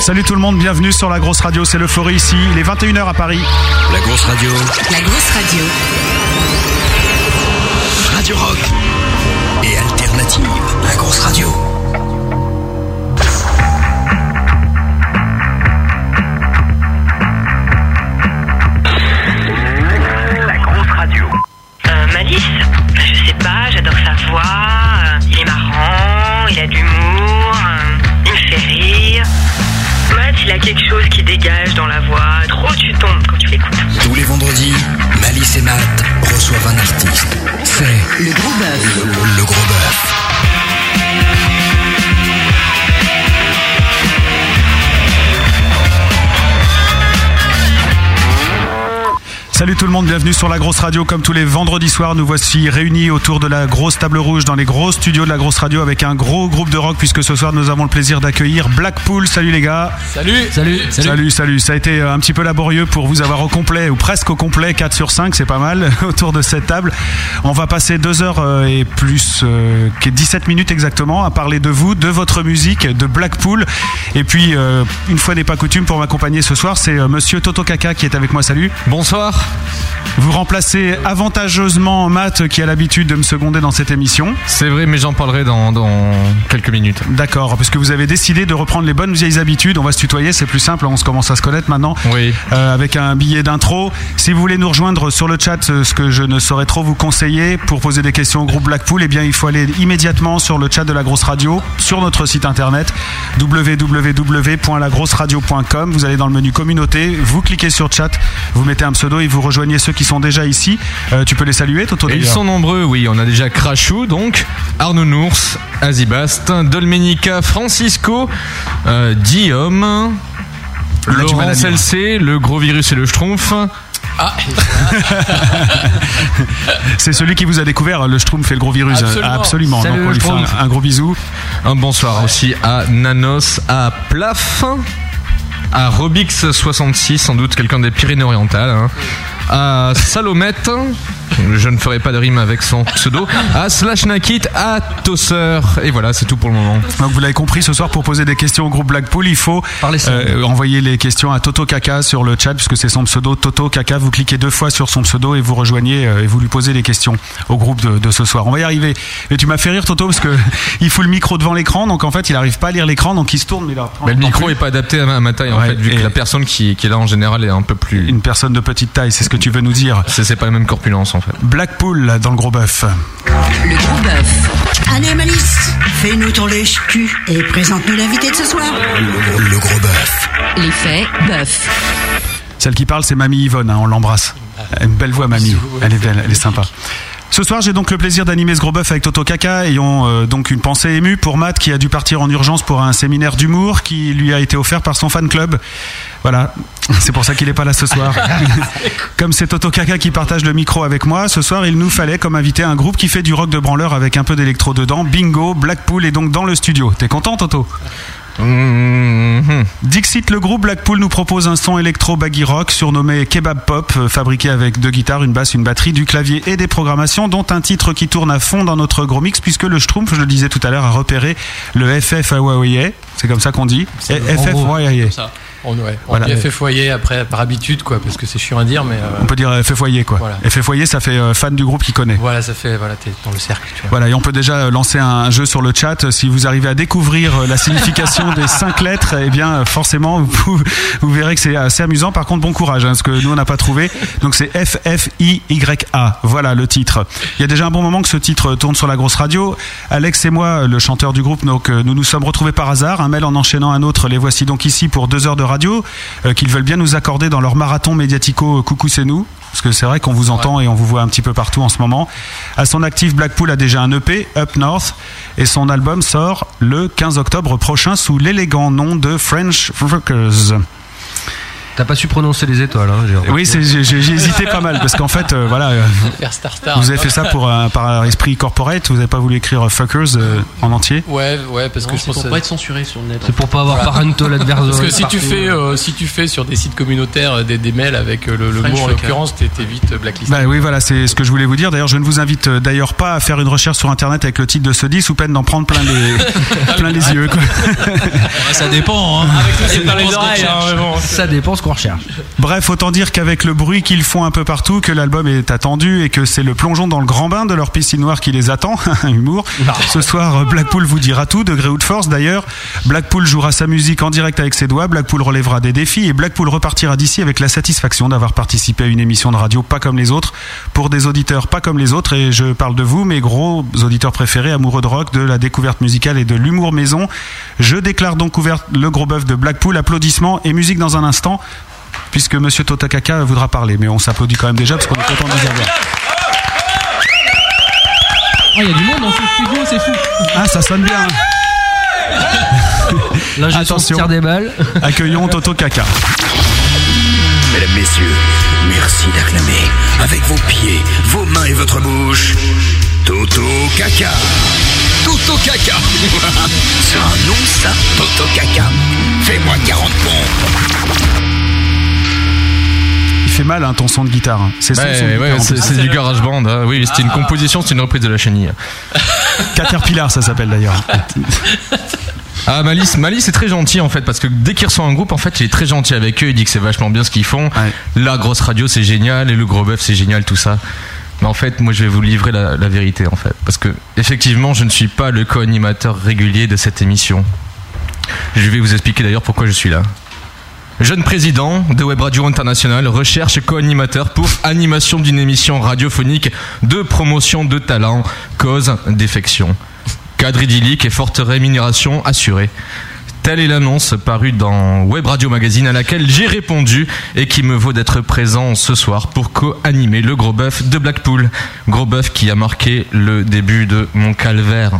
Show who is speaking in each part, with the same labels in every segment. Speaker 1: Salut tout le monde, bienvenue sur la grosse radio, c'est l'euphorie ici, il est 21h à Paris.
Speaker 2: La grosse radio.
Speaker 3: La grosse radio.
Speaker 2: Radio Rock et Alternative. La grosse radio.
Speaker 4: La grosse radio.
Speaker 5: Euh, Malice Je sais pas, j'adore sa voix. euh, il est marrant, il a de l'humour, euh, il me fait rire. Matt, il a quelque chose qui dégage dans la voix. Trop, tu tombes quand tu l'écoutes.
Speaker 2: Tous les vendredis, Malice et Matt reçoivent un artiste. C'est
Speaker 3: Le gros bœuf.
Speaker 2: le, le- le gros bœuf.
Speaker 1: Salut tout le monde, bienvenue sur la grosse radio. Comme tous les vendredis soirs, nous voici réunis autour de la grosse table rouge dans les gros studios de la grosse radio avec un gros groupe de rock puisque ce soir nous avons le plaisir d'accueillir Blackpool. Salut les gars.
Speaker 6: Salut Salut
Speaker 1: Salut. salut, Ça a été euh, un petit peu laborieux pour vous avoir au complet, ou presque au complet, 4 sur 5, c'est pas mal, autour de cette table. On va passer 2 heures euh, et plus, euh, qui est 17 minutes exactement, à parler de vous, de votre musique, de Blackpool. Et puis, euh, une fois n'est pas coutume, pour m'accompagner ce soir, c'est euh, monsieur Toto Kaka qui est avec moi. Salut.
Speaker 6: Bonsoir
Speaker 1: Vous remplacez avantageusement Matt qui a l'habitude de me seconder dans cette émission.
Speaker 6: C'est vrai, mais j'en parlerai dans, dans quelques minutes.
Speaker 1: D'accord, parce que vous avez décidé de reprendre les bonnes vieilles habitudes. On va se tutoyer, c'est plus simple, on se commence à se connaître maintenant.
Speaker 6: Oui.
Speaker 1: Euh, avec un billet d'intro. Si vous voulez nous rejoindre sur le chat, euh, ce que je ne saurais trop vous conseiller pour poser des questions au groupe Blackpool, eh bien il faut aller immédiatement sur le chat de la grosse radio, sur notre site internet www.lagrosseradio.com. Vous allez dans le menu communauté, vous cliquez sur chat, vous mettez un pseudo et vous rejoignez ceux qui sont déjà ici. Euh, tu peux les saluer, Toto.
Speaker 6: Et ils
Speaker 1: d'ailleurs.
Speaker 6: sont nombreux, oui. On a déjà Crashou, donc, Arnaud Nours, Azibast, Dolmenica, Francisco, euh, Guillaume,
Speaker 1: Là, tu hein. vas la
Speaker 6: Laurent
Speaker 1: lire.
Speaker 6: LC, le gros virus et le schtroumpf.
Speaker 1: Ah. C'est celui qui vous a découvert le Schtroumpf fait le gros virus.
Speaker 6: Absolument.
Speaker 1: Absolument.
Speaker 6: Salut,
Speaker 1: Donc, on
Speaker 6: le
Speaker 1: lui fait un-
Speaker 6: Schtroumpf.
Speaker 1: un gros bisou.
Speaker 6: Un bonsoir aussi à Nanos, à Plaf, à Robix66, sans doute quelqu'un des Pyrénées-Orientales, hein, à Salomette, je ne ferai pas de rime avec son pseudo, à Slashnakit, à Tosser, et voilà, c'est tout pour le moment.
Speaker 1: Donc vous l'avez compris, ce soir pour poser des questions au groupe Blackpool, il faut euh,
Speaker 6: Parlez seul.
Speaker 1: envoyer les questions à Toto Kaka sur le chat puisque c'est son pseudo Toto Kaka. Vous cliquez deux fois sur son pseudo et vous rejoignez euh, et vous lui posez les questions au groupe de, de ce soir. On va y arriver. Et tu m'as fait rire Toto parce que il fout le micro devant l'écran, donc en fait il n'arrive pas à lire l'écran, donc il se tourne mais là.
Speaker 6: Mais le micro est pas adapté à ma, à ma taille en
Speaker 1: Ouais,
Speaker 6: fait, vu
Speaker 1: et-
Speaker 6: que la personne qui, qui est là en général est un peu plus.
Speaker 1: Une personne de petite taille, c'est ce que tu veux nous dire.
Speaker 6: C'est c'est pas la même corpulence en fait.
Speaker 1: Blackpool là, dans le gros bœuf.
Speaker 3: Le gros bœuf. Allez, Malice, fais-nous ton lèche cul et présente-nous l'invité de ce soir.
Speaker 2: Le, le gros bœuf.
Speaker 3: L'effet bœuf.
Speaker 1: Celle qui parle, c'est Mamie Yvonne, hein, on l'embrasse. Une belle voix, Mamie. Elle est belle, elle est sympa. Ce soir, j'ai donc le plaisir d'animer ce gros bœuf avec Toto Kaka, ayant euh, donc une pensée émue pour Matt qui a dû partir en urgence pour un séminaire d'humour qui lui a été offert par son fan club. Voilà, c'est pour ça qu'il n'est pas là ce soir. comme c'est Toto Kaka qui partage le micro avec moi, ce soir, il nous fallait comme invité un groupe qui fait du rock de branleur avec un peu d'électro dedans. Bingo, Blackpool est donc dans le studio. T'es content, Toto
Speaker 6: Mhm.
Speaker 1: Dixit, le groupe Blackpool nous propose un son électro baggy rock surnommé Kebab Pop, euh, fabriqué avec deux guitares, une basse, une batterie, du clavier et des programmations, dont un titre qui tourne à fond dans notre gros mix, puisque le Schtroumpf, je le disais tout à l'heure, a repéré le FF Hawaii, c'est comme ça qu'on dit,
Speaker 7: C'est le hein.
Speaker 1: FF
Speaker 7: gros,
Speaker 1: Hawaii.
Speaker 7: comme ça. On, ouais, on
Speaker 1: Voilà.
Speaker 7: lui a fait foyer après par habitude quoi parce que c'est chiant à dire mais euh,
Speaker 1: On peut dire FF Hawaii, quoi.
Speaker 7: Voilà.
Speaker 1: FF Hawaii, ça fait euh, fan du groupe qui connaît.
Speaker 7: voilà ah, ça fait voilà t'es dans le cercle tu vois.
Speaker 1: Voilà, et on peut déjà euh, lancer un jeu sur le chat. Euh, Si vous arrivez à découvrir euh, la signification des cinq lettres, eh bien, euh, forcément, vous, vous verrez que c'est assez amusant. Par contre, bon courage, hein, parce que nous, on n'a pas trouvé. Donc, c'est F-F-I-Y-A. Voilà le titre. Il y a déjà un bon moment que ce titre tourne sur la grosse radio. Alex et moi, le chanteur du groupe, donc, euh, nous nous sommes retrouvés par hasard. Un mail en enchaînant un autre. Les voici donc ici pour deux heures de radio euh, qu'ils veulent bien nous accorder dans leur marathon médiatico euh, Coucou, c'est nous. Parce que c'est vrai qu'on vous entend et on vous voit un petit peu partout en ce moment. À son actif, Blackpool a déjà un EP, Up North, et son album sort le 15 octobre prochain sous l'élégant nom de French Rockers.
Speaker 8: T'as pas su prononcer les étoiles, hein, j'ai
Speaker 1: Oui, c'est- j'ai j'ai- j'ai hésité pas mal parce qu'en fait, euh, voilà, euh,
Speaker 7: Faire Star Star.
Speaker 1: vous avez fait ça pour un- par esprit corporate, vous avez pas voulu écrire fuckers euh, en entier.
Speaker 7: Ouais, ouais, parce que je
Speaker 9: C'est
Speaker 7: pense.
Speaker 9: pour
Speaker 7: euh,
Speaker 9: pas être censuré sur le net.
Speaker 8: C'est pour pas avoir
Speaker 7: Voilà.
Speaker 8: parento l'adversaire.
Speaker 7: Parce que si tu,
Speaker 8: partout.
Speaker 7: fais, euh, si tu fais sur des sites communautaires euh, des, des mails avec euh, le, le
Speaker 9: French
Speaker 7: mot en
Speaker 9: fucker.
Speaker 7: l'occurrence, t'es t'es vite euh, blacklisté.
Speaker 1: Bah oui, voilà, c'est ce que je voulais vous dire. D'ailleurs, je ne vous invite euh, d'ailleurs pas à faire une recherche sur internet avec le titre de ce 10 sous peine d'en prendre plein les plein les yeux. quoi.
Speaker 10: ça
Speaker 7: hein.
Speaker 10: dépend.
Speaker 7: C'est dans les oreilles, hein, vraiment.
Speaker 8: Ça dépend ce qu'on recherche.
Speaker 1: Bref, autant dire qu'avec le bruit qu'ils font un peu partout, que l'album est attendu et que c'est le plongeon dans le grand bain de leur piscine noire qui les attend. Humour. Ce soir, euh, Blackpool vous dira tout, de gré ou de force d'ailleurs. Blackpool jouera sa musique en direct avec ses doigts, Blackpool relèvera des défis et Blackpool repartira d'ici avec la satisfaction d'avoir participé à une émission de radio pas comme les autres, pour des auditeurs pas comme les autres. Et je parle de vous, mes gros auditeurs préférés, amoureux de rock, de la découverte musicale et de l'humour maison. Je déclare donc ouvert le gros bœuf de Blackpool. Applaudissements et musique dans un instant puisque Monsieur Totakaka voudra parler. Mais on s'applaudit quand même déjà parce qu'on est content de vous avoir.
Speaker 10: Ah, Il y a du monde dans ce studio, c'est fou.
Speaker 1: Ah, ça sonne bien.
Speaker 8: Là, j'ai
Speaker 1: Attention.
Speaker 8: tir des balles.
Speaker 1: Accueillons Toto Kaka.
Speaker 2: Mesdames, messieurs, merci d'acclamer avec vos pieds, vos mains et votre bouche. Toto Caca. Toto Caca. C'est un nom ça, Toto Caca. Fais-moi 40 pompes.
Speaker 1: Il fait mal hein, ton son de guitare. hein. C'est ça
Speaker 6: Ouais,
Speaker 1: son de
Speaker 6: Bah, ouais,
Speaker 1: guitare, en
Speaker 6: c'est
Speaker 1: plus.
Speaker 6: c'est du garage band. hein. Oui, c'était une composition, c'est une reprise de la chenille.
Speaker 1: Caterpillar, ça s'appelle d'ailleurs.
Speaker 6: Ah, Malice, Malice est très gentil en fait, parce que dès qu'il reçoit un groupe, en fait, il est très gentil avec eux. Il dit que c'est vachement bien ce qu'ils font.
Speaker 1: Ouais.
Speaker 6: La grosse radio, c'est génial, et le gros bœuf, c'est génial, tout ça. Mais en fait, moi, je vais vous livrer la, la vérité en fait, parce que effectivement, je ne suis pas le co-animateur régulier de cette émission. Je vais vous expliquer d'ailleurs pourquoi je suis là. Jeune président de Web Radio International, recherche et co-animateur pour animation d'une émission radiophonique de promotion de talent, cause défection. Cadre idyllique et forte rémunération assurée. Telle est l'annonce parue dans Web Radio Magazine à laquelle j'ai répondu et qui me vaut d'être présent ce soir pour co-animer le gros bœuf de Blackpool. Gros bœuf qui a marqué le début de mon calvaire.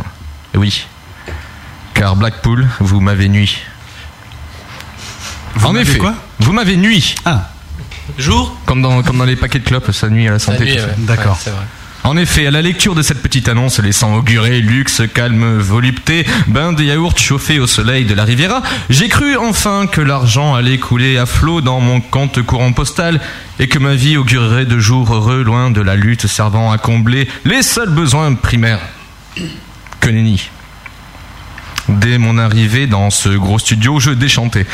Speaker 6: Oui. Car Blackpool, vous m'avez nuit.
Speaker 1: Vous
Speaker 6: en
Speaker 1: m'avez
Speaker 6: effet,
Speaker 1: quoi
Speaker 6: vous m'avez nuit.
Speaker 1: Ah,
Speaker 6: Jour comme dans, comme dans les paquets de clopes, ça nuit à la santé.
Speaker 7: Salut,
Speaker 6: tout ça.
Speaker 7: ouais.
Speaker 1: D'accord.
Speaker 7: Ouais, c'est vrai.
Speaker 6: En effet, à la lecture de cette petite annonce laissant augurer luxe, calme, volupté, bain de yaourt chauffé au soleil de la Riviera, j'ai cru enfin que l'argent allait couler à flot dans mon compte courant postal et que ma vie augurerait de jours heureux loin de la lutte servant à combler les seuls besoins primaires. Que nenni. Dès mon arrivée dans ce gros studio, je déchantais.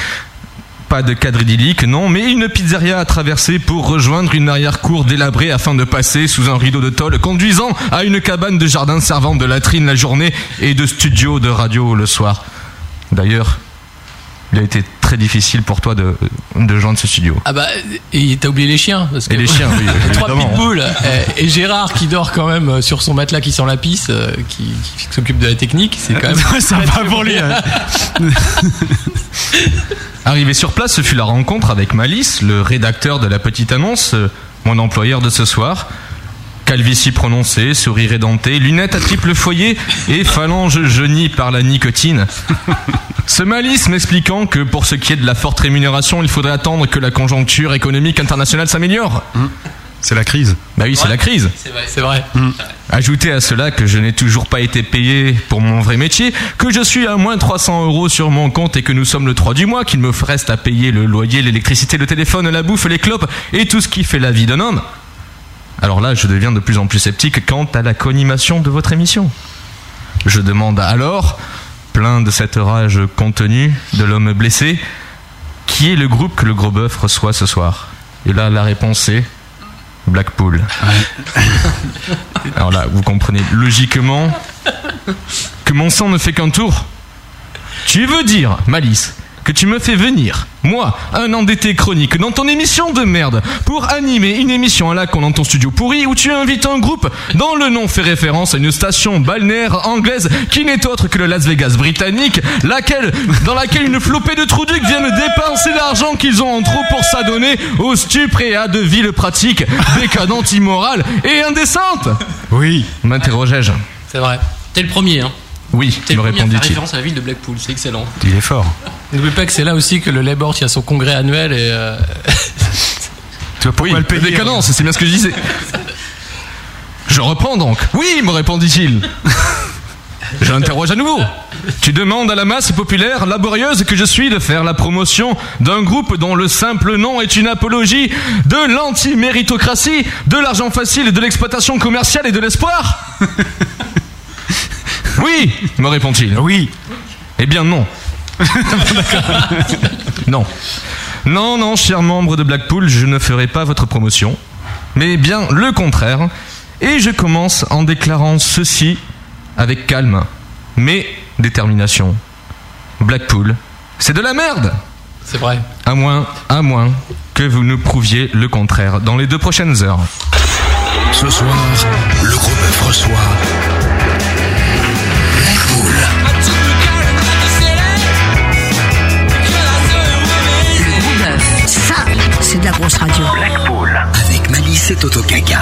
Speaker 6: Pas de cadre idyllique, non, mais une pizzeria à traverser pour rejoindre une arrière-cour délabrée afin de passer sous un rideau de tôle conduisant à une cabane de jardin servant de latrine la journée et de studio de radio le soir. D'ailleurs, il a été très difficile pour toi de, de joindre ce studio.
Speaker 7: Ah bah, et t'as oublié les chiens. Parce que
Speaker 6: Et les chiens, oui.
Speaker 7: Trois
Speaker 6: évidemment.
Speaker 7: pitbulls euh, et Gérard qui dort quand même euh, sur son matelas qui sent la pisse, euh, qui, qui s'occupe de la technique, c'est quand même.
Speaker 1: ça va pour lui. hein.
Speaker 6: Arrivé sur place, ce fut la rencontre avec Malice, le rédacteur de la petite annonce, euh, mon employeur de ce soir. Calvitie prononcée, sourire édenté, lunettes à triple foyer et phalange jaunie par la nicotine. Ce malice m'expliquant que pour ce qui est de la forte rémunération, il faudrait attendre que la conjoncture économique internationale s'améliore.
Speaker 1: Mmh. C'est la crise. Mmh.
Speaker 6: Bah oui, c'est la crise.
Speaker 7: C'est vrai. C'est vrai.
Speaker 6: Ajoutez à cela que je n'ai toujours pas été payé pour mon vrai métier, que je suis à moins 300 euros sur mon compte et que nous sommes le 3 du mois, qu'il me reste à payer le loyer, l'électricité, le téléphone, la bouffe, les clopes et tout ce qui fait la vie d'un homme. Alors là, je deviens de plus en plus sceptique quant à la conimation de votre émission. Je demande alors, plein de cette rage contenue de l'homme blessé, qui est le groupe que le gros bœuf reçoit ce soir Et là, la réponse est Blackpool. Alors là, vous comprenez logiquement que mon sang ne fait qu'un tour. Tu veux dire, Malice, que tu me fais venir, moi, un endetté chronique, dans ton émission de merde, pour animer une émission à la con dans ton studio pourri où tu invites un groupe dont le nom fait référence à une station balnéaire anglaise qui n'est autre que le Las Vegas britannique, laquelle, dans laquelle une flopée de trouducs viennent dépenser l'argent qu'ils ont en trop pour s'adonner au stupre et à de viles pratiques décadentes, immorales et indécentes
Speaker 1: Oui.
Speaker 6: M'interrogeai-je.
Speaker 9: C'est vrai. T'es le premier, hein.
Speaker 6: Oui,
Speaker 9: T'es
Speaker 6: me
Speaker 9: le premier à faire
Speaker 6: répondit-il.
Speaker 9: référence à la ville de Blackpool, c'est excellent.
Speaker 1: Il est fort.
Speaker 7: N'oublie pas que c'est là aussi que le Labour tient son congrès annuel et. euh,
Speaker 11: Tu vois pourquoi le
Speaker 6: C'est déconnant, c'est bien ce que je disais. Je reprends donc. Oui, me répondit-il. Je l'interroge à nouveau. Tu demandes à la masse populaire laborieuse que je suis de faire la promotion d'un groupe dont le simple nom est une apologie de l'anti-méritocratie, de l'argent facile, de l'exploitation commerciale et de l'espoir Oui, me répond-il.
Speaker 11: Oui.
Speaker 6: Eh bien non. non. Non, non, cher membre de Blackpool, je ne ferai pas votre promotion, mais bien le contraire. Et je commence en déclarant ceci avec calme, mais détermination. Blackpool, c'est de la merde
Speaker 7: C'est vrai.
Speaker 6: À moins, à moins que vous ne prouviez le contraire dans les deux prochaines heures.
Speaker 3: Ce soir, le gros bœuf reçoit. Blackpool.
Speaker 12: Le gros bœuf. Ça, c'est de la grosse radio.
Speaker 13: Blackpool.
Speaker 3: Avec Malice et Toto Kaka.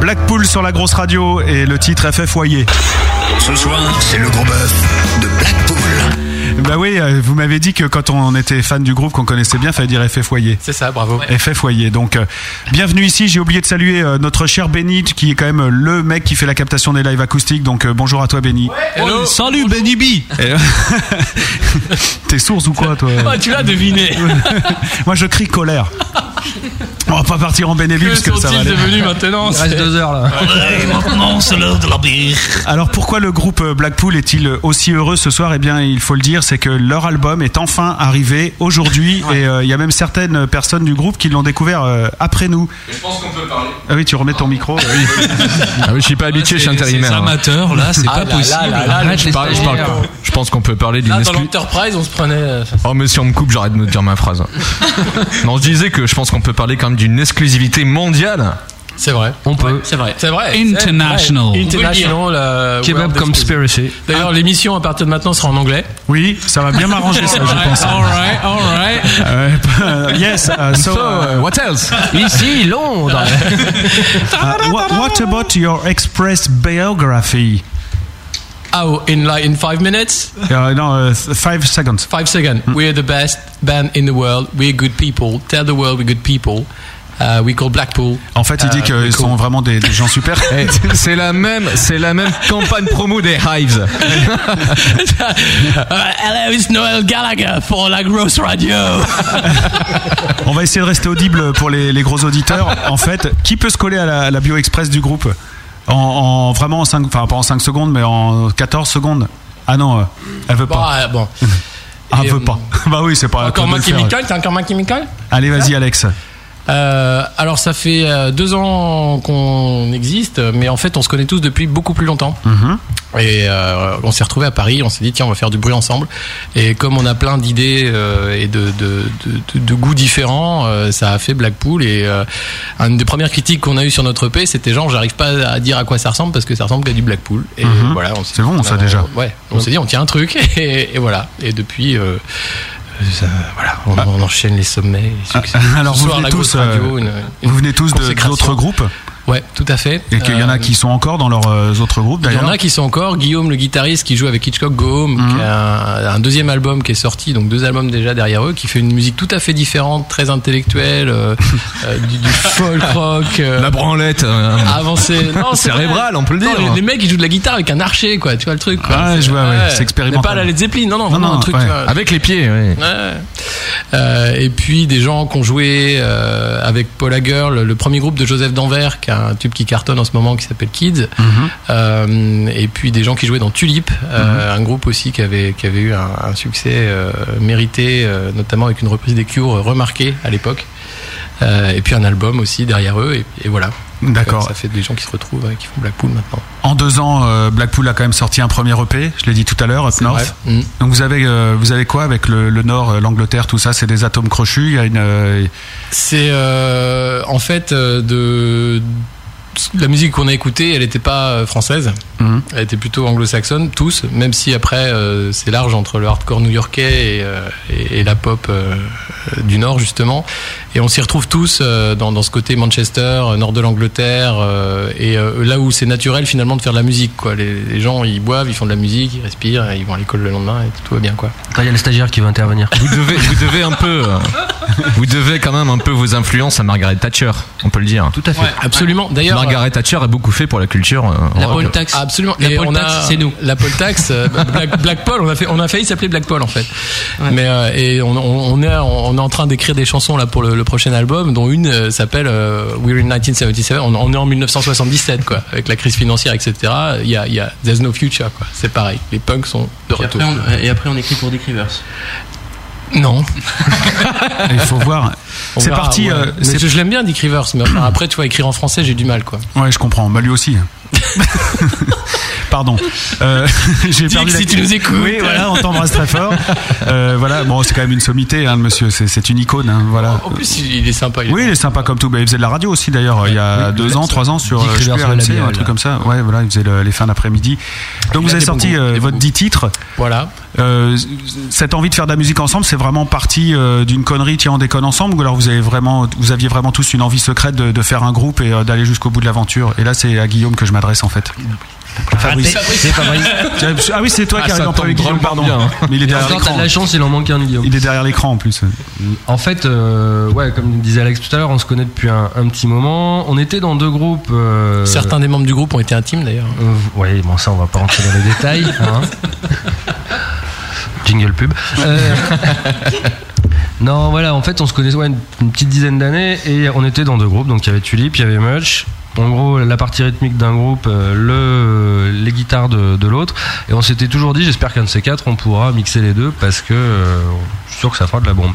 Speaker 11: Blackpool sur la grosse radio et le titre FF Foyer.
Speaker 3: Ce soir, c'est le gros bœuf de Blackpool.
Speaker 11: Bah oui, euh, vous m'avez dit que quand on était fan du groupe qu'on connaissait bien, fallait dire FF Foyer.
Speaker 7: C'est ça, bravo.
Speaker 11: FF Foyer. Donc, euh, bienvenue ici. J'ai oublié de saluer euh, notre cher Benny, qui est quand même euh, le mec qui fait la captation des lives acoustiques. Donc, euh, bonjour à toi, Benny.
Speaker 8: Oh,
Speaker 7: Hello.
Speaker 1: Salut Benny B
Speaker 11: Et- T'es source ou quoi, toi
Speaker 7: Oh, tu l'as deviné.
Speaker 11: Moi, je crie colère. On va pas partir en bénévole
Speaker 7: Que
Speaker 11: parce que ça va
Speaker 7: sont-ils
Speaker 11: aller.
Speaker 7: devenus maintenant
Speaker 8: Il reste deux heures là.
Speaker 11: Alors pourquoi le groupe Blackpool est-il aussi heureux ce soir Eh bien, il faut le dire, c'est que leur album est enfin arrivé aujourd'hui et euh, il y a même certaines personnes du groupe qui l'ont découvert euh, après nous.
Speaker 6: Je pense qu'on peut parler.
Speaker 11: Ah oui, tu remets ton micro. Oui.
Speaker 6: Ah oui, je suis pas habitué, je suis intérimaire.
Speaker 1: C'est
Speaker 6: hein.
Speaker 1: amateur là, c'est pas
Speaker 7: là, là,
Speaker 1: possible.
Speaker 7: là, là,
Speaker 1: Arrête
Speaker 6: Je
Speaker 1: les
Speaker 6: parle- je parle
Speaker 1: stagiaires.
Speaker 6: pas. Je pense qu'on peut parler d'une
Speaker 7: hein. Là, dans
Speaker 6: exclu-
Speaker 7: l'Enterprise, on se prenait. euh,
Speaker 6: Oh mais si on me coupe, j'arrête de me dire ma phrase. non, je disais que je pense qu'on peut parler quand même d'une exclusivité mondiale.
Speaker 7: C'est vrai.
Speaker 10: On peut.
Speaker 7: c'est vrai. C'est vrai.
Speaker 10: International.
Speaker 7: C'est vrai.
Speaker 10: On peut le
Speaker 7: International. euh,
Speaker 10: Kebab
Speaker 7: World
Speaker 10: Conspiracy.
Speaker 7: Exposition. D'ailleurs, l'émission à partir de maintenant sera en anglais.
Speaker 1: Oui, ça va bien m'arranger ça, je pense.
Speaker 10: Alright, alright.
Speaker 1: Euh, euh, yes, uh, so, uh,
Speaker 6: Euh, what else Ah
Speaker 10: Ici, Londres.
Speaker 11: Ah,
Speaker 1: uh, wha- what about your express biography?
Speaker 7: Oh, in like in five minutes,
Speaker 1: Euh, non, euh, five seconds. Mm.
Speaker 7: five seconds. We're the best band in the world. We're good people. Tell the world we're good people. Uh, we call Blackpool.
Speaker 1: En fait, il dit
Speaker 7: Euh,
Speaker 1: qu'ils sont vraiment des, des gens super.
Speaker 6: Eh, C'est la même, c'est la même campagne promo des Hives.
Speaker 7: Uh, hello, it's Noel Gallagher for La Grosse Radio.
Speaker 1: On va essayer de rester audible pour les, les gros auditeurs. En fait, qui peut se coller à la, à la bio express du groupe en, en- vraiment en 5 enfin pas en 5 secondes, mais en 14 secondes. Ah non, euh, elle veut
Speaker 7: bon,
Speaker 1: pas.
Speaker 7: euh, bon.
Speaker 1: Ah, elle
Speaker 7: et, euh,
Speaker 1: veut pas. Bah oui, c'est pas. à toi
Speaker 7: Encore
Speaker 1: de
Speaker 7: My
Speaker 1: le faire.
Speaker 7: Chemical. T'as encore My Chemical
Speaker 1: Allez, vas-y, Alex.
Speaker 7: Euh, alors ça fait euh, deux ans qu'on existe, mais en fait on se connaît tous depuis beaucoup plus longtemps.
Speaker 1: Mhm.
Speaker 7: Et euh, on s'est retrouvés à Paris, on s'est dit tiens on va faire du bruit ensemble. Et comme on a plein d'idées euh, et de, de, de, de- de goûts différents, euh, ça a fait Blackpool. Et euh, une des premières critiques qu'on a eues sur notre EP, c'était genre j'arrive pas à dire à quoi ça ressemble parce que ça ressemble qu'à du Blackpool. Et
Speaker 1: Mhm.
Speaker 7: voilà, on s'est- euh,
Speaker 1: C'est bon, ça, déjà.
Speaker 7: Ouais, on s'est dit on tient un truc et, et voilà. Et depuis. euh, ça- voilà, on, on enchaîne les sommets. les succès.
Speaker 1: Ah. Alors,
Speaker 7: Ce
Speaker 1: vous
Speaker 7: soir,
Speaker 1: venez
Speaker 7: la
Speaker 1: tous,
Speaker 7: grosse radio,
Speaker 1: euh,
Speaker 7: une- une
Speaker 1: Vous venez tous de-
Speaker 7: consécration.
Speaker 1: d'autres groupes
Speaker 7: Ouais, tout à fait. Euh,
Speaker 1: et qu'il y en a qui sont encore dans leurs euh, autres groupes
Speaker 7: Il y
Speaker 1: d'ailleurs.
Speaker 7: en a qui sont encore. Guillaume, le guitariste, qui joue avec Hitchcock Go Home, qui a un, un deuxième album qui est sorti, donc deux albums déjà derrière eux, qui fait une musique tout à fait différente, très intellectuelle, euh, euh, du, du folk rock. euh,
Speaker 6: La branlette. euh,
Speaker 7: avancé non c'est
Speaker 6: Cérébrale,
Speaker 7: vrai.
Speaker 6: on peut le
Speaker 7: Non,
Speaker 6: dire.
Speaker 7: les, les mecs ils jouent de la guitare avec un archer quoi tu vois le truc quoi.
Speaker 1: Ah ouais, je vois, ouais, c'est
Speaker 7: Mais
Speaker 1: expérimental.
Speaker 7: pas la Led Zeppelin non non vraiment
Speaker 1: non,
Speaker 7: un truc
Speaker 1: ouais.
Speaker 7: tu vois,
Speaker 6: Avec les pieds, oui.
Speaker 7: Ouais. Euh, et puis des gens qui ont joué euh, avec Paul Hager, le, le premier groupe de Joseph Danvers, qui a un tube qui cartonne en ce moment qui s'appelle Kids.
Speaker 10: Mhm.
Speaker 7: Euh, et puis des gens qui jouaient dans Tulip, euh, un groupe aussi qui avait, qui avait eu un, un succès euh, mérité, euh, notamment avec une reprise des Cures euh, remarquée à l'époque. Euh, et puis un album aussi derrière eux, et, et voilà.
Speaker 1: D'accord.
Speaker 7: Ça fait des gens qui se retrouvent, euh, qui font Blackpool maintenant.
Speaker 1: En deux ans, euh, Blackpool a quand même sorti un premier EP. Je l'ai dit tout à l'heure, Up North.
Speaker 7: Ouais. Mm.
Speaker 1: Donc vous avez euh, vous avez quoi avec le, le Nord, euh, l'Angleterre, tout ça C'est des atomes crochus. Il y a une euh,
Speaker 7: C'est euh, en fait euh, de la musique qu'on a écoutée, elle n'était pas euh, française,
Speaker 1: Mhm.
Speaker 7: elle était plutôt anglo-saxonne, tous, même si après euh, c'est large entre le hardcore new-yorkais et, euh, et- et la pop euh, euh, du Nord justement. Et on s'y retrouve tous euh, dans, dans ce côté Manchester, euh, nord de l'Angleterre, euh, et euh, là où c'est naturel finalement de faire de la musique. Quoi. Les, les gens ils boivent, ils font de la musique, ils respirent, et ils vont à l'école le lendemain et tout va bien. quoi.
Speaker 8: Attends, il y a le stagiaire qui veut intervenir.
Speaker 6: Vous devez, vous devez un peu, euh, vous devez quand même un peu vos influences à Margaret Thatcher. On peut le dire.
Speaker 8: Tout à fait.
Speaker 7: Absolument. D'ailleurs,
Speaker 6: Margaret Thatcher a beaucoup fait pour la culture. euh,
Speaker 10: La
Speaker 6: rock.
Speaker 10: poll tax.
Speaker 7: Absolument.
Speaker 10: La
Speaker 7: Et
Speaker 10: poll
Speaker 7: on
Speaker 10: tax,
Speaker 7: a-
Speaker 10: c'est nous.
Speaker 7: La poll tax, euh, Black, Black Paul, on a, fait, on a failli s'appeler Black Paul en fait. Mais euh, et on, on, on est, on est en train d'écrire des chansons là pour le, le prochain album, dont une euh, s'appelle euh, We're in 1977. On, on est en 1977 quoi, avec la crise financière, etc. Il y a, il y a There's no future quoi. C'est pareil. Les punks sont de
Speaker 10: Et
Speaker 7: retour.
Speaker 10: après, on, et après, on écrit pour Dick Rivers.
Speaker 7: Non.
Speaker 1: il faut voir.
Speaker 7: on
Speaker 1: C'est
Speaker 7: verra,
Speaker 1: parti.
Speaker 7: ouais.
Speaker 1: euh,
Speaker 7: Mais
Speaker 1: c'est-
Speaker 7: je je l'aime bien Dick Rivers, mais enfin, après tu vois écrire en français, j'ai du mal quoi.
Speaker 1: Ouais, je comprends. Bah lui aussi. Pardon. Euh, J'ai perdu la-
Speaker 7: si tu nous écoutes.
Speaker 1: Oui, voilà, on t'embrasse très fort. Euh, voilà, bon, c'est quand même une sommité, hein, le monsieur. C'est c'est une icône, hein, voilà.
Speaker 7: En plus il est sympa. il est-
Speaker 1: Oui, il est sympa comme tout. Bah, il faisait de la radio aussi d'ailleurs, il y a deux ans, trois ans sur
Speaker 8: Dick
Speaker 1: euh, je sais
Speaker 8: Rivers
Speaker 1: plus,
Speaker 8: de la
Speaker 1: RMC, un
Speaker 8: Biole,
Speaker 1: truc
Speaker 8: là.
Speaker 1: comme ça. Ouais, voilà, il faisait le- les fins d'après-midi. Donc
Speaker 7: Il
Speaker 1: vous
Speaker 7: a
Speaker 1: avez
Speaker 7: des bons
Speaker 1: sorti
Speaker 7: goûts,
Speaker 1: euh,
Speaker 7: des bons
Speaker 1: votre
Speaker 7: goûts.
Speaker 1: 10 titres.
Speaker 7: Voilà.
Speaker 1: Euh, cette envie de faire de la musique ensemble, c'est vraiment parti euh, d'une connerie, tiens, on déconne ensemble, ou alors vous, avez vraiment, vous aviez vraiment tous une envie secrète de, de faire un groupe et euh, d'aller jusqu'au bout de l'aventure. Et là, c'est à Guillaume que je m'adresse en fait.
Speaker 7: Ah,
Speaker 1: Fabrice.
Speaker 8: C'est pas vrai.
Speaker 1: Tiens, Ah oui, c'est toi
Speaker 6: Ah,
Speaker 1: qui arrives
Speaker 6: ça
Speaker 1: en premier,
Speaker 6: tombe
Speaker 1: Guillaume, pardon.
Speaker 6: drôlement bien.
Speaker 1: Mais il est derrière
Speaker 8: Encore, t'as
Speaker 1: l'écran.
Speaker 8: de la chance, il en manque un, Guillaume.
Speaker 1: Il est derrière l'écran en plus.
Speaker 8: En fait, euh, ouais, comme disait Alex tout à l'heure, on se connaît depuis un, un petit moment. On était dans deux groupes. euh,
Speaker 7: Certains des membres du groupe ont été intimes d'ailleurs.
Speaker 8: Euh, ouais, bon, ça, on va pas rentrer dans les détails. hein. Jingle pub. Euh, non, voilà, en fait, on se connaissait ouais, une, une petite dizaine d'années et on était dans deux groupes. Donc, il y avait Tulip, il y avait Much. En gros, la partie rythmique d'un groupe, euh, le, les guitares de, de l'autre. Et on s'était toujours dit, j'espère qu'un de ces quatre, on pourra mixer les deux parce que euh, je suis sûr que ça fera de la bombe.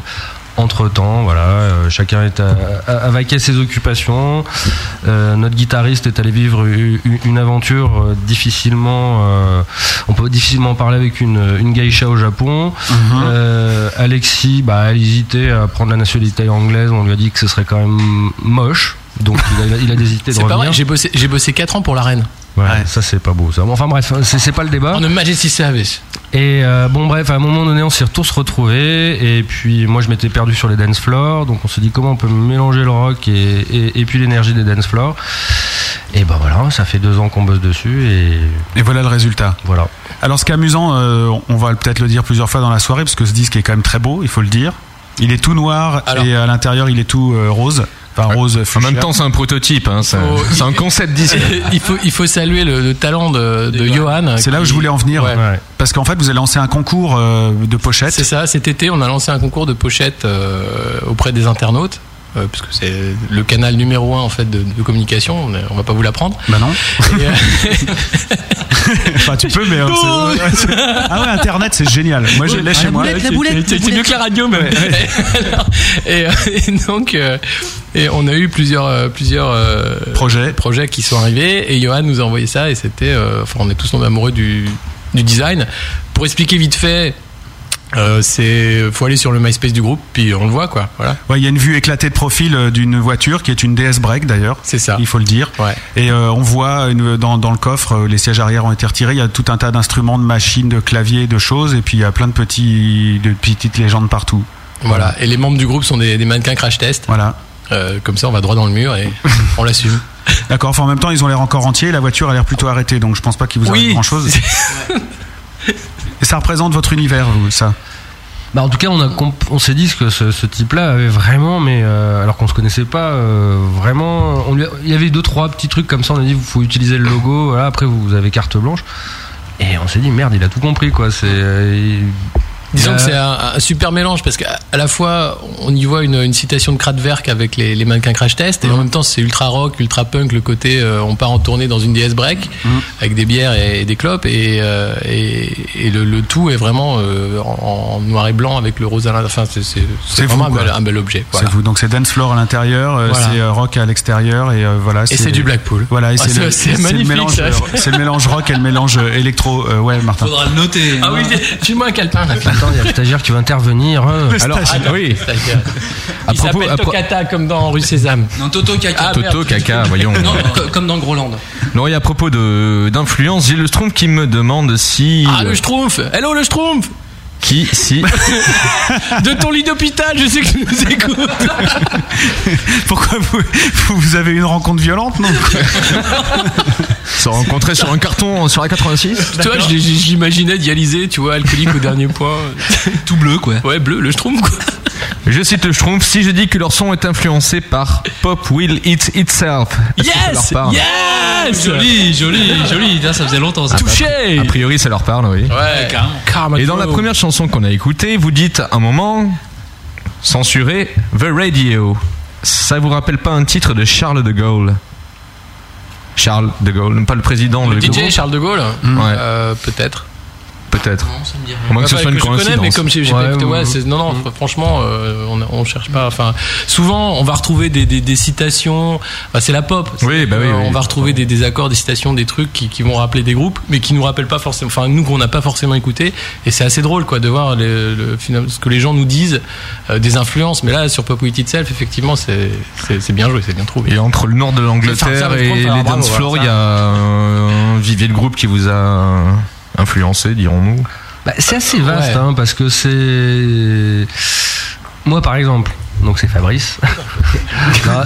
Speaker 8: Entre temps, voilà, euh, chacun est à, à- à vaquer ses occupations. Euh, notre guitariste est allé vivre u- u- une aventure euh, difficilement. euh, on peut difficilement parler avec une, une geisha au Japon. Euh, Alexis bah, a hésité à prendre la nationalité anglaise. On lui a dit que ce serait quand même moche. Donc il a, il a hésité de
Speaker 7: C'est pas
Speaker 8: revenir.
Speaker 7: vrai, j'ai bossé, j'ai bossé 4 ans pour la reine.
Speaker 8: Ouais, ça c'est pas beau. Ça. Bon, Enfin bref, c'est c'est pas le débat.
Speaker 7: On ne majesty service.
Speaker 8: Et euh, bon bref, à un moment donné, on s'est tous retrouvés. Et puis moi, je m'étais perdu sur les dance floors. Donc on s'est dit comment on peut mélanger le rock et, et- et puis l'énergie des dance floors. Et ben voilà, ça fait deux ans qu'on bosse dessus. Et,
Speaker 1: et voilà le résultat.
Speaker 8: Voilà.
Speaker 1: Alors, ce qui est amusant, euh, on va peut-être le dire plusieurs fois dans la soirée, parce que ce disque est quand même très beau, il faut le dire. Il est tout noir et à l'intérieur, il est tout euh, rose.
Speaker 8: Ah.
Speaker 1: Enfin, rose
Speaker 6: En
Speaker 1: fuchsia.
Speaker 6: même temps, c'est un prototype. hein, c'est
Speaker 1: Oh,
Speaker 6: c'est un concept disque.
Speaker 7: il, faut, il faut saluer le, le talent de, de Johan.
Speaker 1: C'est là où je voulais en venir. Parce qu'en fait, vous avez lancé un concours euh, de pochettes.
Speaker 7: C'est ça, cet été, on a lancé un concours de pochettes euh, auprès des internautes. euh, parce que c'est le canal numéro un en fait de, de communication. On, est- on va pas vous l'apprendre. euh,
Speaker 1: Bah non. enfin, tu peux, mais. euh, c'est- ah ouais, Internet, c'est génial. Moi, je l'ai chez moi.
Speaker 7: C'est mieux que la radio, même. et, euh, et donc, euh, et on a eu plusieurs, euh, plusieurs euh,
Speaker 1: projets.
Speaker 7: qui sont arrivés. Et Johan nous a envoyé ça. Et c'était. euh, Enfin, on est tous tombés amoureux du, du design. Pour expliquer vite fait. euh, c'est faut aller sur le MySpace du groupe puis on le voit quoi voilà
Speaker 1: Ouais, il y a une vue éclatée de profil euh, d'une voiture qui est une DS Break d'ailleurs.
Speaker 7: C'est ça.
Speaker 1: Il faut le dire. Et euh, on voit une- dans, dans le coffre, euh, les sièges arrière ont été retirés. Il y a tout un tas d'instruments, de machines, de claviers, de choses. Et puis il y a plein de, petits, de petites légendes partout.
Speaker 7: Voilà. Et les membres du groupe sont des, des mannequins crash test. Euh,
Speaker 1: Voilà.
Speaker 7: comme ça, on va droit dans le mur et on l'assume.
Speaker 1: D'accord. Enfin, en même temps, ils ont l'air encore entiers. La voiture a l'air plutôt arrêtée. Donc je pense pas qu'il vous arrive grand chose. Et ça représente votre univers, vous, ça
Speaker 8: Bah en tout cas, on, a comp- on s'est dit que ce, ce type-là avait vraiment, mais euh, alors qu'on se connaissait pas, euh, vraiment, on lui a- il y avait deux trois petits trucs comme ça. On a dit, vous faut utiliser le logo. voilà, après, vous avez carte blanche. Et on s'est dit, merde, il a tout compris, quoi. C'est euh, il-
Speaker 7: Disons
Speaker 8: il
Speaker 7: que
Speaker 8: a-
Speaker 7: c'est un, un super mélange parce qu'à à la fois on y voit une, une citation de Kraftwerk avec les, les mannequins crash test et en même temps c'est ultra rock, ultra punk, le côté euh, on part en tournée dans une DS break
Speaker 8: Mm.
Speaker 7: avec des bières et, et des clopes et, euh, et, et le, le tout est vraiment euh, en, en noir et blanc avec le rose à l'intérieur. Enfin, c'est- c'est c'est
Speaker 1: vous,
Speaker 7: vraiment un
Speaker 1: quoi.
Speaker 7: bel, un bel objet. voilà.
Speaker 1: C'est vous. Donc c'est dance floor à l'intérieur, euh,
Speaker 7: Voilà.
Speaker 1: c'est euh, rock à l'extérieur et euh, voilà.
Speaker 7: c'est du Blackpool.
Speaker 1: Voilà, et
Speaker 7: Ah,
Speaker 1: c'est
Speaker 7: c'est-
Speaker 1: le-
Speaker 7: c'est
Speaker 1: c'est le
Speaker 7: magnifique,
Speaker 1: mélange,
Speaker 7: ça.
Speaker 1: euh, c'est le mélange rock et le mélange euh, électro. Euh, ouais, Martin.
Speaker 7: le noter. Ah oui, file-moi un calepin là.
Speaker 8: Attends, il y a le stagiaire qui va intervenir. hein.
Speaker 7: Alors, ah, oui.
Speaker 8: À
Speaker 7: Il
Speaker 8: propos-
Speaker 7: s'appelle
Speaker 8: à pro-
Speaker 7: Tocata comme dans Rue Sésame.
Speaker 10: Non, Toto Caca.
Speaker 7: Ah,
Speaker 6: Toto,
Speaker 7: merde.
Speaker 6: caca, voyons.
Speaker 10: Non, co- comme dans Groland.
Speaker 6: Non, et à propos de- d'influence, j'ai le Schtroumpf qui me demande si. euh,
Speaker 7: Ah, le Schtroumpf Hello, le Schtroumpf
Speaker 6: Qui, si.
Speaker 7: De ton lit d'hôpital, je sais que tu nous écoutes.
Speaker 1: Pourquoi vous, vous avez eu une rencontre violente, non
Speaker 6: se rencontrer sur un carton euh, sur la 86
Speaker 7: tu vois, je l'ai- j'imaginais dialysé, tu vois, alcoolique au dernier point.
Speaker 10: Tout bleu, quoi.
Speaker 7: Ouais, bleu, le Schtroumpf, quoi.
Speaker 6: Je cite le Schtroumpf, si je dis que leur son est influencé par Pop Will Eat Itself. est-ce que ça leur
Speaker 7: Yes
Speaker 6: parle Ah,
Speaker 7: Yes
Speaker 10: Joli, joli, joli. Tiens, Ça faisait longtemps, ça.
Speaker 7: Touché
Speaker 6: bah, A priori, ça leur parle, oui.
Speaker 7: Ouais,
Speaker 10: carrément.
Speaker 7: Karma
Speaker 6: Et dans la
Speaker 7: Flow.
Speaker 6: première chanson qu'on a écoutée, vous dites un moment censuré The Radio. Ça vous rappelle pas un titre de Charles de Gaulle Charles de Gaulle, pas le président, le,
Speaker 7: Le DJ
Speaker 6: gros
Speaker 7: Charles de Gaulle
Speaker 6: Mm. Ouais.
Speaker 7: Euh, Peut-être.
Speaker 6: Peut-être.
Speaker 10: Non, ça me dit rien.
Speaker 6: Au moins que ce
Speaker 7: Ouais,
Speaker 6: soit une
Speaker 7: je connais,
Speaker 6: coïncidence.
Speaker 7: mais comme j'ai j'ai
Speaker 8: Ouais,
Speaker 7: pas écouté, ouais,
Speaker 8: ouais.
Speaker 7: c'est- non, non,
Speaker 6: Mm.
Speaker 7: fr- franchement, euh, on, on cherche pas. Enfin, souvent, on va retrouver des, des, des citations. Bah, c'est la pop. c'est-
Speaker 6: Oui, bah oui,
Speaker 7: euh,
Speaker 6: oui.
Speaker 7: On va retrouver des, des accords, des citations, des trucs qui, qui vont rappeler des groupes, mais qui nous rappellent pas forcément. Enfin, nous qu'on n'a pas forcément écouté. Et c'est assez drôle, quoi, de voir le, le- finalement, ce que les gens nous disent euh, des influences. Mais là, sur Pop With Itself, effectivement, c'est c'est- c'est bien joué, c'est bien trouvé.
Speaker 6: Et entre le nord de
Speaker 7: Ça, ça
Speaker 6: l'Angleterre
Speaker 7: me
Speaker 6: et
Speaker 7: trompe,
Speaker 6: les
Speaker 7: alors, bravo,
Speaker 6: dance floors, il
Speaker 7: voilà,
Speaker 6: y a euh, un vivier de groupe qui vous a influencé, dirons-nous.
Speaker 8: Bah, c'est assez vaste,
Speaker 7: Ouais.
Speaker 8: hein, parce que c'est. Moi, par exemple, donc c'est Fabrice. Non,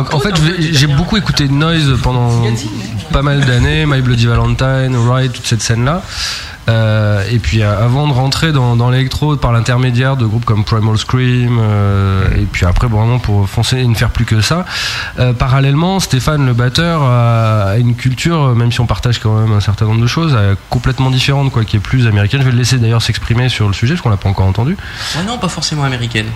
Speaker 8: donc en fait, je vais- j'ai beaucoup écouté de Noise pendant pas mal d'années, My Bloody Valentine, Ride, toute cette scène-là. Euh, et puis euh, avant de rentrer dans, dans l'électro par l'intermédiaire de groupes comme Primal Scream, euh, et puis après bon, vraiment pour foncer et ne faire plus que ça, euh, parallèlement Stéphane le batteur a une culture, euh, même si on partage quand même un certain nombre de choses, euh, complètement différente, quoi, qui est plus américaine. Je vais le laisser d'ailleurs s'exprimer sur le sujet, parce qu'on l'a pas encore entendu.
Speaker 10: Ah non, pas forcément américaine.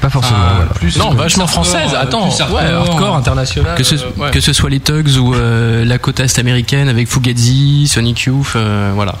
Speaker 8: Pas forcément.
Speaker 10: Ah,
Speaker 8: voilà.
Speaker 10: plus-
Speaker 7: Non,
Speaker 10: plus
Speaker 7: vachement
Speaker 10: hardcore,
Speaker 7: française.
Speaker 10: euh,
Speaker 7: Attends,
Speaker 10: plus
Speaker 7: ouais, hardcore international.
Speaker 10: Que ce,
Speaker 7: euh, ouais.
Speaker 10: que ce soit les Tugs ou euh, la côte est américaine avec Fugazi, Sonic Youth, euh, voilà.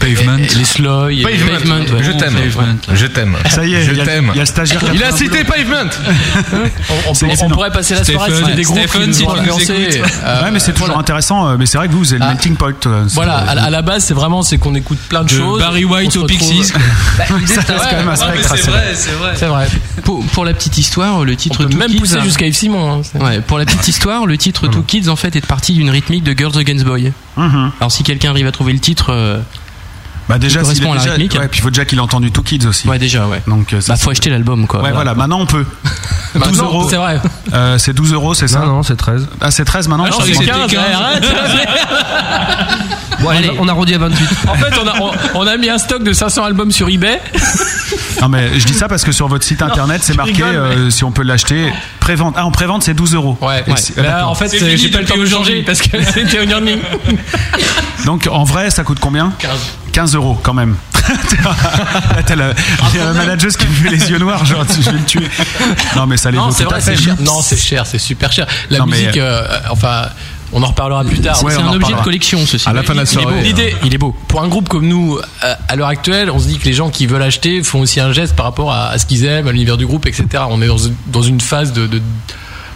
Speaker 7: Pet
Speaker 9: Pavement.
Speaker 7: Et- et Les Sloy. et-
Speaker 6: Pavement.
Speaker 7: ouais.
Speaker 6: Je t'aime.
Speaker 7: Pavement.
Speaker 6: Je t'aime.
Speaker 1: Bah, Ça y est,
Speaker 6: je
Speaker 1: il y, a-
Speaker 6: t'aime.
Speaker 1: il y a le stagiaire qui a
Speaker 6: Il a
Speaker 1: pris un
Speaker 6: cité Pavement.
Speaker 7: On, on
Speaker 1: C'est
Speaker 7: peut- on
Speaker 1: excellent.
Speaker 7: pourrait passer la soirée à
Speaker 10: Stephen,
Speaker 7: citer des groupes
Speaker 10: Stephen,
Speaker 7: qui
Speaker 10: si
Speaker 7: nous ont
Speaker 10: tu nous
Speaker 7: influencés.
Speaker 10: écoutes.
Speaker 7: Euh,
Speaker 1: Ouais, mais c'est toujours
Speaker 7: voilà.
Speaker 1: intéressant. euh, Mais c'est vrai que vous, vous êtes le
Speaker 7: Ah.
Speaker 1: melting pot. euh, c'est-
Speaker 7: Voilà, à, la- à la base, c'est vraiment c'est qu'on écoute plein de
Speaker 10: De
Speaker 7: choses.
Speaker 10: Barry White
Speaker 7: on se
Speaker 10: aux
Speaker 7: retrouve-
Speaker 10: Pixies.
Speaker 1: Ça reste Bah, quand même un spectre assez large.
Speaker 10: c'est vrai.
Speaker 7: C'est vrai.
Speaker 9: Pour, pour la petite histoire, le
Speaker 7: On
Speaker 9: titre
Speaker 7: peut
Speaker 9: Two
Speaker 7: même
Speaker 9: Kids,
Speaker 7: pousser
Speaker 9: hein.
Speaker 7: jusqu'à Yves Simon. hein. C'est-
Speaker 9: Ouais, pour la petite histoire, le titre Two Kids en fait est parti d'une rythmique de Girls Against Boy.
Speaker 1: Mhm.
Speaker 9: Alors si quelqu'un arrive à trouver le titre, euh,
Speaker 1: Bah déjà,
Speaker 9: correspond
Speaker 1: s'il est
Speaker 9: à la
Speaker 1: déjà-
Speaker 9: rythmique.
Speaker 1: ouais, puis il faut déjà qu'il ait entendu Two Kids aussi.
Speaker 9: ouais déjà ouais.
Speaker 1: Donc, euh, ça,
Speaker 9: Bah
Speaker 1: c'est-
Speaker 9: faut acheter l'album quoi.
Speaker 1: Ouais, voilà, maintenant on peut. 12
Speaker 7: Maintenant,
Speaker 1: euros.
Speaker 7: C'est vrai.
Speaker 1: Euh, c'est 12 euros, c'est ça
Speaker 8: Non, non, c'est 13.
Speaker 1: Ah, c'est 13 maintenant
Speaker 10: Ah, je croyais que
Speaker 1: C'est-
Speaker 10: c'était 15.
Speaker 8: Bon, allez, on a arrondi à 28.
Speaker 7: En fait, on a, on, on a mis un stock de 500 albums sur eBay.
Speaker 1: Non, mais je dis ça parce que sur votre site internet, c'est marqué
Speaker 7: rigole,
Speaker 1: euh, si on peut l'acheter. Prévente. Ah, en prévente, c'est 12 euros. Et si- euh,
Speaker 7: Là,
Speaker 1: d'accord.
Speaker 7: Bah, en fait,
Speaker 10: C'est fini
Speaker 7: j'ai pas le temps de
Speaker 10: depuis
Speaker 7: changer
Speaker 10: aujourd'hui.
Speaker 7: parce que c'était une ligne.
Speaker 1: Donc en vrai, ça coûte combien
Speaker 7: 15.
Speaker 1: 15 euros quand même. Là, t'as la, la manageuse qui me fait les yeux noirs, genre tu- je vais le tuer. Non, mais ça les
Speaker 7: Non,
Speaker 1: vaut
Speaker 7: c'est
Speaker 1: tout à
Speaker 7: vrai,
Speaker 1: fait.
Speaker 7: c'est cher. Non, c'est cher, c'est super cher. La
Speaker 1: Non, mais-
Speaker 7: musique, euh, enfin, on en reparlera plus tard.
Speaker 9: C'est
Speaker 1: Ouais,
Speaker 9: c'est
Speaker 1: on en
Speaker 9: un objet
Speaker 1: reparlera.
Speaker 9: de collection ceci.
Speaker 6: À la fin de la
Speaker 7: Il est beau.
Speaker 6: soirée.
Speaker 7: L'idée, il est beau. Pour un groupe comme nous, euh, à l'heure actuelle, on se dit que les gens qui veulent acheter font aussi un geste par rapport à, à ce qu'ils aiment, à l'univers du groupe, etc. On est dans, dans une phase de, de-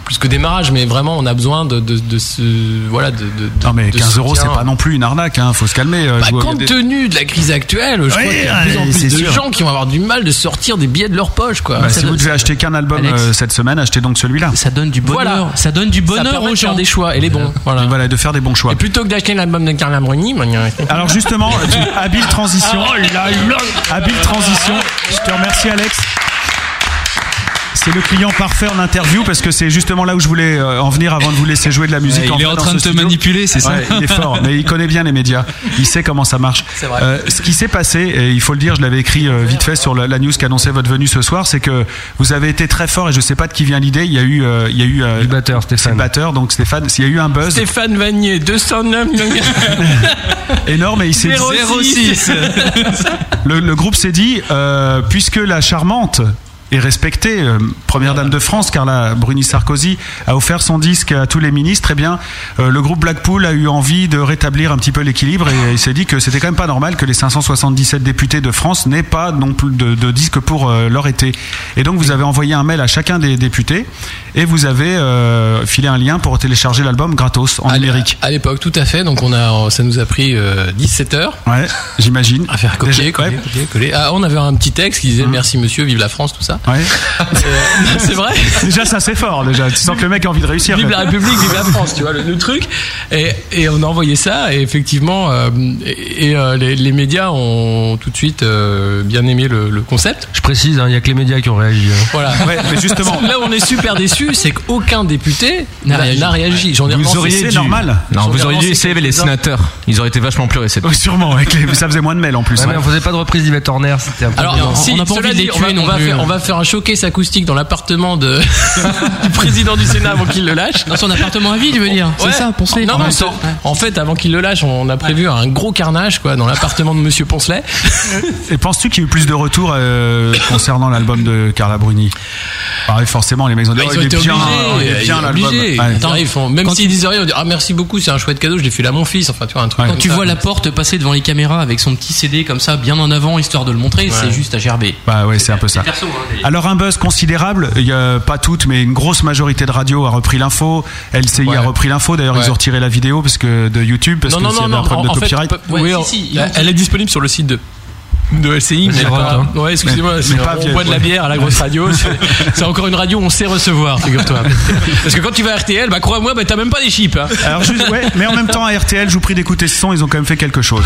Speaker 7: plus que démarrage, mais vraiment, on a besoin de, de, de ce voilà de. de- de-
Speaker 1: Non, mais
Speaker 7: de
Speaker 1: 15 euros, c'est
Speaker 7: soutien.
Speaker 1: pas non plus une arnaque, hein, faut se calmer. euh,
Speaker 7: Bah,
Speaker 1: je vois, il y a
Speaker 7: compte
Speaker 1: des-
Speaker 7: tenu de la crise actuelle, je crois
Speaker 1: Oui,
Speaker 7: qu'il y a de plus en
Speaker 1: allez,
Speaker 7: plus
Speaker 1: c'est
Speaker 7: de
Speaker 1: sûr.
Speaker 7: gens qui vont avoir du mal de sortir des billets de leur poche, quoi.
Speaker 1: Bah,
Speaker 7: Ça
Speaker 1: si
Speaker 7: doit-
Speaker 1: vous devez acheter qu'un album
Speaker 9: Alex.
Speaker 1: euh, cette semaine, achetez donc celui-là.
Speaker 9: Ça donne du bonheur.
Speaker 7: Voilà.
Speaker 9: Ça donne du
Speaker 7: ça
Speaker 9: bonheur
Speaker 7: permet
Speaker 9: aux
Speaker 7: de faire
Speaker 9: gens.
Speaker 7: des choix, et les bons.
Speaker 1: Et
Speaker 7: Voilà.
Speaker 1: voilà, de faire des bons choix.
Speaker 7: Et plutôt que d'acheter l'album de Carla Bruni, on y a-
Speaker 1: Alors justement, tu, habile transition. Habile transition. Je te remercie Alex. C'est le client parfait en interview parce que c'est justement là où je voulais euh, en venir avant de vous laisser jouer de la musique.
Speaker 10: Ouais,
Speaker 1: vrai
Speaker 10: il est en
Speaker 1: dans
Speaker 10: train
Speaker 1: ce
Speaker 10: de te
Speaker 1: studio.
Speaker 10: manipuler, c'est ça
Speaker 1: Ouais, Il est fort, mais il connaît bien les médias. Il sait comment ça marche. Euh, ce qui s'est passé, et il faut le dire, je l'avais écrit euh, vite fait sur la, la news qui annonçait votre venue ce soir, c'est que vous avez été très fort et je sais pas de qui vient l'idée. Il y a eu, euh, il y a eu euh,
Speaker 8: Du batteur,
Speaker 1: c'est le
Speaker 8: Stéphane.
Speaker 1: batteur, donc Stéphane. S'il y a eu un buzz
Speaker 7: Stéphane Vanier, 209
Speaker 1: énorme et il s'est dit-
Speaker 10: 06.
Speaker 1: Le, le groupe s'est dit, euh, puisque la charmante est respectée, euh, première dame de France, Carla Bruni Sarkozy a offert son disque à tous les ministres, eh bien, euh, le groupe Blackpool a eu envie de rétablir un petit peu l'équilibre et il s'est dit que c'était quand même pas normal que les 577 députés de France n'aient pas non plus de, de disque pour euh, leur été. Et donc, vous avez envoyé un mail à chacun des députés et vous avez euh, filé un lien pour télécharger l'album gratos en
Speaker 7: À l'é-
Speaker 1: numérique.
Speaker 7: À l'époque, tout à fait. Donc, on a, ça nous a pris euh, 17 heures
Speaker 1: Ouais, j'imagine.
Speaker 7: à faire
Speaker 1: Déjà-
Speaker 7: Ah, copier, coller,
Speaker 1: ouais, Hum.
Speaker 7: copier, coller. Ah, on avait un petit texte qui disait merci monsieur, vive la France, tout ça.
Speaker 1: ouais.
Speaker 7: Euh, C'est vrai.
Speaker 1: Déjà, ça c'est fort. Déjà, tu sens que le mec a envie de réussir.
Speaker 7: Vive la République, vive la France, tu vois, le, le truc. Et, et on a envoyé ça, et effectivement, euh, et, et, euh, les, les médias ont tout de suite euh, bien aimé le, le concept.
Speaker 8: Je précise, hein, il y a que les médias qui ont réagi. hein.
Speaker 7: Voilà.
Speaker 1: Ouais, mais justement,
Speaker 7: Là où on est super déçu, c'est qu'aucun député n'a
Speaker 9: N'a réagi.
Speaker 7: n'a réagi. J'en ai
Speaker 1: vous
Speaker 7: relancé
Speaker 1: auriez
Speaker 7: sept.
Speaker 1: c'est normal.
Speaker 6: Non, vous
Speaker 7: Ils ont
Speaker 6: auriez dû
Speaker 7: relancé
Speaker 6: essayer les
Speaker 7: quelques-uns.
Speaker 6: sénateurs. Ils auraient été vachement plus
Speaker 1: Oui,
Speaker 6: réceptifs.
Speaker 1: Oh, sûrement, avec les- ça faisait moins de mail en plus.
Speaker 8: Ouais,
Speaker 1: Ouais.
Speaker 8: mais on faisait pas de reprise d'Yvette Horner, c'était un peu.
Speaker 7: Alors,
Speaker 9: bien.
Speaker 7: si,
Speaker 9: On n'a pas
Speaker 7: cela
Speaker 9: envie de
Speaker 7: dit,
Speaker 9: les
Speaker 7: on va,
Speaker 9: tuer non
Speaker 7: on va
Speaker 9: plus. hein.
Speaker 8: hein.
Speaker 7: faire, on va faire un showcase acoustique dans l'appartement de, du président du Sénat avant qu'il le lâche.
Speaker 9: Dans son appartement à vie, tu veux dire C'est
Speaker 7: Ouais.
Speaker 9: ça, Poncelet
Speaker 7: Non,
Speaker 9: En
Speaker 7: non,
Speaker 9: même
Speaker 7: c'est-
Speaker 9: temps.
Speaker 7: en fait, avant qu'il le lâche, on a prévu un gros carnage quoi, dans l'appartement de Monsieur Poncelet.
Speaker 1: Et penses-tu qu'il y a eu plus de retours euh, concernant l'album de Carla Bruni Ah oui, forcément, les mecs ont dit
Speaker 7: Bah,
Speaker 1: oh,
Speaker 7: ils ont
Speaker 1: il est
Speaker 7: été
Speaker 1: bien, il
Speaker 7: obligés,
Speaker 1: est
Speaker 7: ils
Speaker 1: bien
Speaker 7: sont
Speaker 1: l'album.
Speaker 7: obligés.
Speaker 1: Ouais.
Speaker 7: Attends, ils font- même
Speaker 9: Quand
Speaker 7: s'ils disent rien, ils disent Ah merci beaucoup, c'est un chouette cadeau, je l'ai fait à mon fils. Enfin, tu vois, un truc.
Speaker 1: Ouais.
Speaker 7: comme
Speaker 9: Quand tu
Speaker 7: ça.
Speaker 9: vois la porte passer devant les caméras avec son petit CD comme ça, bien en avant, histoire de le montrer, c'est juste à gerber.
Speaker 1: Bah ouais, c'est un peu ça. Alors un buzz considérable, il y a pas toutes, mais une grosse majorité de radios a repris l'info. LCI a
Speaker 7: Ouais.
Speaker 1: repris l'info. D'ailleurs, ils
Speaker 7: Ouais.
Speaker 1: ont retiré la vidéo parce que de YouTube parce
Speaker 7: Non,
Speaker 1: que
Speaker 7: non,
Speaker 1: s'il y
Speaker 7: non,
Speaker 1: avait un
Speaker 7: non,
Speaker 1: problème
Speaker 7: en
Speaker 1: de
Speaker 7: fait,
Speaker 1: copyright.
Speaker 7: oui,
Speaker 9: Ouais,
Speaker 7: on-
Speaker 9: si, si, ils l'ont
Speaker 7: elle, elle est disponible sur le site de de LCI, mais
Speaker 8: c'est vrai,
Speaker 7: pas- ouais, excusez-moi,
Speaker 1: Mais-
Speaker 7: c'est-
Speaker 1: mais pas
Speaker 7: on
Speaker 1: via-
Speaker 7: boit de la
Speaker 1: ouais.
Speaker 7: bière à la grosse radio, c'est c'est encore une radio, on sait recevoir, figure-toi. Parce que quand tu vas à RTL, bah crois-moi, bah t'as même pas les chips. hein.
Speaker 1: Alors juste, ouais, mais en même temps, à RTL, je vous prie d'écouter ce son. Ils ont quand même fait quelque chose.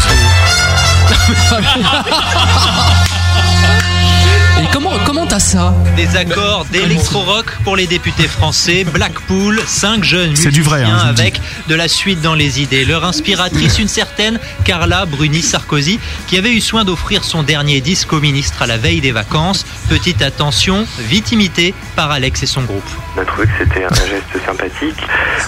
Speaker 9: Et comment comment t'as ça
Speaker 14: Des accords d'électro-rock pour les députés français, Blackpool, cinq jeunes
Speaker 1: C'est du vrai, hein,
Speaker 14: musiciens
Speaker 1: je vous dis.
Speaker 14: avec de la suite dans les idées. Leur inspiratrice, une certaine Carla Bruni Sarkozy, qui avait eu soin d'offrir son dernier disque au ministre à la veille des vacances. Petite attention, vite imitée par Alex et son groupe.
Speaker 15: On a trouvé que c'était un geste sympathique.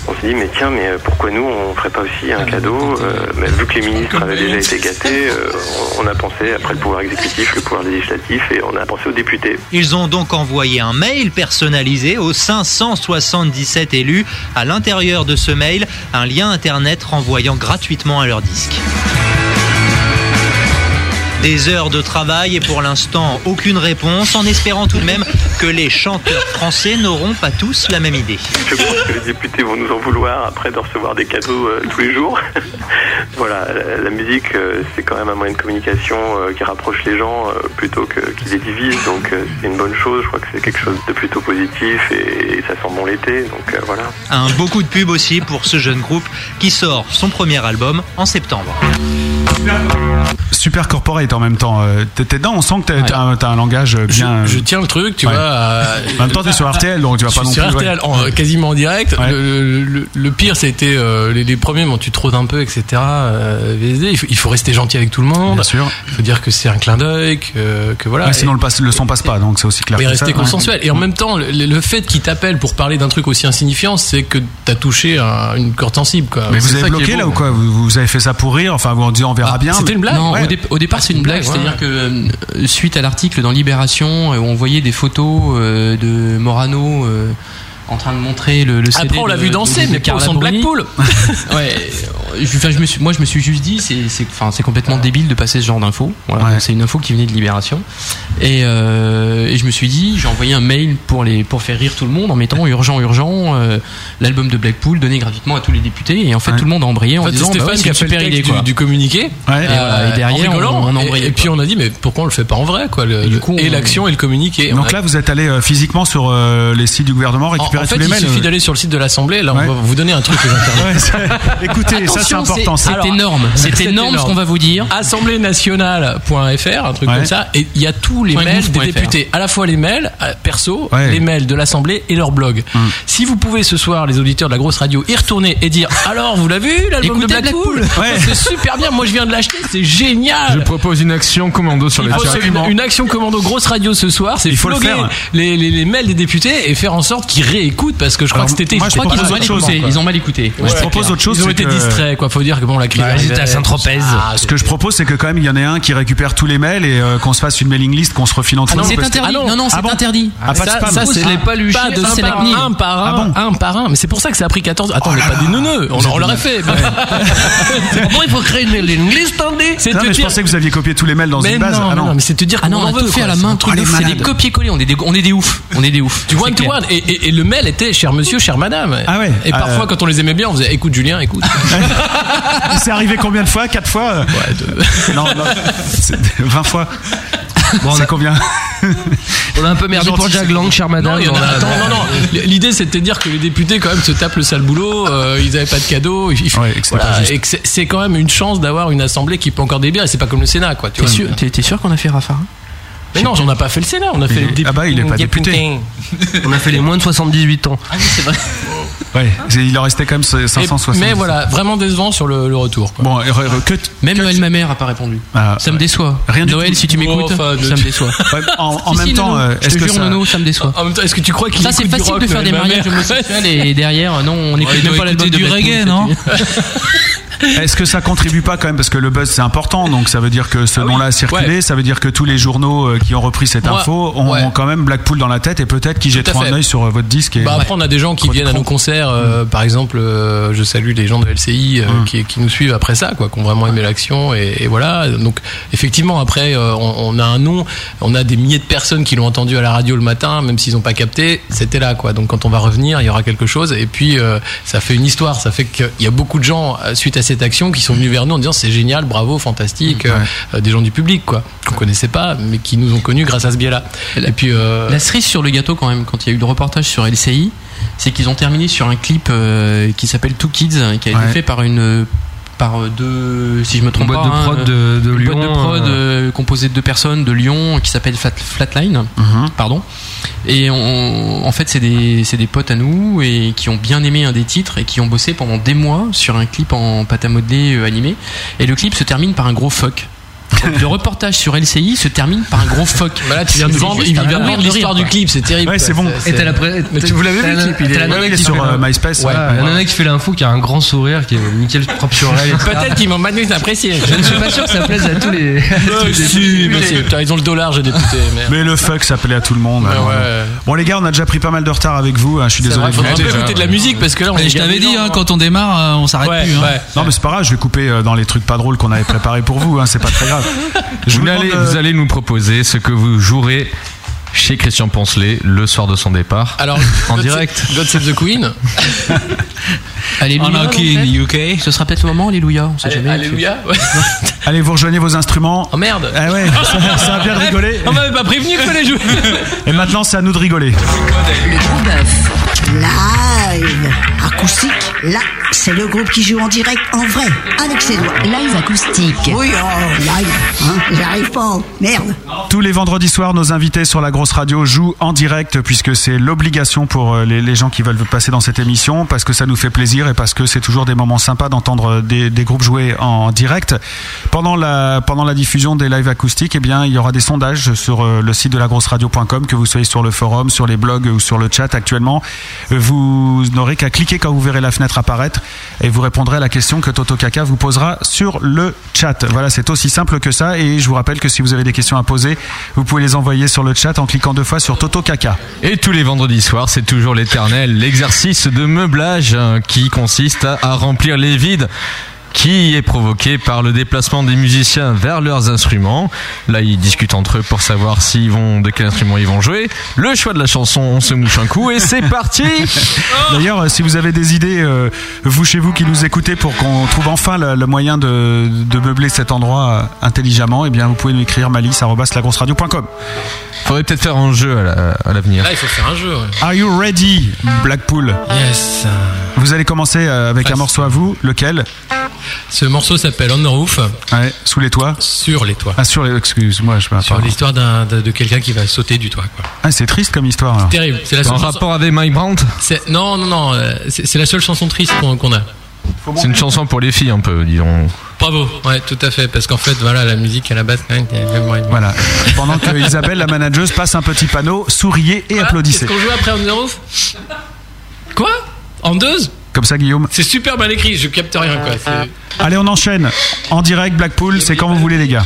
Speaker 15: On s'est dit, mais tiens, mais euh, pourquoi nous, on ferait pas aussi un cadeau Euh, mais Vu que les ministres avaient déjà été gâtés, euh, on a pensé, après le pouvoir exécutif, le pouvoir législatif, et on a pensé aux députés.
Speaker 14: Ils ont donc envoyé un mail personnalisé aux 577 élus. À l'intérieur de ce mail, un lien internet renvoyant gratuitement à leur disque. des heures de travail et pour l'instant aucune réponse, en espérant tout de même que les chanteurs français n'auront pas tous la même idée.
Speaker 15: Je pense que les députés vont nous en vouloir après de recevoir des cadeaux euh, tous les jours. voilà, la, la musique, euh, c'est quand même un moyen de communication euh, qui rapproche les gens euh, plutôt que qui les divise. Donc euh, c'est une bonne chose. Je crois que c'est quelque chose de plutôt positif et, et ça sent bon l'été. Donc euh, voilà.
Speaker 14: Un beaucoup de pub aussi pour ce jeune groupe qui sort son premier album en septembre.
Speaker 1: Super corporate en même temps. euh, T'es t'es dedans, on sent que t'as- t'as un- t'as un langage euh, bien.
Speaker 7: je tiens le truc, tu vois, à-
Speaker 1: En même temps, t'es sur RTL, donc tu vas
Speaker 7: Je
Speaker 1: pas non
Speaker 7: suis
Speaker 1: plus.
Speaker 7: sur RTL,
Speaker 1: ouais.
Speaker 7: en- euh, quasiment en direct. Le, le- le pire, c'était euh, les, les premiers, bon, tu trodes un peu, etc. euh, VSD, il faut, il faut rester gentil avec tout le monde.
Speaker 1: Bien sûr.
Speaker 7: Il faut dire que c'est un clin d'œil, que, que voilà.
Speaker 1: Ouais, sinon
Speaker 7: Et-
Speaker 1: le, passe- le son passe pas, donc c'est aussi clair.
Speaker 7: mais
Speaker 1: que
Speaker 7: rester
Speaker 1: ça, ouais.
Speaker 7: consensuel. Et en même temps, le, le fait qu'il t'appelle pour parler d'un truc aussi insignifiant, c'est que t'as touché un- une corde sensible. Quoi.
Speaker 1: Mais vous
Speaker 7: C'est
Speaker 1: avez
Speaker 7: ça qui est
Speaker 1: bloqué
Speaker 7: beau. Ah,
Speaker 1: là ou quoi vous, vous avez fait ça pour rire, enfin vous en disant on verra bien.
Speaker 7: c'était
Speaker 1: mais-
Speaker 7: une blague
Speaker 10: Non,
Speaker 1: Ouais.
Speaker 10: au, dé- au départ c'est une blague,
Speaker 1: ouais.
Speaker 10: c'est-à-dire que euh, suite à l'article dans Libération euh, où on voyait des photos euh, de Morano euh, en train de montrer le, le CD
Speaker 7: Après, on l'a
Speaker 10: de-
Speaker 7: vu
Speaker 10: de-
Speaker 7: danser,
Speaker 10: de
Speaker 7: mais pas au
Speaker 10: Carla
Speaker 7: son de
Speaker 10: Bruni.
Speaker 7: Blackpool.
Speaker 10: ouais, euh, je, enfin, je me suis, moi je me suis juste dit c'est c'est enfin, c'est complètement débile de passer ce genre d'info. Voilà, donc C'est une info qui venait de Libération et, euh, et je me suis dit j'ai envoyé un mail pour les pour faire rire tout le monde en mettant urgent urgent euh, l'album de Blackpool donné gratuitement à tous les députés et en fait tout le monde a embrayé en,
Speaker 7: En fait,
Speaker 10: disant
Speaker 7: c'est
Speaker 10: bah ouais,
Speaker 7: Stéphane
Speaker 10: c'est
Speaker 7: qui
Speaker 10: une
Speaker 7: a fait le
Speaker 10: super idée
Speaker 7: texte
Speaker 10: quoi.
Speaker 7: du, du communiqué. Euh,
Speaker 10: Ouais. Et voilà, Euh, et derrière,
Speaker 7: en rigolant.
Speaker 10: on- on embraye,
Speaker 7: et, et puis on a dit, mais pourquoi on le fait pas en vrai quoi le- Et l'action et le communiqué. On
Speaker 1: Donc
Speaker 7: a-
Speaker 1: là, vous êtes allé euh, physiquement sur euh, les sites du gouvernement
Speaker 7: en,
Speaker 1: récupérer
Speaker 7: en fait,
Speaker 1: tous les
Speaker 7: il
Speaker 1: mails.
Speaker 7: suffit
Speaker 1: euh.
Speaker 7: d'aller sur le site de l'Assemblée. Là, on va vous donner un truc. Les
Speaker 1: Écoutez, ça c'est
Speaker 7: Attention,
Speaker 1: important.
Speaker 7: c'est-
Speaker 1: ça.
Speaker 7: alors,
Speaker 10: C'est énorme, ce qu'on va vous dire.
Speaker 7: Assemblée nationale.fr, un truc
Speaker 10: Ouais.
Speaker 7: comme ça. Et il y a tous les
Speaker 10: Point
Speaker 7: mails des
Speaker 10: gouv.fr.
Speaker 7: députés, à la fois les mails euh, perso,
Speaker 10: Ouais. Mm.
Speaker 7: les mails de l'Assemblée et leur blog. Si vous pouvez ce soir, les auditeurs de la grosse radio, y retourner et dire Alors, vous l'avez vu l'album de
Speaker 10: Écoutez
Speaker 7: Blackpool
Speaker 10: Blackpool. Ouais.
Speaker 7: C'est super bien. Moi, je viens de l'acheter. C'est génial.
Speaker 6: Je propose une action commando sur
Speaker 7: Il
Speaker 6: les
Speaker 7: faut
Speaker 6: chats.
Speaker 7: absolument. Une action commando grosse radio ce soir, c'est
Speaker 6: Il faut le
Speaker 7: floguer
Speaker 6: faire.
Speaker 7: Les, les- les mails des députés et faire en sorte qu'ils réécoutent parce que je crois
Speaker 10: Alors,
Speaker 7: que cet été,
Speaker 10: moi,
Speaker 7: ils
Speaker 10: je crois
Speaker 7: étaient
Speaker 10: qu'ils
Speaker 7: pas
Speaker 10: ont
Speaker 7: mal
Speaker 10: mal écouté,
Speaker 7: contents, quoi.
Speaker 10: ils ont mal écouté. Moi, je
Speaker 7: Ouais,
Speaker 10: propose
Speaker 7: c'est
Speaker 10: autre
Speaker 7: clair.
Speaker 10: chose,
Speaker 7: Ils ont
Speaker 10: c'est
Speaker 7: été
Speaker 10: que-
Speaker 7: distraits, quoi. Faut dire que bon, la crise.
Speaker 10: Bah, ils étaient à Saint-Tropez.
Speaker 7: Ah,
Speaker 1: euh, Ce que je propose, c'est que quand même, il y en ait un qui récupère tous les mails et euh, qu'on se fasse une mailing list, qu'on se refile entre
Speaker 7: Ah non,
Speaker 1: nous.
Speaker 7: c'est
Speaker 1: parce que-
Speaker 7: interdit. Non, non, c'est interdit.
Speaker 1: Ah, pas de
Speaker 7: Ça-
Speaker 1: spam. Ah
Speaker 7: ça, c'est- pas de
Speaker 1: c'est
Speaker 7: un,
Speaker 10: Ah
Speaker 7: par un, un par un, un par un. Mais c'est pour ça que ça a pris 14. Attends, on n'est pas des neuneux. On,
Speaker 1: Vous
Speaker 7: on
Speaker 1: êtes
Speaker 7: l'aurait fait. Bon, il faut créer une, liste, C'est
Speaker 1: Non,
Speaker 7: te
Speaker 1: mais je
Speaker 7: dire-
Speaker 1: pensais que vous aviez copié tous les mails dans
Speaker 7: Mais
Speaker 1: une base.
Speaker 7: non,
Speaker 1: ah
Speaker 7: mais non, mais c'est te dire
Speaker 10: Ah non,
Speaker 7: qu'on
Speaker 10: on
Speaker 7: en
Speaker 10: a
Speaker 7: veut,
Speaker 10: tout fait
Speaker 7: quoi.
Speaker 10: à la
Speaker 7: C'est un
Speaker 10: main,
Speaker 7: truc
Speaker 10: truc
Speaker 7: de
Speaker 10: de ouf, c'est
Speaker 7: malade.
Speaker 10: des copier-coller, on est des, on est des oufs, on est des oufs.
Speaker 7: Du one to one. Et, et- et le mail était cher monsieur, chère madame. Ah
Speaker 1: ouais.
Speaker 7: Et
Speaker 1: Ah,
Speaker 7: parfois,
Speaker 1: euh.
Speaker 7: quand on les aimait bien, on faisait écoute Julien, écoute.
Speaker 1: c'est arrivé combien de fois Quatre fois euh Non, non, c'est- 20 fois. Bon, c'est combien
Speaker 8: On a un peu merdé pour Jack Lang, chère madame.
Speaker 7: Non, il y en a-
Speaker 8: Dans la-
Speaker 7: attends, non, non. L'idée, c'était de dire que les députés, quand même, se tapent le sale boulot. euh, ils n'avaient pas de cadeaux. ils- voilà, et que c'est- c'est quand même une chance d'avoir une assemblée qui peut encore des bières. Et c'est pas comme le Sénat, quoi. Tu
Speaker 10: T'es
Speaker 7: vois.
Speaker 10: sûr, t'es- t'es sûr qu'on a fait hein Raffarin
Speaker 7: Mais non, on n'a pas fait le Sénat. On a fait les
Speaker 1: Ah bah, il est pas député.
Speaker 8: On a fait les moins de 78 ans.
Speaker 7: Ah
Speaker 10: c'est vrai.
Speaker 1: Ouais, c'est- il en restait quand même ce-
Speaker 7: Et-
Speaker 1: 560.
Speaker 7: mais voilà, vraiment décevant sur le, le retour. quoi.
Speaker 1: Bon, et re- re- que
Speaker 10: Même Noël, ma mère, a pas répondu. Ça me déçoit.
Speaker 1: Rien du
Speaker 10: Noël,
Speaker 1: tout.
Speaker 10: si tu
Speaker 7: Oh,
Speaker 10: m'écoutes,
Speaker 1: Bon, enfin,
Speaker 10: ça me déçoit.
Speaker 1: Ouais, en- en
Speaker 10: Si,
Speaker 1: même
Speaker 10: si,
Speaker 1: temps,
Speaker 10: Nono,
Speaker 1: euh,
Speaker 10: je
Speaker 1: est-ce
Speaker 10: te
Speaker 1: que
Speaker 10: jure,
Speaker 1: ça-
Speaker 10: Nono, ça me déçoit.
Speaker 7: En même temps, est-ce que tu crois qu'il
Speaker 10: Ça, c'est
Speaker 7: écoute du
Speaker 10: facile
Speaker 7: rock, euh,
Speaker 10: de faire
Speaker 7: Noël,
Speaker 10: des
Speaker 7: ma
Speaker 10: mariages
Speaker 7: mère
Speaker 10: homosexuels et derrière, non, on écoute même pas l'album de Blackpool, c'est tout.
Speaker 1: Est-ce que ça contribue pas quand même parce que le buzz c'est important donc ça veut dire que ce nom-là a circulé, ça veut dire que tous les journaux euh, qui ont repris cette
Speaker 7: Ah Moi,
Speaker 1: info ont quand même Blackpool dans la tête et peut-être qu'ils
Speaker 7: Tout à
Speaker 1: jetteront
Speaker 7: fait.
Speaker 1: un œil sur euh, votre disque. Et...
Speaker 7: Bah après on a des gens qui viennent à nos concerts, euh, par exemple, euh, je salue les gens de LCI euh, qui, qui nous suivent après ça, quoi, qui ont vraiment aimé l'action et, et voilà. Donc effectivement après euh, on, on a un nom, on a des milliers de personnes qui l'ont entendu à la radio le matin, même s'ils n'ont pas capté, c'était là quoi. Donc quand on va revenir, il y aura quelque chose et puis euh, ça fait une histoire, ça fait qu'il y a beaucoup de gens euh, suite à cette action qui sont venus vers nous en disant c'est génial, bravo, fantastique, euh, euh, des gens du public quoi qu'on connaissait pas mais qui nous ont connus grâce à ce biais-là. Et puis euh,
Speaker 10: La cerise sur le gâteau quand même, quand il y a eu le reportage sur LCI, c'est qu'ils ont terminé sur un clip euh, qui s'appelle Two Kids, hein, qui a été
Speaker 8: Ouais.
Speaker 10: fait par une par euh, deux, si je me trompe
Speaker 8: boîte
Speaker 10: pas, hein,
Speaker 8: de prod de- de
Speaker 10: une boîte
Speaker 8: Lyon,
Speaker 10: de prod
Speaker 8: euh.
Speaker 10: euh, composée de deux personnes de Lyon qui s'appelle Flat- Flatline,
Speaker 8: Mhm.
Speaker 10: pardon. Et on- en fait, c'est des, c'est des potes à nous et qui ont bien aimé un des titres et qui ont bossé pendant des mois sur un clip en pâte à modeler euh, animé. Et le clip se termine par un gros fuck. Donc, le reportage sur LCI se termine par un gros fuck.
Speaker 7: Voilà, tu viens de
Speaker 10: C'est
Speaker 7: vendre,
Speaker 10: juste
Speaker 7: il
Speaker 10: à
Speaker 7: vient de vendre
Speaker 10: mourir de rire,
Speaker 7: l'histoire du
Speaker 10: quoi.
Speaker 7: clip, c'est terrible.
Speaker 8: Ouais, c'est
Speaker 7: quoi.
Speaker 8: bon. Et t'as la pré-
Speaker 7: Mais tu- vous l'avez vu le clip Il est-
Speaker 8: T'as la nana
Speaker 7: Ouais,
Speaker 8: qui
Speaker 7: il est
Speaker 8: fait
Speaker 7: sur,
Speaker 8: le-
Speaker 7: euh, MySpace,
Speaker 8: Ouais,
Speaker 7: ouais.
Speaker 8: la nana qui fait l'info, qui a un grand sourire, qui est nickel propre sur elle. etc.
Speaker 7: Peut-être qu'ils m'ont manu apprécié. Bah,
Speaker 8: Je ne suis pas sûr que ça plaise à tous les. à tous les députés.
Speaker 7: ils ont le dollar, j'ai député. merde.
Speaker 1: Mais le fuck s'appelait à tout le monde.
Speaker 7: Ouais,
Speaker 1: alors,
Speaker 7: ouais.
Speaker 1: euh. Bon les gars, on a déjà pris pas mal de retard avec vous. hein, Je suis
Speaker 7: C'est
Speaker 1: désolé.
Speaker 7: vrai, faudrait un peu écouter de la musique parce que là on est
Speaker 1: je t'avais hein,
Speaker 7: dit
Speaker 1: quand on démarre, on s'arrête
Speaker 7: plus, hein. ouais.
Speaker 1: euh, Non mais c'est pas grave, je vais couper euh, dans les trucs pas drôles qu'on avait préparés pour vous. euh, hein, C'est pas très grave. Voilà.
Speaker 6: vous, allez, vous allez nous proposer ce que vous jouerez chez Christian Poncelet le soir de son départ.
Speaker 7: Alors,
Speaker 6: en
Speaker 7: God
Speaker 6: direct.
Speaker 7: Save- God Save the Queen.
Speaker 9: Alléluia.
Speaker 7: En hockey in
Speaker 9: UK. Eh, Ce sera peut-être le moment, Alléluia. On sait jamais.
Speaker 7: Alléluia.
Speaker 1: Allez, vous rejoignez vos instruments.
Speaker 7: Oh merde
Speaker 1: Ah ouais, ça, ça a bien rigolé.
Speaker 7: On m'avait pas prévenu que les jouer.
Speaker 1: Et maintenant, c'est à nous de rigoler.
Speaker 3: Le gros bœuf. Live. Acoustique. Là, c'est le groupe qui joue en direct en vrai. Avec ses doigts.
Speaker 16: Live acoustique.
Speaker 3: Oui, oh, live. Hein, J'arrive pas. Merde.
Speaker 1: Tous les vendredis soirs, nos invités sur la grosse radio jouent en direct puisque c'est l'obligation pour euh, les, les gens qui veulent passer dans cette émission parce que ça nous fait plaisir et parce que c'est toujours des moments sympas d'entendre euh, des, des groupes jouer en direct. Pendant la, pendant la diffusion des lives acoustiques, eh bien, il y aura des sondages sur euh, le site de lagrosseradio.com que vous soyez sur le forum, sur les blogs ou sur le chat actuellement. Euh, Vous n'aurez qu'à cliquer quand vous verrez la fenêtre apparaître et vous répondrez à la question que Toto Kaka vous posera sur le chat. Voilà, c'est aussi simple que ça. Et je vous rappelle que si vous avez des questions à poser, vous pouvez les envoyer sur le chat en cliquant deux fois sur Toto Kaka.
Speaker 6: Et tous les vendredis soirs, c'est toujours l'éternel, l'exercice de meublage hein, qui consiste à, à remplir les vides qui est provoqué par le déplacement des musiciens vers leurs instruments. Là, ils discutent entre eux pour savoir s'ils vont de quel instrument ils vont jouer. Le choix de la chanson, on se mouche un coup et c'est parti.
Speaker 1: D'ailleurs, euh, si vous avez des idées, euh, vous chez vous qui nous écoutez, pour qu'on trouve enfin le, le moyen de, de meubler cet endroit euh, intelligemment, eh bien, vous pouvez nous écrire malice@lagrosseradio.com.
Speaker 6: Faudrait peut-être faire un jeu à l'avenir.
Speaker 7: Là, il faut faire un jeu. ouais.
Speaker 1: Are you ready, Blackpool
Speaker 7: Yes.
Speaker 1: Vous allez commencer euh, avec un morceau à vous, lequel
Speaker 7: Ce morceau s'appelle On the Roof.
Speaker 1: Ouais, sous les toits
Speaker 7: Sur les toits.
Speaker 1: Ah, sur les. Excuse-moi, je
Speaker 7: Sur Oh, l'histoire d'un- de, de quelqu'un qui va sauter du toit. Quoi.
Speaker 1: Ah, c'est triste comme histoire. alors.
Speaker 7: Terrible. C'est la seule chanson-
Speaker 6: avec Mike Brandt
Speaker 7: c'est- Non, non, non. euh, C'est c'est la seule chanson triste qu'on qu'on a.
Speaker 6: C'est une chanson pour les filles un peu, disons.
Speaker 7: Bravo. Ouais, tout à fait. Parce qu'en fait, voilà, la musique à la base, quand même, elle est vraiment-
Speaker 1: Voilà. Pendant que Isabelle, la manageuse, passe un petit panneau, souriez et
Speaker 7: Qu'est-ce
Speaker 1: applaudissez.
Speaker 7: qu'on joue après On the Roof Quoi En deux
Speaker 1: Comme ça, Guillaume.
Speaker 7: C'est super mal écrit. Je capte rien. Quoi. C'est-
Speaker 1: Allez, on enchaîne. En direct, Blackpool, c'est quand vous voulez, les gars.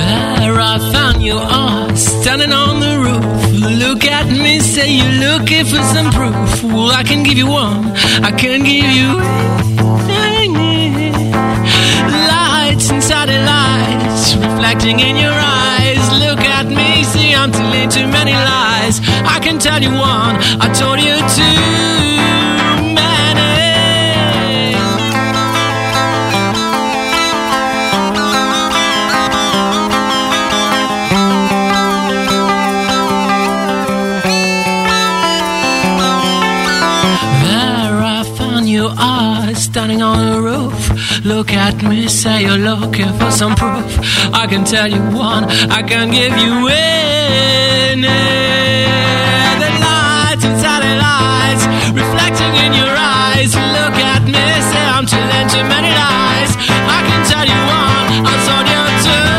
Speaker 17: There I found you are standing on the roof. Look at me, say you're looking for some proof. Well, I can give you one, I can give you lights and satellites reflecting in your eyes. Look at me, see I'm telling too many lies. I can tell you one, I told you too There I found you are standing on the roof. Look at me, say you're looking for some proof. I can tell you one, I can give you any. The lights and satellites reflecting in your eyes. Look at me, say I'm telling too many lies. I can tell you one, I told you too many.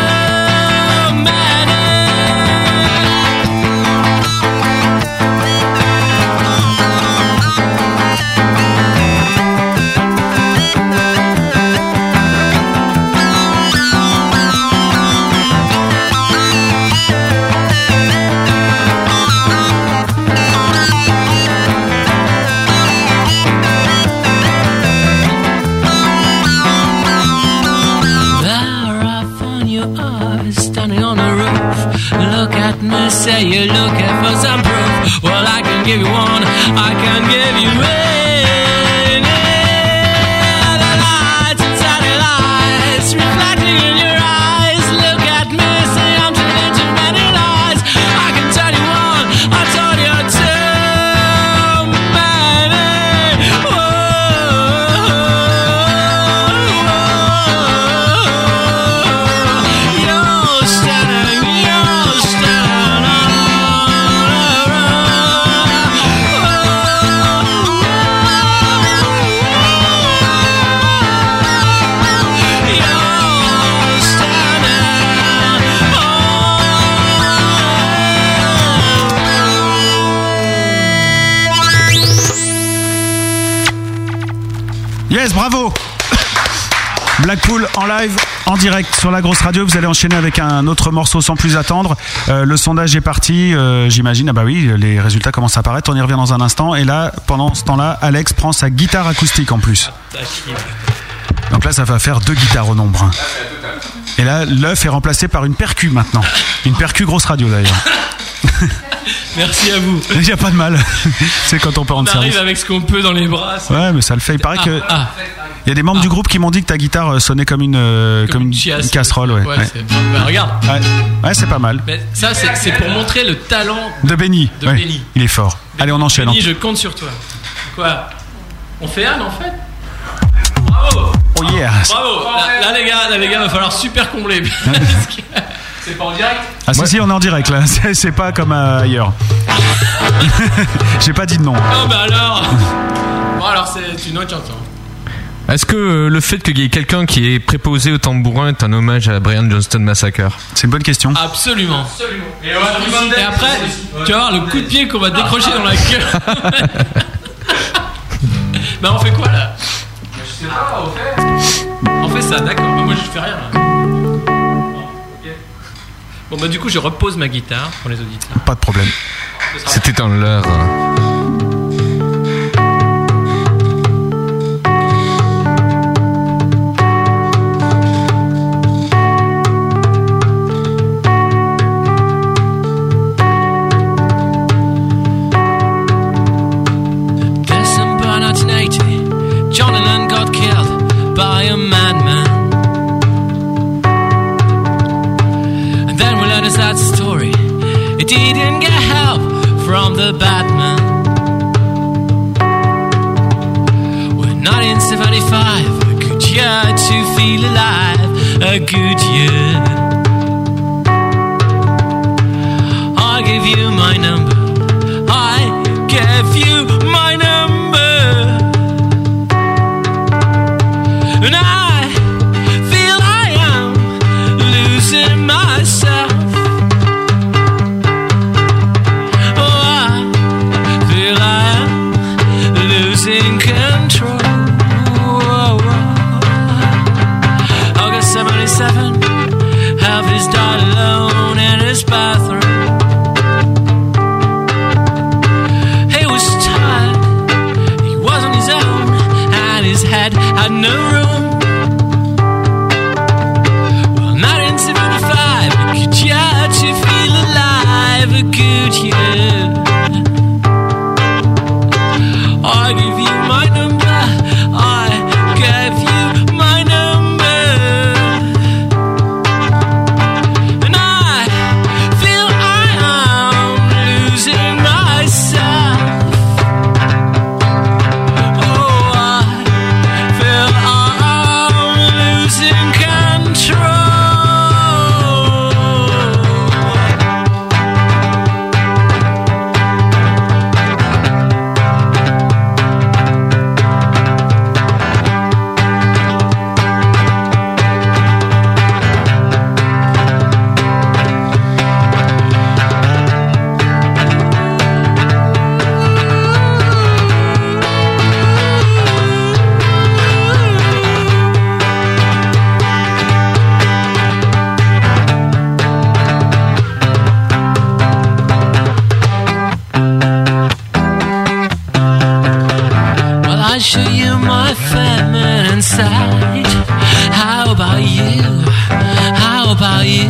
Speaker 17: There I found your eyes standing on the roof. Look at me, say you're looking for some proof. Well, I can give you one, I can give you any. The lights and satellites reflecting in your eyes. Look at me, say I'm telling too many lies. I can tell you one, I told you two. many. Oh
Speaker 1: bravo Blackpool en live, en direct sur la grosse radio. Vous allez enchaîner avec un autre morceau sans plus attendre. Euh, le sondage est parti, euh, j'imagine. Ah bah oui, les résultats commencent à apparaître. On y revient dans un instant. Et là, pendant ce temps-là, Alex prend sa guitare acoustique en plus. Donc là, ça va faire deux guitares au nombre. hein. Et là, l'œuf est remplacé par une percu maintenant. Une percu grosse radio d'ailleurs.
Speaker 7: Merci à vous.
Speaker 1: Il n'y a pas de mal. C'est quand on peut
Speaker 7: On
Speaker 1: rendre service.
Speaker 7: arrive avec ce qu'on peut dans les bras. ça.
Speaker 1: Ouais, mais ça le fait. Il paraît
Speaker 7: Ah,
Speaker 1: que.
Speaker 7: ah.
Speaker 1: Il y a des membres du groupe qui m'ont dit que ta guitare euh, sonnait comme une, euh, comme une, une casserole. Ouais,
Speaker 7: Ouais,
Speaker 1: Ouais.
Speaker 7: c'est- bah, regarde.
Speaker 1: Ouais. Ouais, c'est pas mal.
Speaker 7: Mais ça, c'est c'est pour montrer le talent.
Speaker 1: De Benny.
Speaker 7: De
Speaker 1: Ouais.
Speaker 7: Benny.
Speaker 1: Il est fort. Allez, on enchaîne.
Speaker 7: Denis, je compte sur toi. Quoi On fait Anne en fait
Speaker 1: Oh yeah.
Speaker 7: Ah, Bravo là, là, les gars, là les gars, va falloir super combler. Parce que c'est pas en direct
Speaker 1: Ah si, si, on est en direct là. C'est c'est pas comme euh, ailleurs. J'ai pas dit de nom.
Speaker 7: Ah bah alors Bon alors c'est une autre chanson.
Speaker 6: Est-ce que euh, le fait qu'il y ait quelqu'un qui est préposé au tambourin est un hommage à Brian Johnston Massacre
Speaker 1: C'est une bonne question.
Speaker 7: Absolument. Et, après, tu vas voir le coup de pied qu'on va décrocher dans la gueule. bah on fait quoi là Je sais pas, on fait. On fait ça, d'accord. Bah, moi je fais rien là. Bon bah du coup je repose ma guitare pour les auditeurs.
Speaker 1: Pas de problème.
Speaker 6: C'était un leurre.
Speaker 17: December 1980, John Lennon got killed by a madman. And then we learned a sad story. It didn't get help from the Batman. We're not in 75, a good year to feel alive, a good year. I'll give you my number. I gave you my number. And I feel I am losing myself. Oh, I feel I am losing control. August 77, Elvis died alone in his bathroom. He was tired, he was on his own, and his head had no room. Well, not in 75, a good year to feel alive, a good year. I give you my number, I gave you my number. And I feel I am losing myself. Oh, I feel I'm losing control. Well, I show you my feminine side. How about you? How about you?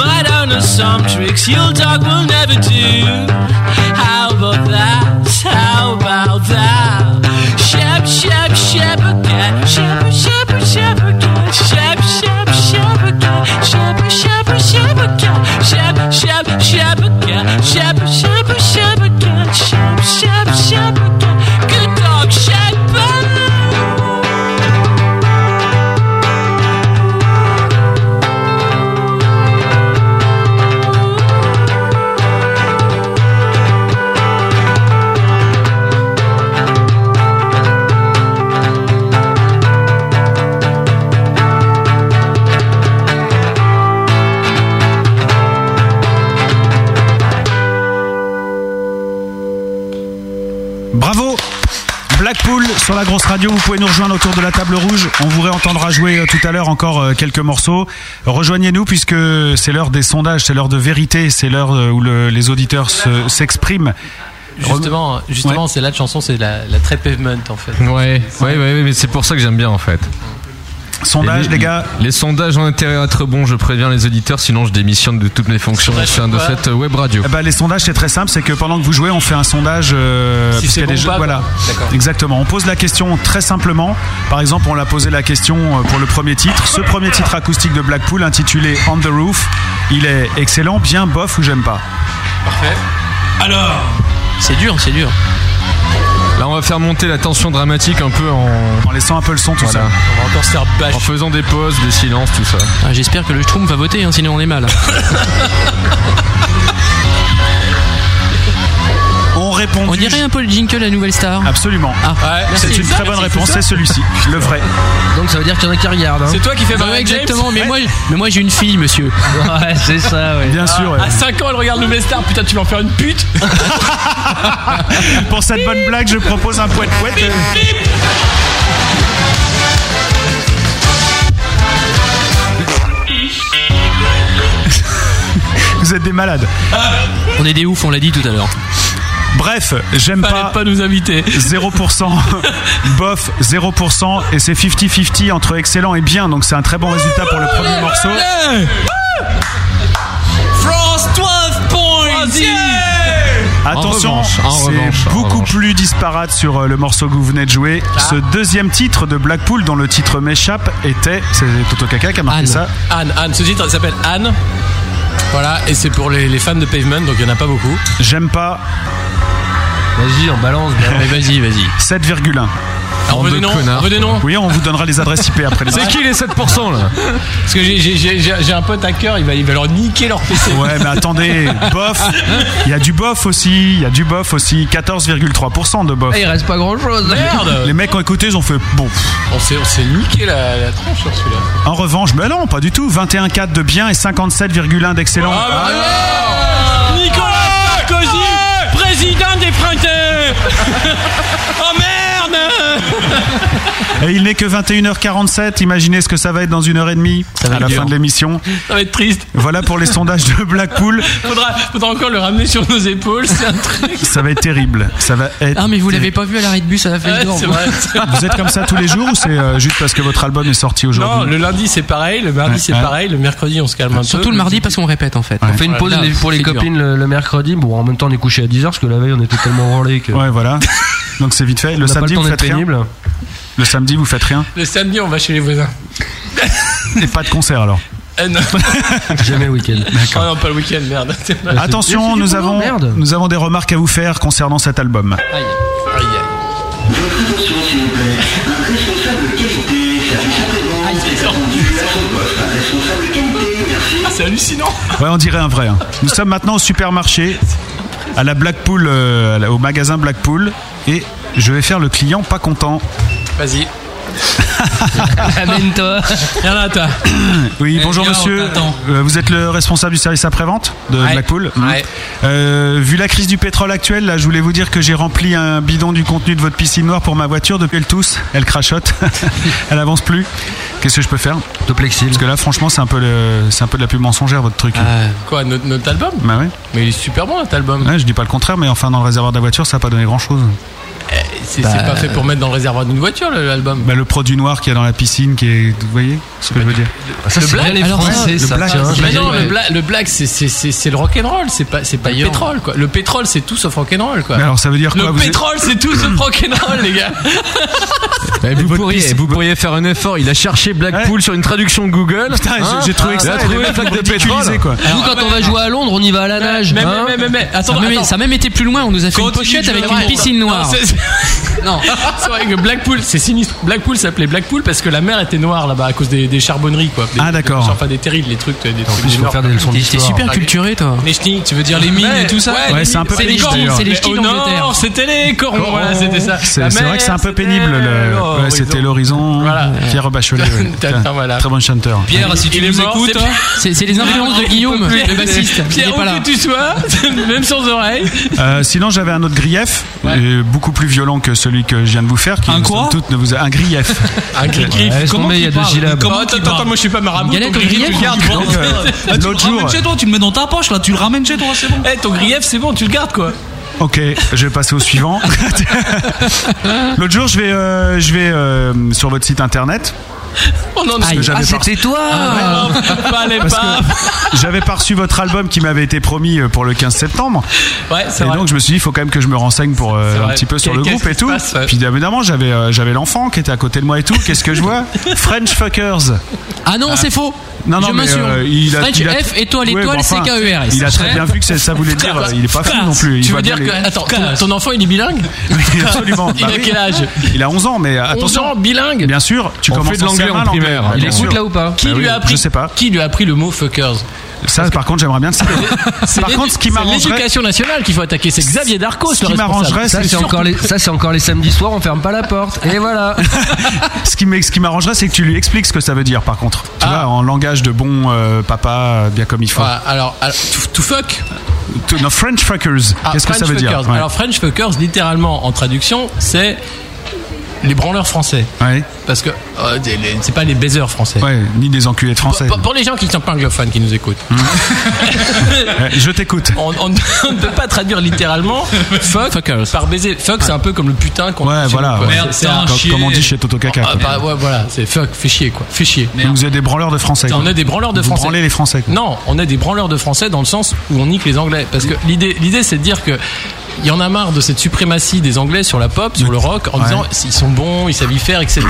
Speaker 17: Might I know some tricks your dog will never do. How about that? How about that? Shep, shep, shep again. Shep, shep, shep again. Shep, shep, shep again. Shep, shep, shep again. Shep, shep, shep again. Shep, shep, shep again. Shep, shep, shep again. Good dog, shep.
Speaker 1: Blackpool sur la grosse radio. Vous pouvez nous rejoindre autour de la table rouge. On vous réentendra jouer euh, tout à l'heure encore euh, quelques morceaux. Rejoignez-nous puisque c'est l'heure des sondages, c'est l'heure de vérité, c'est l'heure euh, où le- les auditeurs se- s'expriment.
Speaker 7: Justement, justement c'est là la chanson, c'est la, la très pavement en fait.
Speaker 6: Ouais, ouais, ouais, ouais, mais c'est pour ça que j'aime bien en fait.
Speaker 1: Sondage,
Speaker 6: les, gars Les sondages ont intérêt à être bons, je préviens les auditeurs, sinon je démissionne de toutes mes fonctions au sein de cette web radio.
Speaker 1: Eh ben, les sondages, c'est très simple, c'est que pendant que vous jouez, on fait un sondage. euh,
Speaker 6: Si
Speaker 1: parce qu'il
Speaker 6: c'est
Speaker 1: y a
Speaker 6: bon
Speaker 1: des
Speaker 6: ou
Speaker 1: jeux-
Speaker 6: pas, quoi.
Speaker 1: voilà.
Speaker 6: D'accord.
Speaker 1: Exactement. On pose la question très simplement. Par exemple, on l'a posé la question euh, pour le premier titre. Ce premier titre acoustique de Blackpool, intitulé On the Roof, il est excellent, bien bof ou j'aime pas.
Speaker 9: Parfait. Alors C'est dur, c'est dur.
Speaker 6: Là, on va faire monter la tension dramatique un peu en.
Speaker 1: En laissant un peu le son, tout
Speaker 9: ça.
Speaker 6: On va encore se faire En faisant des pauses, des silences, tout ça.
Speaker 9: Ah, J'espère que le Schtroumpf va voter, hein, sinon on est mal.
Speaker 1: On répond.
Speaker 9: On dirait un peu le jingle La Nouvelle Star. Ah.
Speaker 1: Absolument.
Speaker 9: merci.
Speaker 1: c'est une
Speaker 9: Ça,
Speaker 1: très bonne
Speaker 9: merci,
Speaker 1: réponse,
Speaker 9: c'est
Speaker 1: c'est
Speaker 9: ça
Speaker 1: celui-ci, le vrai.
Speaker 8: Donc ça veut dire qu'il y en a qui regardent. hein.
Speaker 9: C'est toi qui fais
Speaker 8: Bah
Speaker 9: Bah ouais,
Speaker 8: ouais,
Speaker 9: exactement, mais moi, mais moi j'ai une fille, monsieur.
Speaker 8: euh, Ouais, c'est ça, ouais.
Speaker 1: Bien sûr, ouais.
Speaker 9: À 5 ans, elle regarde Nouvelle Star, putain, tu vas en faire une pute
Speaker 1: Pour cette bonne blague, je propose un poète poète. Vous êtes des malades.
Speaker 9: On est des oufs, on l'a dit tout à l'heure.
Speaker 1: Bref, j'aime pas.
Speaker 9: pas nous inviter.
Speaker 1: 0%, bof, 0%, et c'est 50-50 entre excellent et bien, donc c'est un très bon résultat pour le premier morceau.
Speaker 17: France 12 points.
Speaker 1: Attention,
Speaker 6: revanche, en revanche,
Speaker 1: c'est
Speaker 6: en
Speaker 1: beaucoup
Speaker 6: revanche.
Speaker 1: plus disparate sur euh, le morceau que vous venez de jouer. Ce deuxième titre de Blackpool, dont le titre m'échappe, était. C'est Toto Kaka qui a marqué
Speaker 7: Anne.
Speaker 1: ça.
Speaker 7: Anne, Anne, ce titre elle s'appelle Anne. Voilà, et c'est pour les, les fans de Pavement, donc il n'y en a pas beaucoup.
Speaker 1: J'aime pas.
Speaker 8: Vas-y, on balance.
Speaker 7: Mais vas-y, vas-y.
Speaker 1: 7,1.
Speaker 7: Ah, On veut des noms, on veut des noms.
Speaker 1: Oui, on vous donnera les adresses IP après les
Speaker 6: C'est qui les 7% là
Speaker 7: Parce que j'ai- j'ai- j'ai j'ai- j'ai un pote hacker, il va, il va leur niquer leur PC.
Speaker 1: Ouais, mais attendez, bof. Il y a du bof aussi, il y a du bof aussi, 14,3% de bof.
Speaker 7: Ah,
Speaker 8: Eh, Il reste pas grand chose.
Speaker 1: Les mecs ont écouté, ils ont fait bon.
Speaker 7: On s'est on s'est niqué la, la tronche sur celui-là.
Speaker 1: En revanche, ben non, pas du tout. 21,4 de bien et 57,1 d'excellent.
Speaker 7: Ah, bah Oh.
Speaker 17: Nicolas Sarkozy,
Speaker 1: Ah
Speaker 17: président des printemps. oh merde
Speaker 1: Et il n'est que 21h47. Imaginez ce que ça va être dans une heure et demie
Speaker 7: va
Speaker 1: à
Speaker 7: être
Speaker 1: la
Speaker 7: dur.
Speaker 1: fin de l'émission.
Speaker 7: Ça va être triste.
Speaker 1: Voilà pour les sondages de Blackpool.
Speaker 7: Faudra, faudra encore le ramener sur nos épaules, c'est un truc.
Speaker 1: Ça va être terrible. Ça va être.
Speaker 9: Ah, mais vous l'avez pas vu à l'arrêt de bus à la fête
Speaker 7: Ouais,
Speaker 9: d'or.
Speaker 7: c'est vrai.
Speaker 1: Vous êtes comme ça tous les jours ou c'est euh, juste parce que votre album est sorti aujourd'hui
Speaker 7: Non, le lundi c'est pareil, le mardi
Speaker 1: Ouais,
Speaker 7: c'est
Speaker 1: ouais.
Speaker 7: pareil, le mercredi on se calme un peu.
Speaker 9: Surtout le mardi parce qu'on répète hein. en fait.
Speaker 8: On fait une pause
Speaker 9: Là,
Speaker 8: les- pour les
Speaker 9: c'est dur.
Speaker 8: copines le, le mercredi. Bon, en même temps, on est couché à 10h parce que la veille, on était tellement branlés que.
Speaker 1: Ouais, voilà. Donc c'est vite fait.
Speaker 8: On
Speaker 1: Le
Speaker 8: a pas
Speaker 1: samedi,
Speaker 8: le temps
Speaker 1: vous
Speaker 8: d'être
Speaker 1: faites rien.
Speaker 8: pénible.
Speaker 1: Le samedi, vous faites rien.
Speaker 7: Le samedi on va chez les voisins.
Speaker 1: Et pas de concert alors. Bah,
Speaker 7: Euh, non.
Speaker 8: Jamais le week-end.
Speaker 7: Oh non, pas le week-end, merde.
Speaker 1: Attention, nous avons, nous avons des remarques à vous faire concernant cet album.
Speaker 7: Aïe. Aïe. Ah, c'est hallucinant!
Speaker 1: Ouais, on dirait un vrai. hein. Nous sommes maintenant au supermarché, à la Blackpool, euh, à la- au magasin Blackpool, et je vais faire le client pas content.
Speaker 7: Vas-y.
Speaker 8: Amène-toi.
Speaker 7: Viens là, toi.
Speaker 1: Oui,
Speaker 7: Eh
Speaker 1: bonjour
Speaker 7: bien, on
Speaker 1: monsieur.
Speaker 7: t'attend.
Speaker 1: Euh, Vous êtes le responsable du service après-vente de
Speaker 7: Ouais.
Speaker 1: Blackpool.
Speaker 7: Ouais.
Speaker 1: Euh, vu la crise du pétrole actuelle, là, je voulais vous dire que j'ai rempli un bidon du contenu de votre piscine noire pour ma voiture. Depuis elle tousse, elle crachote, elle avance plus. Qu'est-ce que je peux faire
Speaker 8: De plexil.
Speaker 1: Parce que là, franchement, c'est un peu le, c'est un peu de la pub mensongère votre truc.
Speaker 7: Quoi, notre, notre album?
Speaker 1: Bah ouais.
Speaker 7: Ah. Mais il est super bon notre album.
Speaker 1: Ouais, je dis pas le contraire, mais enfin dans le réservoir de la voiture, ça a pas donné grand chose.
Speaker 7: C'est c'est pas fait pour mettre dans le réservoir d'une voiture le- l'album.
Speaker 1: Bah, le produit noir qu'il y a dans la piscine, qui est, vous voyez ce que je veux dire
Speaker 8: Ça, c'est
Speaker 9: Ah,
Speaker 8: bien les
Speaker 7: alors ça,
Speaker 8: Français,
Speaker 1: le
Speaker 8: ça.
Speaker 1: black, hein.
Speaker 8: tiens.
Speaker 1: c'est
Speaker 7: Mais non,
Speaker 8: Ouais.
Speaker 7: le black, le black, c'est c'est- c'est c'est le rock'n'roll, c'est pas c'est
Speaker 9: Bah,
Speaker 7: pas le pétrole quoi. Le pétrole c'est tout sauf rock'n'roll quoi.
Speaker 1: Mais alors ça veut dire quoi
Speaker 7: le
Speaker 1: vous êtes-
Speaker 7: pétrole c'est tout sauf rock'n'roll les gars.
Speaker 6: Eh, vous,
Speaker 1: votre
Speaker 6: pourriez,
Speaker 1: piste-
Speaker 6: vous pourriez faire un effort. Il a cherché Blackpool sur une traduction Google. Hein
Speaker 1: Putain, j'ai- j'ai trouvé que
Speaker 6: Il
Speaker 1: ça,
Speaker 6: a
Speaker 1: elle
Speaker 6: trouvé
Speaker 1: est
Speaker 6: la flaque de
Speaker 1: ridiculisée,
Speaker 6: pétrole.
Speaker 1: quoi.
Speaker 8: Nous, quand on va jouer à Londres, on y va à la nage.
Speaker 7: Mais
Speaker 8: hein.
Speaker 7: mais mais mais attends,
Speaker 9: ça, a même,
Speaker 7: attends.
Speaker 9: ça a même été plus loin, on nous a fait une
Speaker 7: Continue,
Speaker 9: pochette
Speaker 7: je
Speaker 9: avec
Speaker 7: vais
Speaker 9: une
Speaker 7: voir.
Speaker 9: piscine noire.
Speaker 7: Non, c'est- c'est-
Speaker 9: Non.
Speaker 7: c'est vrai que Blackpool, c'est sinistre. Blackpool s'appelait Blackpool parce que la mer était noire là-bas à cause des, des charbonneries quoi. Des-
Speaker 1: Ah, d'accord.
Speaker 7: des- Enfin des terrils, les trucs, des
Speaker 8: En
Speaker 7: trucs
Speaker 8: plus,
Speaker 7: du
Speaker 8: il faut
Speaker 7: nord.
Speaker 8: faire des leçons
Speaker 9: T'es t'es
Speaker 8: d'histoire.
Speaker 9: super culturé toi.
Speaker 7: Les ch'tis, tu veux dire les mines
Speaker 9: Ouais,
Speaker 7: et tout ça
Speaker 9: ouais,
Speaker 1: Ouais, c'est un peu
Speaker 7: c'est les
Speaker 1: pénible,
Speaker 7: corons,
Speaker 1: d'ailleurs. Oh,
Speaker 7: c'est les
Speaker 9: Mais oh
Speaker 7: ch'tis
Speaker 9: au
Speaker 7: d'Angleterre.
Speaker 9: nord,
Speaker 7: c'était les corons, voilà, c'était ça.
Speaker 1: C'est c'est vrai que c'est un peu pénible. Le... Ouais, c'était l'horizon.
Speaker 7: Voilà.
Speaker 1: Pierre Bachelet. ouais.
Speaker 7: T'as-
Speaker 1: Putain,
Speaker 7: t'as- voilà.
Speaker 1: Très bon chanteur.
Speaker 7: Pierre, si
Speaker 9: tu nous écoutes,
Speaker 7: hein.
Speaker 9: C'est c'est les influences de Guillaume, le bassiste. Il est
Speaker 7: Pierre, où
Speaker 9: pas là.
Speaker 7: que tu sois, même sans oreille.
Speaker 1: Euh, sinon, j'avais un autre grief, euh, beaucoup plus violent que celui que je viens de vous faire, qui
Speaker 7: Un
Speaker 1: nous
Speaker 7: quoi
Speaker 1: sommes toutes ne vous a- un grief.
Speaker 7: Un grief. Grief. Ouais, laisse Comment tomber, il y a qu'il deux parle syllabes. Comment
Speaker 16: Comment attends,
Speaker 7: qu'il
Speaker 16: attends,
Speaker 7: parle
Speaker 16: moi je suis pas marabout.
Speaker 7: Galette
Speaker 16: ton
Speaker 7: au
Speaker 16: grief,
Speaker 7: grillé,
Speaker 16: tu le
Speaker 7: quoi.
Speaker 16: gardes.
Speaker 7: Donc, euh,
Speaker 16: Ah, tu le
Speaker 1: l'autre
Speaker 16: ramènes
Speaker 1: jour.
Speaker 16: chez toi, tu le mets dans ta poche, là, tu le ramènes chez toi, c'est bon. Eh, ton grief, c'est bon, tu le gardes, quoi.
Speaker 1: Ok, je vais passer au suivant. L'autre jour, je vais, euh, je vais euh, sur votre site internet.
Speaker 16: Oh non,
Speaker 1: Parce que
Speaker 16: non,
Speaker 1: j'avais pas-
Speaker 16: Ah, ouais, non, fallait
Speaker 1: Parce
Speaker 16: pas.
Speaker 1: que J'avais pas reçu votre album qui m'avait été promis euh, pour le 15 septembre.
Speaker 16: Ouais,
Speaker 1: et donc je me suis dit, il faut quand même que je me renseigne pour euh,
Speaker 16: C'est
Speaker 1: un
Speaker 16: vrai.
Speaker 1: petit peu sur
Speaker 16: Qu'est-
Speaker 1: le
Speaker 16: qu'est-ce
Speaker 1: groupe
Speaker 16: qui
Speaker 1: et
Speaker 16: se
Speaker 1: tout.
Speaker 16: passe, ouais.
Speaker 1: Puis évidemment, j'avais euh, j'avais l'enfant qui était à côté de moi et tout. Qu'est-ce que je vois French fuckers.
Speaker 9: Ah non, c'est faux.
Speaker 1: Non, non,
Speaker 9: Je
Speaker 1: mais,
Speaker 9: m'insurge.
Speaker 1: euh, il
Speaker 16: Ah,
Speaker 1: a,
Speaker 9: French
Speaker 1: il a-
Speaker 9: F, étoile,
Speaker 1: Ouais,
Speaker 9: étoile,
Speaker 1: bon, enfin,
Speaker 7: E
Speaker 16: E
Speaker 9: C-K-E-R-S.
Speaker 1: Il a très bien vu que c'est- ça voulait dire, euh, il est pas fou non plus. Il
Speaker 7: Tu
Speaker 1: va
Speaker 7: veux dire
Speaker 1: bien
Speaker 7: que.
Speaker 1: les-
Speaker 7: Attends, ton, ton enfant il est bilingue
Speaker 1: Oui, absolument.
Speaker 7: Il
Speaker 1: Bah
Speaker 7: a
Speaker 1: oui.
Speaker 7: quel âge
Speaker 1: Il a 11 ans, mais attention.
Speaker 7: ans, bilingue
Speaker 1: Bien sûr, tu
Speaker 7: On
Speaker 1: commences
Speaker 7: fait de l'anglais
Speaker 1: CM1,
Speaker 7: en primaire.
Speaker 1: l'anglais,
Speaker 7: Il
Speaker 1: bien
Speaker 7: écoute
Speaker 1: sûr.
Speaker 7: là ou pas Qui
Speaker 1: Bah
Speaker 7: lui
Speaker 1: oui,
Speaker 7: a appris-
Speaker 1: Je sais pas.
Speaker 7: Qui lui a appris le mot fuckers
Speaker 1: Ça, par contre, j'aimerais bien le savoir. Par contre, ce qui
Speaker 7: C'est
Speaker 1: m'arrangerait-
Speaker 7: l'éducation nationale qu'il faut attaquer, c'est Xavier Darcos
Speaker 1: Ce
Speaker 7: le
Speaker 1: qui m'arrangerait,
Speaker 7: responsable.
Speaker 1: c'est
Speaker 8: Ça c'est
Speaker 1: surtout-
Speaker 8: encore les ça c'est encore les samedis soirs, on ferme pas la porte. Et voilà.
Speaker 1: ce qui m'ex- ce qui m'arrangerait, c'est que tu lui expliques ce que ça veut dire, par contre. Tu
Speaker 7: Ah.
Speaker 1: vois, en langage de bon euh, papa, euh, bien comme il faut.
Speaker 7: alors, to, fuck
Speaker 1: Non, French fuckers.
Speaker 7: Ah,
Speaker 1: Qu'est-ce que ça
Speaker 7: French
Speaker 1: veut dire
Speaker 7: fuckers.
Speaker 1: Ouais.
Speaker 7: Alors French fuckers, littéralement en traduction, c'est les branleurs français. Parce que euh, des- les- c'est pas les baiseurs français.
Speaker 1: Ouais, ni des enculés de français. Mmh.
Speaker 7: Pour, pour les gens qui ne sont pas anglophones, qui nous écoutent.
Speaker 1: Je t'écoute.
Speaker 7: On, on ne peut pas traduire littéralement fuck par baiser. Fuck, c'est un peu comme le putain qu'on
Speaker 1: Ouais,
Speaker 7: dit chez
Speaker 1: voilà,
Speaker 7: nous, quoi.
Speaker 1: ouais.
Speaker 7: C'est- c'est un-
Speaker 1: Comme- comme on dit chez Toto Kaka.
Speaker 7: Ah,
Speaker 1: quoi.
Speaker 7: bah, ouais, voilà, c'est fuck, fais chier quoi, fais chier.
Speaker 1: Donc vous êtes des branleurs de français.
Speaker 7: On
Speaker 1: quoi.
Speaker 7: est des branleurs de
Speaker 1: Vous
Speaker 7: français.
Speaker 1: branlez les français. quoi.
Speaker 7: Non, on est des branleurs de français dans le sens où on nique les anglais. Parce que l'idée, l'idée c'est de dire que. Il y en a marre de cette suprématie des Anglais sur la pop, sur le rock, en
Speaker 1: Ouais.
Speaker 7: disant ils sont bons, ils savent y faire, etc.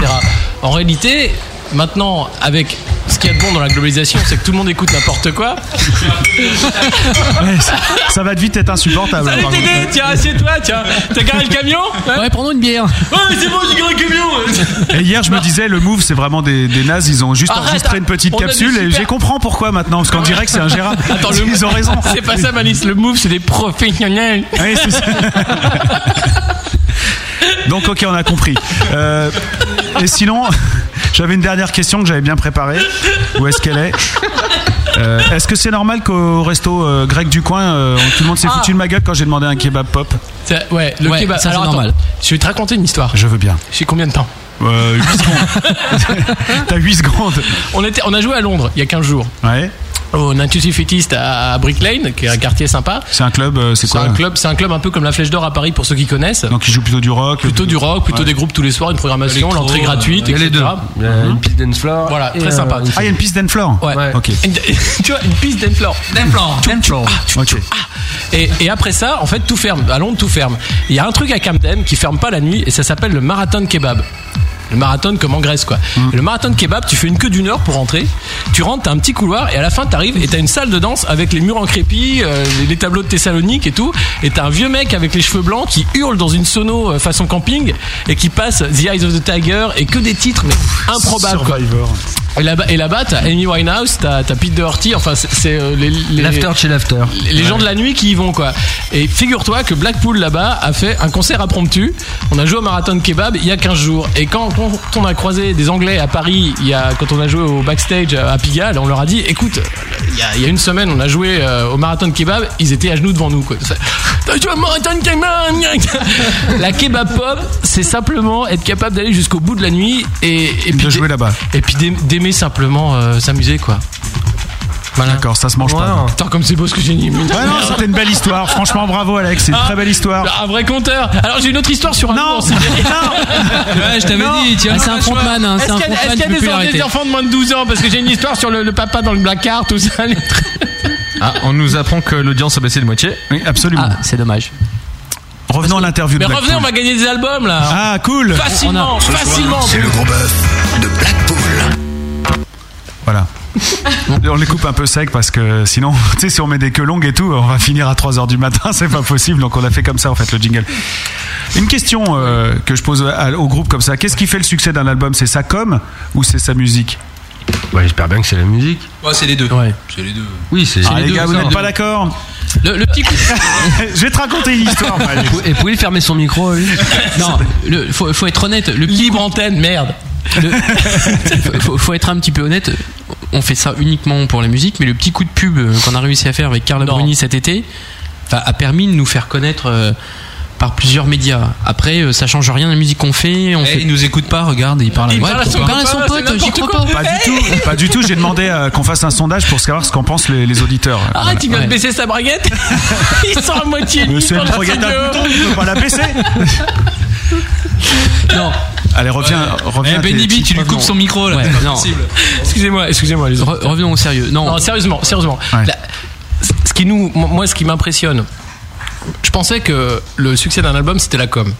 Speaker 7: En réalité, maintenant, avec ce qu'il y a de bon dans la globalisation, c'est que tout le monde écoute n'importe quoi.
Speaker 1: Ouais, ça, ça va de vite être insupportable.
Speaker 7: Allez
Speaker 1: par contre.
Speaker 7: Dédé, tiens, assieds-toi, tiens. T'as garé le camion hein Ouais,
Speaker 9: prends-nous une bière.
Speaker 7: Ouais, mais c'est bon, j'ai garé le camion.
Speaker 1: Et hier, je me disais, le move, c'est vraiment des, des nazes. Ils ont juste
Speaker 7: Arrête,
Speaker 1: enregistré une petite
Speaker 7: on a des
Speaker 1: capsule et
Speaker 7: super-
Speaker 1: j'ai comprends pourquoi maintenant. Parce qu'en direct, c'est ingérable.
Speaker 7: Attends, le
Speaker 1: Ils ont raison.
Speaker 7: C'est pas ça, Malice. Le move, c'est des professionnels.
Speaker 1: Ouais, c'est ça. Donc, ok, on a compris. Euh, et sinon, j'avais une dernière question que j'avais bien préparée. Où est-ce qu'elle est Euh, Est-ce que c'est normal qu'au resto euh, grec du coin, euh, tout le monde s'est foutu de ma gueule quand j'ai demandé un kebab pop
Speaker 7: Ah. Ça- ouais, le
Speaker 1: Ouais,
Speaker 7: kebab.
Speaker 1: ça, c'est
Speaker 7: Alors, attends,
Speaker 1: normal.
Speaker 7: je vais te raconter une histoire.
Speaker 1: Je veux bien.
Speaker 7: J'ai combien de temps
Speaker 1: euh, 8 secondes. T'as 8 secondes.
Speaker 7: On, était, on a joué à Londres il y a 15 jours.
Speaker 1: Ouais.
Speaker 7: Au Intuitive Fittist à à Brick Lane, qui est un quartier sympa.
Speaker 1: C'est un club, euh, c'est
Speaker 7: C'est
Speaker 1: quoi
Speaker 7: un club, c'est un club un peu comme la Flèche d'Or à Paris pour ceux qui connaissent.
Speaker 1: Donc ils jouent plutôt du rock, euh,
Speaker 7: plutôt du rock, plutôt
Speaker 1: Ouais.
Speaker 7: des groupes tous les soirs, une programmation,
Speaker 8: Électro,
Speaker 7: l'entrée gratuite,
Speaker 8: euh,
Speaker 7: Hum.
Speaker 8: il y a
Speaker 7: etc.
Speaker 8: les deux. Il y a une piste dance floor
Speaker 7: Voilà,
Speaker 8: et,
Speaker 7: très
Speaker 8: euh,
Speaker 7: sympa.
Speaker 8: une-
Speaker 1: Ah, il y a une piste d'Enflore
Speaker 7: Ouais.
Speaker 1: Ok.
Speaker 7: Une- tu vois, une piste d'Enflore. ah,
Speaker 1: Ok.
Speaker 7: Et, et après ça, en fait, tout ferme. À Londres, tout ferme. Il y a un truc à Camden qui ferme pas la nuit et ça s'appelle le marathon de kebab. Le marathon comme en Grèce quoi.
Speaker 1: Hmm.
Speaker 7: Le marathon de kebab, tu fais une queue d'une heure pour rentrer. Tu rentres, t'as un petit couloir et à la fin t'arrives et t'as une salle de danse avec les murs en crépi, euh, les, les tableaux de Thessalonique et tout. Et t'as un vieux mec avec les cheveux blancs qui hurle dans une sono euh, façon camping et qui passe The Eyes of the Tiger et que des titres mais improbables. quoi. Et là-bas, et là-bas, t'as Amy Winehouse, t'as, t'as Pete Doherty, enfin, c'est, c'est, euh, les, les-
Speaker 8: L'after chez l'after.
Speaker 7: les les gens de la nuit qui y vont, quoi. Et figure-toi que Blackpool, là-bas, a fait un concert impromptu. On a joué au marathon de kebab il y a 15 jours. Et quand, quand on a croisé des Anglais à Paris, il y a, quand on a joué au backstage euh, à Pigalle, on leur a dit, écoute, il y a, il y a une semaine, on a joué euh, au marathon de kebab, ils étaient à genoux devant nous, quoi. Ça- T'as joué au marathon de kebab gnac La kebab pop, c'est simplement être capable d'aller jusqu'au bout de la nuit et, et puis
Speaker 1: jouer là-bas.
Speaker 7: Et puis d'aim- d'aimer simplement euh, s'amuser, quoi.
Speaker 1: D'accord, ça se mange pas.
Speaker 7: Putain, comme c'est beau ce que j'ai dit. mais-
Speaker 1: Ouais, non, c'était une belle histoire. Franchement, bravo, Alex. C'est une
Speaker 7: Ah,
Speaker 1: très belle histoire.
Speaker 7: Un vrai conteur. Alors j'ai une autre histoire sur un Ah, Non,
Speaker 9: Ouais, je t'avais dit, tiens, c'est un frontman, hein, c'est
Speaker 7: Est-ce
Speaker 9: un
Speaker 7: qu'il
Speaker 9: frontman, tu
Speaker 7: y a- est-ce qu'il y a
Speaker 9: peux
Speaker 7: des,
Speaker 9: plus
Speaker 7: enfants-
Speaker 9: l'arrêter.
Speaker 7: des enfants de moins de 12 ans Parce que j'ai une histoire sur le, le papa dans le placard, tout ça. les trucs.
Speaker 6: Ah, on nous apprend que l'audience a baissé de moitié.
Speaker 1: Oui, absolument.
Speaker 9: c'est dommage.
Speaker 1: Revenons à l'interview
Speaker 7: Ah, Mais
Speaker 1: de
Speaker 7: revenez, on
Speaker 1: Blackpool.
Speaker 7: va gagner des albums là.
Speaker 1: Ah, cool.
Speaker 7: Facilement,
Speaker 1: Ce soir,
Speaker 7: facilement.
Speaker 1: c'est le gros
Speaker 2: bœuf de Blackpool.
Speaker 1: Voilà. On les coupe un peu sec parce que sinon, tu sais, si on met des queues longues et tout, on va finir à 3h du matin, c'est pas possible. Donc on a fait comme ça en fait le jingle. Une question euh, que je pose à- au groupe comme ça qu'est-ce qui fait le succès d'un album C'est sa com ou c'est sa musique
Speaker 8: Ouais, Bah, j'espère bien que c'est la musique.
Speaker 16: Ouais, c'est les deux. C'est les deux.
Speaker 8: Oui, c'est.
Speaker 1: Ah, les gars, vous n'êtes pas d'accord
Speaker 7: le, petit coup.
Speaker 1: Je vais te raconter une histoire. Malik.
Speaker 8: Et pouvez fermer son micro, lui
Speaker 9: Non, le- faut, faut être honnête. Le
Speaker 7: Libre antenne, merde.
Speaker 9: faut, faut- faut être un petit peu honnête. On fait ça uniquement pour la musique, mais le petit coup de pub euh, qu'on a réussi à faire avec Carla Bruni cet été enfin, a permis de nous faire connaître. euh,
Speaker 10: par plusieurs médias. Après, euh, ça change rien à la musique qu'on fait. On fait...
Speaker 9: Il nous écoute pas, regarde, il parle à
Speaker 10: Il
Speaker 9: moi.
Speaker 10: parle à son
Speaker 9: pourquoi
Speaker 10: copain,
Speaker 9: pas,
Speaker 10: son
Speaker 9: c'est
Speaker 10: pote,
Speaker 9: n'importe
Speaker 10: j'y crois
Speaker 9: quoi.
Speaker 10: pas.
Speaker 1: Pas du tout, pas du tout. J'ai demandé euh, qu'on fasse un sondage pour savoir ce qu'en pensent les, les auditeurs.
Speaker 16: Ah, tu viens
Speaker 1: Voilà.
Speaker 16: de baisser sa braguette Il sort à moitié
Speaker 1: Mais
Speaker 16: nu
Speaker 1: c'est
Speaker 16: dans
Speaker 1: une
Speaker 16: le
Speaker 1: braguette à
Speaker 16: studio.
Speaker 1: bouton, tu peux pas la baisser.
Speaker 10: Non.
Speaker 1: Allez, reviens, reviens.
Speaker 9: Eh,
Speaker 1: à tes
Speaker 9: Benny B,
Speaker 1: petits
Speaker 9: tu lui
Speaker 1: potes.
Speaker 9: coupes son micro, là,
Speaker 1: Ouais.
Speaker 9: c'est pas
Speaker 1: Non.
Speaker 9: possible.
Speaker 7: Excusez-moi, excusez-moi. les
Speaker 10: autres. revenons au sérieux. Non,
Speaker 7: sérieusement, sérieusement. La- ce qui nous, moi, moi, ce qui m'impressionne, je pensais que le succès d'un album, c'était la com.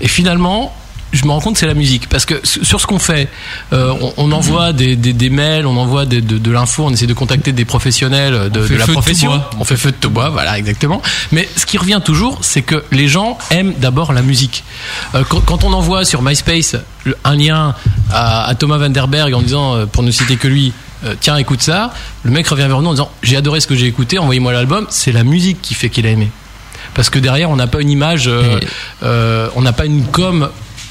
Speaker 7: Et finalement. Je me rends compte que c'est la musique parce que s- sur ce qu'on fait, euh, on, on
Speaker 9: Mhm.
Speaker 7: envoie des, des- des mails, on envoie des- de, de l'info, on essaie de contacter des professionnels euh, de,
Speaker 9: On fait
Speaker 7: de la
Speaker 9: feu de tout
Speaker 7: profession.
Speaker 9: bois.
Speaker 7: On fait feu de tout bois, voilà exactement. Mais ce qui revient toujours, c'est que les gens aiment d'abord la musique. Euh, quand, quand on envoie sur MySpace le- un lien à, à Thomas Vanderberg en disant, euh, pour ne citer que lui, euh, tiens écoute ça, le mec revient vers nous en disant j'ai adoré ce que j'ai écouté, envoyez-moi l'album. C'est la musique qui fait qu'il a aimé. Parce que derrière, on n'a pas une image, euh, euh, on n'a pas une com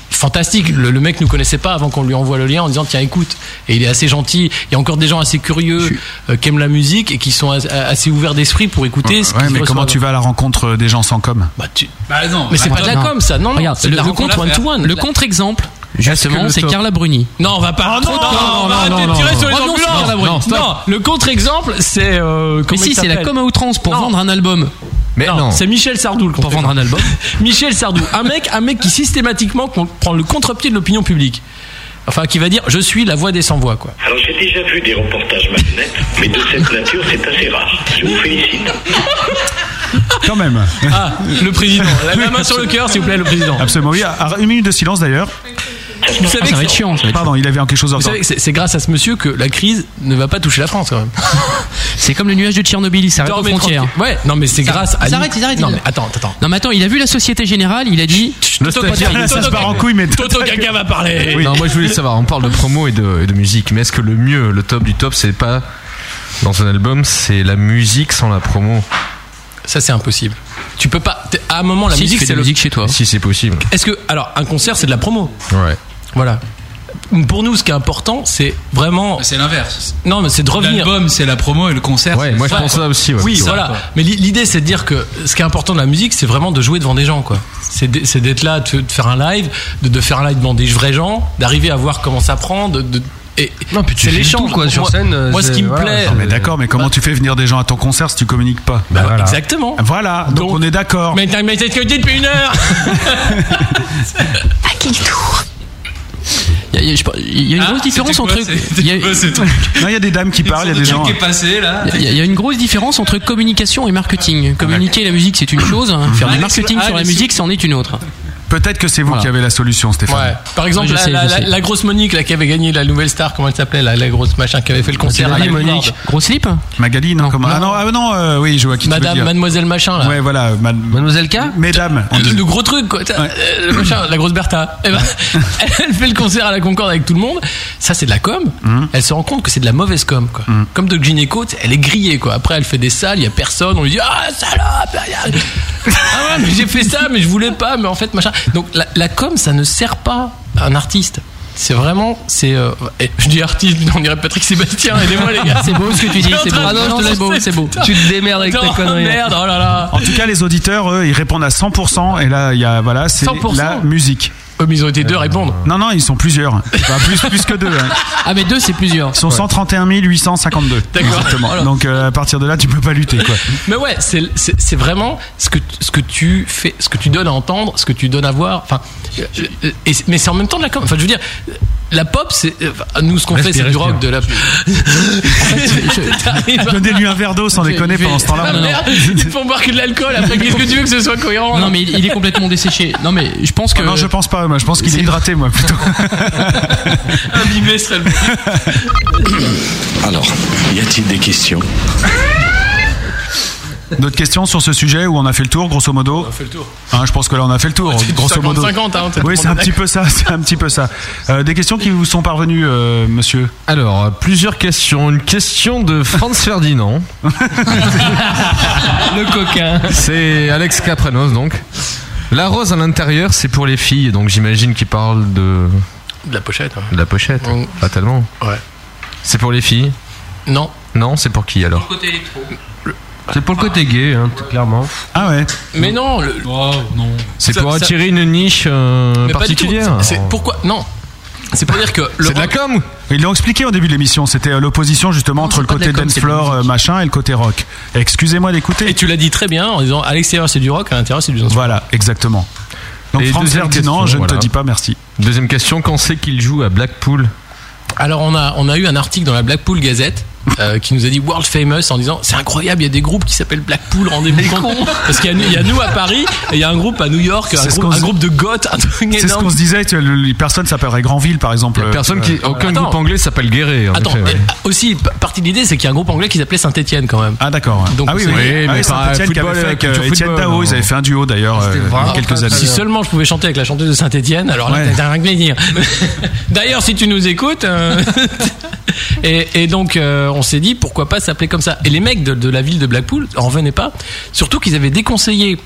Speaker 7: fantastique. Le, le mec nous connaissait pas avant qu'on lui envoie le lien en disant tiens écoute. Et il est assez gentil. Il y a encore des gens assez curieux euh, qui aiment la musique et qui sont as- assez ouverts d'esprit pour écouter. ce
Speaker 1: Ouais,
Speaker 7: qu'ils
Speaker 1: mais comment
Speaker 7: reçoivent.
Speaker 1: tu vas à la rencontre euh, des gens sans com
Speaker 7: Bah, tu...
Speaker 9: Bah non,
Speaker 7: Mais c'est pas de la com ça. Non, non.
Speaker 10: Regarde,
Speaker 7: c'est de
Speaker 10: le,
Speaker 7: la
Speaker 10: le
Speaker 7: rencontre
Speaker 10: contre
Speaker 7: one to one.
Speaker 10: Le
Speaker 7: La-
Speaker 10: contre-exemple,
Speaker 7: Est-ce que
Speaker 10: justement,
Speaker 7: le
Speaker 10: c'est
Speaker 7: top-
Speaker 10: Carla Bruni. Ah,
Speaker 7: Ah Non, on va pas.
Speaker 10: non, non, non,
Speaker 7: on va
Speaker 10: non,
Speaker 7: tirer
Speaker 10: non,
Speaker 7: sur les ambulances.
Speaker 10: non. Revenons sur Carla Bruni.
Speaker 7: Oh, Non,
Speaker 10: Stop.
Speaker 7: le contre-exemple, c'est. euh,
Speaker 10: Mais
Speaker 7: comment
Speaker 10: si,
Speaker 7: il
Speaker 10: c'est la
Speaker 7: s'appelle
Speaker 10: com à outrance pour vendre un album.
Speaker 6: Mais
Speaker 7: non. C'est Michel Sardou le
Speaker 10: Pour vendre un album.
Speaker 7: Michel Sardou, un mec, un mec qui systématiquement con- prend le contre-pied de l'opinion publique. Enfin, qui va dire je suis la voix des sans voix quoi.
Speaker 18: Alors j'ai déjà vu des reportages malhonnêtes, mais de cette nature c'est assez rare. Je vous félicite.
Speaker 1: Quand même.
Speaker 7: Ah, le président. La- la main sur le cœur, s'il vous plaît, le président.
Speaker 1: Absolument. Oui, alors, une minute de silence d'ailleurs.
Speaker 7: Vous savez que-
Speaker 1: Pardon, il avait quelque chose à
Speaker 7: Vous savez que c'est c'est grâce à ce monsieur que la crise ne va pas toucher la France quand même.
Speaker 10: C'est comme le nuage de Tchernobyl, il s'arrête aux
Speaker 7: Dormez
Speaker 10: frontières.
Speaker 7: tranquille. Ouais, non mais c'est
Speaker 10: Ça-
Speaker 7: grâce à.
Speaker 10: ils arrêtent, ils arrêtent,
Speaker 7: Non
Speaker 10: ils-
Speaker 7: mais attends, attends.
Speaker 10: Non, mais attends, il a vu la Société Générale, il a dit.
Speaker 7: Toto- Toto Gaga va parler.
Speaker 6: Non, moi je voulais savoir, on parle de promo et de, et de musique, mais est-ce que le mieux, le top du top, c'est pas dans un album, c'est la musique sans la promo
Speaker 7: Ça c'est impossible. Tu peux pas. t'es- À un moment la
Speaker 6: Si, tu
Speaker 7: musique
Speaker 6: fais de
Speaker 7: c'est
Speaker 6: la
Speaker 7: le.
Speaker 6: musique chez toi. Si c'est possible.
Speaker 7: Est-ce que alors un concert c'est de la promo
Speaker 6: Ouais.
Speaker 7: Voilà. Pour nous, ce qui est important, c'est vraiment.
Speaker 9: Ah, C'est l'inverse.
Speaker 7: Non, mais c'est de revenir.
Speaker 9: L'album, c'est la promo et le concert.
Speaker 6: Ouais, moi je pense ça aussi. Ouais.
Speaker 7: Oui,
Speaker 6: C'est ça,
Speaker 7: voilà.
Speaker 6: quoi.
Speaker 7: Mais l'i- l'idée, c'est de dire que ce qui est important de la musique, c'est vraiment de jouer devant des gens, quoi. C'est d- c'est d'être là, de de faire un live, de, de faire un live devant des vrais gens, d'arriver à voir comment ça prend, de. de- et,
Speaker 1: tu
Speaker 7: c'est
Speaker 1: files
Speaker 7: l'échange
Speaker 1: tout, quoi,
Speaker 7: Moi-
Speaker 1: sur scène, euh,
Speaker 7: Moi, ce
Speaker 1: c'est-
Speaker 7: qui me
Speaker 1: voilà,
Speaker 7: plaît.
Speaker 1: Non, mais d'accord, mais
Speaker 10: bah-
Speaker 1: comment tu fais venir des gens à ton concert si tu communiques pas
Speaker 7: Bah, Exactement.
Speaker 1: Voilà, donc, on est d'accord.
Speaker 7: Mais t'as- mais c'est ce que je dis depuis une heure
Speaker 10: À qui le tour Il y a- il y a- je sais pas, il y
Speaker 7: Ah,
Speaker 10: a une grosse différence entre. Il y a-
Speaker 1: Non, il y a des dames qui parlent, il y a des gens.
Speaker 9: passé là
Speaker 10: Il y, a- il y a une grosse différence entre communication et marketing. Communiquer la musique, c'est une chose. hein. Faire du
Speaker 1: Allez,
Speaker 10: marketing
Speaker 1: allez,
Speaker 10: sur la
Speaker 1: allez,
Speaker 10: musique, c'en est une autre.
Speaker 1: Peut-être que c'est vous
Speaker 10: Voilà.
Speaker 1: qui avez la solution, Stéphane.
Speaker 7: Ouais. Par exemple,
Speaker 10: Oui, je
Speaker 7: la,
Speaker 10: sais,
Speaker 7: la-
Speaker 10: je
Speaker 7: la-
Speaker 10: sais.
Speaker 7: la grosse Monique là, qui avait gagné la nouvelle star, comment elle s'appelait la, la grosse machin qui avait fait le concert à la Concorde.
Speaker 10: Gros slip
Speaker 1: Magali, non, comment- Ah non, ah non, euh, oui, je vois qui tu veux
Speaker 7: Madame,
Speaker 1: dire.
Speaker 7: mademoiselle machin là.
Speaker 1: Ouais, voilà.
Speaker 10: Mademoiselle K
Speaker 1: Mesdames. on
Speaker 7: Le,
Speaker 1: dit.
Speaker 7: le gros truc, quoi. T'as- euh, le machin, la grosse Bertha. Eh ben, elle fait le concert à la Concorde avec tout le monde. Ça, c'est de la com.
Speaker 1: Mm.
Speaker 7: Elle se rend compte que c'est de la mauvaise com, quoi. Comme de Gynéco, t'sais, elle est grillée, quoi. Après, elle fait des salles, il y a personne. On lui dit, ah, salope! Ah ouais, mais j'ai fait ça, mais je voulais pas, mais en fait, machin. Donc, la, la com, ça ne sert pas à un artiste. C'est vraiment, c'est, euh, eh, je dis artiste, mais on dirait Patrick Sébastien, aidez-moi les gars.
Speaker 10: C'est beau ce que tu dis,
Speaker 7: Je suis en
Speaker 10: c'est
Speaker 7: train de
Speaker 10: beau. Ah non, je te
Speaker 7: balancer,
Speaker 10: laisse beau, c'est beau.
Speaker 7: putain.
Speaker 10: Tu te démerdes avec tes
Speaker 7: Attends,
Speaker 10: conneries. hein.
Speaker 7: Merde, oh là là.
Speaker 1: En tout cas, les auditeurs, eux, ils répondent à 100%, et là, il y a, voilà, c'est
Speaker 7: 100%.
Speaker 1: la musique.
Speaker 7: mais ils ont été deux à répondre.
Speaker 1: Non, non, ils sont plusieurs. Enfin, plus, plus que deux. hein.
Speaker 10: Ah, mais deux, c'est plusieurs.
Speaker 1: Ils sont 131 852.
Speaker 7: D'accord.
Speaker 1: Exactement.
Speaker 7: Alors-
Speaker 1: Donc, euh, à partir de là, tu peux pas lutter, quoi.
Speaker 7: Mais ouais, c'est c'est- c'est vraiment ce que, ce que tu fais, ce que tu donnes à entendre, ce que tu donnes à voir. Enfin, euh, euh, et c'est- mais c'est en même temps de la com. Enfin, je veux dire, la pop, c'est euh, enfin, nous ce qu'on fait,
Speaker 1: Respire,
Speaker 7: c'est du
Speaker 1: respire.
Speaker 7: rock, de la. T'arrives-
Speaker 1: Donnez-lui un verre d'eau sans
Speaker 7: Il
Speaker 1: déconner
Speaker 7: fait-
Speaker 1: pendant ce temps-là.
Speaker 7: Ah, merde, ils te font boire que de l'alcool. Après, qu'est-ce que tu veux que ce soit cohérent
Speaker 10: Non, mais il, il est complètement desséché. hein. Non, mais je pense que.
Speaker 1: Ah non, je pense pas. Moi, je pense qu'il est
Speaker 10: C'est-
Speaker 1: hydraté, moi, plutôt.
Speaker 7: Imbibé serait le.
Speaker 2: Alors, y a-t-il des questions
Speaker 1: D'autres questions sur ce sujet où on a fait le tour, grosso modo On a fait
Speaker 7: le tour. Ah,
Speaker 1: je pense que là, on a fait le tour,
Speaker 7: C'est du
Speaker 1: grosso modo.
Speaker 7: 50-50, hein, t'as
Speaker 1: oui,
Speaker 7: tout
Speaker 1: c'est
Speaker 7: le
Speaker 1: un
Speaker 7: monde
Speaker 1: petit peu ça. C'est un petit peu ça. Euh, des questions qui vous sont parvenues, euh, monsieur
Speaker 6: Alors, euh, plusieurs questions. Une question de Franz Ferdinand.
Speaker 9: Le coquin.
Speaker 6: C'est Alex Capranos, donc. La rose à l'intérieur, c'est pour les filles, donc j'imagine qu'il parle de...
Speaker 7: De la pochette. hein.
Speaker 6: de
Speaker 7: ouais.
Speaker 6: la pochette, fatalement.
Speaker 7: Ouais.
Speaker 6: C'est pour les filles
Speaker 7: Non.
Speaker 6: Non, c'est pour qui alors
Speaker 9: Côté électro.
Speaker 8: C'est pour le côté gay, hein, t- clairement.
Speaker 1: Ah ouais.
Speaker 7: Mais non, le-
Speaker 6: C'est
Speaker 7: Ça-
Speaker 6: pour
Speaker 7: ça-
Speaker 6: attirer une niche euh,
Speaker 7: Mais pas du tout.
Speaker 6: particulière.
Speaker 1: hein.
Speaker 7: C'est-
Speaker 1: Oh.
Speaker 7: c'est- pourquoi Non. C'est pour dire que le
Speaker 1: C'est de la
Speaker 6: com
Speaker 1: Ils l'ont expliqué au début de l'émission, c'était euh, l'opposition justement entre le
Speaker 7: pas de la
Speaker 1: côté
Speaker 7: com,
Speaker 1: dance
Speaker 7: c'est de la
Speaker 1: floor euh, machin et le côté rock. Excusez-moi d'écouter.
Speaker 7: Et tu l'as dit très bien en disant à l'extérieur c'est du rock, à l'intérieur c'est du dance.
Speaker 1: Voilà, exactement. Donc
Speaker 6: Et
Speaker 1: Franz
Speaker 6: deuxième
Speaker 1: Ferdinand, je ne
Speaker 6: question, voilà.
Speaker 1: te dis pas merci.
Speaker 6: Deuxième question, quand c'est qu'il joue à Blackpool
Speaker 7: Alors on a on a eu un article dans la Blackpool Gazette. euh, qui nous a dit world famous en disant c'est incroyable il y a des groupes qui s'appellent Blackpool rendez-vous compte parce qu'il y, a nous- il y a nous à Paris et il y a un groupe à New York un,
Speaker 1: C'est ce
Speaker 7: groupe,
Speaker 1: qu'on
Speaker 7: un
Speaker 1: se-
Speaker 7: groupe de goth un truc
Speaker 1: C'est ce
Speaker 7: énorme
Speaker 1: qu'on se disait, tu vois, le- les personnes s'appelleraient Grandville par exemple. Euh,
Speaker 6: Personne qui, aucun
Speaker 7: Attends.
Speaker 6: groupe anglais s'appelle Guéret. en
Speaker 7: Attends,
Speaker 6: effet, ouais.
Speaker 7: mais euh, aussi, p- partie de l'idée, c'est qu'il y a un groupe anglais qui s'appelait Saint-Etienne quand même.
Speaker 1: Ah, d'accord.
Speaker 7: Donc,
Speaker 1: ah oui,
Speaker 7: c'est-
Speaker 1: oui, Ah oui, Saint-Étienne qui avait fait avec euh, Étienne Dao, ils avaient fait un duo d'ailleurs euh, il y a quelques années.
Speaker 7: Si seulement je pouvais chanter avec la chanteuse de Saint-Etienne, alors là,
Speaker 1: Ouais.
Speaker 7: t'as rien que dire. D'ailleurs, si tu nous écoutes. euh, et, et donc, euh, on s'est dit pourquoi pas s'appeler comme ça. Et les mecs de, de la ville de Blackpool en revenaient pas. Surtout qu'ils avaient déconseillé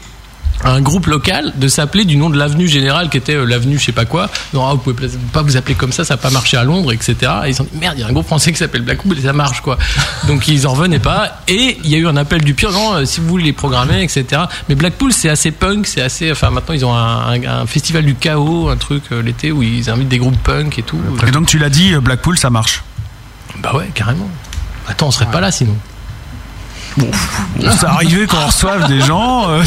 Speaker 7: à un groupe local de s'appeler du nom de l'avenue générale qui était euh, l'avenue je sais pas quoi non ah, vous pouvez pla- pas vous appeler comme ça ça n'a pas marché à Londres etc et ils ont dit merde il y a un groupe français qui s'appelle Blackpool et ça marche quoi donc ils en revenaient pas et il y a eu un appel du pire genre, euh, si vous voulez les programmer etc mais Blackpool c'est assez punk c'est assez enfin maintenant ils ont un, un- un festival du chaos un truc euh, l'été où ils invitent des groupes punk et tout
Speaker 1: Et donc tu l'as dit, euh, Blackpool ça marche.
Speaker 7: bah ouais carrément attends on serait pas là sinon
Speaker 1: C'est arrivé qu'on reçoive des gens euh,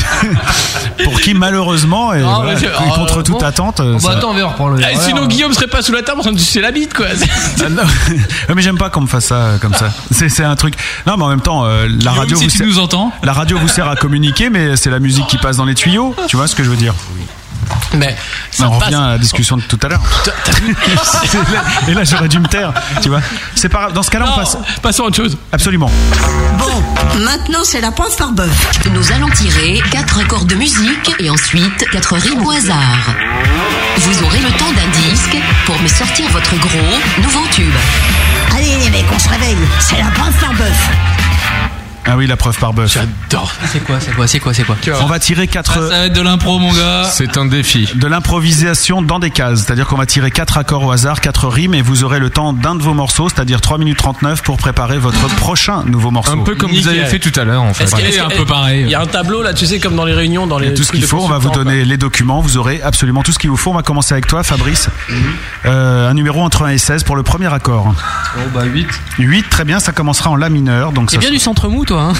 Speaker 1: pour qui malheureusement, et,
Speaker 7: Ah,
Speaker 1: voilà,
Speaker 7: monsieur,
Speaker 1: et
Speaker 7: ah,
Speaker 1: contre toute
Speaker 7: bon.
Speaker 1: attente. euh, ça-
Speaker 7: bah on va reprendre Ah, sinon Guillaume serait pas sous la table en train de sucer la bite quoi
Speaker 1: Ah, non. Ouais, mais j'aime pas qu'on me fasse ça euh, comme ça. C'est c'est un truc. Non, mais en même temps, euh, la radio
Speaker 16: si
Speaker 1: vous
Speaker 16: tu
Speaker 1: sert-
Speaker 16: nous entends.
Speaker 1: La radio vous sert à communiquer, mais c'est la musique qui passe dans les tuyaux. Tu vois ce que je veux dire
Speaker 7: Mais
Speaker 1: ça on revient à la discussion de tout à l'heure. Et là- Et là, j'aurais dû me taire. Tu vois C'est pas grave. Dans ce cas-là, on passe.
Speaker 7: Passons à autre chose.
Speaker 1: Absolument.
Speaker 3: Bon, maintenant c'est la pointe par bœuf.
Speaker 19: Nous allons tirer quatre accords de musique et ensuite quatre rimes au hasard. Vous aurez le temps d'un disque pour me sortir votre gros nouveau tube.
Speaker 3: Allez les mecs, on se réveille. C'est la pointe par bœuf.
Speaker 1: Ah oui, la preuve par bœuf.
Speaker 7: J'adore.
Speaker 10: C'est quoi, c'est quoi, c'est quoi, c'est quoi
Speaker 1: On va tirer quatre. euh,
Speaker 16: Ça va être de l'impro, mon gars.
Speaker 6: C'est un défi.
Speaker 1: De l'improvisation dans des cases, c'est-à-dire qu'on va tirer quatre accords au hasard, quatre rimes, et vous aurez le temps d'un de vos morceaux, c'est-à-dire 3 minutes 39 pour préparer votre prochain nouveau morceau.
Speaker 6: Un peu comme vous avez fait tout à l'heure en fait.
Speaker 1: Est-ce qu'il y a-
Speaker 6: Ouais.
Speaker 1: est-ce qu'il y a-
Speaker 7: Il y a un tableau là, tu sais, comme dans les réunions, dans
Speaker 1: Il
Speaker 7: les.
Speaker 1: y a tout ce
Speaker 7: trucs
Speaker 1: qu'il
Speaker 7: de
Speaker 1: faut, on va vous
Speaker 7: consultants,
Speaker 1: donner les documents, vous aurez absolument tout ce qu'il vous faut. On va commencer avec toi, Fabrice. Euh, un numéro entre 1 et 16 pour le premier accord.
Speaker 8: Oh bah 8.
Speaker 1: 8, très bien, ça commencera en La mineur. Donc
Speaker 10: C'est
Speaker 1: ça-
Speaker 10: Eh bien du centre mou, toi. Hein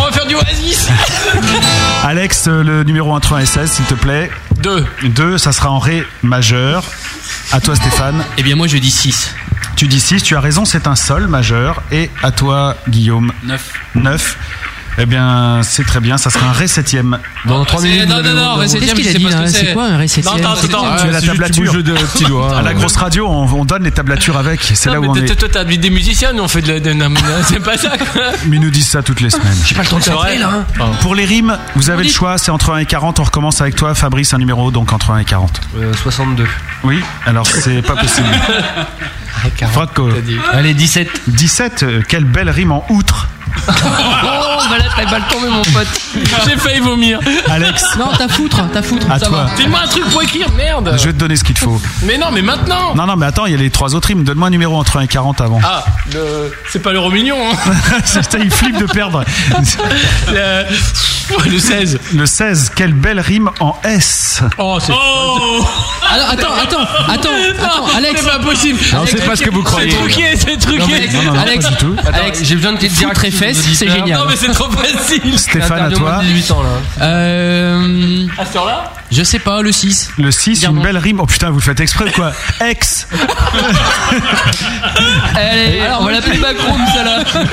Speaker 7: On va faire du Oasis
Speaker 1: Alex, euh, le numéro entre 1 et 16, s'il te plaît.
Speaker 7: 2.
Speaker 1: 2, ça sera en Ré majeur. À toi, Stéphane.
Speaker 10: Eh bien, moi, je dis 6.
Speaker 1: Tu dis 6, tu as raison, c'est un Sol majeur. Et à toi, Guillaume.
Speaker 16: 9.
Speaker 1: 9. Eh bien, c'est très bien, ça sera un Ré septième.
Speaker 8: Dans
Speaker 16: trois C'est- minutes, non, vous non, allez non, voir. Ré septième, je sais pas ce que c'est. Non, attends, attends, attends.
Speaker 1: Tu as la
Speaker 16: C'est juste que tu
Speaker 1: tablature.
Speaker 16: bouges le petit doigt. hein.
Speaker 1: À la grosse radio, on, on donne les tablatures avec. C'est
Speaker 7: Non,
Speaker 1: là où
Speaker 7: mais
Speaker 1: on
Speaker 7: t'as-
Speaker 1: est.
Speaker 7: Toi, t'as des musiciens, nous on fait de la. de- non, mais non, C'est pas ça quoi
Speaker 1: Mais ils nous disent ça toutes les semaines.
Speaker 7: J'ai pas le temps de C'est s'atteler, vrai. là, hein. Pardon.
Speaker 1: Pour les rimes, vous avez le choix, c'est entre 1 et 40. On recommence avec toi, Fabrice, un numéro donc entre 1 et 40.
Speaker 7: Euh,
Speaker 8: 62.
Speaker 1: Oui, alors c'est pas possible. Franco.
Speaker 8: Allez, 17.
Speaker 1: 17, euh, quelle belle rime en outre.
Speaker 10: Oh, bah là, t'as le bal tombé, mon pote.
Speaker 7: J'ai failli vomir.
Speaker 1: Alex.
Speaker 10: Non, t'as foutre, t'as foutre.
Speaker 1: À
Speaker 10: ça
Speaker 1: toi.
Speaker 10: va.
Speaker 7: Dis-moi un truc pour écrire, merde
Speaker 1: Je vais te donner ce qu'il te faut.
Speaker 7: Mais non, mais maintenant
Speaker 1: Non, non, mais attends, il y a les trois autres rimes. Donne-moi un numéro entre 1 et 40 avant.
Speaker 7: Ah, le- c'est pas l'euro mignon, hein
Speaker 1: Putain, il flippe de perdre.
Speaker 7: Le... le 16.
Speaker 1: Le 16, quelle belle rime en S.
Speaker 7: Oh, c'est.
Speaker 10: Alors, attends, attends, attends, attends, Alex.
Speaker 7: C'est pas possible
Speaker 1: Non,
Speaker 7: Alex,
Speaker 1: c'est pas ce que vous croyez.
Speaker 7: C'est truqué,
Speaker 1: Non,
Speaker 7: c'est
Speaker 1: mais
Speaker 7: truqué
Speaker 1: Alex, Non, non, non, Alex, pas du tout.
Speaker 10: Alex, j'ai besoin de tes
Speaker 9: foutre
Speaker 10: très
Speaker 9: les
Speaker 10: fesses, c'est
Speaker 9: auditeurs.
Speaker 10: génial.
Speaker 7: Non, mais c'est trop facile
Speaker 1: Stéphane, à
Speaker 8: Interdit aux moins
Speaker 1: toi.
Speaker 8: de 18 ans, là.
Speaker 10: Euh.
Speaker 7: À ce temps-là
Speaker 10: Je sais pas, le 6.
Speaker 1: Le 6, une belle rime. Oh putain, vous le faites exprès ou quoi Ex
Speaker 10: Allez, Euh, alors on va l'appeler Macron, celle-là.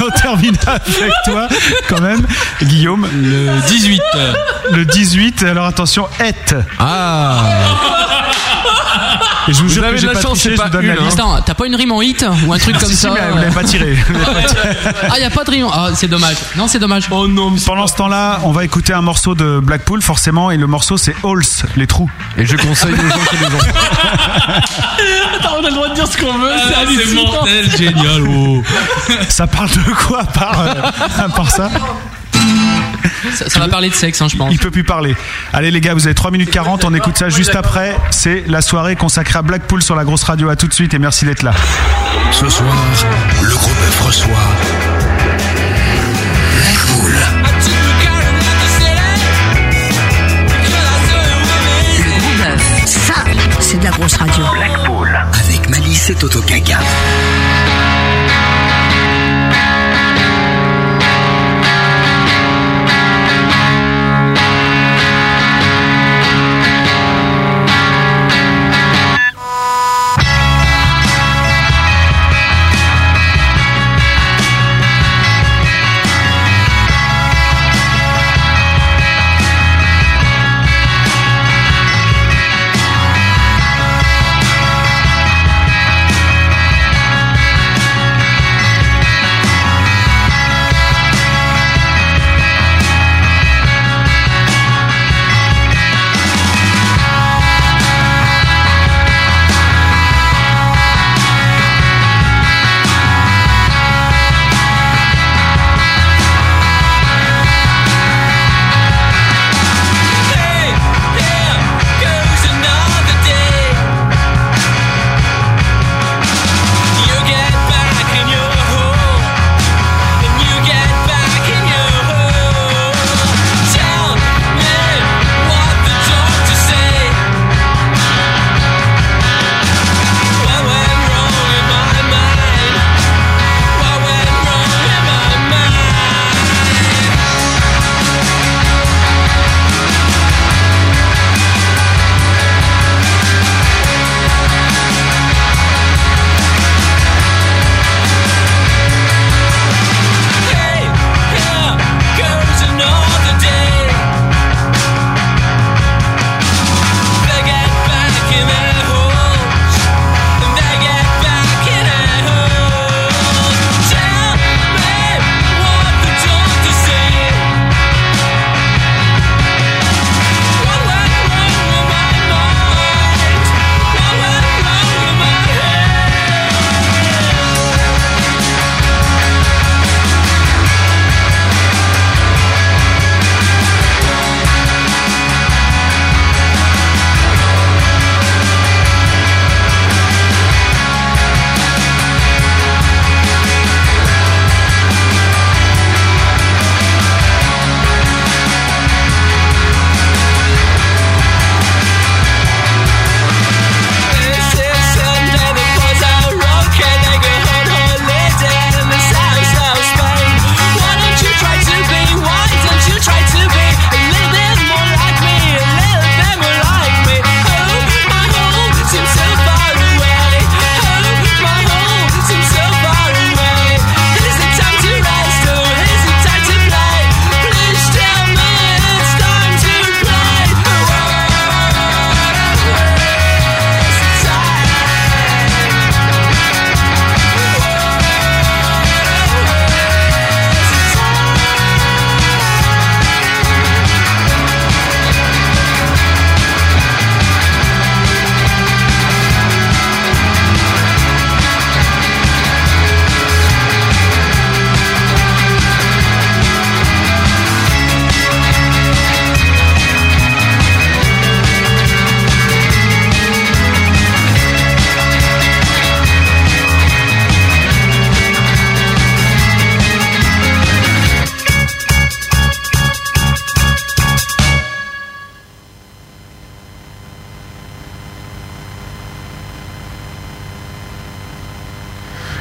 Speaker 1: On termine avec toi, quand même, Guillaume.
Speaker 16: Le 18. euh,
Speaker 1: Le 18, alors attention, et.
Speaker 6: Ah
Speaker 1: Et je vous,
Speaker 6: Vous
Speaker 1: jure
Speaker 6: avez
Speaker 1: que
Speaker 6: de
Speaker 1: j'ai
Speaker 6: la
Speaker 1: pas
Speaker 6: chance,
Speaker 1: triché,
Speaker 6: c'est
Speaker 1: je
Speaker 6: pas
Speaker 1: vous donne la
Speaker 6: une, hein.
Speaker 1: liste.
Speaker 10: Attends, t'as pas une rime en hit ou un truc comme
Speaker 1: Si, si,
Speaker 10: ça
Speaker 1: mais vous l'avez pas tiré. Vous l'avez pas tiré.
Speaker 10: Ah, y a pas de rime. Ah, c'est dommage. Non, c'est dommage.
Speaker 7: Oh non, mais
Speaker 1: Pendant ce temps-là, on va écouter un morceau de Blackpool, forcément, et le morceau c'est Halls, les trous.
Speaker 6: Et je conseille aux gens qui les ont.
Speaker 7: Attends, on a le droit de dire ce qu'on veut, Euh, c'est
Speaker 16: Ah, c'est
Speaker 7: hallucinant.
Speaker 16: mortel, génial. oh.
Speaker 1: Ça parle de quoi à part, euh, à part ça
Speaker 10: Ça, ça va parler de sexe, hein, je pense.
Speaker 1: Il peut plus parler. Allez les gars, vous avez 3 minutes 40, on écoute ça juste après. C'est la soirée consacrée à Blackpool sur la grosse radio. À tout de suite et merci d'être là.
Speaker 2: Ce soir, le gros bœuf reçoit
Speaker 20: Cool.
Speaker 3: Le gros bœuf. Ça, c'est de la grosse radio.
Speaker 20: Blackpool. Avec Malice et Toto Kaka.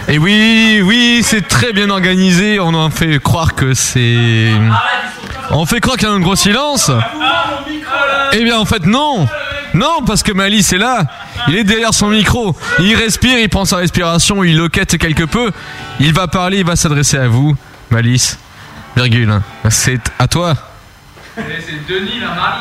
Speaker 6: Eh
Speaker 11: Et oui, oui, c'est très bien organisé. On en fait croire que c'est. On fait croire qu'il y a un gros silence. Eh bien, en fait, non. Non, parce que Malice est là. Il est derrière son micro. Il respire, il prend sa respiration, il loquette quelque peu. Il va parler, il va s'adresser à vous. Malice, virgule. hein. C'est à toi.
Speaker 6: C'est Denis la Marie.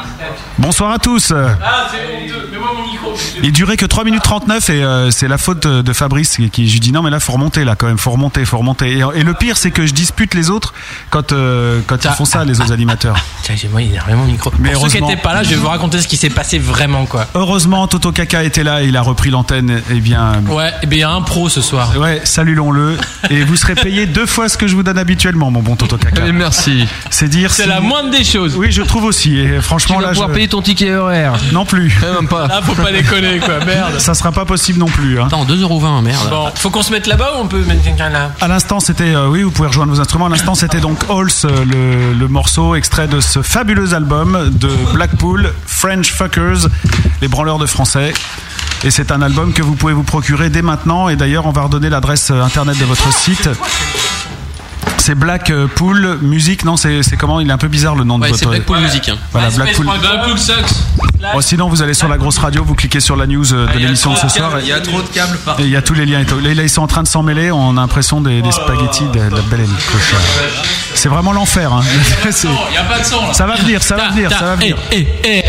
Speaker 1: Bonsoir à tous.
Speaker 6: Ah, c'est honteux. Mais moi, mon micro.
Speaker 1: Il durait que 3 minutes 39 et euh, c'est la faute de, de Fabrice qui, qui je lui dis non mais là faut remonter là quand même faut remonter faut remonter et, et le pire c'est que je dispute les autres quand euh, quand ils font ça les autres animateurs.
Speaker 7: Tiens, j'ai- moi, il a vraiment le Ah. micro.
Speaker 1: Mais
Speaker 7: Pour ceux qui
Speaker 1: heureusement-
Speaker 7: n'étaient pas là, je vais vous raconter ce qui s'est passé vraiment, quoi.
Speaker 1: Heureusement Toto Kaka était là et il a repris l'antenne et bien
Speaker 7: Ouais, et bien, il y a un pro ce soir.
Speaker 1: ouais saluons-le et vous serez payé deux fois ce que je vous donne habituellement mon bon Toto Kaka.
Speaker 11: merci.
Speaker 1: C'est dire
Speaker 7: C'est
Speaker 1: si-
Speaker 7: la moindre des choses.
Speaker 1: oui, je trouve aussi. Et franchement,
Speaker 21: Tu vas
Speaker 1: là,
Speaker 21: pouvoir
Speaker 1: je...
Speaker 21: payer ton ticket horaire.
Speaker 1: Non plus.
Speaker 6: Même pas.
Speaker 17: Ah, faut pas déconner, quoi, merde.
Speaker 1: Ça sera pas possible non plus. Hein.
Speaker 10: Attends, 2,20€, merde.
Speaker 17: Bon, faut qu'on se mette là-bas ou on peut mettre quelqu'un là
Speaker 1: À l'instant, c'était euh, oui, vous pouvez rejoindre vos instruments. À l'instant, c'était donc Halls, euh, le, le morceau extrait de ce fabuleux album de Blackpool, French Fuckers, les branleurs de français. Et c'est un album que vous pouvez vous procurer dès maintenant. Et d'ailleurs, on va redonner l'adresse euh, internet de votre site. C'est Blackpool Music. Non, c'est c'est comment Il est un peu bizarre le nom
Speaker 10: Ouais,
Speaker 1: de votre.
Speaker 10: c'est Blackpool Music, hein.
Speaker 1: Voilà, Blackpool.
Speaker 7: Blackpool sucks.
Speaker 1: Bon, sinon, vous allez sur la grosse radio, vous cliquez sur la news euh, de l'émission de ce soir. et-
Speaker 7: Ah, Il y a trop de câbles par.
Speaker 1: et il y a tous les liens. et tout. Là, là, ils sont en train de s'en mêler. On a l'impression des,
Speaker 17: Oh
Speaker 1: des spaghettis de, de la belle Annie Clochard. C'est vraiment l'enfer. hein. C'est-
Speaker 17: Il y a pas de son là.
Speaker 1: Ça va venir, ça va venir, ça va venir.
Speaker 17: Eh, eh, eh,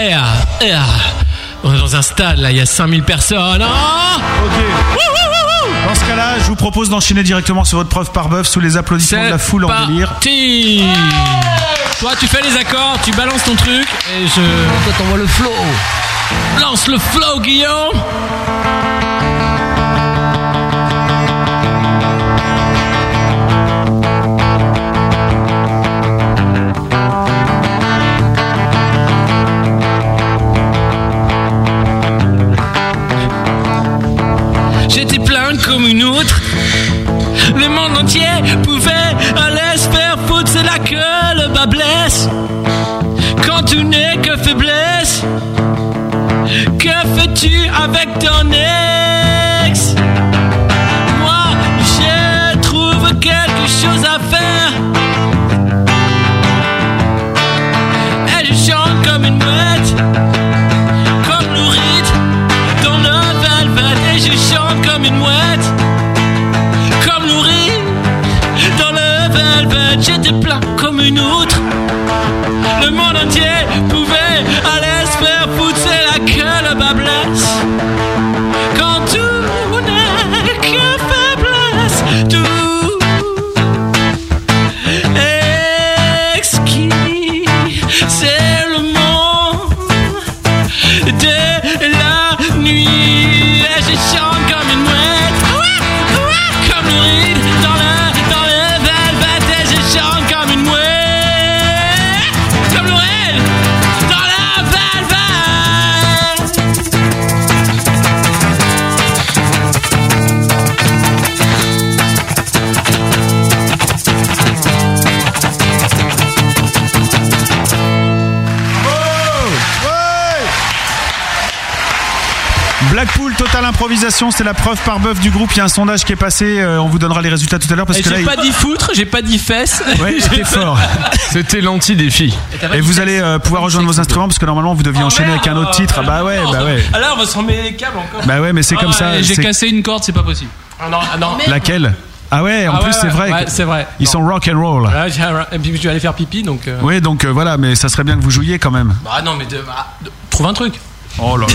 Speaker 17: eh, ah, eh, ah. On est dans un stade là, il y a 5000 personnes. Ah
Speaker 1: Dans ce cas-là, je vous propose d'enchaîner directement sur votre preuve par bœuf sous les applaudissements de la foule en délire.
Speaker 17: Parti Toi, tu fais les accords, tu balances ton truc et je. Toi, t'envoies le flow.
Speaker 1: Ah,
Speaker 17: Lance le flow, Guillaume. J'étais plein comme une autre. Le monde entier pouvait à l'aise faire foutre, c'est là que le bas blesse. Quand tu n'es que faiblesse, que fais-tu avec ton ex Moi, je trouve quelque chose à faire. Et je chante comme une bête, comme l'ourite dans le velvet. Et je chante comme une mouette, comme l'ourite dans le velvet. J'étais plein comme une outre. Le monde entier pouvait à l'aise faire pousser la queue, le bas blesse. Quand tout n'est que faiblesse, tout exquis. C'est le monde de la nuit. Et je chante comme une mouette, Ah ouah, ouah, comme le ride dans le, dans le velvet. Et je chante comme une mouette, comme le ride dans la velvet.
Speaker 1: Blackpool Total Improvisation, c'est la preuve par bœuf du groupe. Il y a un sondage qui est passé. euh, on vous donnera les résultats tout à l'heure parce
Speaker 17: Et
Speaker 1: que là,
Speaker 17: J'ai
Speaker 1: il-
Speaker 17: pas dit foutre, j'ai pas dit fesses.
Speaker 1: Ouais, c'était fort. C'était l'anti-défi. Et vous allez euh, pouvoir rejoindre vos instruments parce que normalement vous
Speaker 17: Oh,
Speaker 1: deviez enchaîner avec un autre titre. Bah ouais, bah ouais.
Speaker 17: Alors on va se remettre les câbles encore.
Speaker 1: Bah ouais, mais c'est comme ça.
Speaker 7: J'ai
Speaker 1: c'est-
Speaker 7: cassé une corde, c'est pas possible.
Speaker 17: Ah non, ah non.
Speaker 1: Laquelle Ah ouais, en
Speaker 17: Ah
Speaker 1: plus
Speaker 17: ouais,
Speaker 1: c'est
Speaker 17: ouais,
Speaker 1: vrai.
Speaker 17: ouais,
Speaker 1: que-
Speaker 17: c'est vrai.
Speaker 1: Ils sont rock and roll.
Speaker 17: Voilà, Ah, j'ai un- et puis je vais aller faire pipi donc. euh,
Speaker 1: Oui, donc euh, voilà, mais ça serait bien que vous jouiez quand même.
Speaker 17: Bah non, mais de- ah, de- trouve un truc.
Speaker 1: Oh là là.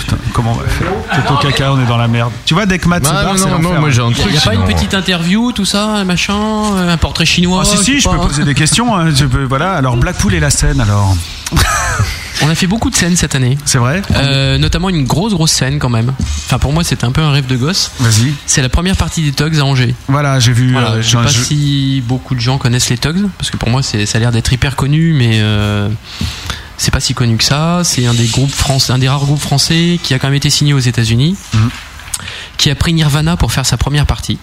Speaker 1: Putain, comment on va faire Toto Caca, on est dans la merde. Tu vois, dès que Matt se barre, c'est l'enfer.
Speaker 10: Ah,
Speaker 1: hein.
Speaker 10: Y a pas une petite interview, tout ça, machin, euh, un portrait chinois.
Speaker 1: Ah si si,
Speaker 10: sais
Speaker 1: je
Speaker 10: pas.
Speaker 1: peux poser des questions. hein, je peux- voilà. Alors Blackpool et la scène alors.
Speaker 10: On a fait beaucoup de scènes cette année. Euh,
Speaker 1: C'est vrai
Speaker 10: Notamment une grosse, grosse scène quand même. Enfin, pour moi, c'était un peu un rêve de gosse.
Speaker 1: Vas-y.
Speaker 10: C'est la première partie des Tugs à Angers.
Speaker 1: Voilà, j'ai vu.
Speaker 10: Voilà,
Speaker 1: euh,
Speaker 10: je sais pas
Speaker 1: je-
Speaker 10: si beaucoup de gens connaissent les Tugs, parce que pour moi, c'est- ça a l'air d'être hyper connu, mais euh, c'est pas si connu que ça. C'est un des groupes français, un des rares groupes français qui a quand même été signé aux États-Unis,
Speaker 1: Mm.
Speaker 10: qui a pris Nirvana pour faire sa première partie.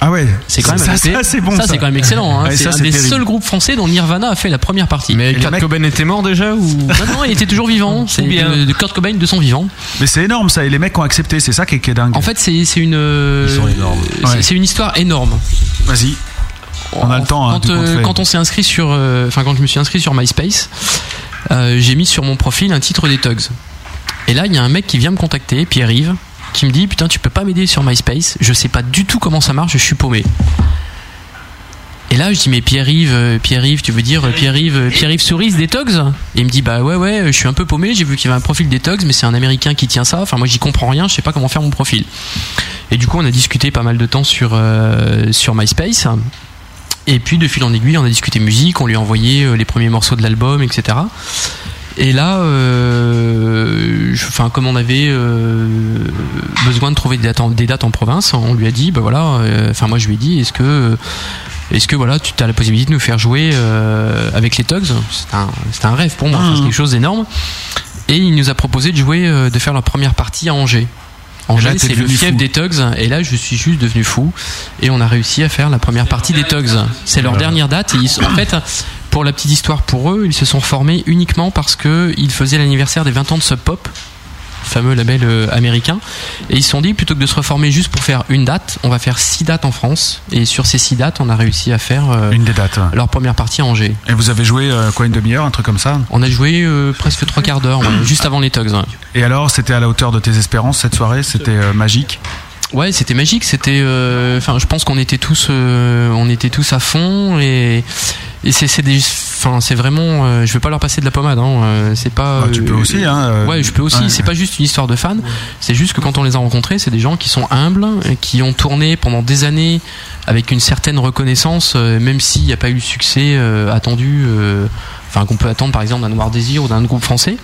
Speaker 1: Ah ouais.
Speaker 10: C'est quand même
Speaker 1: Ça,
Speaker 10: assez-
Speaker 1: ça, c'est bon, ça.
Speaker 10: c'est quand même excellent. hein.
Speaker 1: Ouais,
Speaker 10: c'est
Speaker 1: ça,
Speaker 10: un
Speaker 1: c'est
Speaker 10: des
Speaker 1: terrible.
Speaker 10: seuls groupes français dont Nirvana a fait la première partie.
Speaker 6: Mais Kurt Cobain était mort déjà ou
Speaker 10: Non, non, il était toujours vivant. C'est
Speaker 1: bien.
Speaker 10: de, de Kurt Cobain de son vivant.
Speaker 1: Mais c'est énorme ça. Et les mecs ont accepté. C'est ça qui est, qui est dingue.
Speaker 10: En fait, c'est c'est une. euh, c'est-
Speaker 1: Ouais.
Speaker 10: C'est une histoire énorme.
Speaker 1: Vas-y. On a le temps. hein,
Speaker 10: Quand,
Speaker 1: du coup, on
Speaker 10: euh,
Speaker 1: fait.
Speaker 10: quand on s'est inscrit sur, euh, enfin quand je me suis inscrit sur MySpace, euh, j'ai mis sur mon profil un titre des Tugs. Et là, il y a un mec qui vient me contacter, Pierre-Yves, qui me dit putain, tu peux pas m'aider sur MySpace Je sais pas du tout comment ça marche, je suis paumé. Et là, je dis mais Pierre-Yves, euh, Pierre-Yves, tu veux dire euh, Pierre-Yves, euh, Pierre-Yves Cerise des Tugs Et il me dit bah ouais ouais, euh, je suis un peu paumé, j'ai vu qu'il y avait un profil des Tugs, mais c'est un Américain qui tient ça. Enfin moi j'y comprends rien, je sais pas comment faire mon profil. Et du coup, on a discuté pas mal de temps sur euh, sur MySpace. Et puis de fil en aiguille, on a discuté musique, on lui a envoyé euh, les premiers morceaux de l'album, etc. Et là, euh, je- enfin, comme on avait euh, besoin de trouver des dates, en, des dates en province, on lui a dit, bah voilà, euh, enfin moi je lui ai dit, est-ce que Est-ce que voilà, tu as la possibilité de nous faire jouer euh, avec les Tugs C'est un, c'est un rêve pour moi, enfin, c'est quelque chose d'énorme. Et il nous a proposé de jouer, euh, de faire leur première partie à Angers.
Speaker 1: Et là,
Speaker 10: Angers,
Speaker 1: t'es
Speaker 10: c'est le
Speaker 1: devenu
Speaker 10: fief
Speaker 1: fou.
Speaker 10: des Tugs, et là je suis juste devenu fou. Et on a réussi à faire la première partie des Tugs. C'est leur dernière date. Et ils sont- en fait, pour la petite histoire, pour eux, ils se sont formés uniquement parce que ils faisaient l'anniversaire des 20 ans de Sub Pop le fameux label euh, américain et ils se sont dit plutôt que de se reformer juste pour faire une date on va faire six dates en France et sur ces six dates on a réussi à faire euh,
Speaker 1: Une des dates.
Speaker 10: leur première partie à Angers
Speaker 1: Et vous avez joué euh, quoi, une demi-heure, un truc comme ça
Speaker 10: on a joué euh, presque trois quarts d'heure ouais, juste avant les Tugs ouais.
Speaker 1: Et alors, c'était à la hauteur de tes espérances cette soirée C'était euh, magique
Speaker 10: Ouais, c'était magique. C'était, euh, enfin, je pense qu'on était tous, euh, on était tous à fond et, et c'est, c'est des, enfin, c'est vraiment. euh, je vais pas leur passer de la pommade. Hein, euh, c'est pas.
Speaker 1: Ah, tu peux aussi, hein, euh,
Speaker 10: ouais, je peux aussi.
Speaker 1: ouais.
Speaker 10: c'est pas juste une histoire de fans. C'est juste que quand on les a rencontrés, c'est des gens qui sont humbles, et qui ont tourné pendant des années avec une certaine reconnaissance, euh, même s'il n'y a pas eu le succès euh, attendu. euh, Enfin, qu'on peut attendre par exemple d'un Noir Désir ou d'un groupe français,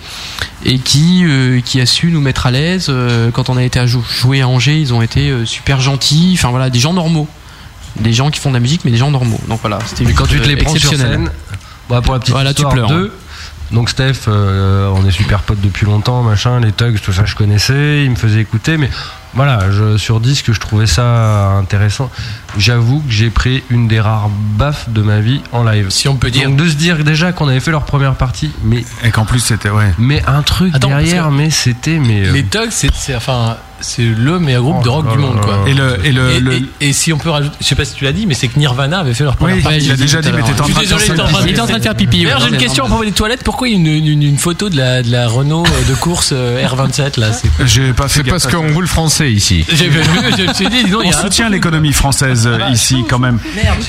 Speaker 10: et qui, euh, qui a su nous mettre à l'aise. Euh, quand on a été à jou- jouer à Angers, ils ont été euh, super gentils, enfin voilà, des gens normaux. Des gens qui font de la musique, mais des gens normaux. Donc voilà, c'était une
Speaker 8: Mais quand tu te
Speaker 10: rencontre,
Speaker 8: les
Speaker 10: euh,
Speaker 8: prends sur
Speaker 10: exceptionnelle.
Speaker 8: scène, bah, pour la petite
Speaker 10: Voilà, tu
Speaker 8: histoire,
Speaker 10: pleures, hein.
Speaker 8: deux. Donc Steph, euh, on est super potes depuis longtemps, machin, les Tugs, tout ça je connaissais, il me faisait écouter, mais voilà, je, sur disque je trouvais ça intéressant. J'avoue que j'ai pris une des rares baffes de ma vie en live. Si on peut dire. de se dire déjà qu'on avait fait leur première partie, mais
Speaker 1: et qu'en plus c'était ouais.
Speaker 8: Mais un truc
Speaker 7: Attends, parce
Speaker 8: derrière,
Speaker 7: que-
Speaker 8: mais c'était mais. euh,
Speaker 7: Les Tugs, c'est c'est- enfin, c'est le meilleur groupe
Speaker 8: Oh
Speaker 7: de rock
Speaker 8: là
Speaker 7: du
Speaker 8: là
Speaker 7: monde,
Speaker 8: là
Speaker 7: quoi.
Speaker 8: là. Et le-
Speaker 1: et le-
Speaker 7: et,
Speaker 1: le-
Speaker 7: et si on peut rajouter, je sais pas si tu l'as dit, mais c'est que Nirvana avait fait leur première
Speaker 1: Oui,
Speaker 7: partie.
Speaker 1: il l'a déjà dit, mais t'étais en train de
Speaker 7: Je suis désolé,
Speaker 1: faire
Speaker 7: t'es en train
Speaker 1: pipi. Il était en train de faire pipi,
Speaker 7: D'ailleurs,
Speaker 1: ouais.
Speaker 7: j'ai une question à propos des toilettes. Pourquoi il y a une, une- une photo de la, de la Renault euh, de course euh, R27 là C'est
Speaker 1: J'ai pas fait
Speaker 7: C'est
Speaker 1: gaffe
Speaker 7: parce
Speaker 1: à
Speaker 7: qu'on
Speaker 1: ça.
Speaker 7: roule
Speaker 6: français ici.
Speaker 7: J'ai vu- je me suis dit, dis donc, il
Speaker 1: on
Speaker 7: y a un Ah bah,
Speaker 1: soutient l'économie française euh, ici quand même.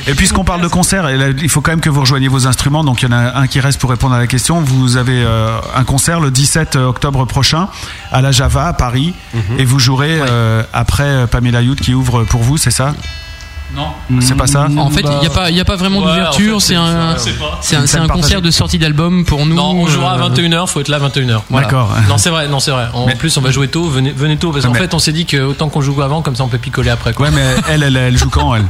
Speaker 1: Et puisqu'on parle de concert, et là, il faut quand même que vous rejoigniez vos instruments. Donc il y en a un qui reste pour répondre à la question. Vous avez euh, un concert le 17 octobre prochain à la Java à Paris,
Speaker 7: Mhm.
Speaker 1: et vous jouerez euh, après euh, Pamela Youth qui ouvre pour vous, c'est ça
Speaker 16: Non.
Speaker 1: Mm. C'est pas ça
Speaker 10: En fait, il n'y a, pas- il y a pas vraiment
Speaker 7: Mm. Ouais,
Speaker 10: d'ouverture,
Speaker 7: en fait,
Speaker 10: c'est un,
Speaker 7: c'est- je sais pas.
Speaker 10: c'est un,
Speaker 7: Une
Speaker 10: c'est
Speaker 7: scène
Speaker 10: un
Speaker 7: partagée.
Speaker 10: concert de sortie d'album pour nous.
Speaker 7: Non, on jouera à
Speaker 10: euh,
Speaker 7: 21h, faut être là à 21h.
Speaker 10: D'accord.
Speaker 7: Non, c'est vrai, non, c'est vrai. En plus, on va jouer tôt, venez, venez tôt, parce qu'en fait, on s'est dit que autant qu'on joue avant, comme ça, on peut picoler après, quoi.
Speaker 1: Ouais, mais elle, elle, joue quand, elle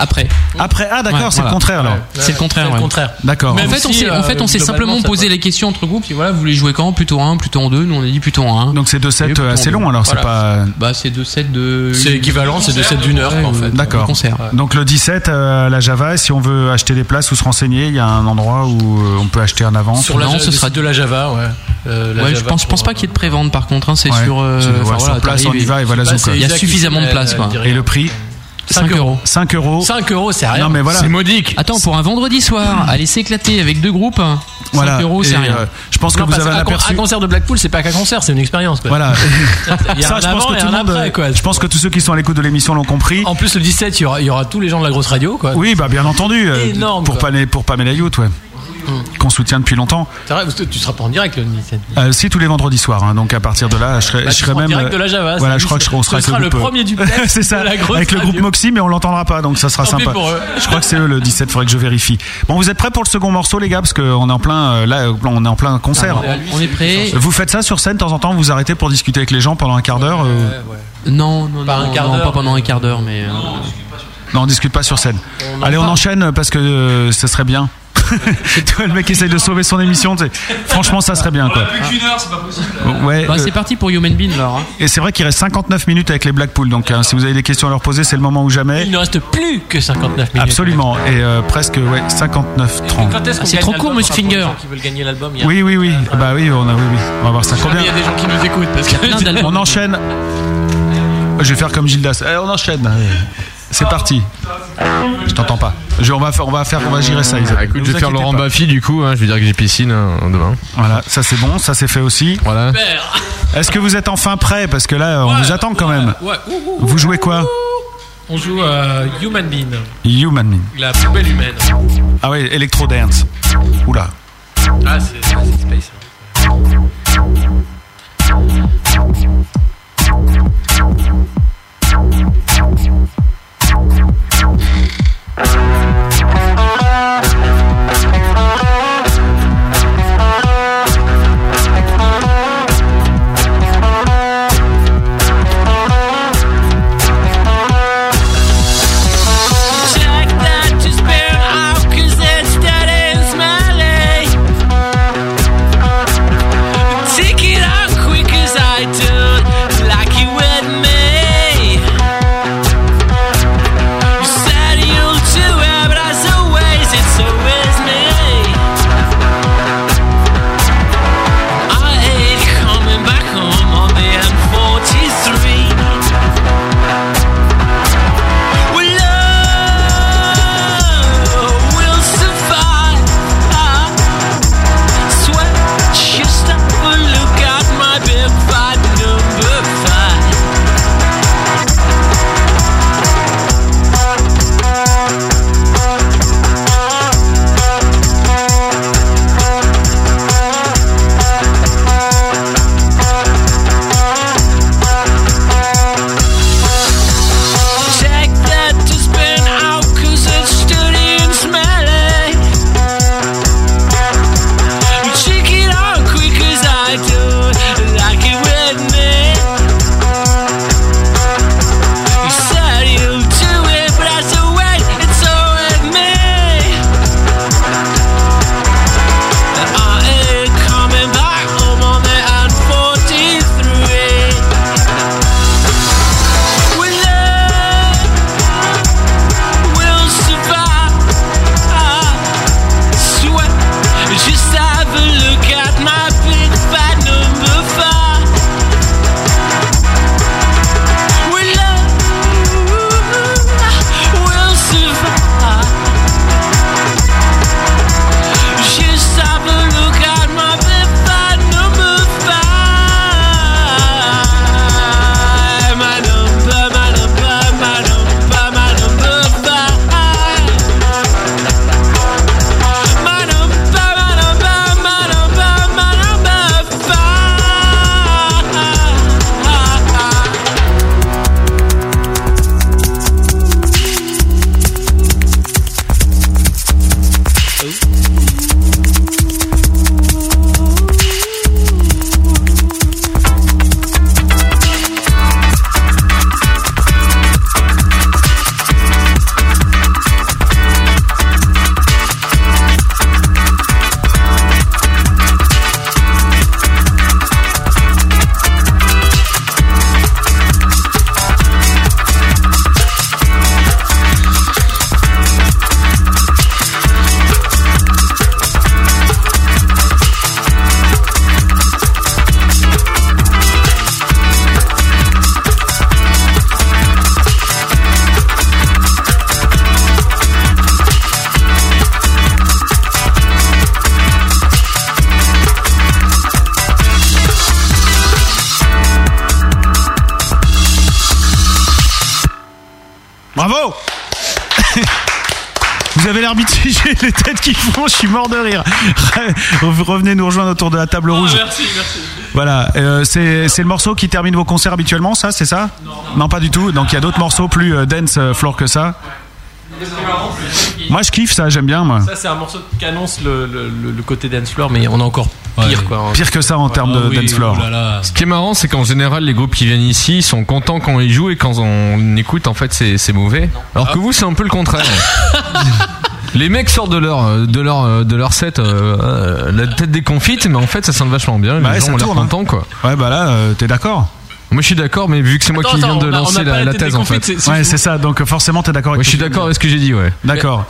Speaker 10: Après.
Speaker 1: Après, ah d'accord,
Speaker 7: Ouais,
Speaker 1: c'est
Speaker 7: voilà.
Speaker 1: le contraire alors.
Speaker 7: Ouais,
Speaker 10: C'est le contraire. ouais.
Speaker 1: D'accord. euh,
Speaker 10: Mais en fait, on s'est
Speaker 7: euh,
Speaker 10: en fait, on s'est simplement posé les questions entre groupes. Et voilà, vous voulez jouer quand Plutôt en 1, plutôt en 2. Nous, on a dit plutôt en 1.
Speaker 1: Donc c'est deux sets assez longs, alors, c'est pas-
Speaker 10: Bah, c'est deux sets de.
Speaker 7: C'est équivalent, c'est deux sets d'une heure, quoi, en fait.
Speaker 1: D'accord.
Speaker 10: concert.
Speaker 1: Donc le 17 euh, à la Java, et si on veut acheter des places ou se renseigner, il y a un endroit où euh, on peut acheter en avance.
Speaker 7: Sur la,
Speaker 1: Non,
Speaker 7: ce sera de la Java, ouais. Euh, la
Speaker 10: Ouais, je
Speaker 7: Java
Speaker 10: pense, je
Speaker 7: pour-
Speaker 10: pense pas qu'il y ait de prévente par contre. hein, c'est
Speaker 1: Ouais.
Speaker 10: sur. euh,
Speaker 1: C'est- ouais,
Speaker 10: enfin,
Speaker 1: sur
Speaker 10: voilà,
Speaker 1: place, on
Speaker 10: t'arrives
Speaker 1: y
Speaker 10: et-
Speaker 1: va et voilà
Speaker 10: Bah,
Speaker 1: Zouk.
Speaker 10: c'est Il y a
Speaker 1: Isaac qui
Speaker 10: suffisamment de
Speaker 1: fait,
Speaker 10: place.
Speaker 1: euh,
Speaker 10: Quoi.
Speaker 1: je dirais. Et le prix
Speaker 10: 5 euros.
Speaker 1: 5 euros.
Speaker 7: 5 euros, c'est rien.
Speaker 1: Non, mais voilà. C'est modique.
Speaker 10: Attends, pour un vendredi soir, aller s'éclater avec deux groupes, 5
Speaker 1: Ah. Voilà.
Speaker 10: euros, c'est
Speaker 1: Et,
Speaker 10: rien.
Speaker 1: euh, je pense que
Speaker 7: Non,
Speaker 1: vous
Speaker 7: parce
Speaker 1: avez un
Speaker 7: qu'un con-
Speaker 1: aperçu.
Speaker 7: Un concert de Blackpool, c'est pas qu'un concert, c'est une expérience, quoi.
Speaker 1: Voilà.
Speaker 7: Il y a
Speaker 1: Ça,
Speaker 7: un
Speaker 1: je pense
Speaker 7: avant
Speaker 1: que
Speaker 7: et
Speaker 1: tout
Speaker 7: un
Speaker 1: le monde, euh,
Speaker 7: après, quoi.
Speaker 1: Je pense que tous ceux qui sont à l'écoute de l'émission l'ont compris.
Speaker 7: En plus, le 17, il y aura, il y aura tous les gens de la grosse radio, quoi.
Speaker 1: Oui, bah bien entendu. euh,
Speaker 7: Énorme,
Speaker 1: pour
Speaker 7: quoi. Mmh.
Speaker 1: Pamela, pour Pamela Youth, ouais. Qu'on soutient depuis longtemps.
Speaker 7: C'est vrai, parce que tu seras pas en direct, le 17.
Speaker 1: Euh, si tous les vendredis soirs, hein, donc à partir de là, je serai,
Speaker 7: Bah,
Speaker 1: je
Speaker 7: tu
Speaker 1: serai
Speaker 7: seras en
Speaker 1: même.
Speaker 7: direct
Speaker 1: euh,
Speaker 7: de la Java,
Speaker 1: voilà,
Speaker 7: ça,
Speaker 1: je crois que je, on
Speaker 7: ce
Speaker 1: sera, avec
Speaker 7: sera le
Speaker 1: groupe, euh,
Speaker 7: premier du plateau
Speaker 1: c'est ça,
Speaker 7: de la grosse
Speaker 1: avec le groupe
Speaker 7: radio.
Speaker 1: Moxie, mais on l'entendra pas, donc ça sera
Speaker 7: Tant pis
Speaker 1: sympa.
Speaker 7: pour eux.
Speaker 1: Je crois que c'est eux le 17, faudrait que je vérifie. Bon, vous êtes prêts pour le second morceau, les gars, parce qu'on est en plein, euh, là, on est en plein concert.
Speaker 10: Ah, On est prêt.
Speaker 1: Vous faites ça sur scène, de temps en temps, vous arrêtez pour discuter avec les gens pendant un quart d'heure. euh,
Speaker 10: Non, non, non, non, pas pendant un quart d'heure, mais. euh,
Speaker 1: Non, on discute pas sur scène.
Speaker 10: en
Speaker 1: Allez, on
Speaker 10: parle.
Speaker 1: enchaîne parce que euh, ça serait bien. Toi, le mec essaye de sauver son émission. tu sais. Franchement, ça serait bien. Quoi.
Speaker 16: Plus qu'une heure, c'est pas possible.
Speaker 1: Ouais,
Speaker 10: Bah,
Speaker 1: euh,
Speaker 10: c'est parti pour Human Bean alors. hein.
Speaker 1: Et c'est vrai qu'il reste 59 minutes avec les Blackpool. Donc, hein, si vous avez des questions à leur poser, c'est le moment ou jamais.
Speaker 7: Il ne reste plus que 59 minutes.
Speaker 1: Absolument. Et euh, presque, ouais, 59, 30.
Speaker 7: Quand est-ce qu'on gagne l'album par rapport aux gens qui veulent gagner l'album, il y a-
Speaker 1: Oui, oui, oui. Bah oui, on a, oui, oui. On va voir ça. Combien
Speaker 7: Il y a des gens qui nous écoutent parce que.
Speaker 1: On enchaîne. Je vais faire comme Gildas. Allez, on enchaîne. C'est parti. Je t'entends pas. Je- on va faire, on va faire, on va gérer ça.
Speaker 11: Ah,
Speaker 1: Isabelle.
Speaker 6: Ah, écoute,
Speaker 1: Ne
Speaker 6: je
Speaker 1: vous
Speaker 6: vais faire
Speaker 1: inquiétez
Speaker 6: Laurent
Speaker 1: pas.
Speaker 6: Baffy du coup, hein, je vais dire que j'ai piscine
Speaker 11: euh,
Speaker 6: hein, demain.
Speaker 1: Voilà, ça c'est bon, ça c'est fait aussi.
Speaker 6: Voilà.
Speaker 1: Est-ce que vous êtes enfin prêts Parce que là, on vous attend quand même.
Speaker 7: Ouais, ouh, ouh, ouh.
Speaker 1: Vous jouez quoi
Speaker 7: On joue à Human Bean,
Speaker 1: Human Me.
Speaker 7: la poubelle humaine.
Speaker 1: Ah ouais, Electro Dance. Oula.
Speaker 7: Ah, c'est c'est Space.
Speaker 11: Check that, just
Speaker 1: Bravo Vous avez l'air mitigé, les têtes qui font, je suis mort de rire. Re- Revenez nous rejoindre autour de la table rouge.
Speaker 11: Merci, merci.
Speaker 1: Voilà, euh, c'est c'est le morceau qui termine vos concerts habituellement, ça, c'est ça non, pas du tout. Donc il y a d'autres morceaux plus euh, dance euh, floor que ça. Moi, je kiffe ça, j'aime bien, moi.
Speaker 7: Ça, c'est un morceau qui annonce le, le- le- le côté dance floor, mais on a encore pire, quoi.
Speaker 1: Pire que ça en termes de
Speaker 7: Bah oui,
Speaker 1: dance floor.
Speaker 7: oh là là.
Speaker 6: Ce qui est marrant, c'est qu'en général, les groupes qui viennent ici ils sont contents quand ils jouent et quand on écoute, en fait, c'est c'est mauvais. Alors
Speaker 7: Ah.
Speaker 6: que vous, c'est un peu le contraire. Les mecs sortent de leur euh, de leur euh, de leur set euh, euh, la tête déconfite, mais en fait ça sent vachement bien.
Speaker 1: Bah ouais,
Speaker 6: les gens
Speaker 1: ça
Speaker 6: ont l'air
Speaker 1: tourne, hein.
Speaker 6: contents quoi.
Speaker 1: Ouais bah là t'es d'accord.
Speaker 6: Moi je suis d'accord, mais vu que c'est moi
Speaker 1: Attends,
Speaker 6: qui viens
Speaker 1: attends,
Speaker 6: de
Speaker 1: on a- on a
Speaker 6: lancer
Speaker 1: pas
Speaker 6: la,
Speaker 1: la
Speaker 6: la
Speaker 1: tête
Speaker 6: thèse en fait.
Speaker 1: déconfite, c'est- c'est- Ouais, c'est ça. Donc forcément t'es d'accord. avec
Speaker 6: je suis d'accord avec ce que j'ai dit ouais.
Speaker 1: D'accord.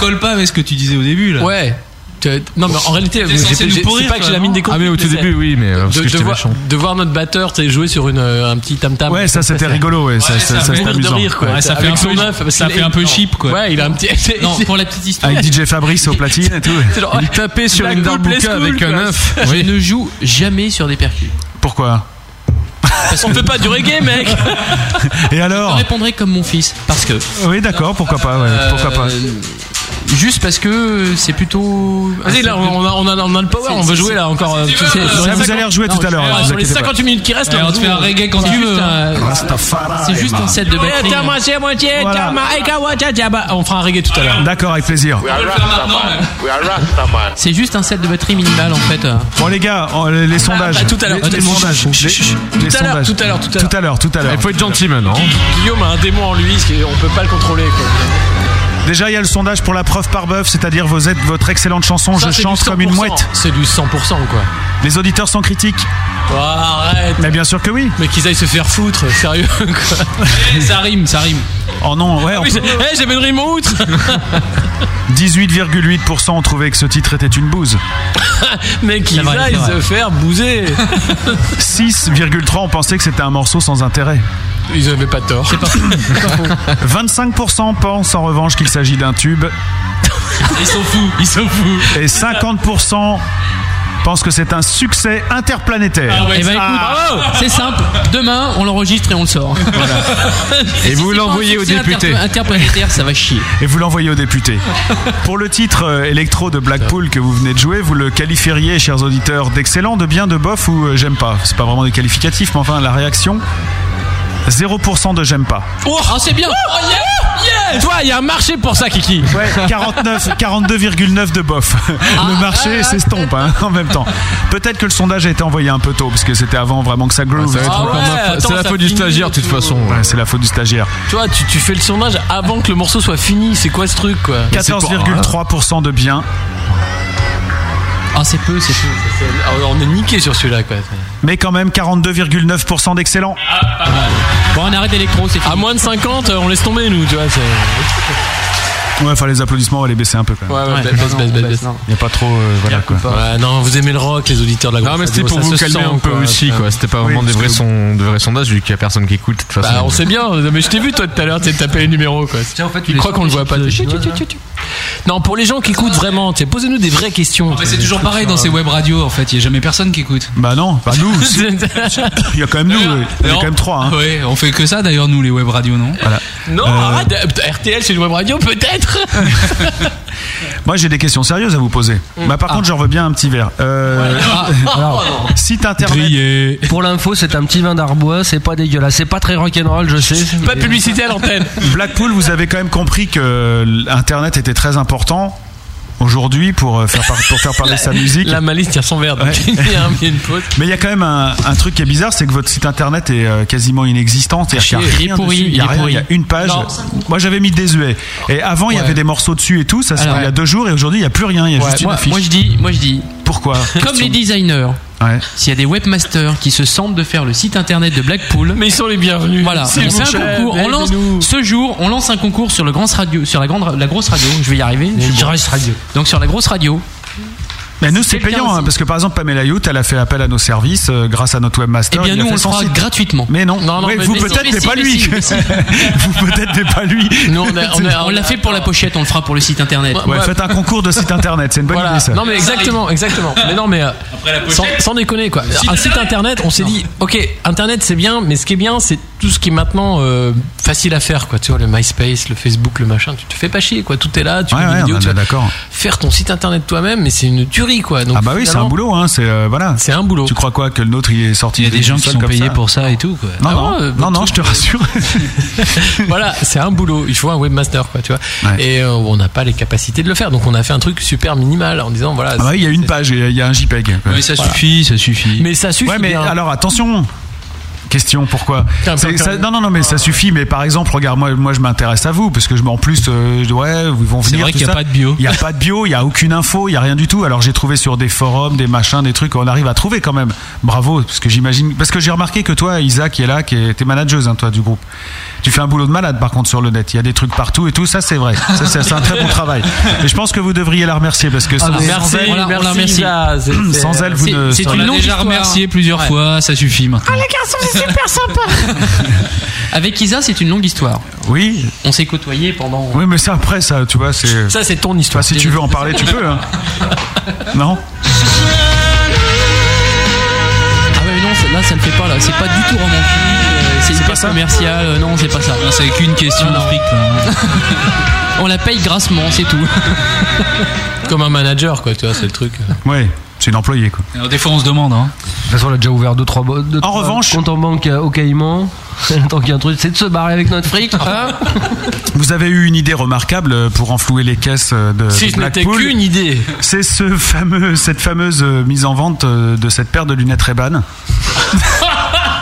Speaker 7: colle pas avec ce que tu disais au début là. Ouais. Tu- Non mais en réalité,
Speaker 6: T'es
Speaker 7: j'ai-
Speaker 6: censé
Speaker 7: j'ai-
Speaker 6: nous
Speaker 7: c'est
Speaker 6: pourrir,
Speaker 7: pas que
Speaker 6: toi,
Speaker 7: j'ai la mine
Speaker 6: non
Speaker 7: des conflits,
Speaker 6: Ah, mais au tout
Speaker 7: c'est-
Speaker 6: début, oui, mais, euh, parce
Speaker 7: de,
Speaker 6: que j'étais
Speaker 7: de voir,
Speaker 6: méchant.
Speaker 7: de voir notre batteur tu sais, jouer sur une, euh, un petit tam tam.
Speaker 1: Ouais, ça, c'était rigolo, ouais, ça- ça- ça, c'était
Speaker 7: mourir de
Speaker 1: amusant.
Speaker 7: rire, quoi.
Speaker 1: Ouais, ça fait
Speaker 7: Avec
Speaker 1: un
Speaker 7: son
Speaker 1: peu-
Speaker 7: œuf, parce
Speaker 1: ça
Speaker 7: qu'il
Speaker 1: fait
Speaker 7: a-
Speaker 1: un peu cheap, quoi.
Speaker 7: Ouais, il a un petit.
Speaker 9: Non, pour la petite histoire.
Speaker 1: Avec DJ Fabrice au platine et tout.
Speaker 9: Il
Speaker 6: tapait
Speaker 1: sur une darbuka avec un œuf.
Speaker 9: Je
Speaker 1: Oui.
Speaker 9: ne joue jamais sur des percus.
Speaker 1: Pourquoi
Speaker 9: Parce qu'on fait pas du reggae, mec.
Speaker 1: Et alors
Speaker 9: Je répondrai comme mon fils, parce que. Euh,
Speaker 1: Oui, d'accord, pourquoi pas, ouais, pourquoi pas.
Speaker 9: Juste parce que c'est plutôt.
Speaker 7: Vas-y, là, on a, on, a, on a le power,
Speaker 9: C'est-
Speaker 7: on veut
Speaker 9: c'est-
Speaker 7: jouer
Speaker 9: c'est-
Speaker 7: là encore. euh, tout- c'est- dans les 50 non, ouais, Sur les 58 minutes qui restent, là, joue, euh,
Speaker 9: C'est
Speaker 7: c'est
Speaker 9: juste
Speaker 7: juste
Speaker 9: un- C'est juste un set de
Speaker 7: Ah, Ouais,
Speaker 9: batterie.
Speaker 7: t'as moitié, moitié,
Speaker 9: Voilà.
Speaker 7: t'as ma- Aïka, wata, jaba. On fera un reggae tout à l'heure.
Speaker 1: D'accord, avec plaisir.
Speaker 9: C'est juste un set de batterie minimale en fait.
Speaker 1: Bon les gars, oh, les,
Speaker 7: Ah,
Speaker 1: les sondages.
Speaker 9: bah, tout à l'heure,
Speaker 1: Les,
Speaker 9: tout à
Speaker 1: les
Speaker 9: l'heure.
Speaker 1: sondages.
Speaker 9: Chut, chut, chut.
Speaker 1: Les- les
Speaker 7: Tout à l'heure,
Speaker 1: sondages.
Speaker 7: tout à l'heure, tout à l'heure.
Speaker 1: Tout à l'heure, tout à l'heure.
Speaker 6: Il faut être gentil maintenant. hein.
Speaker 7: Guillaume a un démon en lui, ce qui- on peut pas le contrôler quoi.
Speaker 1: Déjà, il y a le sondage pour la preuve par bœuf, c'est-à-dire vous êtes votre excellente chanson
Speaker 7: Ça,
Speaker 1: Je
Speaker 7: c'est
Speaker 1: chante
Speaker 7: du
Speaker 1: comme une
Speaker 7: 100%.
Speaker 1: mouette.
Speaker 7: C'est du 100% quoi.
Speaker 1: Les auditeurs sont critiques.
Speaker 7: Oh, arrête.
Speaker 1: Mais bien sûr que oui.
Speaker 7: Mais qu'ils aillent se faire foutre, sérieux quoi. ça rime, ça rime. Eh,
Speaker 1: Oh non, ouais. on peut-
Speaker 7: j'avais une rime en outre.
Speaker 1: 18,8% ont trouvé que ce titre était une bouse.
Speaker 7: Mais qu'ils
Speaker 1: C'est vrai,
Speaker 7: aillent
Speaker 1: c'est vrai.
Speaker 7: se faire bouser.
Speaker 1: 6,3% ont pensé que c'était un morceau sans intérêt.
Speaker 7: Ils avaient pas tort.
Speaker 1: 25% pensent en revanche qu'il s'agit d'un tube.
Speaker 7: Ils sont fous, ils sont fous.
Speaker 1: Et 50% pensent que c'est un succès interplanétaire.
Speaker 10: Ah
Speaker 7: Ah,
Speaker 9: Eh ben, écoute, c'est simple. Demain, on l'enregistre et on le sort.
Speaker 1: Et vous l'envoyez
Speaker 9: au
Speaker 1: aux députés.
Speaker 9: Interplanétaire, ça va chier.
Speaker 1: Et vous l'envoyez aux députés. Pour le titre euh, électro de Blackpool que vous venez de jouer, vous le qualifieriez, chers auditeurs, d'excellent, de bien, de bof ou euh, j'aime pas C'est pas vraiment des qualificatifs, mais enfin, la réaction 0% de j'aime pas.
Speaker 7: Oh,
Speaker 9: Ah,
Speaker 7: c'est bien. Oh, yeah, yeah. Toi, il y a un marché pour ça, Kiki.
Speaker 1: Ouais, 49, 42,9 de bof. le marché s'estompe hein, en même temps. Peut-être que le sondage a été envoyé un peu tôt, parce que c'était avant vraiment que ça groove.
Speaker 6: ça va être Ah encore ouais, ma faute. C'est attends, la ça faute du finit stagiaire, de toute tout. façon.
Speaker 1: Ouais, c'est la faute du stagiaire.
Speaker 7: Toi, tu, tu fais le sondage avant que le morceau soit fini. C'est quoi ce truc, quoi
Speaker 1: 14,3% de bien.
Speaker 9: Ah, c'est peu, c'est peu.
Speaker 7: On est niqué sur celui-là, quoi.
Speaker 1: Mais quand même 42,9% d'excellent.
Speaker 7: Bon, on arrête l'électro, c'est À moins de 50, on laisse tomber, nous, tu vois. c'est-
Speaker 1: Ouais, enfin les applaudissements, on va les baisser un peu quand même.
Speaker 7: Ouais, ouais, baisse, baisse, baisse, baisse.
Speaker 1: Il n'y a pas trop. euh, voilà quoi.
Speaker 7: Ouais, non, vous aimez le rock, les auditeurs de la
Speaker 6: Non Ah, mais c'était
Speaker 7: radio,
Speaker 6: pour
Speaker 7: ça
Speaker 6: vous
Speaker 7: se
Speaker 6: calmer
Speaker 7: sent,
Speaker 6: un peu aussi quoi. C'était pas
Speaker 7: Oui,
Speaker 6: vraiment des
Speaker 7: parce
Speaker 6: vrais,
Speaker 7: que-
Speaker 6: sons- de vrais sondages vu qu'il y a personne qui écoute de toute façon.
Speaker 7: Bah, on sait bien, mais je t'ai vu toi tout à l'heure, t'es tapé les numéros quoi. Tiens, en fait, tu crois qu'on le voit pas. Tu- tu- tu- tu- tu. Non, pour les gens qui écoutent vraiment, tiens, posez-nous des vraies questions.
Speaker 16: C'est toujours pareil
Speaker 7: euh,
Speaker 16: dans ces web radios en fait, il n'y a jamais personne qui écoute.
Speaker 1: Bah non, bah nous. Il y a quand même nous, oui. il y en a
Speaker 16: Non.
Speaker 1: quand même trois. hein.
Speaker 16: Ouais, on fait que ça d'ailleurs nous les web radios non
Speaker 1: Voilà.
Speaker 7: Non, arrête, euh, putain, RTL c'est une web radio peut-être
Speaker 1: Moi j'ai des questions sérieuses à vous poser. Bah
Speaker 7: Mm. Ah.
Speaker 1: par contre j'en veux bien un petit verre. Euh,
Speaker 8: Ah.
Speaker 1: alors, site internet.
Speaker 8: Pour l'info, c'est un petit vin d'arbois, c'est pas dégueulasse, c'est pas très rock'n'roll, je sais.
Speaker 7: Pas de publicité à l'antenne.
Speaker 1: Blackpool, vous avez quand même compris que l'internet était très important aujourd'hui pour euh, faire par- pour faire parler
Speaker 7: La-
Speaker 1: sa musique.
Speaker 7: La malice tire son verre, donc
Speaker 1: Ouais.
Speaker 7: il y a un- il y a une pause.
Speaker 1: Mais il y a quand même un, un truc qui est bizarre, c'est que votre site internet est euh, quasiment inexistant. C'est-à-dire qu'il y a
Speaker 7: Il est
Speaker 1: rien
Speaker 7: pourri,
Speaker 1: dessus, il y a
Speaker 7: il est
Speaker 1: rien,
Speaker 7: pourri.
Speaker 1: il y a une page.
Speaker 7: Non.
Speaker 1: Moi, j'avais mis désuet. Et avant, il y
Speaker 9: Ouais.
Speaker 1: avait des morceaux dessus et tout. Ça, c'était
Speaker 9: Alors,
Speaker 1: il y a deux jours. Et aujourd'hui, il y a plus rien. Il y a
Speaker 9: Ouais,
Speaker 1: juste une
Speaker 9: moi,
Speaker 1: affiche.
Speaker 9: moi, je dis, moi je dis,
Speaker 1: Pourquoi
Speaker 9: comme les designers, s'il y a des webmasters qui se sentent de faire le site internet de Blackpool,
Speaker 7: mais ils sont les bienvenus.
Speaker 9: Voilà,
Speaker 7: S'il
Speaker 9: on
Speaker 7: vous
Speaker 9: fait un
Speaker 7: plaît,
Speaker 9: concours, on lance ce jour, on lance un concours sur le grand radio, sur la grande, la grosse radio. Je vais y arriver. je suis bon. Donc sur la grosse radio,
Speaker 1: Mais nous, c'est payant, hein, parce que par exemple, Pamela Youth, elle a fait appel à nos services euh, grâce à notre webmaster.
Speaker 10: Eh bien,
Speaker 1: il a
Speaker 10: nous,
Speaker 1: fait
Speaker 10: on le
Speaker 1: son
Speaker 10: fera
Speaker 1: site.
Speaker 10: gratuitement.
Speaker 1: Mais non, Ouais, vous peut-être, mais, pas lui. vous peut-être, mais pas lui.
Speaker 10: Non, on a- on a- on l'a fait pour la pochette, on le fera pour le site internet.
Speaker 1: Ouais, faites un concours de site internet, c'est une bonne
Speaker 10: Voilà.
Speaker 1: idée ça.
Speaker 7: Non mais exactement, exactement. Mais non mais euh,
Speaker 16: Après la
Speaker 7: sans,
Speaker 16: pochette.
Speaker 7: sans déconner quoi.
Speaker 16: Site
Speaker 7: Un site internet, on s'est dit OK, internet c'est bien, mais ce qui est bien c'est tout ce qui est maintenant euh, facile à faire quoi, tu vois le MySpace, le Facebook, le machin, tu te fais pas chier quoi, tout est là, tu
Speaker 1: Ouais,
Speaker 7: fais des
Speaker 1: ouais,
Speaker 7: vidéos,
Speaker 1: on
Speaker 7: tu
Speaker 1: est
Speaker 7: vois.
Speaker 1: d'accord.
Speaker 7: Faire ton site internet toi-même, mais c'est une tuerie quoi. Donc
Speaker 1: ah bah oui, c'est un
Speaker 7: finalement-
Speaker 1: boulot, hein. C'est euh, voilà.
Speaker 7: C'est un boulot.
Speaker 1: Tu crois quoi que le nôtre il est sorti
Speaker 7: Il y a des
Speaker 1: tout
Speaker 7: gens qui
Speaker 1: seul
Speaker 7: sont
Speaker 1: comme
Speaker 7: payés
Speaker 1: ça
Speaker 7: pour
Speaker 9: ça et tout quoi.
Speaker 1: Non,
Speaker 7: Ah
Speaker 1: non,
Speaker 7: bon, euh,
Speaker 1: non, non, je te rassure.
Speaker 7: voilà, c'est un boulot. Il faut un webmaster, quoi, tu vois. Et euh, on n'a pas les capacités de le faire. Donc on a fait un truc super minimal en disant voilà.
Speaker 1: Ah bah oui, il y a une page, et il y a un JPEG.
Speaker 7: Oui, ça
Speaker 1: suffit, ça suffit.
Speaker 7: Mais ça suffit
Speaker 1: Ouais, mais
Speaker 7: bien.
Speaker 1: alors attention. Question pourquoi
Speaker 7: Tiens,
Speaker 1: C'est- ça-
Speaker 7: tiens, tiens.
Speaker 1: Non non non
Speaker 9: Ah.
Speaker 1: mais ça suffit mais par exemple regarde moi moi je m'intéresse à vous parce que je en plus euh, je- ouais ils vont
Speaker 9: C'est
Speaker 1: venir
Speaker 9: vrai
Speaker 1: tout
Speaker 9: qu'il y a
Speaker 1: ça.
Speaker 9: pas de bio.
Speaker 1: il y a pas de bio il y a aucune info il y a rien du tout alors j'ai trouvé sur des forums des machins des trucs on arrive à trouver quand même bravo parce que j'imagine parce que j'ai remarqué que toi Isa qui est là qui est t'es manageuse hein, toi du groupe tu fais un boulot de malade par contre sur le net il y a des trucs partout et tout ça c'est vrai ça c'est c'est un très bon travail et je pense que vous devriez la remercier parce que
Speaker 9: Ah,
Speaker 1: sans-
Speaker 9: mais merci,
Speaker 1: sans elle-
Speaker 9: voilà, on la remercie.
Speaker 1: Isa, c'est- c'est- sans elle vous
Speaker 9: C'est-
Speaker 1: ne
Speaker 9: c'est
Speaker 1: seriez-
Speaker 9: une longue histoire.
Speaker 10: plusieurs
Speaker 9: fois, ça suffit maintenant.
Speaker 17: les garçons, c'est super sympa.
Speaker 10: Avec Isa, c'est une longue histoire.
Speaker 1: Oui.
Speaker 10: On s'est côtoyés pendant.
Speaker 1: Oui, mais ça, après, ça, tu vois, c'est.
Speaker 10: Ça,
Speaker 7: c'est ton histoire.
Speaker 1: si tu veux en parler, tu peux. hein. Non
Speaker 9: Ah ouais, mais non, c'est- là ça le fait pas là, c'est pas du tout romantique, euh, c'est hyper commercial, euh, non c'est pas ça. c'est qu'une question de On la paye grassement, c'est tout.
Speaker 7: Comme un manager, quoi, tu vois, c'est le truc.
Speaker 1: Ouais, c'est une employée, quoi.
Speaker 16: Alors, des fois, on se demande. Hein.
Speaker 8: De toute façon, on a déjà ouvert 2-3 En
Speaker 1: revanche-
Speaker 8: compte en banque euh, au Caïman. Tant qu'il y a un truc, c'est de se barrer avec notre fric. hein.
Speaker 1: Vous avez eu une idée remarquable euh, pour enflouer les caisses euh, de,
Speaker 8: Si
Speaker 1: de
Speaker 8: ce n'était
Speaker 1: Blackpool.
Speaker 8: qu'une
Speaker 7: idée.
Speaker 1: C'est ce fameux, cette fameuse euh, mise en vente euh, de cette paire de lunettes Ray-Ban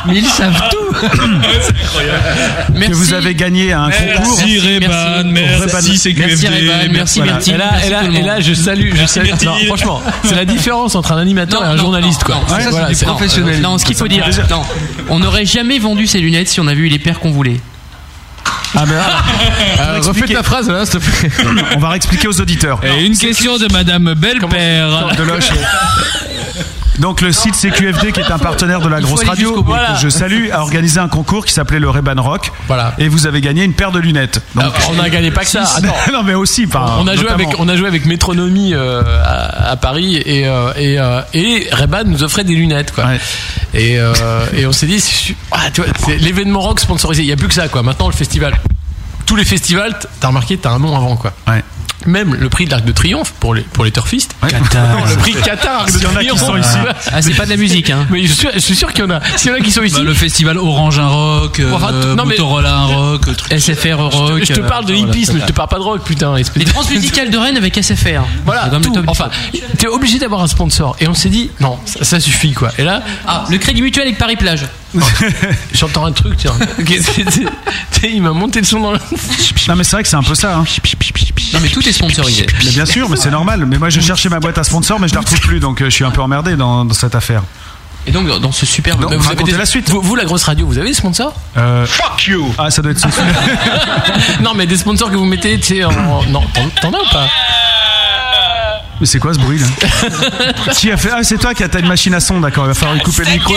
Speaker 9: Mais ils savent tout.
Speaker 1: que vous avez gagné à un concours.
Speaker 16: Merci Reban, merci
Speaker 7: Merci
Speaker 16: CQFD,
Speaker 7: Reban, merci
Speaker 1: voilà.
Speaker 7: Bertie, Et là, et là, et là, je salue, je salue.
Speaker 16: Bertie.
Speaker 7: Non, franchement, c'est la différence entre un animateur et un journaliste, quoi.
Speaker 10: Non, ça, c'est du professionnel. Non, ce qu'il faut dire, non, on n'aurait jamais vendu ces lunettes si on avait eu les paires qu'on voulait.
Speaker 1: Ah ben,
Speaker 16: Euh,
Speaker 1: refaites la
Speaker 7: phrase là, s'il te plaît.
Speaker 1: On va réexpliquer aux auditeurs.
Speaker 16: Et une question de Madame Belpère.
Speaker 1: De Loche. Donc le site CQFD qui est un partenaire de la
Speaker 16: Il faut
Speaker 1: grosse
Speaker 16: aller
Speaker 1: radio,
Speaker 16: jusqu'au bout.
Speaker 1: et
Speaker 16: Voilà.
Speaker 1: que je salue, a organisé un concours qui s'appelait le Reban Rock.
Speaker 7: Voilà. Ah,
Speaker 1: Et vous avez gagné une paire de lunettes. Donc,
Speaker 7: on n'a gagné pas que ça,
Speaker 1: Si,
Speaker 7: attends.
Speaker 1: non mais aussi. enfin,
Speaker 7: on a joué
Speaker 1: Ah, notamment.
Speaker 7: avec on a joué avec Métronomie euh, à, à Paris et euh, et, euh, et Ray-Ban nous offrait des lunettes quoi. Et, euh, et on s'est dit c'est su- ah, tu vois, c'est l'événement rock sponsorisé, il y a plus que ça quoi. Maintenant le festival tous les festivals, t- t'as remarqué, t'as un nom avant quoi. Même le prix de l'Arc de Triomphe pour les pour les turfistes. Non, le prix Qatar Arc de
Speaker 10: S'il y en a qui
Speaker 7: Triomphe.
Speaker 10: sont ici. Ah, c'est pas de la musique, hein.
Speaker 7: Mais je suis, je suis sûr qu'il y en a. S'il y en a qui sont ici.
Speaker 9: Bah, le festival Orange un rock, euh,
Speaker 7: Non, mais-
Speaker 9: Motorola un rock, euh, truc-
Speaker 10: SFR
Speaker 9: rock.
Speaker 7: je te parle de hippisme, je te parle pas de rock, putain. espèce
Speaker 10: Les
Speaker 7: de-
Speaker 10: transmusicales de Rennes avec SFR.
Speaker 7: Voilà, tout. Enfin, t'es obligé d'avoir un sponsor. Et on s'est dit, non, ça, ça suffit, quoi. Et là.
Speaker 10: Ah, le crédit mutuel avec Paris Plage.
Speaker 7: J'entends un truc, tiens. Ok, c'est- c'est- c'est- il m'a monté le son dans la.
Speaker 1: Non mais c'est vrai que c'est un peu ça. Hein.
Speaker 10: Non mais tout est sponsorisé.
Speaker 1: Mais bien sûr, mais c'est normal. Mais moi je cherchais ma boîte à sponsor, mais je la retrouve plus, donc euh, je suis un peu emmerdé dans, dans cette affaire.
Speaker 10: Et donc dans ce superbe.
Speaker 1: Donc,
Speaker 7: Mais Bah, vous avez
Speaker 1: racontez
Speaker 7: des-
Speaker 1: la suite.
Speaker 7: Vous, vous, la grosse radio, vous avez des sponsors
Speaker 1: Fuck you. Ah ça doit être. Sophie.
Speaker 7: Non, mais des sponsors que vous mettez, tu sais, en. Non, t'en- t'en as ou pas
Speaker 1: mais c'est quoi ce bruit là Qui a fait Ah c'est toi qui as ta machine à son, d'accord. Il va falloir lui couper le micro.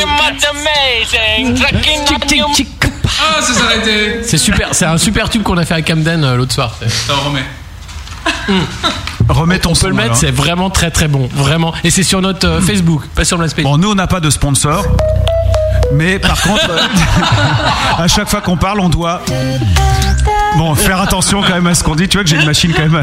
Speaker 16: Ah, ça s'est arrêté.
Speaker 7: C'est super, c'est un super tube qu'on a fait à Camden euh, l'autre soir.
Speaker 16: Ça remet.
Speaker 1: Remets ton
Speaker 7: On peut le mettre, c'est vraiment très très bon, vraiment. Et c'est sur notre euh, Facebook, pas sur MySpace.
Speaker 1: Bon, nous, on n'a pas de sponsor. Mais par contre, euh, à chaque fois qu'on parle, on doit. Bon, faire attention quand même à ce qu'on dit. Tu vois que j'ai une machine quand même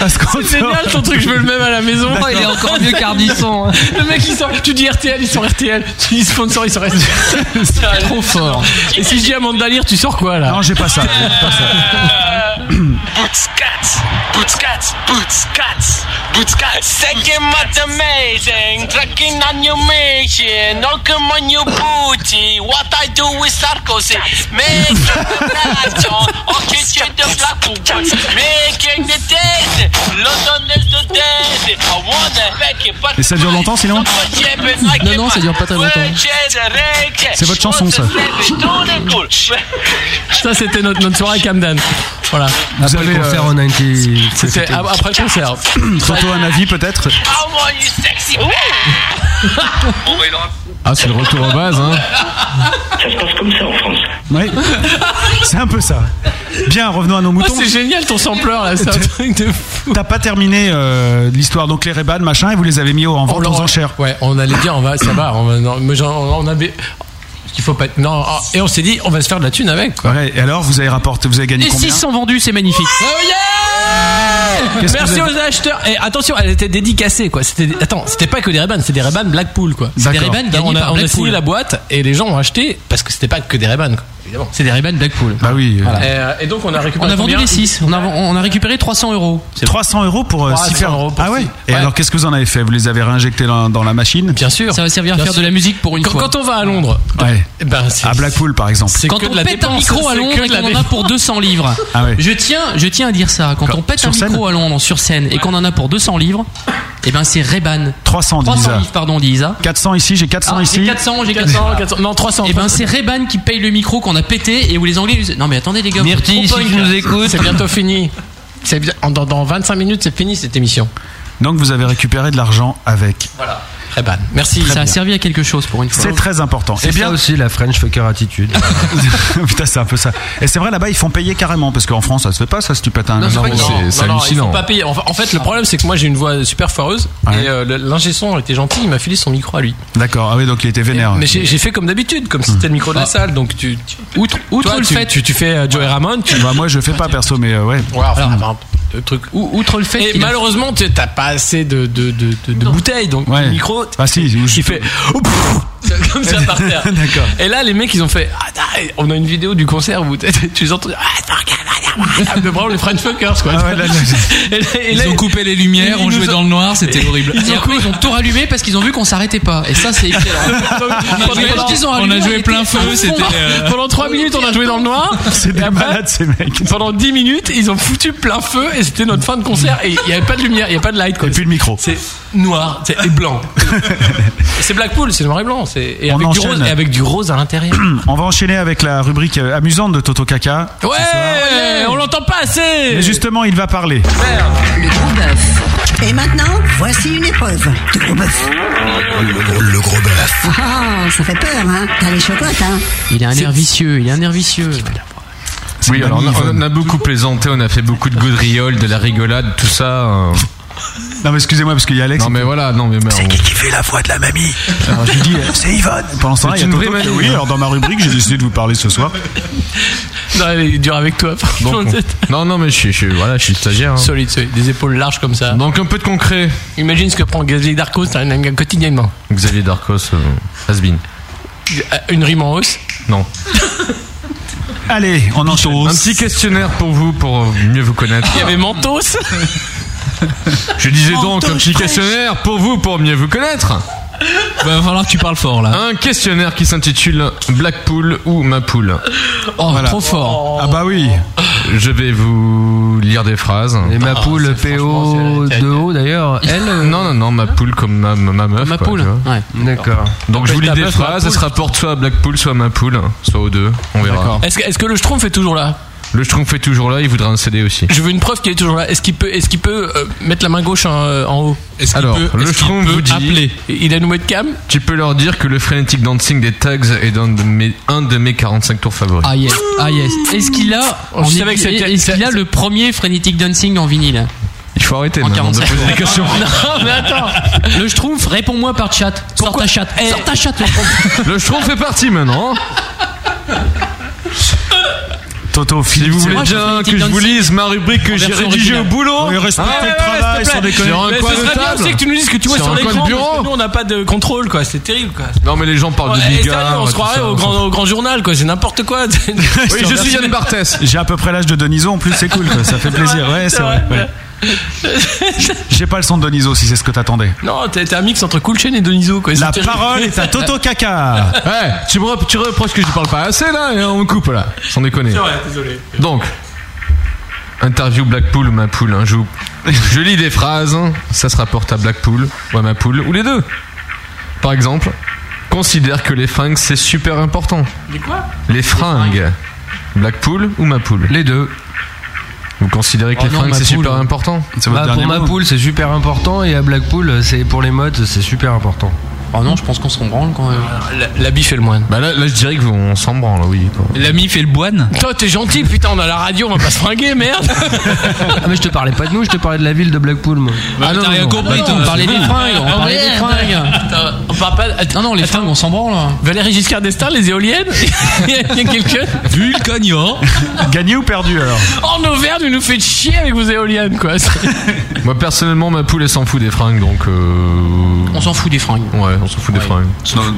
Speaker 1: à, à ce qu'on
Speaker 7: C'est génial ton truc, je veux le même à la maison.
Speaker 1: D'accord.
Speaker 9: Bah, il est encore mieux qu'Ardisson, hein.
Speaker 7: Le mec il sort, tu dis RTL, ils sont RTL. Tu dis sponsor, ils sont RTL. C'est trop fort. Et si je dis Amanda Lear, tu sors quoi là
Speaker 1: Non, j'ai pas ça.
Speaker 17: Bootscats, bootscats, bootscats, bootscats. Second much amazing, tracking on your mission, knocking on your booty. What I do with Sarkozy, making the nation, okay, to the black boys, making the dead, London is the dead. I wanna make it, but
Speaker 1: Et ça dure longtemps sinon
Speaker 17: Non, non, ça dure pas très longtemps.
Speaker 1: C'est votre chanson, ça.
Speaker 7: Ça c'était notre, notre soirée à Camden. Voilà.
Speaker 8: Après le concert,
Speaker 1: euh,
Speaker 8: on a été.
Speaker 7: C'était ap- après le concert.
Speaker 1: Toto, un avis peut-être
Speaker 11: How are you sexy?
Speaker 18: Bon, bah, il aura-
Speaker 6: Ah, c'est le retour aux bases, hein.
Speaker 18: Ça se passe comme ça en France.
Speaker 1: Oui. C'est un peu ça. Bien, revenons à nos moutons.
Speaker 7: Oh, c'est génial ton sampleur là, c'est un truc de fou.
Speaker 1: T'as pas terminé euh, l'histoire, donc les Reban, machin, et vous les avez mis en vente aux enchères.
Speaker 7: Ouais, on allait dire, on va, ça va, on va- non, mais genre, on avait. Il faut pas. Non, ah, et on s'est dit, on va se faire de la thune avec. Quoi.
Speaker 1: et alors, vous avez rapporté, vous avez gagné
Speaker 7: Et
Speaker 1: combien
Speaker 7: 600
Speaker 9: sont vendus, c'est magnifique.
Speaker 1: Qu'est-ce que
Speaker 7: Oh,
Speaker 1: vous
Speaker 7: Merci
Speaker 1: avez-
Speaker 7: aux acheteurs. Et attention, elle était dédicacée quoi. C'était attends, c'était pas que des Ray-Ban, c'était des Ray-Ban Blackpool quoi.
Speaker 9: C'est des
Speaker 7: D'accord.
Speaker 9: Ray-Ban gagnés
Speaker 7: on a,
Speaker 9: par
Speaker 7: on a
Speaker 9: Blackpool.
Speaker 7: signé la boîte et les gens ont acheté parce que c'était pas que des Ray-Ban quoi. Évidemment.
Speaker 9: C'est des Ray-Ban Blackpool.
Speaker 1: Bah oui.
Speaker 7: Voilà. Et, euh, et donc on a récupéré
Speaker 9: On a vendu
Speaker 7: combien
Speaker 9: les 6. On a, on a récupéré 300 euros.
Speaker 1: 300 euros pour
Speaker 9: 300
Speaker 1: 6
Speaker 9: euros
Speaker 1: Ah ouais Et alors, qu'est-ce que vous en avez fait Vous les avez réinjectés dans, dans la machine
Speaker 7: Bien sûr.
Speaker 9: Ça va servir à
Speaker 1: Bien
Speaker 9: faire
Speaker 1: sûr.
Speaker 9: de la musique pour une
Speaker 1: Quand-
Speaker 9: fois.
Speaker 1: quand
Speaker 7: on va à Londres. eh ben,
Speaker 1: Ouais. à Blackpool, par exemple.
Speaker 9: Quand on pète un micro à
Speaker 7: c'est
Speaker 9: Londres
Speaker 7: que
Speaker 9: et
Speaker 7: de la
Speaker 9: qu'on en a
Speaker 7: dépense.
Speaker 9: pour 200 livres.
Speaker 1: Ah ouais.
Speaker 9: Je tiens, je tiens à dire ça. Quand on pète
Speaker 1: sur
Speaker 9: un micro à Londres sur scène et qu'on en a pour 200 livres, eh ben c'est Reban.
Speaker 1: 300,
Speaker 9: 300 livres, pardon, dit Isa.
Speaker 1: 400 ici, j'ai 400
Speaker 9: Ah,
Speaker 1: ici.
Speaker 9: J'ai 400, j'ai
Speaker 1: 400,
Speaker 9: 400.
Speaker 1: 400,
Speaker 7: non, 300.
Speaker 9: Et ben c'est Reban qui paye le micro qu'on a pété et où les Anglais usent. Non mais attendez les gars, vous
Speaker 7: Myrtille,
Speaker 9: êtes trop punk, là.
Speaker 7: C'est bientôt fini. C'est bien- en- dans, dans 25 minutes, c'est fini cette émission.
Speaker 1: Donc, vous avez récupéré de l'argent avec.
Speaker 7: Voilà. Reban. Merci.
Speaker 1: Très
Speaker 9: Ça a
Speaker 1: bien.
Speaker 9: servi à quelque chose pour une fois.
Speaker 1: C'est très important. Eh
Speaker 8: C'est bien aussi la French fucker attitude.
Speaker 1: Putain, c'est un peu ça. Et c'est vrai, là-bas, ils font payer carrément, parce qu'en France, ça se fait pas, ça, si tu pètes un.
Speaker 7: Non, non, non, non, il faut pas payer. En en fait, le problème, c'est que moi, j'ai une voix super foireuse. Et euh, le- l'ingé son était gentil, il m'a filé son micro à lui.
Speaker 1: D'accord, ah oui, donc il était vénère.
Speaker 7: Mais j'ai j'ai fait comme d'habitude, comme si c'était le micro de la salle. Donc, tu, tu- outre, outre
Speaker 1: le
Speaker 7: Ah. tu,
Speaker 1: fait-
Speaker 7: tu, tu fais euh, Joey Ramon. Tu...
Speaker 1: Bah, moi, je fais pas perso, mais euh, ouais.
Speaker 7: Ouais, enfin, enfin, le truc.
Speaker 9: outre le fait.
Speaker 7: Et malheureusement, tu t'as pas assez de, de, de, de- de bouteilles. Donc, le micro,
Speaker 1: Ah si, je
Speaker 7: il fait. Oh, pff, comme ça par terre.
Speaker 1: D'accord.
Speaker 7: Et là, les mecs, ils ont fait. Ah, tain, on a une vidéo du concert où t'es- tu les entends. Ah, tain, regarde, regarde, regarde. Mais vraiment, les French fuckers, hein, quoi. Et Ah là- et là,
Speaker 16: Ils ont coupé les lumières,
Speaker 7: ils
Speaker 16: on
Speaker 7: nous
Speaker 16: jouait
Speaker 7: ont-
Speaker 16: dans le noir, c'était horrible.
Speaker 9: Ils ont, ils ont tout rallumé parce qu'ils ont vu qu'on s'arrêtait pas. Et ça, c'est excellent.
Speaker 16: On a-
Speaker 9: Parce qu'ils ont
Speaker 16: on a
Speaker 9: rallumé,
Speaker 16: joué
Speaker 9: était
Speaker 16: plein feu,
Speaker 9: à fond.
Speaker 16: c'était, euh,
Speaker 7: Pendant 3 minutes, on a joué dans le noir.
Speaker 1: C'est des malades, ces mecs.
Speaker 7: Pendant 10 minutes, ils ont foutu plein feu et c'était notre fin de concert. Et il n'y avait pas de lumière, il n'y a pas de light. Quoi. Et
Speaker 1: plus de micro.
Speaker 7: C'est noir c'est- et blanc. Et c'est Blackpool, c'est noir et blanc. c'est- Et,
Speaker 1: On
Speaker 7: avec du
Speaker 1: enchaîne.
Speaker 7: rose, et avec du rose à l'intérieur.
Speaker 1: On va enchaîner avec la rubrique euh, amusante de Toto Kaka.
Speaker 7: Ouais, Eh, on l'entend pas assez.
Speaker 1: Mais justement, il va parler.
Speaker 3: Le gros bœuf. Et maintenant, voici une épreuve. Du gros bœuf.
Speaker 2: Le, le gros bœuf.
Speaker 3: Ah, ça fait peur, hein T'as les chocottes, hein
Speaker 9: Il a un air vicieux, il a un air vicieux.
Speaker 6: Oui, alors on a, on a beaucoup plaisanté, on a fait beaucoup de gaudrioles, de la rigolade, tout ça. euh.
Speaker 1: Non, mais excusez-moi, parce qu'il y a Alex.
Speaker 6: Non, mais voilà, non, mais. mais on-
Speaker 2: Qui fait la voix de la mamie
Speaker 1: Alors, je lui dis, euh,
Speaker 2: C'est Yvonne.
Speaker 1: pendant ce temps-là, il
Speaker 6: C'est
Speaker 1: y a
Speaker 6: une
Speaker 1: Toto
Speaker 6: vraie
Speaker 1: qui-
Speaker 6: manie.
Speaker 1: Oui, alors dans ma rubrique, j'ai décidé de vous parler ce soir.
Speaker 7: Non, elle est dure avec toi.
Speaker 6: Donc, on- Non, non, mais je suis, je suis- voilà, je suis stagiaire. hein.
Speaker 7: Solide, solide, des épaules larges comme ça.
Speaker 6: Donc, un peu de concret.
Speaker 7: Imagine ce que prend Xavier Darcos un- un- quotidiennement.
Speaker 6: Xavier Darcos, euh, Asbin.
Speaker 7: Une rime en hausse.
Speaker 6: Non.
Speaker 1: Allez, on enchaîne.
Speaker 6: Un petit questionnaire pour vous, pour euh, mieux vous connaître.
Speaker 7: Il y avait Mentos.
Speaker 6: Je disais donc
Speaker 7: Mentos
Speaker 6: un petit
Speaker 7: fraîche.
Speaker 6: questionnaire pour vous, pour mieux vous connaître.
Speaker 16: Ben, Va falloir que tu parles fort là.
Speaker 6: Un questionnaire qui s'intitule Blackpool ou ma poule.
Speaker 9: Oh, trop fort.
Speaker 1: Ah bah oui.
Speaker 6: Je vais vous lire des phrases.
Speaker 8: Et
Speaker 16: Ah,
Speaker 8: ma poule PO de haut d'ailleurs, elle. euh,
Speaker 6: Non, non, non, ma poule comme ma, ma, ma meuf.
Speaker 9: Ma
Speaker 6: quoi,
Speaker 9: poule,
Speaker 6: tu vois.
Speaker 9: ouais.
Speaker 8: D'accord.
Speaker 6: Donc je vous lis
Speaker 7: Ta
Speaker 6: des
Speaker 7: meuf,
Speaker 6: phrases,
Speaker 7: ma
Speaker 6: elles se
Speaker 7: poule.
Speaker 6: rapportent soit à Blackpool, soit à ma poule, soit aux deux. On verra.
Speaker 8: D'accord.
Speaker 7: Est-ce que, est-ce que le Schtroumpf est toujours là
Speaker 6: Le schtroumpf est toujours là, il voudrait un CD aussi.
Speaker 7: Je veux une preuve qu'il est toujours là. Est-ce qu'il peut, est-ce qu'il peut euh, mettre la main gauche en, euh, en haut
Speaker 16: Est-ce qu'il
Speaker 6: Alors,
Speaker 16: peut,
Speaker 6: le
Speaker 16: est-ce qu'il
Speaker 6: schtroumpf
Speaker 16: peut
Speaker 6: vous dit-
Speaker 16: appeler
Speaker 7: Il a nous de cam
Speaker 6: Tu peux leur dire que le frenetic dancing des tags est un de mes, un de mes 45 tours favoris.
Speaker 9: Ah yes, ah yes. Est-ce qu'il a,
Speaker 6: Oh,
Speaker 7: Je savais que c'était-
Speaker 9: est-ce qu'il a
Speaker 7: c'est-
Speaker 9: le premier Frenetic Dancing en vinyle
Speaker 6: Il faut arrêter
Speaker 9: En
Speaker 6: maintenant de
Speaker 9: 45.
Speaker 6: poser des questions.
Speaker 7: Non, mais attends.
Speaker 9: Le Schtroumpf, réponds-moi par chat. Sors ta chatte.
Speaker 7: Eh.
Speaker 9: Sors ta chatte. le Schtroumpf.
Speaker 6: Le schtroumpf est parti maintenant. hein.
Speaker 1: Toto,
Speaker 6: Si
Speaker 1: fini.
Speaker 6: vous
Speaker 9: C'est
Speaker 6: voulez
Speaker 9: moi, je
Speaker 6: bien
Speaker 9: fais
Speaker 6: que je vous
Speaker 9: Frenetic
Speaker 6: lise ma rubrique que j'ai
Speaker 9: version
Speaker 6: rédigée au
Speaker 9: originale.
Speaker 6: boulot.
Speaker 1: Oui, respectez
Speaker 6: Ah,
Speaker 1: le
Speaker 6: ouais,
Speaker 1: travail,
Speaker 6: s'il te
Speaker 1: sans
Speaker 6: plaît.
Speaker 1: déconner.
Speaker 6: Sur un
Speaker 7: Mais
Speaker 6: coin
Speaker 7: ce
Speaker 6: de
Speaker 7: serait bien
Speaker 6: table.
Speaker 7: aussi que tu nous dises que tu vois
Speaker 6: Sur
Speaker 7: sur
Speaker 6: un coin de
Speaker 7: l'écran.
Speaker 6: bureau.
Speaker 7: parce que Nous, on n'a pas de contrôle, quoi. C'est terrible, quoi.
Speaker 6: Non, mais les gens parlent de
Speaker 7: Ouais, et sérieux,
Speaker 6: Bigard.
Speaker 7: on se
Speaker 6: tout
Speaker 7: croirait
Speaker 6: ça,
Speaker 7: au
Speaker 6: on s'en
Speaker 7: grand, au grand journal, quoi. C'est n'importe quoi.
Speaker 6: Oui, je suis Yann Barthès.
Speaker 1: J'ai à peu près l'âge de Deniso, en plus c'est cool, quoi. ça fait plaisir. Ouais, c'est vrai. ouais. J'ai pas le son de Deniso si c'est ce que t'attendais.
Speaker 7: Non, t'es t'es un mix entre Cool Chain et Donizo, quoi.
Speaker 1: La
Speaker 7: C'est terrible.
Speaker 1: parole est à Toto Kaka.
Speaker 6: Ouais, tu me rep- tu reproches que je parle pas assez là et on me coupe là, sans déconner.
Speaker 7: Ouais, désolé.
Speaker 6: Donc, interview Blackpool ou ma poule, hein, je, vous- je lis des phrases, hein, ça se rapporte à Blackpool ou à ma poule, ou les deux. Par exemple, considère que les fringues c'est super important.
Speaker 7: Mais quoi
Speaker 6: Les fringues, Blackpool ou ma poule
Speaker 8: Les deux.
Speaker 6: Vous
Speaker 8: Oh
Speaker 6: considérez que les fringues c'est super important
Speaker 8: Bah, pour ma poule, c'est super important et à Blackpool, c'est pour les modes, c'est super important.
Speaker 22: Oh non, je pense qu'on s'en branle quand même.
Speaker 6: L'habit fait le moine. Bah là, là, je dirais que vous- on s'en branle, oui. quoi.
Speaker 10: L'ami fait le boine.
Speaker 7: Toi, t'es gentil, putain, on a la radio, on va pas se fringuer, merde. Bah,
Speaker 8: ah, mais je te parlais pas de nous, je te parlais de la ville de Blackpool, moi.
Speaker 16: Bah,
Speaker 7: Ah non, non, non.
Speaker 8: Bah,
Speaker 7: Ah non, on parlait des fringues, on
Speaker 8: Ah
Speaker 7: parlait
Speaker 8: ouais,
Speaker 7: des fringues. On parle pas. Non, non, les fringues, on s'en branle. hein. Valérie Giscard d'Estaing, les éoliennes Il y a quelqu'un
Speaker 10: Vulcanian.
Speaker 1: Gagné ou perdu alors
Speaker 7: En Auvergne, vous nous faites chier avec vos éoliennes, quoi.
Speaker 6: Moi personnellement, ma poule elle s'en fout des fringues donc. euh,
Speaker 22: On s'en fout des fringues.
Speaker 6: Ouais, on s'en fout des fringues.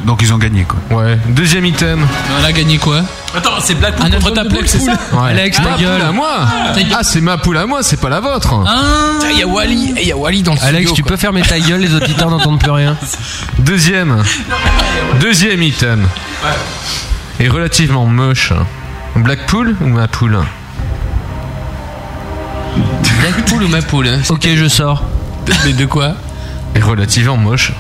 Speaker 1: Donc, ils ont gagné quoi.
Speaker 6: Ouais. Deuxième item.
Speaker 7: On a gagné quoi
Speaker 10: Attends, c'est Blackpool contre ta poule, c'est ça
Speaker 6: Ouais. Ah,
Speaker 10: Alex,
Speaker 6: ma
Speaker 10: ta gueule.
Speaker 6: poule à moi.
Speaker 10: Ta gueule. Ah.
Speaker 6: Ah, c'est ma poule à moi, c'est pas la vôtre.
Speaker 7: Ah. Tiens, il y a Wally, il y a Wally dans le
Speaker 6: Alex,
Speaker 7: studio,
Speaker 6: tu
Speaker 7: quoi.
Speaker 6: peux fermer ta gueule, les auditeurs n'entendent plus rien. Deuxième. Deuxième item. Et relativement moche. Blackpool ou ma poule
Speaker 7: Blackpool ou ma poule
Speaker 6: Ok, je sors.
Speaker 7: Mais de quoi
Speaker 6: Et relativement moche.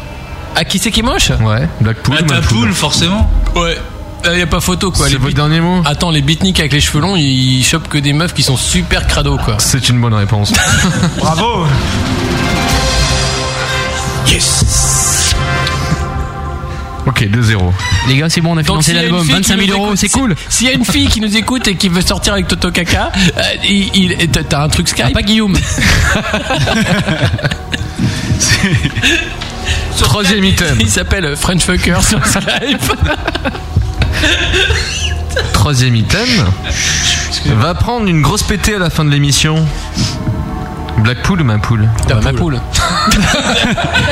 Speaker 7: Ah, qui c'est qui est moche
Speaker 6: Ouais, Blackpool
Speaker 7: Bah,
Speaker 6: ou ma Ah, poule
Speaker 10: forcément.
Speaker 7: Ouais. Il n'y a pas photo quoi.
Speaker 6: C'est
Speaker 7: les
Speaker 6: votre
Speaker 7: beat-
Speaker 6: dernier mot
Speaker 7: Attends, les beatniks avec les cheveux longs, ils chopent que des meufs qui sont super crado quoi.
Speaker 6: C'est une bonne réponse.
Speaker 1: Bravo
Speaker 7: Yes
Speaker 6: Ok, 2-0.
Speaker 7: Les gars, c'est bon, on a
Speaker 22: financé l'album, 25 000 euros, c'est cool.
Speaker 7: S'il y a une fille qui nous écoute et qui veut sortir avec Toto Kaka, euh, il- il- t'as- t'as un truc Skype Ah, Pas Guillaume.
Speaker 6: Troisième item.
Speaker 7: Il s'appelle euh, French Fucker sur Skype.
Speaker 6: Troisième item. Va prendre une grosse pétée à la fin de l'émission. Blackpool ou ma poule
Speaker 1: Ah,
Speaker 7: Ma poule.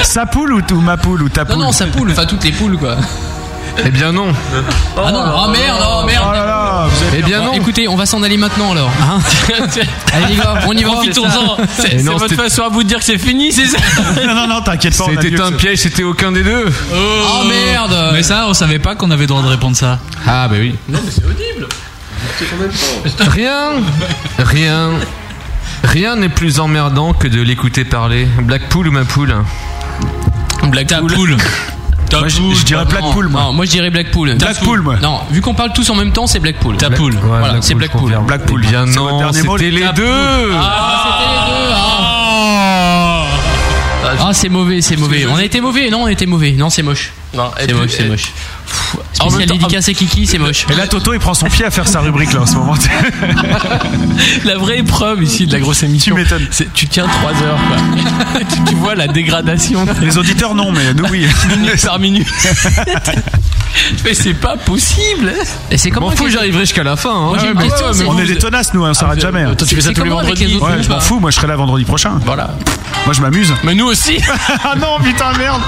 Speaker 1: Sa poule ou, t- ou ma poule ou ta poule
Speaker 7: Non, non, sa poule, enfin toutes les poules quoi.
Speaker 6: Eh bien non.
Speaker 7: ah non, oh merde, oh merde.
Speaker 6: Eh bien non. Hein
Speaker 7: Écoutez, on va s'en aller maintenant alors. Allez les gars, on y va.
Speaker 6: Oh,
Speaker 10: Profitons-en.
Speaker 7: C'est
Speaker 6: Et
Speaker 7: c'est
Speaker 6: non,
Speaker 7: votre
Speaker 6: c'était-
Speaker 7: façon à vous de dire que c'est fini, c'est ça
Speaker 1: Non, non, non, t'inquiète
Speaker 10: on a
Speaker 6: C'était
Speaker 10: mieux
Speaker 6: un
Speaker 10: que ça.
Speaker 6: piège, c'était aucun des deux.
Speaker 7: Oh merde
Speaker 10: Mais ça, on savait pas qu'on avait le droit de répondre ça.
Speaker 6: Ah bah oui.
Speaker 7: Non mais c'est audible
Speaker 6: Rien, rien, rien n'est plus emmerdant que de l'écouter parler. Blackpool ou ma poule Eh
Speaker 7: Blackpool.
Speaker 10: Poule.
Speaker 1: Moi, je- je dirais Blackpool, moi.
Speaker 7: Non, moi je dirais Blackpool.
Speaker 1: Blackpool, moi.
Speaker 7: Non, vu qu'on parle tous en même temps, c'est Blackpool.
Speaker 10: Ta poule.
Speaker 7: Voilà, c'est Blackpool.
Speaker 1: Blackpool.
Speaker 6: Bien
Speaker 1: C'est votre
Speaker 6: non,
Speaker 1: dernier mot,
Speaker 6: c'était
Speaker 1: les
Speaker 6: les
Speaker 1: gars.
Speaker 6: deux.
Speaker 7: Ah, c'est mauvais, c'est mauvais. On a été mauvais, non, on a été mauvais. Non, c'est moche.
Speaker 23: Non,
Speaker 7: C'est moche, c'est moche.
Speaker 23: en même
Speaker 7: Spécial
Speaker 23: temps-
Speaker 7: dédicace à Kiki, c'est moche.
Speaker 1: Et là, Toto, il prend son pied à faire sa rubrique là en ce moment.
Speaker 7: La vraie épreuve ici de la grosse émission. Tu m'étonnes. Tu tiens 3 heures, quoi. tu, tu vois la dégradation.
Speaker 1: Les auditeurs, non, mais nous, oui.
Speaker 7: minute par minute. Mais c'est pas possible. hein. Et c'est
Speaker 6: M'en
Speaker 7: comment
Speaker 6: fous, j'arriverai jusqu'à la fin. hein.
Speaker 7: Moi, j'ai une question, c'est
Speaker 1: on
Speaker 7: vous- Ah,
Speaker 1: est des tenaces, nous, hein, on s'arrête jamais. hein.
Speaker 7: euh, Toi, tu fais ça tous les vendredis.
Speaker 1: Ouais, je m'en fous, moi je serai là vendredi prochain.
Speaker 7: Voilà.
Speaker 1: Moi je m'amuse.
Speaker 7: Mais nous aussi.
Speaker 1: ah non, putain, merde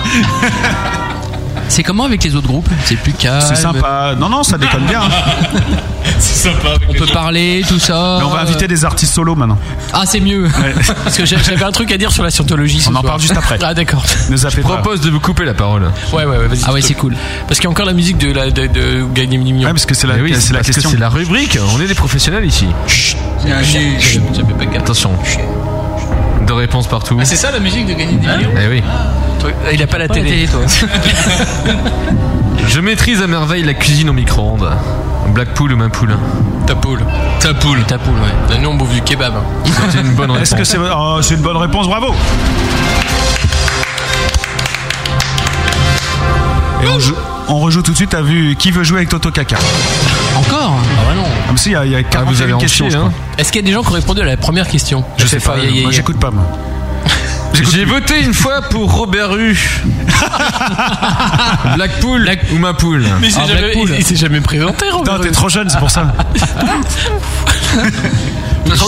Speaker 7: C'est comment avec les autres groupes C'est plus calme.
Speaker 1: C'est sympa. Non, non, ça déconne bien. hein.
Speaker 10: C'est sympa.
Speaker 7: On peut parler, tout ça.
Speaker 1: Mais on va inviter
Speaker 7: Euh,
Speaker 1: des artistes solo maintenant.
Speaker 7: Ah, c'est mieux. Parce que j'a- j'avais un truc à dire sur la scientologie. ce
Speaker 1: On en
Speaker 7: soir.
Speaker 1: parle juste après.
Speaker 7: Ah, d'accord.
Speaker 1: Ne zappez pas.
Speaker 6: Propose de vous couper la parole.
Speaker 7: Ouais, ouais, ouais, vas-y.
Speaker 22: Ah ouais, c'est cool.
Speaker 7: Parce qu'il y a encore la musique de, la, de, de Gagner Mignon.
Speaker 1: Ouais, parce que c'est la,
Speaker 6: Eh oui,
Speaker 1: c'est la
Speaker 6: parce que
Speaker 1: question.
Speaker 6: c'est la rubrique. On est des professionnels ici. Attention. De réponses partout.
Speaker 7: C'est ça la musique de Gagner des millions
Speaker 6: Eh oui.
Speaker 7: Il a pas la
Speaker 22: la
Speaker 7: télé.
Speaker 22: télé, toi.
Speaker 6: Je maîtrise à merveille la cuisine au micro-ondes. Blackpool ou ma poule
Speaker 7: Ta poule.
Speaker 10: Ta poule.
Speaker 7: Ta poule, ouais. Nous, on bouffe du kebab.
Speaker 1: Ah,
Speaker 6: C'était une bonne
Speaker 1: Est-ce
Speaker 6: réponse.
Speaker 1: que c'est oh, c'est une bonne réponse Bravo Et on, joue- on rejoue tout de suite à vu qui veut jouer avec Toto Kaka.
Speaker 7: Encore Ah, bah non.
Speaker 1: Comme si il y a, il y a
Speaker 6: Ah,
Speaker 1: 41
Speaker 6: vous avez
Speaker 1: questions.
Speaker 6: enchaîné,
Speaker 1: je crois.
Speaker 6: hein
Speaker 7: Est-ce qu'il y a des gens qui ont répondu à la première question
Speaker 1: Je sais pas,
Speaker 7: Ah, Il y a- il y a-
Speaker 1: moi
Speaker 7: il y a-
Speaker 1: j'écoute pas moi.
Speaker 6: J'ai voté une fois pour Robert Rue. Blackpool ou ma poule
Speaker 7: Mais il s'est
Speaker 22: Ah,
Speaker 7: jamais-
Speaker 22: Blackpool.
Speaker 7: il- il s'est jamais présenté, Robert.
Speaker 1: Putain, t'es trop jeune, c'est pour ça.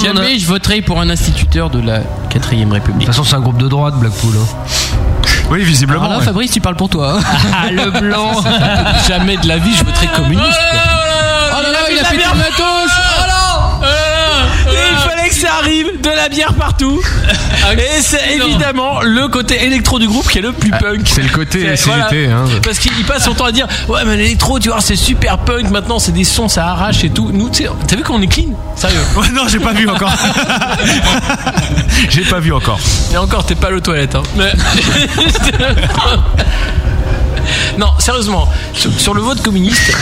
Speaker 7: Jamais je voterai pour un instituteur de la 4ème République.
Speaker 8: De toute façon, c'est un groupe de droite, Blackpool. hein.
Speaker 1: Oui,
Speaker 7: Alors
Speaker 1: visiblement.
Speaker 7: Ah, là,
Speaker 1: ouais.
Speaker 7: Fabrice, tu parles pour toi. Ah, le blanc Jamais de la vie, je voterai communiste. Oh là là, il a fait du matos Oh Il fallait que ça arrive, de la bière partout. Et c'est évidemment le côté électro du groupe qui est le plus punk.
Speaker 6: Ah, C'est le côté
Speaker 7: C'est-
Speaker 6: CGT.
Speaker 7: voilà.
Speaker 6: hein.
Speaker 7: Parce qu'il passe son temps à dire Ouais, mais l'électro, tu vois, c'est super punk maintenant, c'est des sons, ça arrache et tout. Nous, tu sais, t'as vu qu'on est clean Sérieux
Speaker 1: Ouais, non, j'ai pas vu encore. j'ai pas vu encore.
Speaker 7: Et encore, t'es pas à l'eau toilette. Hein. Mais- non, sérieusement, sur, sur le vote communiste,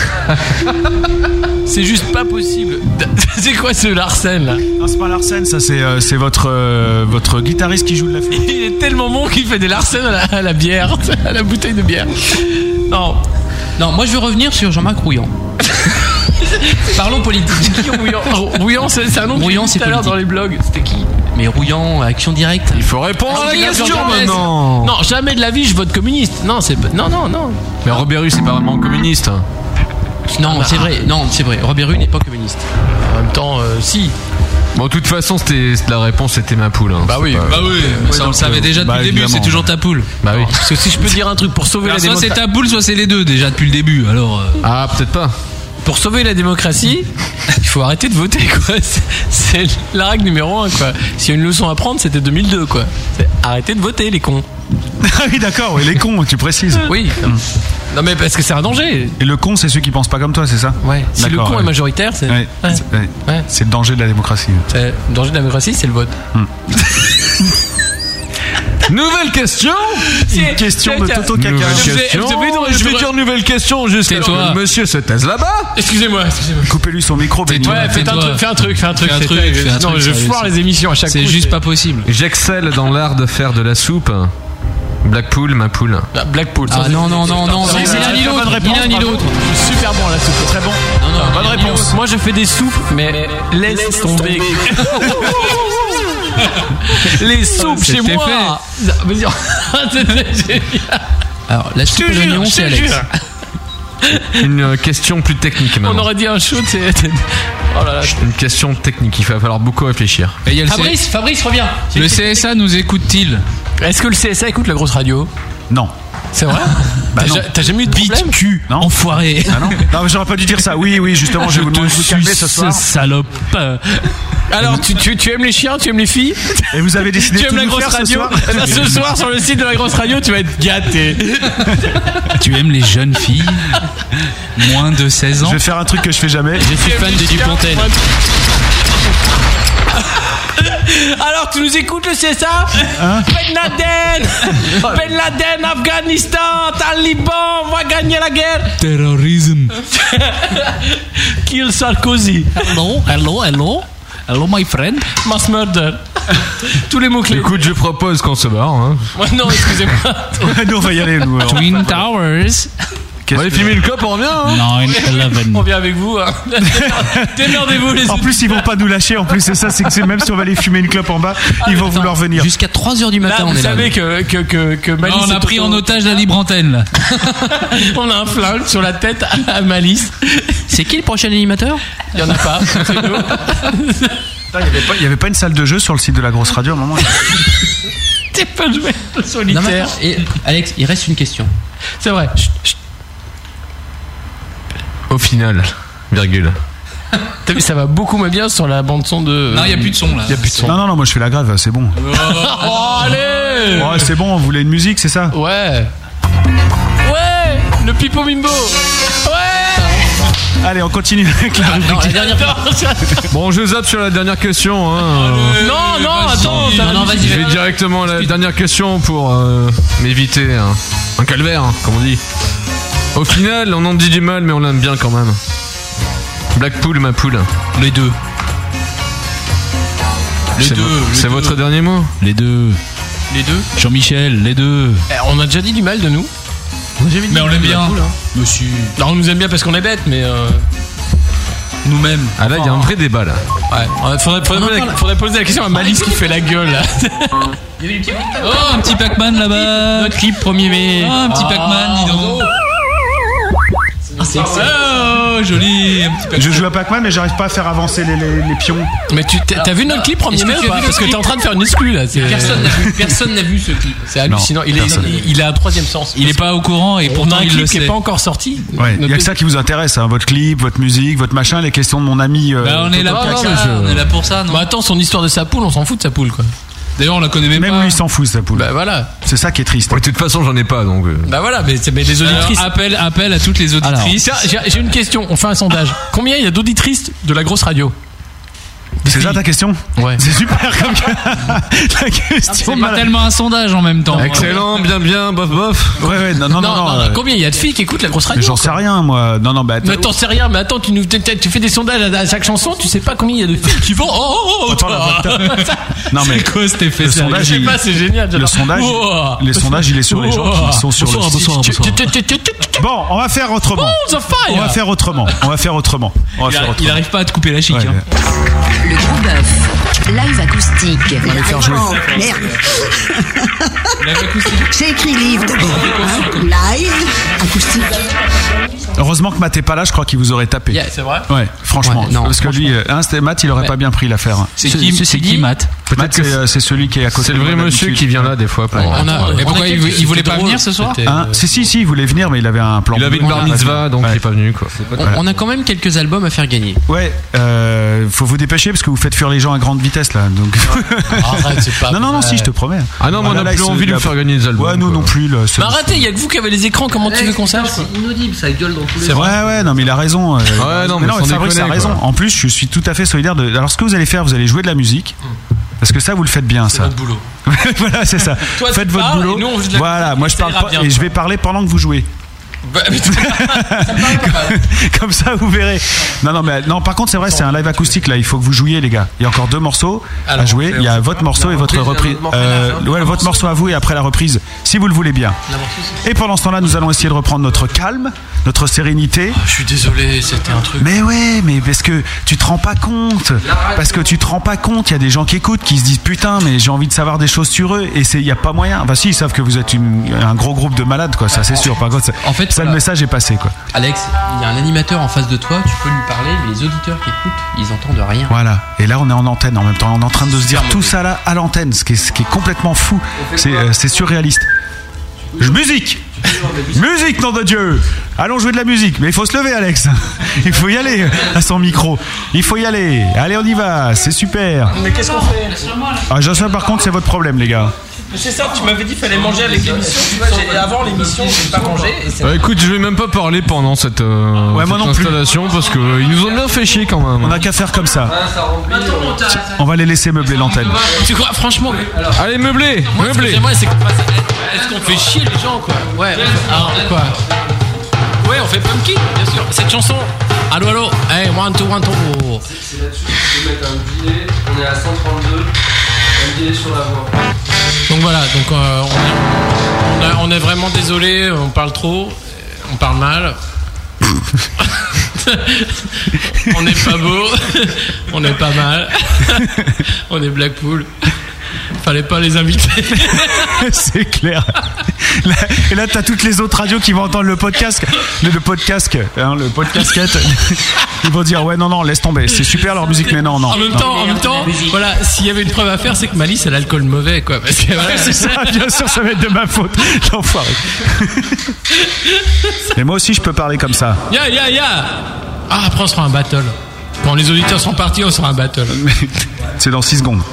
Speaker 7: C'est juste pas possible. C'est quoi ce Larsen là
Speaker 1: Non, c'est pas Larsen, ça c'est euh, c'est votre euh, votre guitariste qui joue de la flûte.
Speaker 7: Il est tellement bon qu'il fait des Larsen à la, à la bière, à la bouteille de bière. Non.
Speaker 10: Non, moi je veux revenir sur Jean-Marc Rouillant. Parlons politique.
Speaker 7: Rouillant, Oh, c'est c'est un nom
Speaker 10: Rouillant,
Speaker 7: Rouillant,
Speaker 10: c'est
Speaker 7: tout à l'heure
Speaker 10: politique.
Speaker 7: dans les blogs. C'était qui
Speaker 10: Mais Rouillant, Action Directe. Il
Speaker 6: faut répondre
Speaker 7: Ah, Robert Jordanès. Non, jamais de la vie, je vote communiste. Non, c'est pas- non, non, non.
Speaker 6: Mais Robert Hue, c'est pas vraiment communiste.
Speaker 10: Non, c'est vrai, non, c'est vrai. Robert Hue n'est pas communiste.
Speaker 7: En même temps,
Speaker 6: euh,
Speaker 7: si.
Speaker 6: Bon, de toute façon, c'était la réponse était ma poule. hein. C'est pas-
Speaker 9: bah oui,
Speaker 6: Ouais,
Speaker 9: ça on le
Speaker 6: donc,
Speaker 9: savait
Speaker 6: euh,
Speaker 9: déjà depuis
Speaker 6: bah,
Speaker 9: le début,
Speaker 6: évidemment.
Speaker 9: c'est toujours ta poule.
Speaker 6: Bah oui.
Speaker 7: Parce que si je peux dire un truc pour sauver
Speaker 9: Alors,
Speaker 7: la
Speaker 9: soit c'est
Speaker 7: démocratie.
Speaker 9: ta poule, soit c'est les deux déjà depuis le début. Alors
Speaker 6: ah peut-être pas.
Speaker 7: euh. Pour sauver la démocratie, il faut arrêter de voter quoi. C'est- C'est la règle numéro un quoi. S'il y a une leçon à prendre, c'était 2002 quoi. C'est arrêter de voter les cons.
Speaker 1: Ah oui, d'accord, ouais, les cons, tu précises.
Speaker 7: Oui.
Speaker 9: Hmm.
Speaker 7: Non mais parce que c'est un danger.
Speaker 1: Et le con, c'est ceux qui pensent pas comme toi, c'est ça
Speaker 7: Ouais. Si le
Speaker 1: D'accord,
Speaker 7: con
Speaker 1: ouais.
Speaker 7: est majoritaire, c'est
Speaker 1: Ouais,
Speaker 7: Ouais.
Speaker 1: c'est- ouais. C'est le danger de la démocratie.
Speaker 7: C'est- le danger de la démocratie, c'est le vote.
Speaker 6: Nouvelle question
Speaker 7: Une
Speaker 1: question de Toto Caca.
Speaker 6: Nouvelle
Speaker 1: Je vais-
Speaker 6: question.
Speaker 1: je vais vous-
Speaker 6: Je vais
Speaker 1: je-
Speaker 6: dire nouvelle question juste
Speaker 1: Tais-toi.
Speaker 6: alors que le monsieur se taise là-bas.
Speaker 7: Excusez-moi, excusez-moi.
Speaker 1: Coupez-lui son micro, Benny.
Speaker 7: Ouais, fais un truc, fais un truc, fais un truc. c'est-
Speaker 9: fais un
Speaker 7: non,
Speaker 9: truc,
Speaker 7: je
Speaker 9: sérieux,
Speaker 7: foire
Speaker 9: c'est-
Speaker 7: les émissions à chaque
Speaker 9: c'est
Speaker 7: coup.
Speaker 9: juste pas possible.
Speaker 6: J'excelle dans l'art de faire de la soupe. Blackpool, ma poule.
Speaker 7: Ah, Blackpool.
Speaker 9: Ah, non, non, non, non,
Speaker 7: c'est
Speaker 9: c'est
Speaker 7: l'un
Speaker 9: l'un
Speaker 7: ni l'autre. Ni l'un ni l'autre. Super bon la soupe. Très bon.
Speaker 9: Non, non,
Speaker 1: bonne réponse.
Speaker 7: Moi, je fais des soupes, mais laisse tomber. Les soupes chez
Speaker 9: C'était
Speaker 7: moi. Vas-y. C'était génial.
Speaker 10: Alors, la
Speaker 7: Je
Speaker 10: soupe
Speaker 7: te
Speaker 10: à
Speaker 7: jure,
Speaker 10: l'oignon,
Speaker 7: je
Speaker 10: c'est
Speaker 7: te
Speaker 10: Alex.
Speaker 7: jure.
Speaker 6: Une euh, question plus technique maintenant.
Speaker 7: On aurait dit un show, c'est. Oh là là.
Speaker 6: Une question technique, il va falloir beaucoup réfléchir.
Speaker 9: Et il y a le,
Speaker 7: Fabrice, Fabrice, reviens.
Speaker 9: C- le CSA nous écoute-t-il
Speaker 7: Est-ce que le CSA écoute la grosse radio
Speaker 1: Non.
Speaker 7: C'est vrai
Speaker 9: Ah.
Speaker 1: Bah
Speaker 7: T'as
Speaker 1: non.
Speaker 7: ja- T'as jamais eu de problème
Speaker 9: Cul,
Speaker 1: Non.
Speaker 9: enfoiré.
Speaker 1: Ah non, non mais j'aurais pas dû dire ça. Oui, oui, justement, je vais vous demander de vous calmer ce soir.
Speaker 9: salope.
Speaker 7: Alors, tu, tu, tu aimes les chiens, tu aimes les filles
Speaker 1: Et vous avez décidé
Speaker 7: Tu
Speaker 1: de tout
Speaker 7: aimes la
Speaker 1: nous
Speaker 7: grosse
Speaker 1: faire ce
Speaker 7: radio
Speaker 1: soir
Speaker 7: Eh ben, Ce soir, sur le site de la grosse radio, tu vas être gâté.
Speaker 9: Tu aimes les jeunes filles Moins de 16
Speaker 1: Je
Speaker 9: ans
Speaker 1: vais faire un truc que je fais jamais.
Speaker 9: Je suis fan des Dupontel.
Speaker 7: Alors, tu nous écoutes le CSA Ben Laden Ben Laden, Afghanistan, Taliban, on va gagner la guerre
Speaker 9: Terrorisme.
Speaker 7: Kill Sarkozy,
Speaker 9: Hello, hello, hello. Hello, my friend.
Speaker 7: mass murder. Tous les mots-clés.
Speaker 6: Écoute, je propose qu'on se barre. Hein.
Speaker 7: Ouais, non, excusez-moi.
Speaker 1: nous, on va y aller, nous. alors.
Speaker 9: Twin Towers.
Speaker 6: On
Speaker 1: Qu'est-ce
Speaker 6: va aller
Speaker 1: que-
Speaker 6: filmer une clope, on revient. hein.
Speaker 9: 9-11.
Speaker 7: On vient avec vous. hein. Démerdez-vous, les
Speaker 1: En
Speaker 7: autres.
Speaker 1: plus, ils vont pas nous lâcher. En plus, c'est ça, c'est que c'est- même si on va aller fumer une clope en bas, ils vont vouloir venir.
Speaker 10: Jusqu'à 3h du
Speaker 7: Ah, Là,
Speaker 10: matin, on
Speaker 7: vous
Speaker 10: est là.
Speaker 7: savez que, que, que, que Malice
Speaker 9: on a
Speaker 7: est
Speaker 9: pris
Speaker 7: au-
Speaker 9: en otage la libre antenne là.
Speaker 7: On a un flingue sur la tête à Malice.
Speaker 10: Ah, C'est qui le prochain animateur
Speaker 7: Il y en a pas. c'est nous.
Speaker 1: Putain, Il y avait pas- il y avait pas une salle de jeu sur le site de la grosse radio à un moment.
Speaker 7: T'es pas joué le
Speaker 10: Non, mais
Speaker 7: solitaire.
Speaker 10: attends, et- Alex, il reste une question.
Speaker 7: C'est vrai. Chut, chut.
Speaker 6: Au final, virgule.
Speaker 7: T'as vu, ça va beaucoup moins bien sur la bande son de.
Speaker 9: Non, il y a plus de son là.
Speaker 7: Il y a plus de son.
Speaker 1: Non, non, non, moi je fais la grève, c'est bon.
Speaker 7: Oh, allez
Speaker 1: Ouais, c'est bon, on voulait une musique, c'est ça
Speaker 7: Ouais. Ouais Le pipo mimbo Ouais
Speaker 1: Allez, on continue avec la
Speaker 7: Ah,
Speaker 1: rubrique.
Speaker 10: Non, la dernière
Speaker 6: Bon, je zappe sur la dernière question. Hein.
Speaker 7: Non, non,
Speaker 9: vas-y.
Speaker 7: attends, ça
Speaker 9: Non, non,
Speaker 7: va-
Speaker 9: vas-y.
Speaker 6: Je vais directement à la dernière question pour euh, m'éviter un, un calvaire, hein, comme on dit. Au final, on en dit du mal, mais on l'aime bien quand même. Blackpool, ma poule.
Speaker 9: Les deux. Les
Speaker 6: C'est
Speaker 9: deux.
Speaker 6: vo-
Speaker 9: les
Speaker 6: C'est
Speaker 9: deux.
Speaker 6: votre dernier mot
Speaker 9: Les deux.
Speaker 7: Les deux
Speaker 9: Jean-Michel, les deux.
Speaker 7: Eh, On a déjà dit du mal de nous.
Speaker 9: Mais on l'aime bien. Monsieur.
Speaker 7: Non, on nous aime bien parce qu'on est bêtes, mais. euh,
Speaker 9: Nous-mêmes.
Speaker 6: Ah là, il y a un vrai débat là.
Speaker 7: Ouais. Euh, Faudrait, faudrait poser la, faudrait poser la question à Malice qui fait la gueule là.
Speaker 9: Oh, un petit Pac-Man là-bas.
Speaker 10: Notre clip 1er mai.
Speaker 9: Oh, un
Speaker 7: Ah.
Speaker 9: petit Pac-Man, dis donc. Oh, joli. Un petit Pac-Man.
Speaker 1: Je joue à Pac-Man, mais j'arrive pas à faire avancer les, les- les pions.
Speaker 7: Mais tu t'as t'as vu notre clip premier
Speaker 9: Est-ce que
Speaker 7: mai
Speaker 9: tu
Speaker 7: ou
Speaker 9: as
Speaker 7: pas
Speaker 9: vu notre
Speaker 7: Parce que t'es
Speaker 9: clip
Speaker 7: en train de faire une exclue là. c'est-
Speaker 9: Personne n'a vu.
Speaker 10: Personne n'a vu ce clip.
Speaker 7: C'est hallucinant. il, est, il, il a un troisième sens.
Speaker 9: Il est pas au courant et
Speaker 7: On a
Speaker 9: pourtant
Speaker 7: un
Speaker 9: il le
Speaker 7: clip qui
Speaker 9: sait.
Speaker 7: est pas encore sorti.
Speaker 1: Ouais, il y a que
Speaker 7: Notez-
Speaker 1: ça qui vous intéresse, hein, votre clip, votre musique, votre machin, les questions de mon ami. euh,
Speaker 9: Bah, on est là
Speaker 1: Toto
Speaker 9: pour
Speaker 1: Kaka.
Speaker 9: ça. On est là pour ça, non
Speaker 7: Bah attends, son histoire de sa poule, on s'en fout de sa poule quoi.
Speaker 9: D'ailleurs, on la connaît même,
Speaker 1: Même
Speaker 9: pas.
Speaker 1: lui, il s'en fout, sa poule.
Speaker 7: Bah voilà.
Speaker 1: C'est ça qui est triste.
Speaker 6: Ouais, de toute façon, j'en ai pas donc. euh.
Speaker 7: Bah voilà, mais, c'est- mais les
Speaker 9: Alors,
Speaker 7: auditrices.
Speaker 9: appel, appel à toutes les auditrices.
Speaker 7: Ah. Tiens, j'ai j'ai une question, on fait un sondage. Combien il y a d'auditrices de la grosse radio
Speaker 1: C'est ça ta question
Speaker 24: Ouais.
Speaker 1: C'est super comme la question.
Speaker 7: Ah, C'est pas tellement un sondage en même temps.
Speaker 1: Excellent,
Speaker 6: bien, bien, bof, bof.
Speaker 1: Ouais, ouais, non, non, non.
Speaker 7: Non,
Speaker 1: non,
Speaker 7: non,
Speaker 1: euh,
Speaker 7: combien il y a de filles qui écoutent la grosse radio
Speaker 1: J'en sais
Speaker 7: quoi
Speaker 1: rien, moi. Non, non, bah.
Speaker 7: Mais t'en sais rien, mais attends, tu, nous, t'es- t'es- tu fais des sondages à à chaque chanson, tu sais pas combien il y a de filles qui vont. Oh, oh, oh, toi.
Speaker 1: Non, mais. le
Speaker 7: sérieux
Speaker 1: sondage,
Speaker 7: Je sais
Speaker 1: il-
Speaker 7: pas, c'est génial,
Speaker 1: Le
Speaker 7: j'adore.
Speaker 1: sondage,
Speaker 7: Ouah.
Speaker 1: les sondages, il est sur les gens
Speaker 7: Ouah.
Speaker 1: qui sont sur
Speaker 7: Bonsoir,
Speaker 1: le site.
Speaker 7: bonsoir, bonsoir.
Speaker 1: Bon, on va faire autrement.
Speaker 7: Balls of fire.
Speaker 1: On va faire autrement. On va faire autrement. On va
Speaker 7: Il
Speaker 1: faire
Speaker 7: arri-
Speaker 1: autrement.
Speaker 7: Il arrive pas à te couper la chic. hein.
Speaker 19: Le gros bœuf, live acoustique.
Speaker 1: va les faire jouer.
Speaker 3: Oh, merde. C'est écrit livre d'abord. hein. Live, acoustique.
Speaker 1: Heureusement que Matt est pas là, je crois qu'il vous aurait tapé.
Speaker 7: Yeah, c'est vrai
Speaker 1: Ouais, franchement. parce que lui, euh, hein, c'était Matt, il aurait pas bien pris l'affaire.
Speaker 7: C'est Ce- qui- ce- c'est qui, qui, Matt
Speaker 1: Peut-être que c'est- c'est celui qui est à côté.
Speaker 6: C'est le vrai monsieur qui vient là des fois. Pour...
Speaker 1: On a-
Speaker 7: Et pourquoi il, il voulait pas venir ce soir
Speaker 1: Hein, si, si, si, il voulait venir, mais il avait un plan.
Speaker 6: euh, Il avait une bar mitzvah, donc il est pas venu quoi.
Speaker 10: On, on a quand même quelques albums à faire gagner.
Speaker 1: Ouais, euh, faut vous dépêcher parce que vous faites fuir les gens à grande vitesse là. Donc.
Speaker 7: Arrête, c'est pas
Speaker 1: non, non, non,
Speaker 7: vrai.
Speaker 1: si, je te promets.
Speaker 6: Ah non, moi, on a
Speaker 1: là,
Speaker 6: plus
Speaker 1: il se-
Speaker 6: envie de
Speaker 1: il
Speaker 6: lui
Speaker 1: a-
Speaker 6: faire gagner des albums,
Speaker 1: Ouais, nous
Speaker 6: quoi.
Speaker 1: non plus. le-
Speaker 7: Mais arrêtez, il y a que vous qui avez les écrans, comment tu veux qu'on sache
Speaker 10: Eh, C'est inaudible, ça gueule dans tous
Speaker 1: C'est vrai, ouais, non, mais il a raison. euh, il a raison.
Speaker 6: non, mais sans
Speaker 1: Fabrice
Speaker 6: déconner,
Speaker 1: a raison.
Speaker 6: quoi.
Speaker 1: En plus, je suis tout à fait solidaire de. Alors, ce que vous allez faire, vous allez jouer de la musique. Parce que ça, vous le faites bien, ça.
Speaker 7: Votre boulot.
Speaker 1: voilà, c'est ça.
Speaker 7: Toi, tu
Speaker 1: Faites votre
Speaker 7: parles,
Speaker 1: boulot.
Speaker 7: et nous, on joue de la
Speaker 1: voilà,
Speaker 7: musique,
Speaker 1: moi je
Speaker 7: ça
Speaker 1: parle
Speaker 7: ira
Speaker 1: pas
Speaker 7: bien,
Speaker 1: et je
Speaker 7: quoi.
Speaker 1: vais parler pendant que vous jouez.
Speaker 7: Bah, mais tu- ça me parle pas.
Speaker 1: Comme ça, vous verrez. Non, non, mais non. Par contre, c'est vrai, c'est un live acoustique là. Il faut que vous jouiez, les gars. Il y a encore deux morceaux à
Speaker 7: Alors,
Speaker 1: jouer. Il y a votre morceau et votre reprise. Euh, ouais, votre morceau à vous et après la reprise, si vous le voulez bien. Et pendant ce temps-là, nous allons essayer de reprendre notre calme, notre sérénité.
Speaker 7: Je suis désolé, c'était un truc.
Speaker 1: Mais ouais, mais parce que tu te rends pas compte. Parce que tu te rends pas compte. Il y a des gens qui écoutent, qui se disent putain, mais j'ai envie de savoir des choses sur eux. Et il n'y a pas moyen. Enfin, si, ils savent que vous êtes une- un gros groupe de malades, quoi. Ça, c'est sûr. Par contre, en fait, ça, le message est passé, quoi.
Speaker 10: Alex, il y a un animateur en face de toi, tu peux lui parler, mais les auditeurs qui écoutent, ils entendent rien.
Speaker 1: Voilà. Et là, on est en antenne en même temps. On est en train de se dire tout ça là à l'antenne, ce qui est, ce qui est complètement fou. C'est euh, c'est surréaliste. Je- musique Musique, nom de Dieu Allons jouer de la musique. Mais il faut se lever, Alex. Il faut y aller euh, à son micro. Il faut y aller. Allez, on y va. C'est super.
Speaker 7: Mais qu'est-ce qu'on fait
Speaker 1: Ah, je sais, par contre, c'est votre problème, les gars.
Speaker 7: Mais c'est ça, tu m'avais dit qu'il fallait manger avec l'émission. Tu vois, j'ai- avant l'émission, j'ai pas mangé. et c'est-
Speaker 6: Euh, écoute, je vais même pas parler pendant cette, euh,
Speaker 1: Ouais, moi
Speaker 6: cette
Speaker 1: non plus.
Speaker 6: installation parce que euh, ils nous ont bien fait chier quand même.
Speaker 1: On n'a qu'à faire comme ça.
Speaker 7: Ah,
Speaker 1: On va les laisser meubler l'antenne.
Speaker 7: Tu crois, franchement.
Speaker 6: Allez, meublé,
Speaker 7: Moi, ce que
Speaker 6: meublé.
Speaker 7: j'aimerais, c'est qu'on fasse- Est-ce qu'on fait chier les gens, quoi Ouais, alors, quoi Ouais, on fait Pumpkin, bien sûr. Cette chanson. Allô, allô. Hey, one, two, one, two.
Speaker 8: C'est là-dessus que je peux mettre un delay. On est à 132. Un delay sur la voix.
Speaker 7: Donc voilà, donc euh, on, est, on a- on est vraiment désolé, on parle trop, on parle mal. on n'est pas beau, on est pas mal, on est Blackpool. Fallait pas les inviter.
Speaker 1: C'est clair. Là- et là, t'as toutes les autres radios qui vont entendre le podcast, le, le podcast, hein, le podcastquette. Ils vont dire ouais, non, non, laisse tomber. C'est super leur musique, mais non, non.
Speaker 7: En même
Speaker 1: non.
Speaker 7: temps, en même temps, voilà, s'il y avait une preuve à faire, c'est que Malice a l'alcool mauvais, quoi. Parce que, voilà,
Speaker 1: Ouais, c'est ça, bien sûr, ça va être de ma faute, l'enfoiré. Mais moi aussi, je peux parler comme ça.
Speaker 7: Ya, ya, ya Ah, après, on sera un battle. Quand les auditeurs sont partis, on sera un battle.
Speaker 1: C'est dans 6 secondes.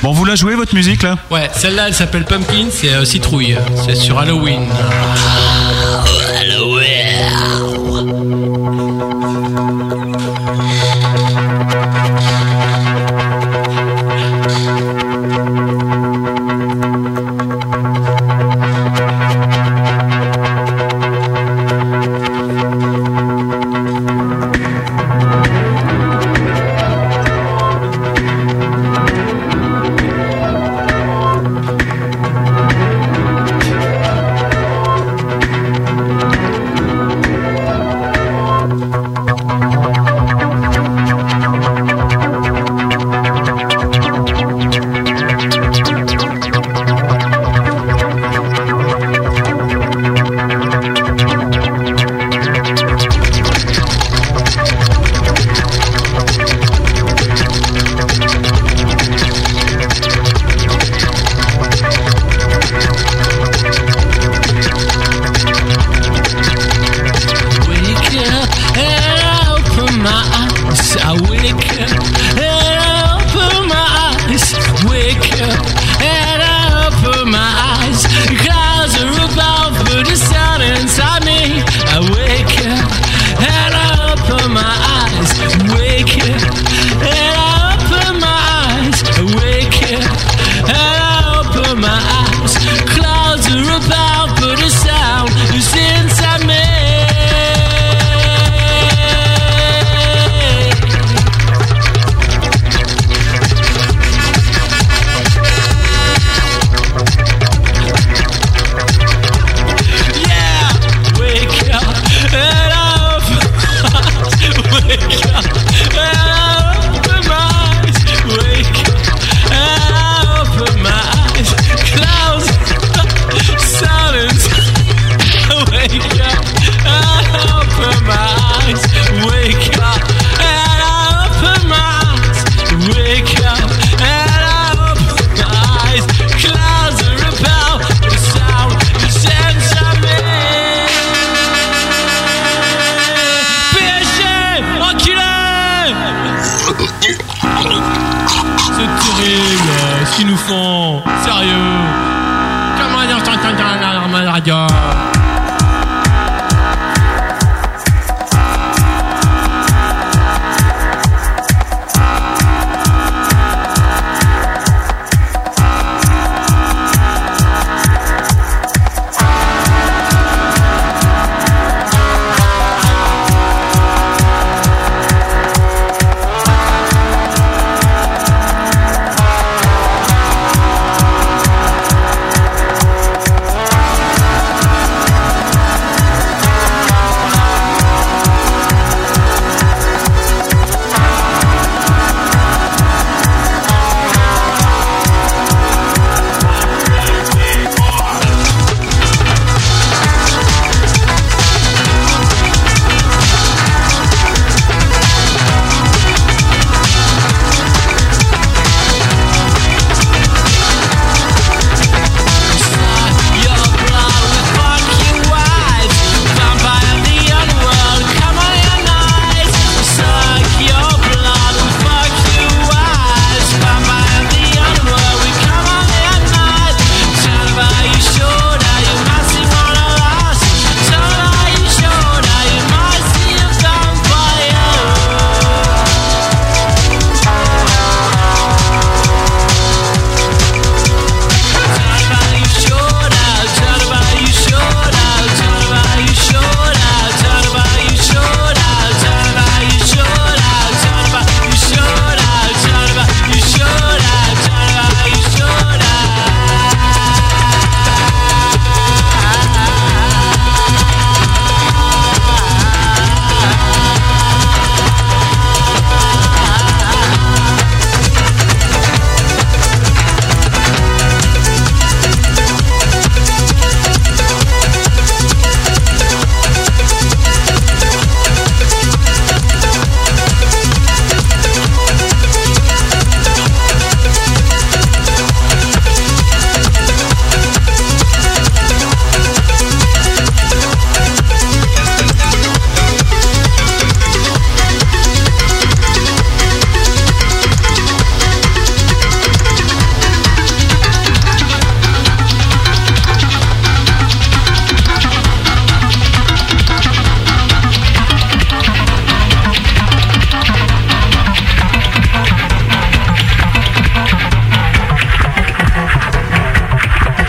Speaker 1: Bon, vous la jouez votre musique là
Speaker 7: Ouais, celle-là, elle s'appelle Pumpkin, c'est euh, citrouille. C'est sur Halloween.
Speaker 25: Pumpkin,
Speaker 7: ah
Speaker 26: euh, qu'ils nous font. Sérieux. Comment dire tant, tant, tant, la norme à la radio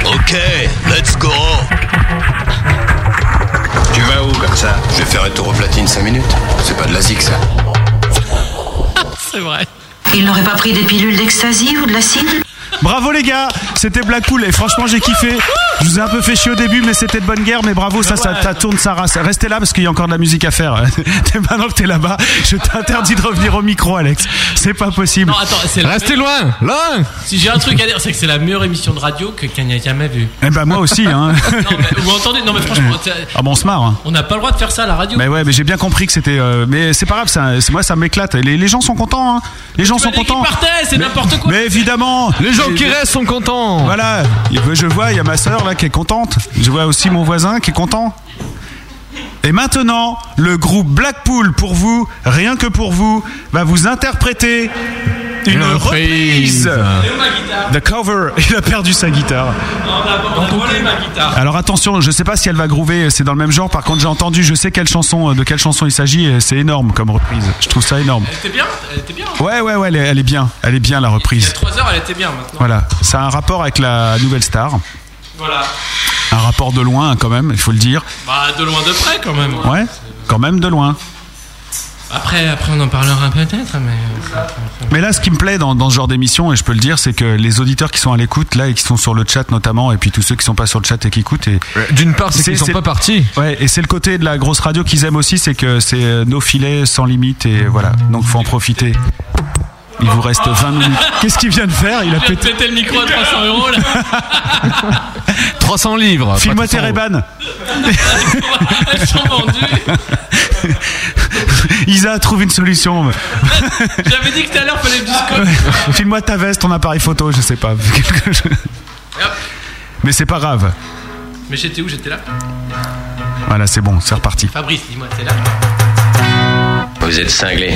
Speaker 11: Ok, let's go Tu vas où comme ça Je vais faire un tour au platine 5 minutes. C'est pas de la zig ça.
Speaker 26: C'est vrai.
Speaker 3: Il n'aurait pas pris des pilules d'ecstasy ou de l'acide
Speaker 1: Bravo les gars, c'était Blackpool et franchement j'ai kiffé. Je vous ai un peu fait chier au début, mais c'était de bonne guerre. Mais bravo, ça, ça, ça tourne sa race. Restez là parce qu'il y a encore de la musique à faire. Dès maintenant que t'es là-bas, je t'interdis de revenir au micro, Alex. C'est pas possible.
Speaker 7: Non, attends, c'est la- Restez
Speaker 1: loin, loin.
Speaker 7: Si j'ai un truc à dire, c'est que c'est la meilleure émission de radio que qu'il n'y a jamais vue.
Speaker 1: Eh ben moi aussi, hein.
Speaker 7: Non, mais- ou entendez, non mais franchement, t'as-
Speaker 1: Ah bon, on se marre. hein.
Speaker 7: on n'a pas le droit de faire ça à la radio.
Speaker 1: Mais ouais, mais j'ai bien compris que c'était. euh, mais c'est pas grave, ça, c'est- moi ça m'éclate. Les, les gens sont contents. Hein. Les gens sont contents.
Speaker 7: partaient, c'est
Speaker 1: Mais-
Speaker 7: n'importe quoi.
Speaker 1: Mais évidemment.
Speaker 17: Les gens
Speaker 1: Et-
Speaker 17: qui restent sont contents.
Speaker 1: Voilà. Il veut- Je vois, il y a ma soeur là qui est contente. Je vois aussi mon voisin qui est content. Et maintenant, le groupe Blackpool pour vous, rien que pour vous, va vous interpréter une,
Speaker 17: Une reprise.
Speaker 1: reprise. The cover. Il a perdu sa guitare.
Speaker 7: On a volé ma guitare.
Speaker 1: Alors attention, je sais pas si elle va groover, c'est dans le même genre. Par contre, j'ai entendu, je sais quelle chanson, euh, de quelle chanson il s'agit, et c'est énorme comme reprise. Je trouve ça énorme.
Speaker 7: C'était bien, elle était bien.
Speaker 1: Ouais, ouais, ouais, elle est, elle est bien, elle est bien la reprise.
Speaker 7: 3 heures, elle était bien maintenant.
Speaker 1: Voilà, ça a un rapport avec la nouvelle star,
Speaker 7: Voilà.
Speaker 1: un rapport de loin quand même, il faut le dire.
Speaker 7: Bah, de loin de près quand même.
Speaker 1: Ouais, quand même de loin.
Speaker 7: Après, après, on en parlera peut-être, mais. euh,
Speaker 1: Mais là, ce qui me plaît dans, dans ce genre d'émission, et je peux le dire, c'est que les auditeurs qui sont à l'écoute, là, et qui sont sur le chat notamment, et puis tous ceux qui sont pas sur le chat et qui écoutent. Et...
Speaker 17: D'une part, c'est qu'ils sont pas partis.
Speaker 1: Ouais, et c'est le côté de la grosse radio qu'ils aiment aussi, c'est que c'est euh, nos filets sans limite, et voilà. Donc, faut en profiter. Il vous reste 20 minutes. Qu'est-ce qu'il vient de faire Il a
Speaker 7: J'ai
Speaker 1: pété.
Speaker 7: pété le micro à 300 euros là.
Speaker 17: 300 livres.
Speaker 1: File-moi
Speaker 17: pas 300
Speaker 1: tes Ray-Ban.
Speaker 7: Elles sont vendues.
Speaker 1: Isa trouve une solution.
Speaker 7: J'avais dit que tout à l'heure fallait du scotch.
Speaker 1: File-moi ta veste, ton appareil photo, je sais pas. Quelque chose. Mais c'est pas grave.
Speaker 7: Mais j'étais où J'étais là.
Speaker 1: Voilà, c'est bon, c'est reparti.
Speaker 7: Fabrice, dis-moi, t'es là.
Speaker 11: Vous êtes cinglé.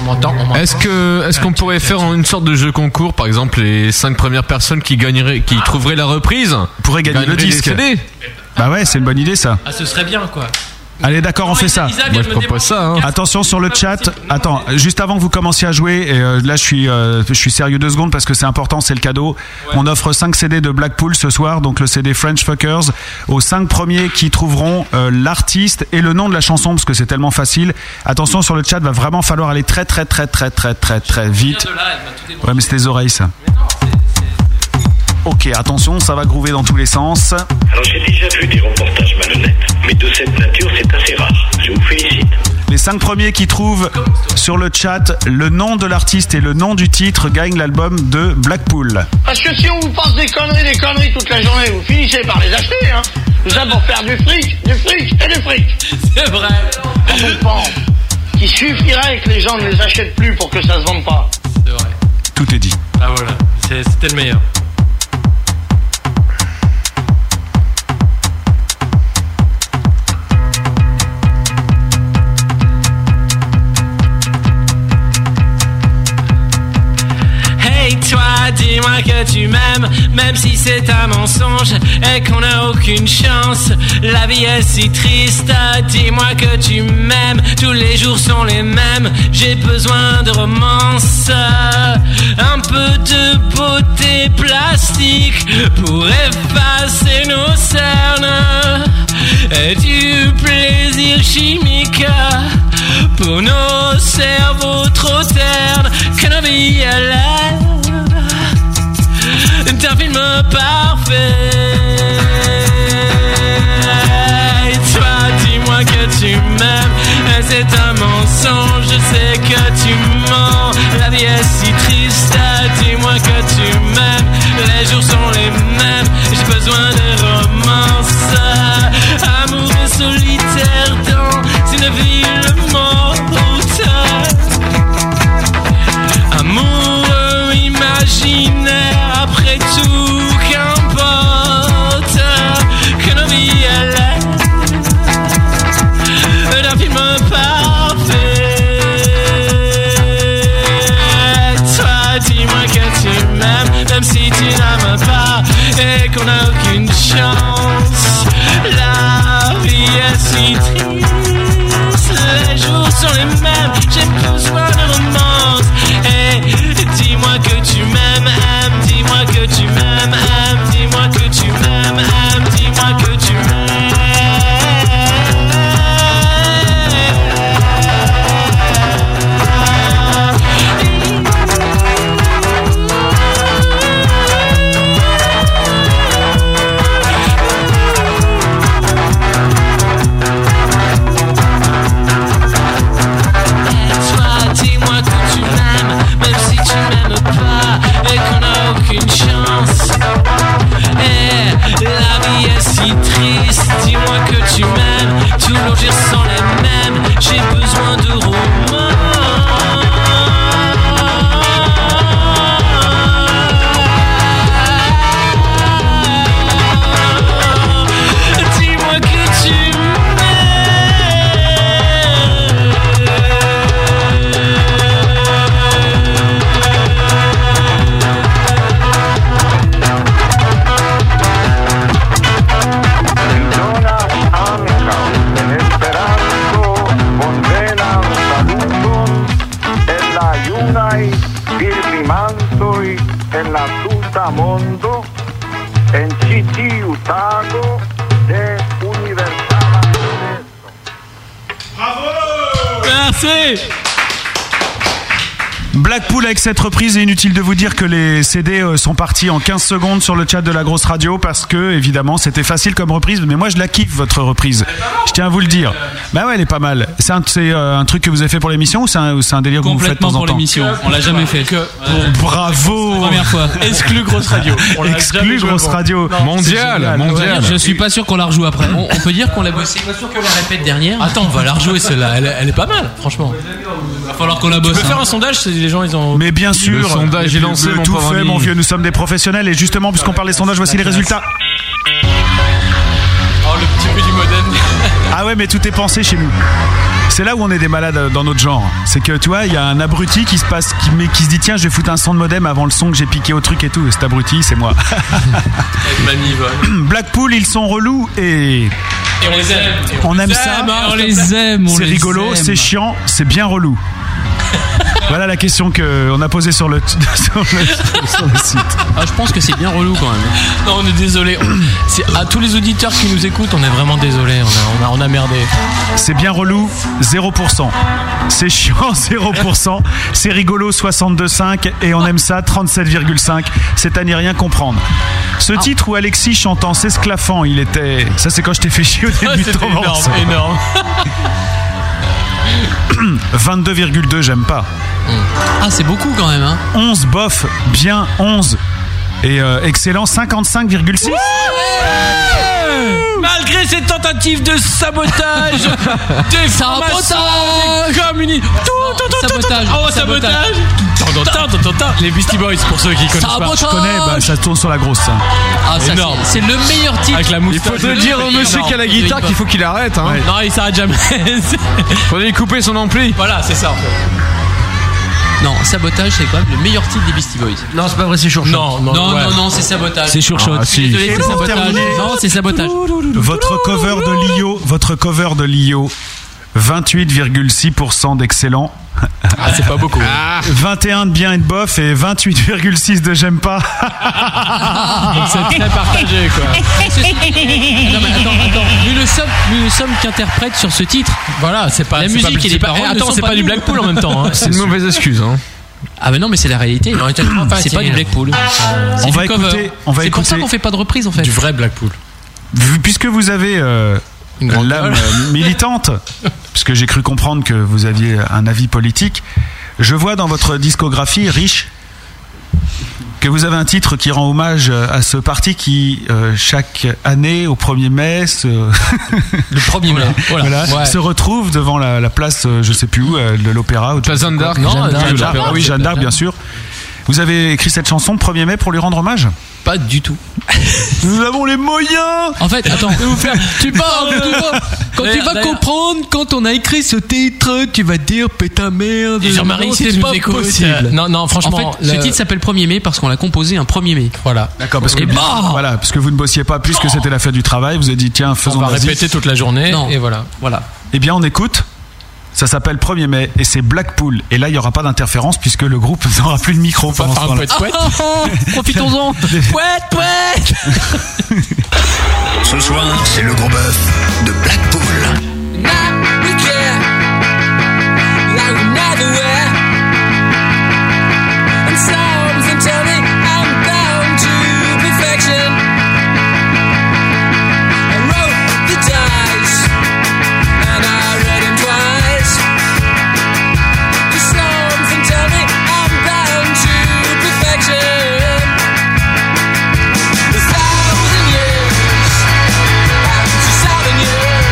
Speaker 7: On m'entend, on m'entend.
Speaker 6: Est-ce que est-ce qu'on pourrait faire une sorte de jeu concours par exemple les 5 premières personnes qui gagneraient qui trouveraient la reprise
Speaker 1: pourraient gagner le disque. Bah ouais, c'est une bonne idée ça.
Speaker 16: Ah, ce serait bien quoi.
Speaker 1: Allez, d'accord, on fait ça.
Speaker 16: Isa vient Moi, je de me propose hein.
Speaker 1: ça. Attention sur le chat. Attends, juste avant que vous commenciez à jouer, et euh, là, je suis, euh, je suis sérieux deux secondes parce que c'est important, c'est le cadeau. On offre 5 CD de Blackpool ce soir, donc le CD French Fuckers, aux 5 premiers qui trouveront euh, l'artiste et le nom de la chanson parce que c'est tellement facile. Attention sur le chat, va vraiment falloir aller très, très, très, très, très, très, très vite. Ouais, mais c'est les oreilles, ça. Ok, attention, ça va groover dans tous les sens.
Speaker 18: Alors j'ai déjà vu des reportages malhonnêtes, mais de cette nature c'est assez rare. Je vous félicite.
Speaker 1: Les cinq premiers qui trouvent sur le chat le nom de l'artiste et le nom du titre gagnent l'album de Blackpool.
Speaker 27: Parce que si on vous passe des conneries, des conneries toute la journée, vous finissez par les acheter, hein. Tout ça pour faire du fric, du fric et du fric.
Speaker 16: C'est vrai.
Speaker 27: On comprend qu'il suffirait que les gens ne les achètent plus pour que ça se vende pas.
Speaker 16: C'est vrai.
Speaker 1: Tout est dit.
Speaker 16: Ah voilà, C'est- c'était le meilleur.
Speaker 17: Hey toi, dis-moi que tu m'aimes, même si c'est un mensonge et qu'on n'a aucune chance. La vie est si triste, dis-moi que tu m'aimes, tous les jours sont les mêmes, j'ai besoin de romance. Un peu de beauté plastique pour effacer nos cernes et du plaisir chimique pour nos cerveaux trop ternes que nos vies à l'air d'un film parfait. Et toi, dis-moi que tu m'aimes, c'est un mensonge, je sais que tu mens. La vie est si triste, dis-moi que tu m'aimes, les jours sont les mêmes, j'ai besoin de romance. Amour solitaire dans une ville morte. Amoureux imaginaire, après tout, qu'importe que nos vies allaient d'un film parfait. Toi, dis-moi que tu m'aimes, même si tu n'aimes pas et qu'on n'a aucune chance. La vie est si triste, les jours sont les mêmes, j'ai besoin de romance. Et dis-moi que tu m'aimes, aime, dis-moi que tu m'aimes, aime, dis-moi que tu m'aimes, aime, dis-moi que tu m'aimes. Toi, dis-moi que tu m'aimes, même si tu m'aimes pas et qu'on n'a aucune chance. Eh, la vie est si triste, dis-moi que tu m'aimes, toujours je ressens les mêmes, j'ai besoin de romans. Dis-moi que tu
Speaker 28: en la yunay birmimantoj en la tuta mondo en ĉi tiu tago de universala
Speaker 16: Merci.
Speaker 1: Blackpool avec cette reprise, et inutile de vous dire que les CD euh, sont partis en 15 secondes sur le chat de la grosse radio parce que évidemment c'était facile comme reprise, mais moi je la kiffe votre reprise. Je tiens à vous le dire. Bah ouais, elle est pas mal. C'est un, c'est, euh, un truc que vous avez fait pour l'émission ou c'est un, ou c'est un délire que vous faites de
Speaker 9: Complètement
Speaker 1: temps en
Speaker 9: pour
Speaker 1: temps
Speaker 9: l'émission. On l'a jamais fait.
Speaker 1: Bravo.
Speaker 9: Première fois. Exclu grosse radio. On l'a jamais
Speaker 1: Exclu
Speaker 9: joué
Speaker 1: grosse
Speaker 9: avant.
Speaker 1: radio.
Speaker 9: Non. C'est génial. Je suis
Speaker 16: pas sûr qu'on la rejoue après. On, on peut dire qu'on l'a bossé.
Speaker 9: pas sûr qu'on la répète dernière. Attends, on va la rejouer celle-là. Elle, elle est pas mal, franchement. Va falloir qu'on la bosse.
Speaker 1: Tu peux faire
Speaker 9: un sondage si les gens ils ont.
Speaker 1: Mais bien sûr, le- le tout fait, mon vieux. Nous sommes des professionnels et justement, puisqu'on parle des sondages, voici les résultats.
Speaker 9: Oh, le petit bruit du modem.
Speaker 1: Ah ouais, mais tout est pensé chez nous. C'est là où on est des malades dans notre genre. C'est que tu vois, il y a un abruti qui se passe, qui, met- qui se dit tiens, je vais foutre un son de modem avant le son que j'ai piqué au truc et tout. Et cet abruti, c'est moi.
Speaker 7: Avec Mamie Yvonne.
Speaker 1: Blackpool, ils sont relous et
Speaker 7: Et on les aime.
Speaker 1: on aime hein, ça.
Speaker 7: on les aime.
Speaker 1: C'est rigolo, c'est chiant, c'est bien relou. voilà la question que on a posée sur le, sur le- sur le site.
Speaker 10: Ah, je pense que c'est bien relou quand même.
Speaker 7: Non, on est désolé. On- C'est à tous les auditeurs qui nous écoutent, on est vraiment désolé. On a, on a, on a merdé.
Speaker 1: C'est bien relou, 0%. C'est chiant, 0%. C'est rigolo, 62,5. Et on aime ça, 37,5. C'est à n'y rien comprendre. Ce
Speaker 10: Ah.
Speaker 1: titre où Alexis chante en s'esclaffant, il était. Ça, c'est quand je t'ai fait chier au début de
Speaker 7: C'était
Speaker 1: ton
Speaker 7: énorme,
Speaker 1: morceau.
Speaker 7: énorme.
Speaker 1: 22,2, j'aime pas.
Speaker 10: Ah, c'est beaucoup quand même.
Speaker 1: 11, bof, bien, 11. Et euh, excellent, 55,6.
Speaker 17: Malgré ces tentatives de sabotage, des formations, des communistes, tout, tout, tout, tout, tout, sabotage, oh sabotage,
Speaker 7: Tintin, tintin, tintin. Les Beastie Boys, pour ceux qui connaissent pas.
Speaker 1: Je connais, bah, ça tourne sur la grosse. ça.
Speaker 7: Ah, ça,
Speaker 1: Énorme.
Speaker 7: c'est- c'est le meilleur titre. Avec la moustache.
Speaker 6: Il faut le dire au monsieur qui a la guitare qu'il faut qu'il arrête. Hein.
Speaker 7: Non, il s'arrête jamais.
Speaker 6: Faut lui couper son ampli.
Speaker 7: Voilà, c'est ça.
Speaker 10: Non, Sabotage, c'est quand même le meilleur titre des Beastie Boys.
Speaker 29: Non, c'est pas vrai, c'est Chourchot.
Speaker 10: Non, non, non, non, c'est Sabotage.
Speaker 17: C'est Chourchot.
Speaker 10: Ah, si.
Speaker 17: Et
Speaker 10: c'est
Speaker 17: pour
Speaker 10: Sabotage.
Speaker 17: terminer-
Speaker 10: Non, c'est Sabotage.
Speaker 1: Votre cover de Lio, votre cover de Lio, 28,6% d'excellent.
Speaker 7: Ah, c'est pas beaucoup.
Speaker 1: 21 de bien et de bof et 28,6 de j'aime pas.
Speaker 7: Donc c'est très partagé quoi.
Speaker 17: Non, mais attends, attends.
Speaker 7: Vu le somme, vu le somme qu'interprète sur ce titre. Voilà, c'est pas.
Speaker 10: La
Speaker 7: c'est
Speaker 10: musique
Speaker 7: pas-
Speaker 10: et les
Speaker 7: c'est pas-
Speaker 10: paroles.
Speaker 7: eh,
Speaker 10: ne
Speaker 7: attends,
Speaker 10: sont
Speaker 7: c'est pas, du
Speaker 10: nous.
Speaker 7: Blackpool en même temps. hein.
Speaker 6: excuse.
Speaker 10: Ah, mais non, mais c'est la réalité. En réalité, c'est pas du Blackpool. euh, C'est
Speaker 1: On
Speaker 10: du
Speaker 1: va
Speaker 10: cover.
Speaker 1: écouter- on va
Speaker 10: C'est pour ça
Speaker 1: écouter-
Speaker 10: qu'on fait pas de reprise en fait.
Speaker 1: Du vrai
Speaker 7: Blackpool.
Speaker 1: Vu- Puisque vous avez euh, l'âme euh, militante, puisque j'ai cru comprendre que vous aviez un avis politique, je vois dans votre discographie riche que vous avez un titre qui rend hommage euh, à ce parti qui, euh, chaque année, au 1er mai, se... le
Speaker 7: 1er mai, voilà. Ouais.
Speaker 1: se retrouve devant la, la place, euh, je sais plus où, euh, de l'Opéra. ou de-
Speaker 6: Place Jeanne d'Arc.
Speaker 1: Non, Jeanne
Speaker 6: Jeanne d'Arc,
Speaker 1: d'Arc,
Speaker 6: l'Opéra,
Speaker 1: ah oui,
Speaker 6: c'est
Speaker 1: Jeanne d'Arc,
Speaker 6: Jeanne
Speaker 1: bien
Speaker 6: d'Arc.
Speaker 1: sûr. Vous avez écrit cette chanson 1er mai pour lui rendre hommage
Speaker 7: Pas du tout.
Speaker 1: Nous avons les moyens
Speaker 7: En fait, attends, je vais vous faire- tu parles, tu vas- quand tu
Speaker 10: D'ailleurs-
Speaker 7: vas
Speaker 10: d'ailleurs-
Speaker 7: comprendre, quand on a écrit ce titre, tu vas dire putain merde.
Speaker 10: Et Jean-Marie,
Speaker 7: non,
Speaker 10: si
Speaker 7: c'est
Speaker 10: tu
Speaker 7: pas
Speaker 10: nous écoutes,
Speaker 7: possible.
Speaker 10: euh,
Speaker 7: Non, non, franchement,
Speaker 10: En fait, ce
Speaker 7: le-
Speaker 10: titre s'appelle 1er mai parce qu'on l'a composé un 1er mai.
Speaker 7: Voilà.
Speaker 1: D'accord, parce que,
Speaker 10: Et bah
Speaker 1: voilà, parce que vous ne bossiez pas plus que c'était la fête du travail, vous avez dit tiens, faisons
Speaker 7: on va
Speaker 1: vas-y.
Speaker 7: répéter toute la journée
Speaker 10: Non.
Speaker 7: et voilà.
Speaker 10: Voilà.
Speaker 1: Eh bien, on écoute. Ça s'appelle 1er mai et c'est Blackpool. Et là, il n'y aura pas d'interférence puisque le groupe n'aura plus de micro pendant ce
Speaker 7: faire un
Speaker 1: temps-là.
Speaker 7: pouet-pouet.
Speaker 10: Profitons-en.
Speaker 7: Pouet, pouet.
Speaker 3: Ce soir, c'est le gros bœuf de Blackpool.
Speaker 11: We care like we never were. And something tell me I'm bound to perfection. I wrote the dice and I read him twice. Something tell me I'm bound to perfection. A thousand years, back to seven years.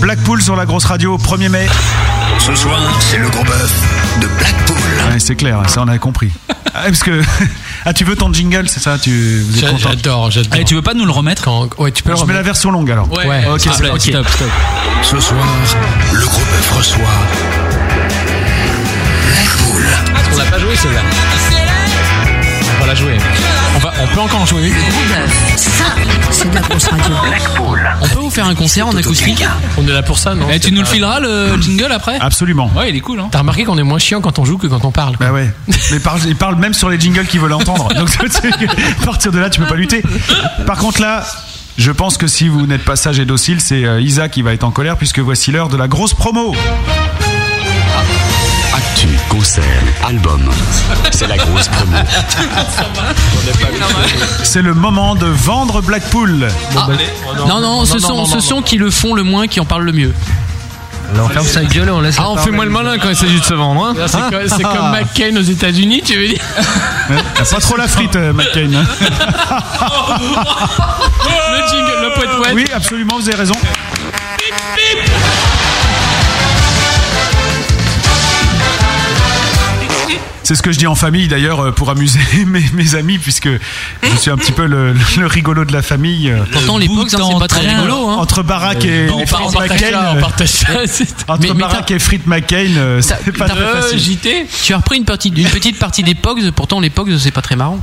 Speaker 1: Blackpool sur la grosse radio, 1er mai.
Speaker 2: Ce soir, c'est le gros bœuf de Blackpool.
Speaker 1: Ouais, c'est clair, ça on a compris. Ah, parce que ah tu veux ton jingle, c'est ça tu vous êtes
Speaker 7: J'a-
Speaker 1: content
Speaker 7: J'adore, j'adore.
Speaker 1: Allez,
Speaker 9: tu veux pas nous le remettre
Speaker 7: Ouais, tu peux le
Speaker 1: Je mets
Speaker 7: remettre.
Speaker 1: la version longue alors.
Speaker 7: Ouais,
Speaker 1: ok,
Speaker 7: s'il te
Speaker 1: c'est
Speaker 7: plaît,
Speaker 1: ok.
Speaker 7: stop, stop.
Speaker 2: Ce soir, le gros bœuf reçoit
Speaker 9: On l'a pas joué celle-là. On va la jouer. On, va, on peut encore en jouer une.
Speaker 3: Ça, c'est de la grosse radio.
Speaker 9: On peut vous faire un concert en acoustique
Speaker 7: On est là pour ça, non
Speaker 9: Et tu nous le fileras
Speaker 10: euh,
Speaker 9: le jingle après
Speaker 1: Absolument.
Speaker 9: Ouais, il est cool. Hein.
Speaker 7: T'as remarqué qu'on est moins chiant quand on joue que quand on parle.
Speaker 1: Bah ouais. Mais parle- ils parlent même sur les jingles qu'ils veulent entendre. Donc tu sais que, à partir de là, tu peux pas lutter. Par contre là, je pense que si vous n'êtes pas sage et docile, c'est euh, Isa qui va être en colère puisque voici l'heure de la grosse promo.
Speaker 2: Actu, concert, album. C'est la grosse promo.
Speaker 1: C'est le moment de vendre Blackpool.
Speaker 7: Ah.
Speaker 10: bah,
Speaker 7: Oh
Speaker 10: Non, non, ce sont ce sont qui le font le moins, qui en parlent le mieux.
Speaker 8: Alors on ferme sa gueule et on laisse.
Speaker 10: Ah, on fait moins le malin
Speaker 6: quand il s'agit de se vendre. hein.
Speaker 7: C'est
Speaker 1: Ah.
Speaker 6: Hein
Speaker 7: comme, c'est comme McCain aux États-Unis, tu veux dire
Speaker 1: Pas trop la frite, euh, McCain.
Speaker 9: Le jingle, le poète poète.
Speaker 1: Oui, absolument, vous avez raison. C'est ce que je dis en famille d'ailleurs euh, pour amuser mes, mes amis puisque je suis un petit peu le, le rigolo de la famille. euh.
Speaker 9: Pourtant, les Pogs, hein, c'est pas très rigolo. Hein.
Speaker 1: Entre Barack et,
Speaker 9: on,
Speaker 1: et
Speaker 9: par- on
Speaker 1: Frites
Speaker 9: partage
Speaker 1: McCain,
Speaker 9: ça,
Speaker 1: euh,
Speaker 9: on partage ça. c'est-
Speaker 1: Entre
Speaker 9: Mais- mais
Speaker 1: Barack et Frites McCain, euh, c'est pas
Speaker 9: t'as-
Speaker 1: très
Speaker 9: euh,
Speaker 1: facile.
Speaker 9: JT
Speaker 10: Tu as repris une, partie, une petite partie des Pogs, pourtant les Pogs c'est pas très marrant.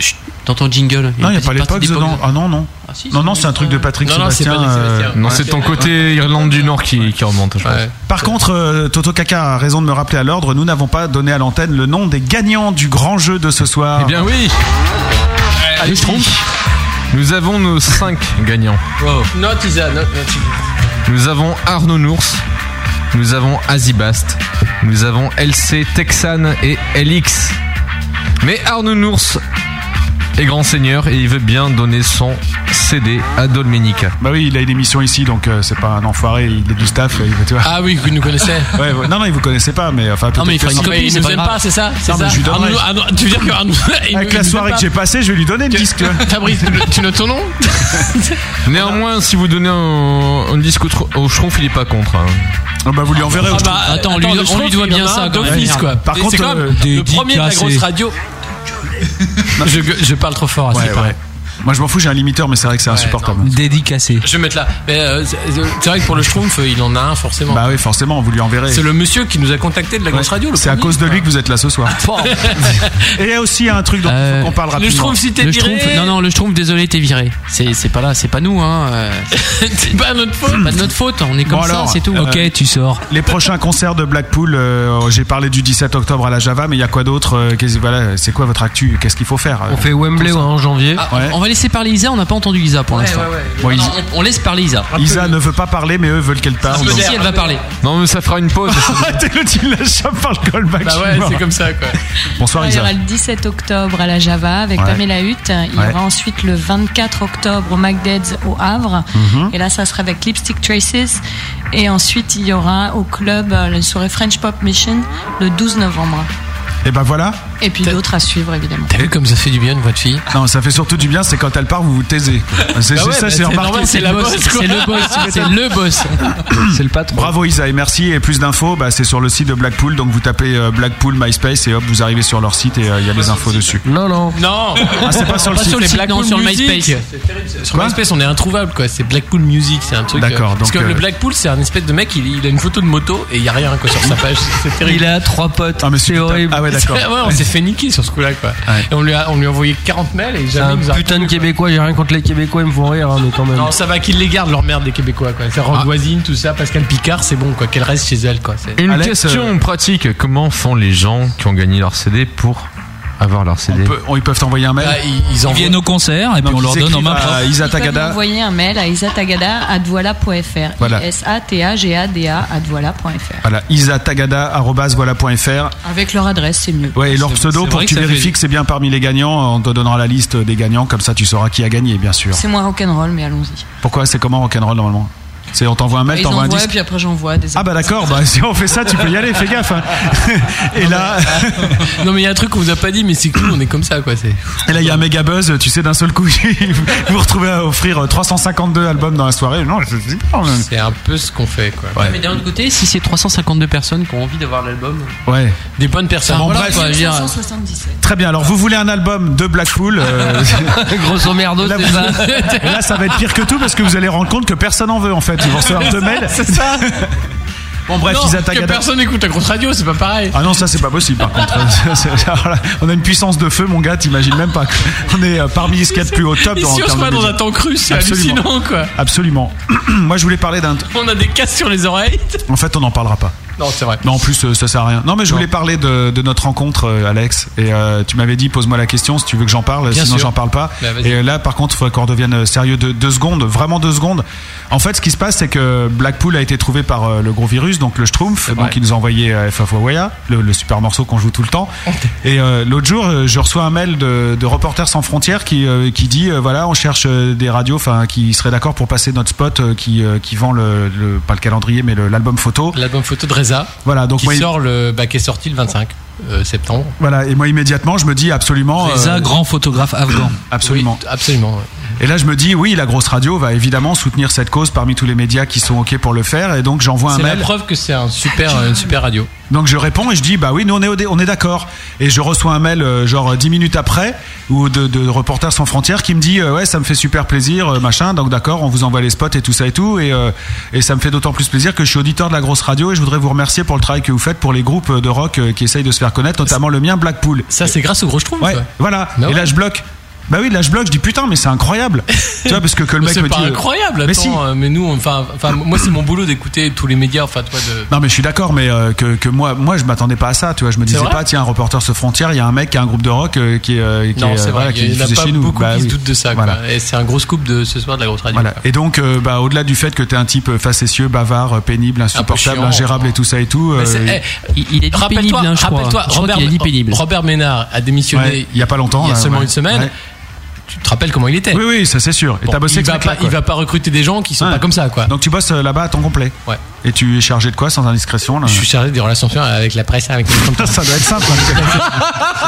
Speaker 10: Chut, Dans ton jingle.
Speaker 1: Non, il n'y a
Speaker 10: une
Speaker 1: pas les
Speaker 10: petite
Speaker 1: Pogs
Speaker 10: partie des
Speaker 1: dedans. Ah non, non.
Speaker 10: si,
Speaker 1: non, non, c'est un truc de Patrick
Speaker 6: Non, non, c'est
Speaker 1: Sébastien.
Speaker 6: Patrick
Speaker 1: euh,
Speaker 6: Sébastien. Non, c'est ton côté Irlande du Nord qui, qui remonte, je pense.
Speaker 1: Par contre, euh, Toto Kaka a raison de me rappeler à l'ordre, nous n'avons pas donné à l'antenne le nom des gagnants du grand jeu de ce soir.
Speaker 6: Eh bien oui Allez, je trompe. Nous avons nos 5 gagnants.
Speaker 7: Note, Isa, note, note.
Speaker 6: Nous avons Arnaud Nours. Nous avons Azibast. Nous avons LC Texan et LX. Mais Arnaud Nours est grand seigneur et il veut bien donner son CD à Dolménic.
Speaker 1: Bah oui, il a une émission ici, donc euh, c'est pas un enfoiré, il est du staff. euh, il- tu vois.
Speaker 7: Ah oui, vous nous connaissez.
Speaker 1: Ouais, ouais. Non, non, il vous connaissait pas, mais enfin,
Speaker 9: Non, mais il
Speaker 1: peut-être
Speaker 9: fera
Speaker 1: que-
Speaker 9: une copie, il nous aime pas, c'est ça c'est
Speaker 1: Non, mais
Speaker 9: ça
Speaker 1: je lui donnerai.
Speaker 9: Arnaud- Arnaud- Tu veux dire que Arnaud. il
Speaker 1: Avec
Speaker 9: nous- il
Speaker 1: la
Speaker 9: nous aime
Speaker 1: soirée
Speaker 9: pas
Speaker 1: que j'ai passée, je vais lui donner le disque. tu vois.
Speaker 7: Fabrice, tu- tu notes ton nom
Speaker 6: Néanmoins, si vous donnez un, un disque au, tr- au Schtroumpf, il est pas contre. hein.
Speaker 1: bah vous lui enverrez
Speaker 9: Ah bah,
Speaker 10: Attends, on lui-
Speaker 9: le
Speaker 10: on lui
Speaker 9: Schtroumpf,
Speaker 10: doit
Speaker 9: il y
Speaker 10: bien
Speaker 9: en a
Speaker 10: ça,
Speaker 9: un
Speaker 10: quand même.
Speaker 9: d'office, quoi.
Speaker 1: Par
Speaker 9: Et
Speaker 1: contre,
Speaker 9: c'est quand même
Speaker 1: euh,
Speaker 9: le premier de la
Speaker 1: dédicacé.
Speaker 9: grosse radio. je, je parle trop fort à
Speaker 1: Ouais,
Speaker 9: ce
Speaker 1: ouais. Moi, je m'en fous, j'ai un limiteur, mais c'est vrai que c'est insupportable.
Speaker 9: Dédicacé. Je vais mettre là.
Speaker 7: Mais, euh, c'est- C'est vrai que pour le Schtroumpf, euh, il en a un forcément.
Speaker 1: Bah oui, forcément, vous lui enverrez.
Speaker 7: C'est le monsieur qui nous a contacté de la grosse radio. le
Speaker 1: C'est à
Speaker 7: premier.
Speaker 1: cause de lui que vous êtes là ce soir. Et il y a aussi un truc dont il faut qu'on parle rapidement.
Speaker 10: Le Schtroumpf- non, non, le Schtroumpf, désolé, t'es viré. C'est c'est pas là, c'est pas nous, hein. euh,
Speaker 9: C'est pas notre faute.
Speaker 10: pas de notre faute, on est comme
Speaker 1: Bon
Speaker 10: ça,
Speaker 1: alors,
Speaker 10: c'est tout.
Speaker 1: euh, Ok,
Speaker 10: tu sors.
Speaker 1: Les prochains concerts de Blackpool, euh, j'ai parlé du 17 octobre à la Java, mais il y a quoi d'autre euh, qu'est-ce- voilà, C'est quoi votre actu Qu'est-ce qu'il faut faire euh,
Speaker 8: On fait Wembley
Speaker 1: tout ça.
Speaker 8: en janvier.
Speaker 1: Ouais.
Speaker 10: Ah, On va laisser parler Isa, on n'a pas entendu Isa pour l'instant.
Speaker 1: Bon, Isa-
Speaker 10: Non, on, on laisse parler Isa.
Speaker 1: Isa ne veut pas parler, mais eux veulent qu'elle parle.
Speaker 10: Si,
Speaker 1: donc-
Speaker 10: si, elle va parler.
Speaker 6: Non, mais ça fera une pause.
Speaker 1: Arrêtez le deal, la chape par le callback.
Speaker 7: Bah
Speaker 1: je suis
Speaker 7: ouais,
Speaker 1: mort.
Speaker 7: c'est comme ça quoi.
Speaker 1: Bonsoir
Speaker 30: Alors, il y
Speaker 1: Isa.
Speaker 30: aura le 17 octobre à la Java avec
Speaker 1: Ouais.
Speaker 30: Pamela Hutt. Il
Speaker 1: Ouais.
Speaker 30: y aura ensuite le 24 octobre au McDead's au Havre.
Speaker 1: Mhm.
Speaker 30: Et là, ça sera avec Lipstick Traces. Et ensuite, il y aura au club euh, la soirée French Pop Mission le 12 novembre.
Speaker 1: Et ben voilà.
Speaker 30: Et puis d'autres à suivre, évidemment.
Speaker 7: T'as vu comme ça fait du bien une voix de fille
Speaker 1: Non, ça fait surtout du bien, c'est quand elle part, vous vous taisez. C'est c'est
Speaker 7: Bah ouais,
Speaker 1: ça, c'est
Speaker 7: bah c'est
Speaker 1: remarqué.
Speaker 7: normal, c'est la boss, quoi.
Speaker 9: C'est le boss, c'est le boss.
Speaker 8: C'est le patron.
Speaker 1: Bravo Isa et merci. Et plus d'infos, bah, c'est sur le site de Blackpool. Donc vous tapez euh, Blackpool MySpace et hop, vous arrivez sur leur site et euh, il y a les infos dessus.
Speaker 8: Non, non.
Speaker 7: Non
Speaker 1: Ah, c'est pas sur le site.
Speaker 7: c'est
Speaker 9: non,
Speaker 7: Blackpool
Speaker 9: sur le
Speaker 7: Music.
Speaker 9: MySpace.
Speaker 7: C'est terrible, ça. Sur MySpace, on est introuvable quoi. C'est Blackpool Music, c'est un truc.
Speaker 1: D'accord,
Speaker 7: euh, Parce
Speaker 1: donc,
Speaker 7: que
Speaker 1: euh,
Speaker 7: le Blackpool, c'est un espèce de mec, il, il a une photo de moto et il y a rien quoi sur sa page. C'est terrible.
Speaker 8: Il a trois potes.
Speaker 1: Ah, mais
Speaker 8: c'est horrible.
Speaker 1: Ah ouais, d'accord.
Speaker 7: ouais, on s'est fait niquer sur ce coup-là quoi. Et on lui a, on lui a envoyé 40 mails et
Speaker 8: C'est
Speaker 7: jamais
Speaker 8: un
Speaker 7: il nous a
Speaker 8: putain de Québécois, j'ai rien contre les Québécois, ils me font rire, hein, mais quand même.
Speaker 7: Non, ça va qu'ils les gardent leur merde des Québécois quoi. C'est Voisine, tout ça, Pascal Picard, c'est bon quoi. Qu'elle reste chez elle quoi. C'est-
Speaker 6: Une
Speaker 7: Alex,
Speaker 6: question
Speaker 7: euh,
Speaker 6: pratique comment font les gens qui ont gagné leur CD pour avoir leur CD
Speaker 1: Peu- on- Euh, ils peuvent t'envoyer un mail.
Speaker 7: bah, ils, ils
Speaker 9: Ils
Speaker 7: envoient-
Speaker 9: viennent au concert et puis
Speaker 1: Donc,
Speaker 9: on leur
Speaker 1: ils
Speaker 9: donne en
Speaker 1: écrivent
Speaker 9: main
Speaker 1: à
Speaker 9: propre.
Speaker 1: Isa
Speaker 30: Ils peuvent
Speaker 1: Tagada.
Speaker 30: m'envoyer un mail à isatagada.voilà.fr.
Speaker 1: Voilà.
Speaker 30: S-A-T-A-G-A-D-A.voilà.fr.
Speaker 1: Voilà, isatagada.voilà.fr.
Speaker 30: Avec leur adresse, c'est mieux.
Speaker 1: Ouais, et leur pseudo
Speaker 9: c'est
Speaker 1: pour
Speaker 9: vrai
Speaker 1: que
Speaker 9: que
Speaker 1: tu
Speaker 9: ça
Speaker 1: vérifies
Speaker 9: fait-
Speaker 1: que c'est bien parmi les gagnants. On te donnera la liste des gagnants, comme ça tu sauras qui a gagné, bien sûr.
Speaker 30: C'est moins rock'n'roll, mais allons-y.
Speaker 1: Pourquoi c'est comment rock'n'roll normalement C'est on t'envoie un mail,
Speaker 30: Bah,
Speaker 31: Ils
Speaker 1: t'envoies un
Speaker 31: envoient,
Speaker 1: disque.
Speaker 31: puis après j'envoie des.
Speaker 1: Ah bah d'accord, bah si on fait ça, tu peux y aller, fais gaffe. hein. Et là,
Speaker 7: Non, mais il y a un truc qu'on vous a pas dit, mais c'est cool, on est comme ça, quoi. C'est.
Speaker 1: et là il y a un méga buzz, tu sais d'un seul coup, vous vous retrouvez à offrir euh, 352 albums dans la soirée. Non, je dis pas.
Speaker 7: C'est un peu ce qu'on fait quoi.
Speaker 10: Ouais, Mais d'un autre côté, si c'est 352 personnes qui ont envie d'avoir l'album,
Speaker 1: Ouais.
Speaker 7: Des bonnes personnes.
Speaker 1: Bon, bref, Très bien, alors vous voulez un album de Blackpool euh,
Speaker 8: Grosso merdo,
Speaker 1: là,
Speaker 8: c'est
Speaker 1: vous-
Speaker 8: ça.
Speaker 1: là, ça va être pire que tout parce que vous allez rendre compte que personne en veut en fait. Ils vont recevoir deux mails.
Speaker 7: C'est ça.
Speaker 1: Bon, bref,
Speaker 7: Non,
Speaker 1: ils attaquent
Speaker 7: que
Speaker 1: à date.
Speaker 7: personne n'écoute la grosse radio, c'est pas pareil.
Speaker 1: Ah non, ça c'est pas possible par contre. C'est- alors là, On a une puissance de feu, mon gars, t'imagines même pas. On est euh, parmi ce qu'il y a de plus au top
Speaker 7: Ils
Speaker 1: dans en
Speaker 7: surfent
Speaker 1: termes de
Speaker 7: pas dans
Speaker 1: musique.
Speaker 7: un temps cru, c'est
Speaker 1: Absolument.
Speaker 7: hallucinant, quoi.
Speaker 1: Absolument. Moi je voulais parler d'un.
Speaker 7: On a des casses sur les oreilles.
Speaker 1: En fait, on n'en parlera pas.
Speaker 7: Non, c'est vrai.
Speaker 1: Non, en plus, euh, ça sert à rien. Non, mais je voulais parler de, de notre rencontre, euh, Alex. Et euh, tu m'avais dit, pose-moi la question si tu veux que j'en parle,
Speaker 7: Bien
Speaker 1: sinon
Speaker 7: sûr.
Speaker 1: j'en parle pas.
Speaker 7: Bah, vas-y.
Speaker 1: et euh, là, par contre, il faudrait qu'on redevienne euh, sérieux deux, deux secondes, vraiment deux secondes. En fait, ce qui se passe, c'est que Blackpool a été trouvé par euh, le gros virus, donc le Schtroumpf,
Speaker 7: vrai.
Speaker 1: donc il nous a envoyé euh, FF Wawaya, le, le super morceau qu'on joue tout le temps. Et euh, l'autre jour, euh, je reçois un mail de, de Reporters sans frontières qui, euh, qui dit euh, voilà, on cherche euh, des radios enfin, qui seraient d'accord pour passer notre spot euh, qui, euh, qui vend le, le- pas le calendrier, mais le- l'album photo.
Speaker 7: L'album photo de Reza.
Speaker 1: Voilà, donc
Speaker 7: qui
Speaker 1: moi, il-
Speaker 7: sort le, bah, qui est sorti le 25 euh, septembre.
Speaker 1: Voilà, et moi immédiatement, je me dis absolument.
Speaker 7: Reza, grand
Speaker 1: photographe afghan. Absolument.
Speaker 7: absolument.
Speaker 1: Et là, je me dis, oui, la grosse radio va évidemment soutenir cette cause parmi tous les médias qui sont OK pour le faire. Et donc, j'envoie un
Speaker 7: C'est la
Speaker 1: mail.
Speaker 7: preuve que c'est un super, une super radio.
Speaker 1: Donc, je réponds et je dis, bah oui, nous, on est, au dé- on est d'accord. Et je reçois un mail, euh, genre, euh, 10 minutes après, ou de, de Reporters sans frontières qui me dit, euh, ouais, ça me fait super plaisir, euh, machin. Donc, d'accord, on vous envoie les spots et tout ça et tout. Et, euh, et ça me fait d'autant plus plaisir que je suis auditeur de la grosse radio et je voudrais vous remercier pour le travail que vous faites pour les groupes de rock euh, qui essayent de se faire connaître, notamment le mien, Blackpool.
Speaker 7: Ça, c'est grâce au gros schtroumpf.
Speaker 1: Ouais, voilà. et là, je bloque. Bah oui, là, je bloque, je dis putain, mais c'est incroyable. tu vois, parce que, que le
Speaker 7: Mais
Speaker 1: mec
Speaker 7: c'est
Speaker 1: me
Speaker 7: pas
Speaker 1: dit. euh,
Speaker 7: incroyable,
Speaker 1: Mais
Speaker 7: attends,
Speaker 1: si.
Speaker 7: euh, mais nous, on- enfin, enfin, moi, c'est mon boulot d'écouter tous les médias, enfin, toi, de.
Speaker 1: Non mais je suis d'accord mais euh, que, que moi moi je m'attendais pas à ça tu vois je me
Speaker 7: C'est
Speaker 1: disais
Speaker 7: vrai
Speaker 1: pas tiens reporter se frontière il y a un mec qui a un groupe de rock euh, qui est euh, qui
Speaker 7: Non,
Speaker 1: est,
Speaker 7: c'est
Speaker 1: euh, voilà,
Speaker 7: vrai,
Speaker 1: qui est
Speaker 7: il n'y en a
Speaker 1: diffusé
Speaker 7: pas
Speaker 1: chez nous
Speaker 7: beaucoup
Speaker 1: Bah
Speaker 7: qui se
Speaker 1: oui.
Speaker 7: doutent de ça, quoi. Et c'est un gros scoop de ce soir de la grosse radio.
Speaker 1: Voilà. Et donc, euh, bah, au-delà du fait que t'es un type euh, facétieux, bavard, euh, pénible, insupportable,
Speaker 7: chiant,
Speaker 1: ingérable et tout ça et tout.
Speaker 7: Mais c'est-
Speaker 1: euh,
Speaker 7: eh, rappelle-toi-
Speaker 10: hein,
Speaker 7: rappelle-toi, Robert, Robert Ménard a démissionné
Speaker 1: Ouais, il y a pas longtemps,
Speaker 7: Il y a
Speaker 1: là,
Speaker 7: seulement
Speaker 1: ouais.
Speaker 7: une semaine.
Speaker 1: Ouais.
Speaker 7: Tu te rappelles comment il était
Speaker 1: Oui, oui, ça c'est sûr. Et
Speaker 7: Bon,
Speaker 1: t'as bossé
Speaker 7: il
Speaker 1: avec ce
Speaker 7: va
Speaker 1: mec-là,
Speaker 7: pas-
Speaker 1: quoi.
Speaker 7: il va pas recruter des gens qui sont pas comme ça, quoi.
Speaker 1: Donc tu bosses euh, là-bas à temps complet.
Speaker 7: Ouais.
Speaker 1: Et tu es chargé de quoi sans indiscrétion là
Speaker 7: Je suis chargé des relations avec la presse, avec les
Speaker 1: Ça doit être simple.
Speaker 7: hein.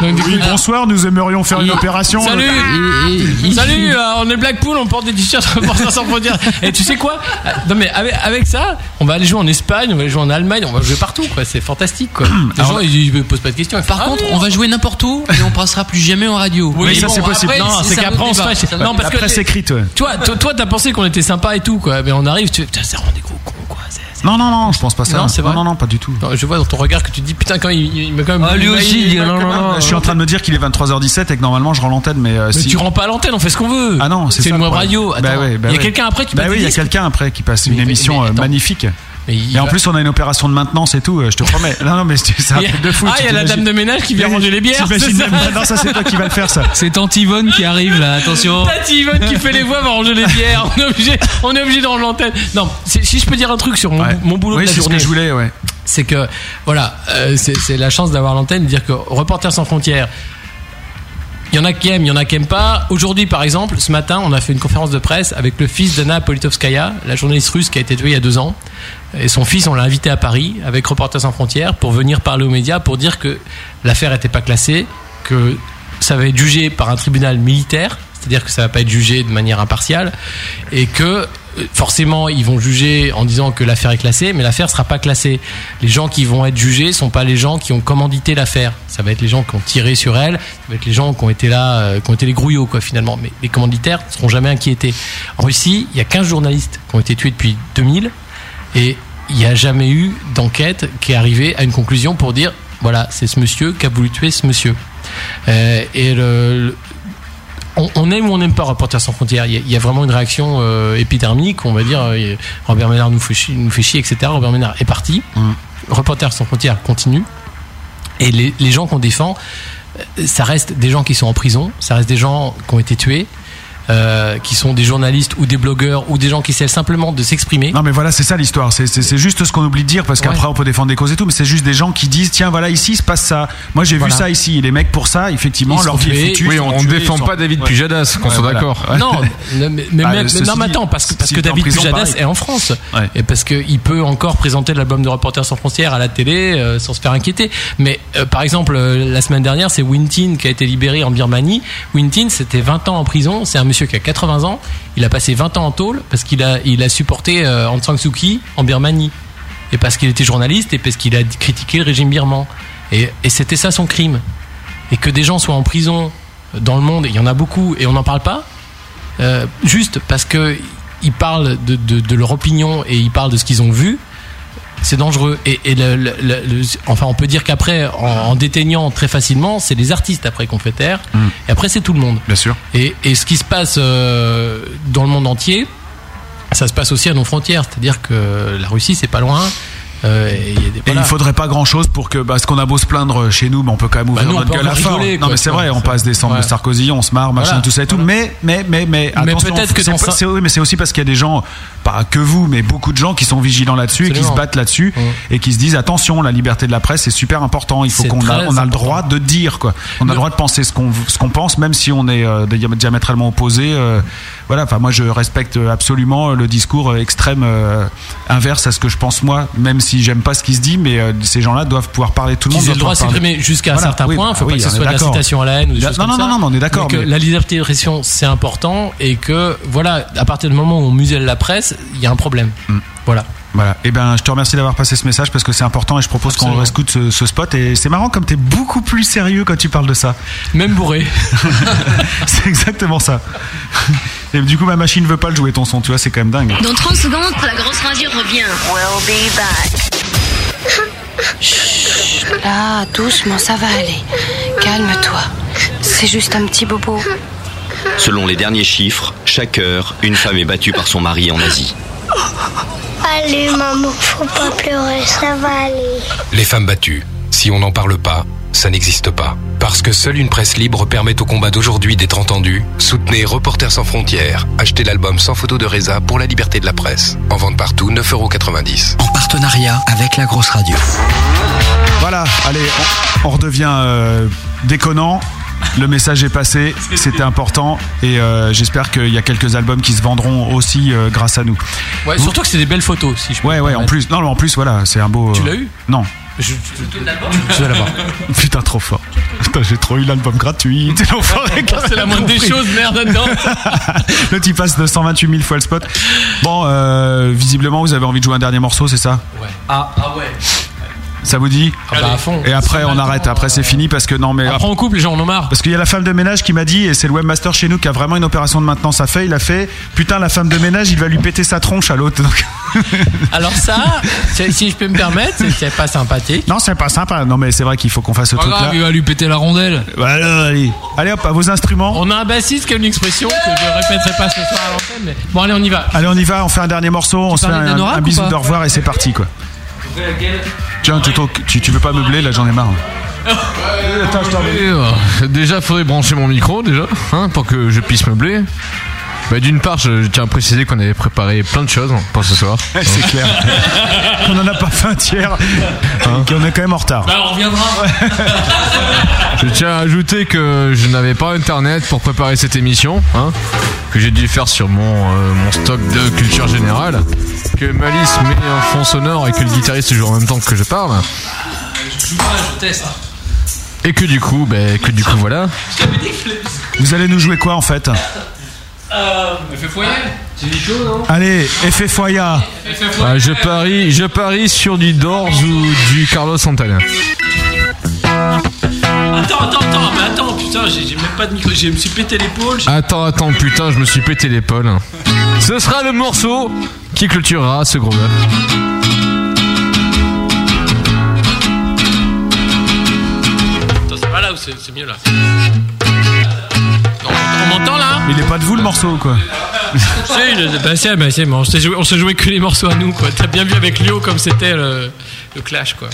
Speaker 7: Donc, du
Speaker 1: Oui,
Speaker 7: coup,
Speaker 1: bonsoir, nous aimerions faire une opération.
Speaker 7: Salut,
Speaker 1: euh,
Speaker 7: salut. euh, on est Blackpool, on porte des t-shirts pour ça sans frontières. Et tu sais quoi Ah, Non mais avec, avec ça, on va aller jouer en Espagne, on va aller jouer en Allemagne, on va jouer partout. quoi. C'est fantastique. Quoi. Les gens, ils, ils Ah me posent pas de questions.
Speaker 10: Par contre, on va jouer n'importe où et on passera plus jamais en radio.
Speaker 7: Oui, ça c'est possible. non, c'est qu'après on se fâche. Non, parce que t'es-
Speaker 1: écrite. ouais.
Speaker 7: Toi, toi, toi, t'as pensé qu'on était sympa et tout, quoi. Mais on arrive, tu putain, c'est vraiment des gros cons, quoi.
Speaker 1: Non, non, non, je pense pas ça.
Speaker 7: Non, c'est vrai.
Speaker 1: Non, non, pas du tout.
Speaker 7: je vois dans ton regard que tu te dis, putain, quand même, il, il m'a quand même.
Speaker 1: Ah,
Speaker 10: Ah,
Speaker 7: il m'a- Ah, il m'a ah, quand même-
Speaker 1: Je suis en train de me dire qu'il est 23h17 et que normalement je rends l'antenne, mais, euh,
Speaker 7: Mais
Speaker 1: si.
Speaker 7: tu rends pas l'antenne, on fait ce qu'on veut.
Speaker 1: Ah non, c'est
Speaker 7: C'est
Speaker 1: ça,
Speaker 7: une
Speaker 1: le
Speaker 7: web
Speaker 1: problème.
Speaker 7: radio.
Speaker 1: Bah
Speaker 7: Attends,
Speaker 1: ouais, bah
Speaker 7: il y a
Speaker 1: ouais.
Speaker 7: quelqu'un après qui
Speaker 1: Bah
Speaker 7: passe
Speaker 1: oui,
Speaker 7: des
Speaker 1: il y a
Speaker 7: disques.
Speaker 1: quelqu'un après qui passe une émission euh, magnifique.
Speaker 7: il
Speaker 1: et en
Speaker 7: va-
Speaker 1: plus, on a une opération de maintenance et tout, euh, je te promets. Non, non, mais c'est c'est un
Speaker 7: Il y a-
Speaker 1: truc de fou.
Speaker 7: Ah,
Speaker 1: tu
Speaker 7: il y a la
Speaker 1: t'imagines.
Speaker 7: dame de ménage qui vient
Speaker 1: Oui,
Speaker 7: ranger les bières.
Speaker 1: t'imagines
Speaker 7: c'est
Speaker 1: même- Non, ça c'est toi qui vas le faire, ça.
Speaker 9: C'est Tante Yvonne qui arrive là, attention.
Speaker 7: Oh, Tati Yvonne qui fait les voix va ranger les bières. On est obligé, on est obligé de ranger l'antenne. Non, si si je peux dire un truc sur mon, mon boulot
Speaker 1: Oui,
Speaker 7: de la
Speaker 1: c'est ce
Speaker 7: journée.
Speaker 1: que je voulais, ouais.
Speaker 7: C'est que, voilà, euh, c'est c'est la chance d'avoir l'antenne, de dire que Reporters sans frontières, il y en a qui aiment, il y en a qui aiment pas. Aujourd'hui, par exemple, ce matin, on a fait une conférence de presse avec le fils d'Anna Politkovskaya, la journaliste russe qui a été tuée il y a deux ans. Et son fils, on l'a invité à Paris avec Reporters sans frontières pour venir parler aux médias pour dire que l'affaire n'était pas classée, que ça va être jugé par un tribunal militaire, c'est-à-dire que ça va pas être jugé de manière impartiale, et que euh, forcément ils vont juger en disant que l'affaire est classée, mais l'affaire sera pas classée. Les gens qui vont être jugés sont pas les gens qui ont commandité l'affaire. Ça va être les gens qui ont tiré sur elle, ça va être les gens qui ont été là, euh, qui ont été les grouillots quoi finalement. Mais les commanditaires ne seront jamais inquiétés. En Russie, il y a 15 journalistes qui ont été tués depuis 2000 et il n'y a jamais eu d'enquête qui est arrivée à une conclusion pour dire voilà, c'est ce monsieur qui a voulu tuer ce monsieur. Euh, et le- le- on, on aime ou on n'aime pas Reporters sans frontières. Il y, a- il y a vraiment une réaction euh, épidermique, on va dire. euh, Robert Ménard nous fait, chier, nous fait chier, etc. Robert Ménard est parti.
Speaker 6: Mm.
Speaker 7: Reporters sans frontières continue. Et les, les gens qu'on défend, euh, ça reste des gens qui sont en prison, ça reste des gens qui ont été tués. euh, qui sont des journalistes ou des blogueurs ou des gens qui essaient simplement de s'exprimer.
Speaker 1: Non mais voilà, c'est ça l'histoire. C'est- C'est c'est juste ce qu'on oublie de dire parce qu'après on peut défendre des causes et tout, mais c'est juste des gens qui disent tiens voilà ici il se passe ça. Moi j'ai
Speaker 7: Voilà.
Speaker 1: vu ça ici. Et les mecs pour ça effectivement
Speaker 7: Ils
Speaker 1: leur
Speaker 7: sont
Speaker 1: vie est
Speaker 7: tués.
Speaker 1: foutue.
Speaker 7: Oui,
Speaker 1: ils sont
Speaker 7: on
Speaker 1: tués,
Speaker 6: défend
Speaker 1: ils sont-
Speaker 6: pas David Pujadas, qu'on soit d'accord.
Speaker 7: Non, mais, mais
Speaker 6: Bah,
Speaker 7: même-
Speaker 6: ceci
Speaker 7: non, mais
Speaker 6: dit,
Speaker 7: attends, parce que, parce
Speaker 6: s'il
Speaker 7: que
Speaker 6: est en
Speaker 7: David
Speaker 6: prison,
Speaker 7: Pujadas
Speaker 6: pareil.
Speaker 7: est en France. Et parce qu'il peut encore présenter l'album de Reporters sans frontières à la télé euh, sans se faire inquiéter. Mais euh, par exemple, euh, la semaine dernière, c'est Wintin qui a été libéré en Birmanie. Wintin, c'était 20 ans en prison. C'est un monsieur qui a 80 ans. Il a passé 20 ans en tôle parce qu'il a, il a supporté euh, Aung San Suu Kyi en Birmanie. Et parce qu'il était journaliste et parce qu'il a critiqué le régime birman. Et- et c'était ça son crime et que des gens soient en prison euh, dans le monde, et il y en a beaucoup et on n'en parle pas, euh, juste parce que ils parlent de, de- de leur opinion et ils parlent de ce qu'ils ont vu, c'est dangereux. Et, et le- le- le- le- enfin, on peut dire qu'après, en, en déteignant très facilement, c'est les artistes après qu'on fait taire, et après c'est tout le monde.
Speaker 1: Hmm. Bien sûr.
Speaker 7: Et, et ce qui se passe euh, dans le monde entier, ça se passe aussi à nos frontières, c'est-à-dire que la Russie, c'est pas loin. euh, et il y a des-
Speaker 1: Et
Speaker 7: voilà.
Speaker 1: il faudrait pas grand chose pour que, parce qu'on a beau se plaindre chez nous, mais on peut quand même ouvrir
Speaker 7: Bah nous, on
Speaker 1: notre
Speaker 7: peut
Speaker 1: gueule à
Speaker 7: encore
Speaker 1: fort.
Speaker 7: rigoler,
Speaker 1: Bah Non,
Speaker 7: quoi,
Speaker 1: mais c'est
Speaker 7: tu
Speaker 1: vrai,
Speaker 7: vois,
Speaker 1: on passe des cendres
Speaker 7: ouais.
Speaker 1: de Sarkozy, on se marre, machin,
Speaker 7: Voilà.
Speaker 1: tout ça et tout. Mais, mais, mais, mais,
Speaker 7: Mais
Speaker 1: attention,
Speaker 7: peut-être que
Speaker 1: c'est
Speaker 7: dans
Speaker 1: pas-
Speaker 7: ça-
Speaker 1: c'est- oui, mais c'est aussi parce qu'il y a des gens, pas que vous, mais beaucoup de gens qui sont vigilants là-dessus et qui se
Speaker 7: Absolument. Mmh.
Speaker 1: battent là-dessus et qui se disent attention, la liberté de la presse, c'est super important. Il faut
Speaker 7: C'est
Speaker 1: qu'on a,
Speaker 7: très
Speaker 1: on a le
Speaker 7: important.
Speaker 1: droit de dire, quoi. On a le droit de penser ce qu'on, ce qu'on pense, même si on est euh, diam- diamétralement opposé. euh, voilà, enfin, moi, je respecte absolument le discours euh, extrême euh, inverse à ce que je pense moi, même si j'aime pas ce qui se dit, mais euh, ces gens-là doivent pouvoir parler tout le monde.
Speaker 7: Qu'ils aient
Speaker 1: doit
Speaker 7: le droit de
Speaker 1: pouvoir parler.
Speaker 7: s'exprimer jusqu'à
Speaker 1: Voilà,
Speaker 7: un certain
Speaker 1: oui,
Speaker 7: point. Il
Speaker 1: bah
Speaker 7: ne faut
Speaker 1: oui,
Speaker 7: pas que ce
Speaker 1: on est
Speaker 7: soit de la
Speaker 1: d'accord.
Speaker 7: citation à la haine ou des
Speaker 1: Non,
Speaker 7: choses
Speaker 1: non,
Speaker 7: comme
Speaker 1: non,
Speaker 7: ça.
Speaker 1: non, non, on est d'accord,
Speaker 7: Mais que
Speaker 1: mais-
Speaker 7: La liberté d'expression, c'est important et que, voilà, à partir du moment où on muselle la presse, il y a un problème.
Speaker 1: Mm.
Speaker 7: Voilà.
Speaker 1: Voilà. Et ben, je te remercie d'avoir passé ce message parce que c'est important et je propose qu'on
Speaker 7: Absolument.
Speaker 1: rescoute ce, ce spot. Et c'est marrant comme t'es beaucoup plus sérieux quand tu parles de ça.
Speaker 7: Même bourré.
Speaker 1: c'est exactement ça. Et du coup, ma machine veut pas le jouer ton son, tu vois, c'est quand même dingue.
Speaker 19: Dans 30 secondes, la grosse radio revient. We'll be back.
Speaker 31: Là, doucement, ça va aller. Calme-toi. C'est juste un petit bobo.
Speaker 32: Selon les derniers chiffres, chaque heure, une femme est battue par son mari en Asie.
Speaker 33: Allez, maman, faut pas pleurer, ça va aller.
Speaker 34: Les femmes battues, si on n'en parle pas, ça n'existe pas. Parce que seule une presse libre permet au combat d'aujourd'hui d'être entendu, soutenez Reporters sans frontières. Achetez l'album sans photo de Reza pour la liberté de la presse. En vente partout, 9,90€.
Speaker 2: En partenariat avec la grosse radio.
Speaker 1: Voilà, Ah, allez, on, on redevient euh, déconnant. Le message est passé, c'était important et euh, j'espère qu'il y a quelques albums qui se vendront aussi euh, grâce à nous.
Speaker 7: Ouais, surtout que c'est des belles photos, si je peux
Speaker 1: Ouais,
Speaker 7: me
Speaker 1: ouais, en
Speaker 7: permettre.
Speaker 1: plus, non, mais en plus, voilà, c'est un beau.
Speaker 7: Tu
Speaker 1: euh,
Speaker 7: l'as eu
Speaker 1: Non.
Speaker 7: Je,
Speaker 1: Tu vas l'avoir. Putain, trop fort. Putain, j'ai trop eu l'album gratuit. T'es l'enfoiré, qui a
Speaker 7: C'est la
Speaker 1: rien
Speaker 7: moindre des
Speaker 1: compris.
Speaker 7: choses, merde, dedans.
Speaker 1: Le type passe de 128 000 fois le spot. Bon, euh, visiblement, vous avez envie de jouer un dernier morceau, c'est ça
Speaker 7: Ah, ouais.
Speaker 1: Ça vous dit
Speaker 7: Ah bah, à fond.
Speaker 1: Et après, on arrête. Après, c'est fini parce que non, mais. Après,
Speaker 7: on coupe, les gens en ont marre.
Speaker 1: Parce qu'il y a la femme de ménage qui m'a dit, et c'est le webmaster chez nous qui a vraiment une opération de maintenance à faire. Il a fait Putain, la femme de ménage, il va lui péter sa tronche à l'autre. Donc,
Speaker 7: Alors ça, c'est- si je peux me permettre, c'est- c'est pas sympathique.
Speaker 1: Non, c'est pas sympa. Non, mais c'est vrai qu'il faut qu'on fasse ce
Speaker 7: Pas
Speaker 1: truc-là.
Speaker 7: grave, il va lui péter la rondelle.
Speaker 1: Voilà, allez. Allez hop, à vos instruments.
Speaker 7: On a un bassiste qui a une expression que je répéterai pas ce soir à l'antenne. Mais... Bon, allez, on y va.
Speaker 1: Allez, on y va, on fait un dernier morceau, on se fait
Speaker 7: parlais
Speaker 1: un,
Speaker 7: d'Anorak
Speaker 1: un
Speaker 7: ou
Speaker 1: bisou
Speaker 7: pas
Speaker 1: de revoir et c'est parti quoi. Tiens, Toto, tu, tu veux pas meubler là, j'en ai marre.
Speaker 6: Et, euh, Déjà, faudrait brancher mon micro, déjà, hein, pour que je puisse meubler. Bah, D'une part, je, je tiens à préciser qu'on avait préparé plein de choses pour ce soir.
Speaker 1: C'est clair. on en a pas fait un tiers
Speaker 6: Hein.
Speaker 1: et on est quand même en retard.
Speaker 7: Bah, on reviendra.
Speaker 6: Je tiens à ajouter que je n'avais pas internet pour préparer cette émission, hein, que j'ai dû faire sur mon, euh, mon stock de culture générale, que Malice met en fond sonore et que le guitariste joue en même temps que je parle,
Speaker 7: Ah, Je joue pas, je teste.
Speaker 6: et que du coup, bah, que du coup voilà.
Speaker 1: Vous allez nous jouer quoi en fait
Speaker 7: Euh, fais foyer C'est du chaud, non
Speaker 1: Allez, effet foya.
Speaker 6: Ah, je parie, je parie sur du Doors ou du Carlos Santana.
Speaker 9: Attends, attends, attends, mais attends, putain, j'ai j'ai même pas de micro, j'ai- je me suis pété l'épaule. j'ai-
Speaker 1: Ah,
Speaker 6: Attends, attends, putain, je me suis pété l'épaule. Ce sera le morceau qui clôturera ce gros bœuf.
Speaker 9: Attends, c'est pas là où c'est c'est mieux là. On m'entend là
Speaker 1: Il est pas de vous le morceau quoi.
Speaker 7: C'est une. Bah, c'est, bah, c'est, bon, on s'est joué, on s'est joué que les morceaux à nous, quoi. T'as bien vu avec Léo comme c'était le, le clash, quoi.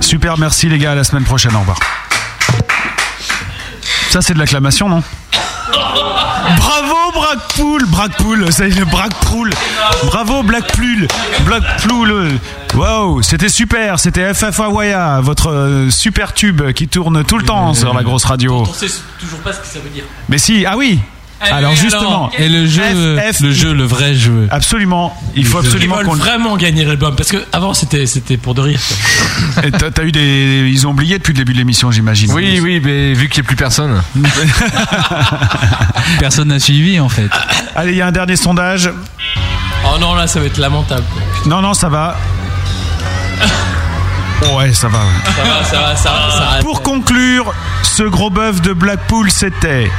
Speaker 1: Super, merci les gars, à la semaine prochaine, au revoir. Ça, c'est de l'acclamation, non Bravo, Brackpool Brackpool, ça y est, le Brackpool Bravo, Blackpool Blackpool Wow, c'était super, c'était FF Hawaïa, votre euh, super tube qui tourne tout le
Speaker 7: Euh,
Speaker 1: temps sur la grosse radio.
Speaker 7: On sait toujours pas ce que ça veut dire.
Speaker 1: Mais si, ah oui
Speaker 7: Allez,
Speaker 1: alors
Speaker 7: alors,
Speaker 1: justement,
Speaker 7: et le jeu,
Speaker 1: le jeu,
Speaker 35: le vrai jeu.
Speaker 1: Absolument, il faut absolument
Speaker 7: Ils
Speaker 1: qu'on
Speaker 7: veulent
Speaker 1: le
Speaker 7: vraiment gagner l'album parce que avant c'était c'était pour de rire.
Speaker 1: Et T'as t'as eu des. Ils ont oublié depuis le début de l'émission, j'imagine.
Speaker 6: Oui, oui, mais vu qu'il n'y a plus personne.
Speaker 1: Personne n'a suivi, en fait. Allez, il y a un dernier sondage.
Speaker 7: Oh non là ça va être lamentable.
Speaker 1: Non, non, ça va. Ouais, ça va. ouais.
Speaker 7: Ça va ça va ça va. Ça va.
Speaker 1: Pour conclure, ce gros bœuf de Blackpool, c'était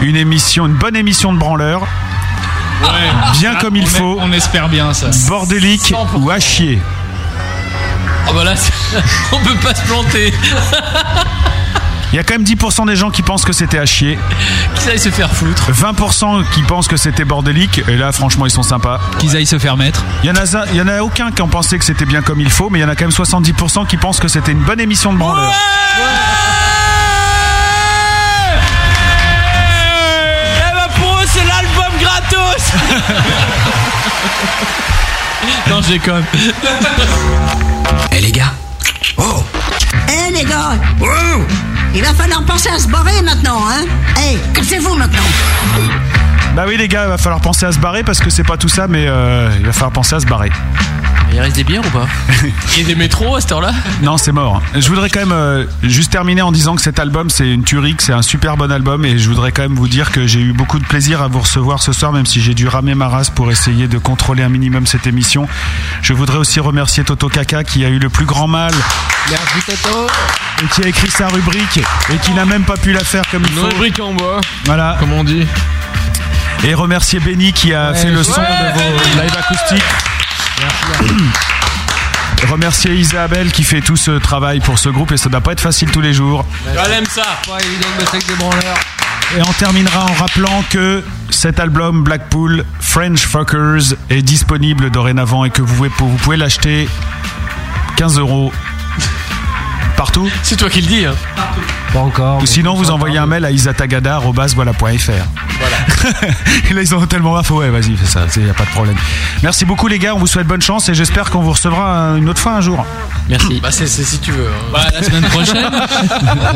Speaker 1: une émission, une bonne émission de branleur. Bien comme il faut. Ah, on espère bien ça. Bordélique ou à chier.
Speaker 7: Oh bah là c'est- on peut pas se planter.
Speaker 1: Il y a quand même 10% des gens qui pensent que c'était à chier.
Speaker 7: Qu'ils aillent se faire foutre.
Speaker 1: 20% qui pensent que c'était bordélique. Et là, franchement, ils sont sympas. Qu'ils aillent se faire mettre. Il y en a, za- il y en a aucun qui en pensait que c'était bien comme il faut, mais il y en a quand même 70% qui pensent que c'était une bonne émission de branleur.
Speaker 17: Eh ben pour eux, c'est l'album gratos
Speaker 7: Non j'ai quand
Speaker 11: Eh les gars Oh
Speaker 3: Eh les gars Oh, Il va falloir penser à se barrer maintenant, hein Eh, cassez-vous maintenant
Speaker 1: Bah oui, les gars, il va falloir penser à se barrer parce que c'est pas tout ça, mais euh, il va falloir penser à se barrer.
Speaker 7: Il reste des bières ou pas Il y a des métros à cette heure-là
Speaker 1: Non, c'est mort. Je voudrais quand même euh, juste terminer en disant que cet album, c'est une tuerie, que c'est un super bon album, et je voudrais quand même vous dire que j'ai eu beaucoup de plaisir à vous recevoir ce soir, même si j'ai dû ramer ma race pour essayer de contrôler un minimum cette émission. Je voudrais aussi remercier Toto Kaka qui a eu le plus grand mal
Speaker 35: Merci Toto.
Speaker 1: et qui a écrit sa rubrique et qui n'a même pas pu la faire comme il faut.
Speaker 6: rubrique en bois.
Speaker 1: Voilà.
Speaker 6: Comme on dit.
Speaker 1: Et remercier Benny qui a fait le son de vos lives acoustiques. Remercier Isabelle qui fait tout ce travail pour ce groupe et ça doit pas être facile tous les jours.
Speaker 7: Elle aime ça. Ouais, il donne le sec des branleurs.
Speaker 1: Et on terminera en rappelant que cet album Blackpool French Fuckers est disponible dorénavant et que vous pouvez, vous pouvez l'acheter 15 euros partout.
Speaker 7: C'est toi qui le dis. Hein.
Speaker 1: Pas encore. Ou sinon vous envoyez un mail à isatagada@voilà.fr. Et là, ils ont tellement raf. Ouais, vas-y, fais ça. Il n'y a pas de problème. Merci beaucoup, les gars. On vous souhaite bonne chance et j'espère qu'on vous recevra une autre fois un jour.
Speaker 7: Merci. Bah c'est c'est si tu veux. hein. Bah, la semaine prochaine,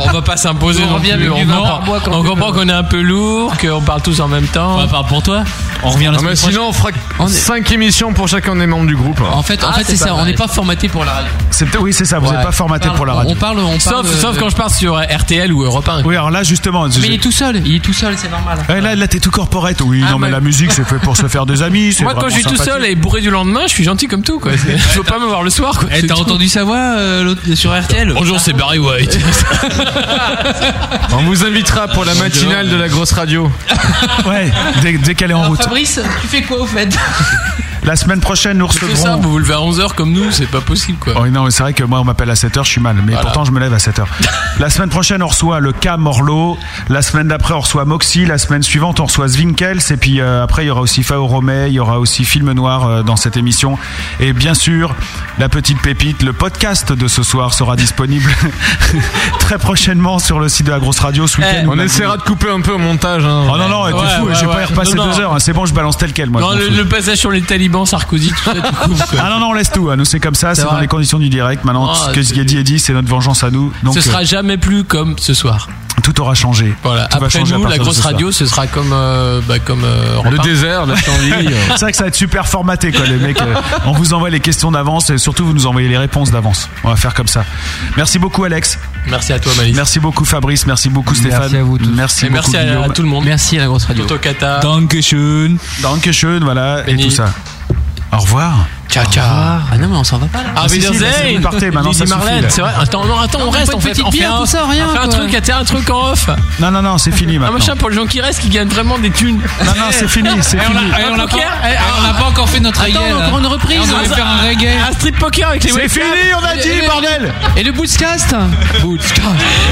Speaker 7: on va pas s'imposer.
Speaker 35: On
Speaker 7: non
Speaker 35: revient avec
Speaker 7: plus. on
Speaker 35: du vin
Speaker 7: comprend-
Speaker 35: par mois quand
Speaker 7: on
Speaker 35: tu
Speaker 7: comprend
Speaker 35: veux.
Speaker 7: qu'on est un peu lourd, qu'on parle tous en même temps. On parle pour toi. On revient
Speaker 6: Non, mais sinon, on fera 5 émissions pour chacun des membres du groupe. Ah,
Speaker 7: En fait, en fait Ah, c'est ça. On n'est pas formaté pour la radio.
Speaker 1: oui, c'est ça. Vous n'êtes
Speaker 7: Ouais.
Speaker 1: pas formaté
Speaker 7: On parle-
Speaker 1: pour la radio.
Speaker 7: On parle, on parle
Speaker 1: Sauf-
Speaker 7: de-
Speaker 1: sauf
Speaker 7: de-
Speaker 1: quand je
Speaker 7: je parle sur RTL ou Europe 1.
Speaker 1: Oui, alors là, justement. je-
Speaker 7: Mais il est tout seul. Il est tout seul, c'est normal.
Speaker 1: Ouais, Eh, là, là t'es tout corporate. Oui, non, mais la musique, c'est fait pour se faire des amis. c'est
Speaker 7: Ah, Moi, quand
Speaker 1: vraiment
Speaker 7: je suis tout
Speaker 1: sympathique.
Speaker 7: seul et bourré du lendemain, je suis gentil comme tout. Quoi. C'est- Je veux pas me voir le soir. Quoi. Eh, t'as entendu sa voix euh, sur RTL Bonjour, c'est Barry White.
Speaker 6: On vous invitera pour la matinale de la grosse radio.
Speaker 1: ouais, dès, dès qu'elle est en route.
Speaker 10: Fabrice, tu fais quoi au fait
Speaker 1: La semaine prochaine, nous
Speaker 7: C'est ça,
Speaker 1: recevrons.
Speaker 7: vous vous levez à 11h comme nous, c'est pas possible quoi.
Speaker 1: Oh, non, mais c'est vrai que moi, on m'appelle à 7h, je suis mal. Mais pourtant, je me lève à 7h. La semaine prochaine, on reçoit le K Morlo. La semaine d'après, on reçoit Moxie. La semaine suivante, on reçoit Zwinkels. Et puis euh, après, il y aura aussi Fao Romé. Il y aura aussi Film Noir euh, dans cette émission. Et bien sûr, la petite pépite, le podcast de ce soir sera disponible très prochainement sur le site de la Grosse Radio ce week-end.
Speaker 6: Eh, On essaiera de couper un peu au montage. Hein.
Speaker 1: Oh non, non, t'es
Speaker 7: Ouais,
Speaker 1: fou,
Speaker 7: ouais,
Speaker 1: je vais
Speaker 7: ouais.
Speaker 1: pas y repasser
Speaker 7: Non, non.
Speaker 1: deux heures, hein. c'est bon, je balance tel quel moi.
Speaker 7: non,
Speaker 1: je m'en
Speaker 7: le,
Speaker 1: fous.
Speaker 7: le passage sur les talibans, Sarkozy, tout ça, tu coupes, quoi.
Speaker 1: Ah non, non, on laisse tout, hein. nous c'est comme ça,
Speaker 7: C'est
Speaker 1: c'est dans
Speaker 7: vrai.
Speaker 1: les conditions du direct. Maintenant,
Speaker 7: Oh,
Speaker 1: ce que ce
Speaker 7: c'est-
Speaker 1: qui est dit est dit, c'est notre vengeance à nous. Donc,
Speaker 7: ce sera
Speaker 1: euh,
Speaker 7: jamais plus comme ce soir.
Speaker 1: tout aura changé.
Speaker 7: Voilà.
Speaker 1: Tout va
Speaker 7: Après
Speaker 1: changer à
Speaker 7: nous, la
Speaker 1: partir de
Speaker 7: grosse
Speaker 1: ce soir.
Speaker 7: radio, ce sera comme, euh, bah, comme euh, Europe 1. euh.
Speaker 1: c'est vrai que ça va être super formaté, quoi, les mecs. euh, on vous envoie les questions d'avance et surtout vous nous envoyez les réponses d'avance. On va faire comme ça. Merci beaucoup, Alex.
Speaker 7: Merci à toi, Malice.
Speaker 1: Merci beaucoup, Fabrice. Merci beaucoup, Stéphane.
Speaker 7: à vous tous.
Speaker 1: Merci
Speaker 7: Et
Speaker 1: beaucoup,
Speaker 7: merci à- à
Speaker 1: Guillaume.
Speaker 7: tout le monde. Merci à la grosse radio.
Speaker 1: Dankeschön. Dankeschön, voilà,
Speaker 7: Benny.
Speaker 1: et tout ça. Au revoir.
Speaker 7: Ciao, ciao. Ah non, mais on s'en va pas là. Ah,
Speaker 1: Si, si, là, c'est vous partez, maintenant, ça suffit,
Speaker 7: Marlène,
Speaker 1: là.
Speaker 7: c'est vrai. Attends, non, attends,
Speaker 1: Non,
Speaker 7: on
Speaker 1: pas
Speaker 7: reste,
Speaker 1: une
Speaker 7: on fait,
Speaker 1: petite
Speaker 7: on fait
Speaker 1: bière,
Speaker 7: un,
Speaker 1: tout ça, rien,
Speaker 7: on fait un
Speaker 1: quoi.
Speaker 7: truc, à terre, un truc en off.
Speaker 1: Non, non, non, c'est fini
Speaker 7: Un
Speaker 1: maintenant.
Speaker 7: machin pour les gens qui restent, qui gagnent vraiment des thunes.
Speaker 1: Non, non, c'est fini, c'est
Speaker 7: Eh, on l'a-
Speaker 1: fini.
Speaker 7: eh, on l'a pas, eh, on l'a pas encore fait notre
Speaker 10: Attends,
Speaker 7: reggae.
Speaker 10: on a
Speaker 7: là.
Speaker 10: encore une reprise.
Speaker 7: Eh, On devait faire un reggae. Un strip poker avec les
Speaker 1: C'est
Speaker 7: webcams.
Speaker 1: fini, on a
Speaker 7: Et-
Speaker 1: dit,
Speaker 7: et-
Speaker 1: bordel
Speaker 10: Et le bootcast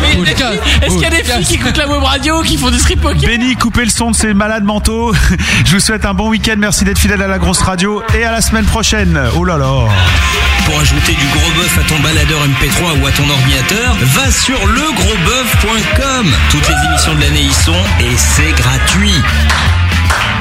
Speaker 7: Mais
Speaker 10: Bootcast.
Speaker 7: Est-ce qu'il y a des
Speaker 10: Bootcast.
Speaker 7: filles qui écoutent la web radio, qui font des strip poker
Speaker 1: Béni, coupez le son de ces malades mentaux. Je vous souhaite un bon week-end. Merci d'être fidèle à la grosse radio et à la semaine prochaine. semaine. Oh là là.
Speaker 3: Pour ajouter du gros bœuf à ton baladeur MP3 ou à ton ordinateur, va sur legrosboeuf.com. Toutes les émissions de l'année y sont et c'est gratuit.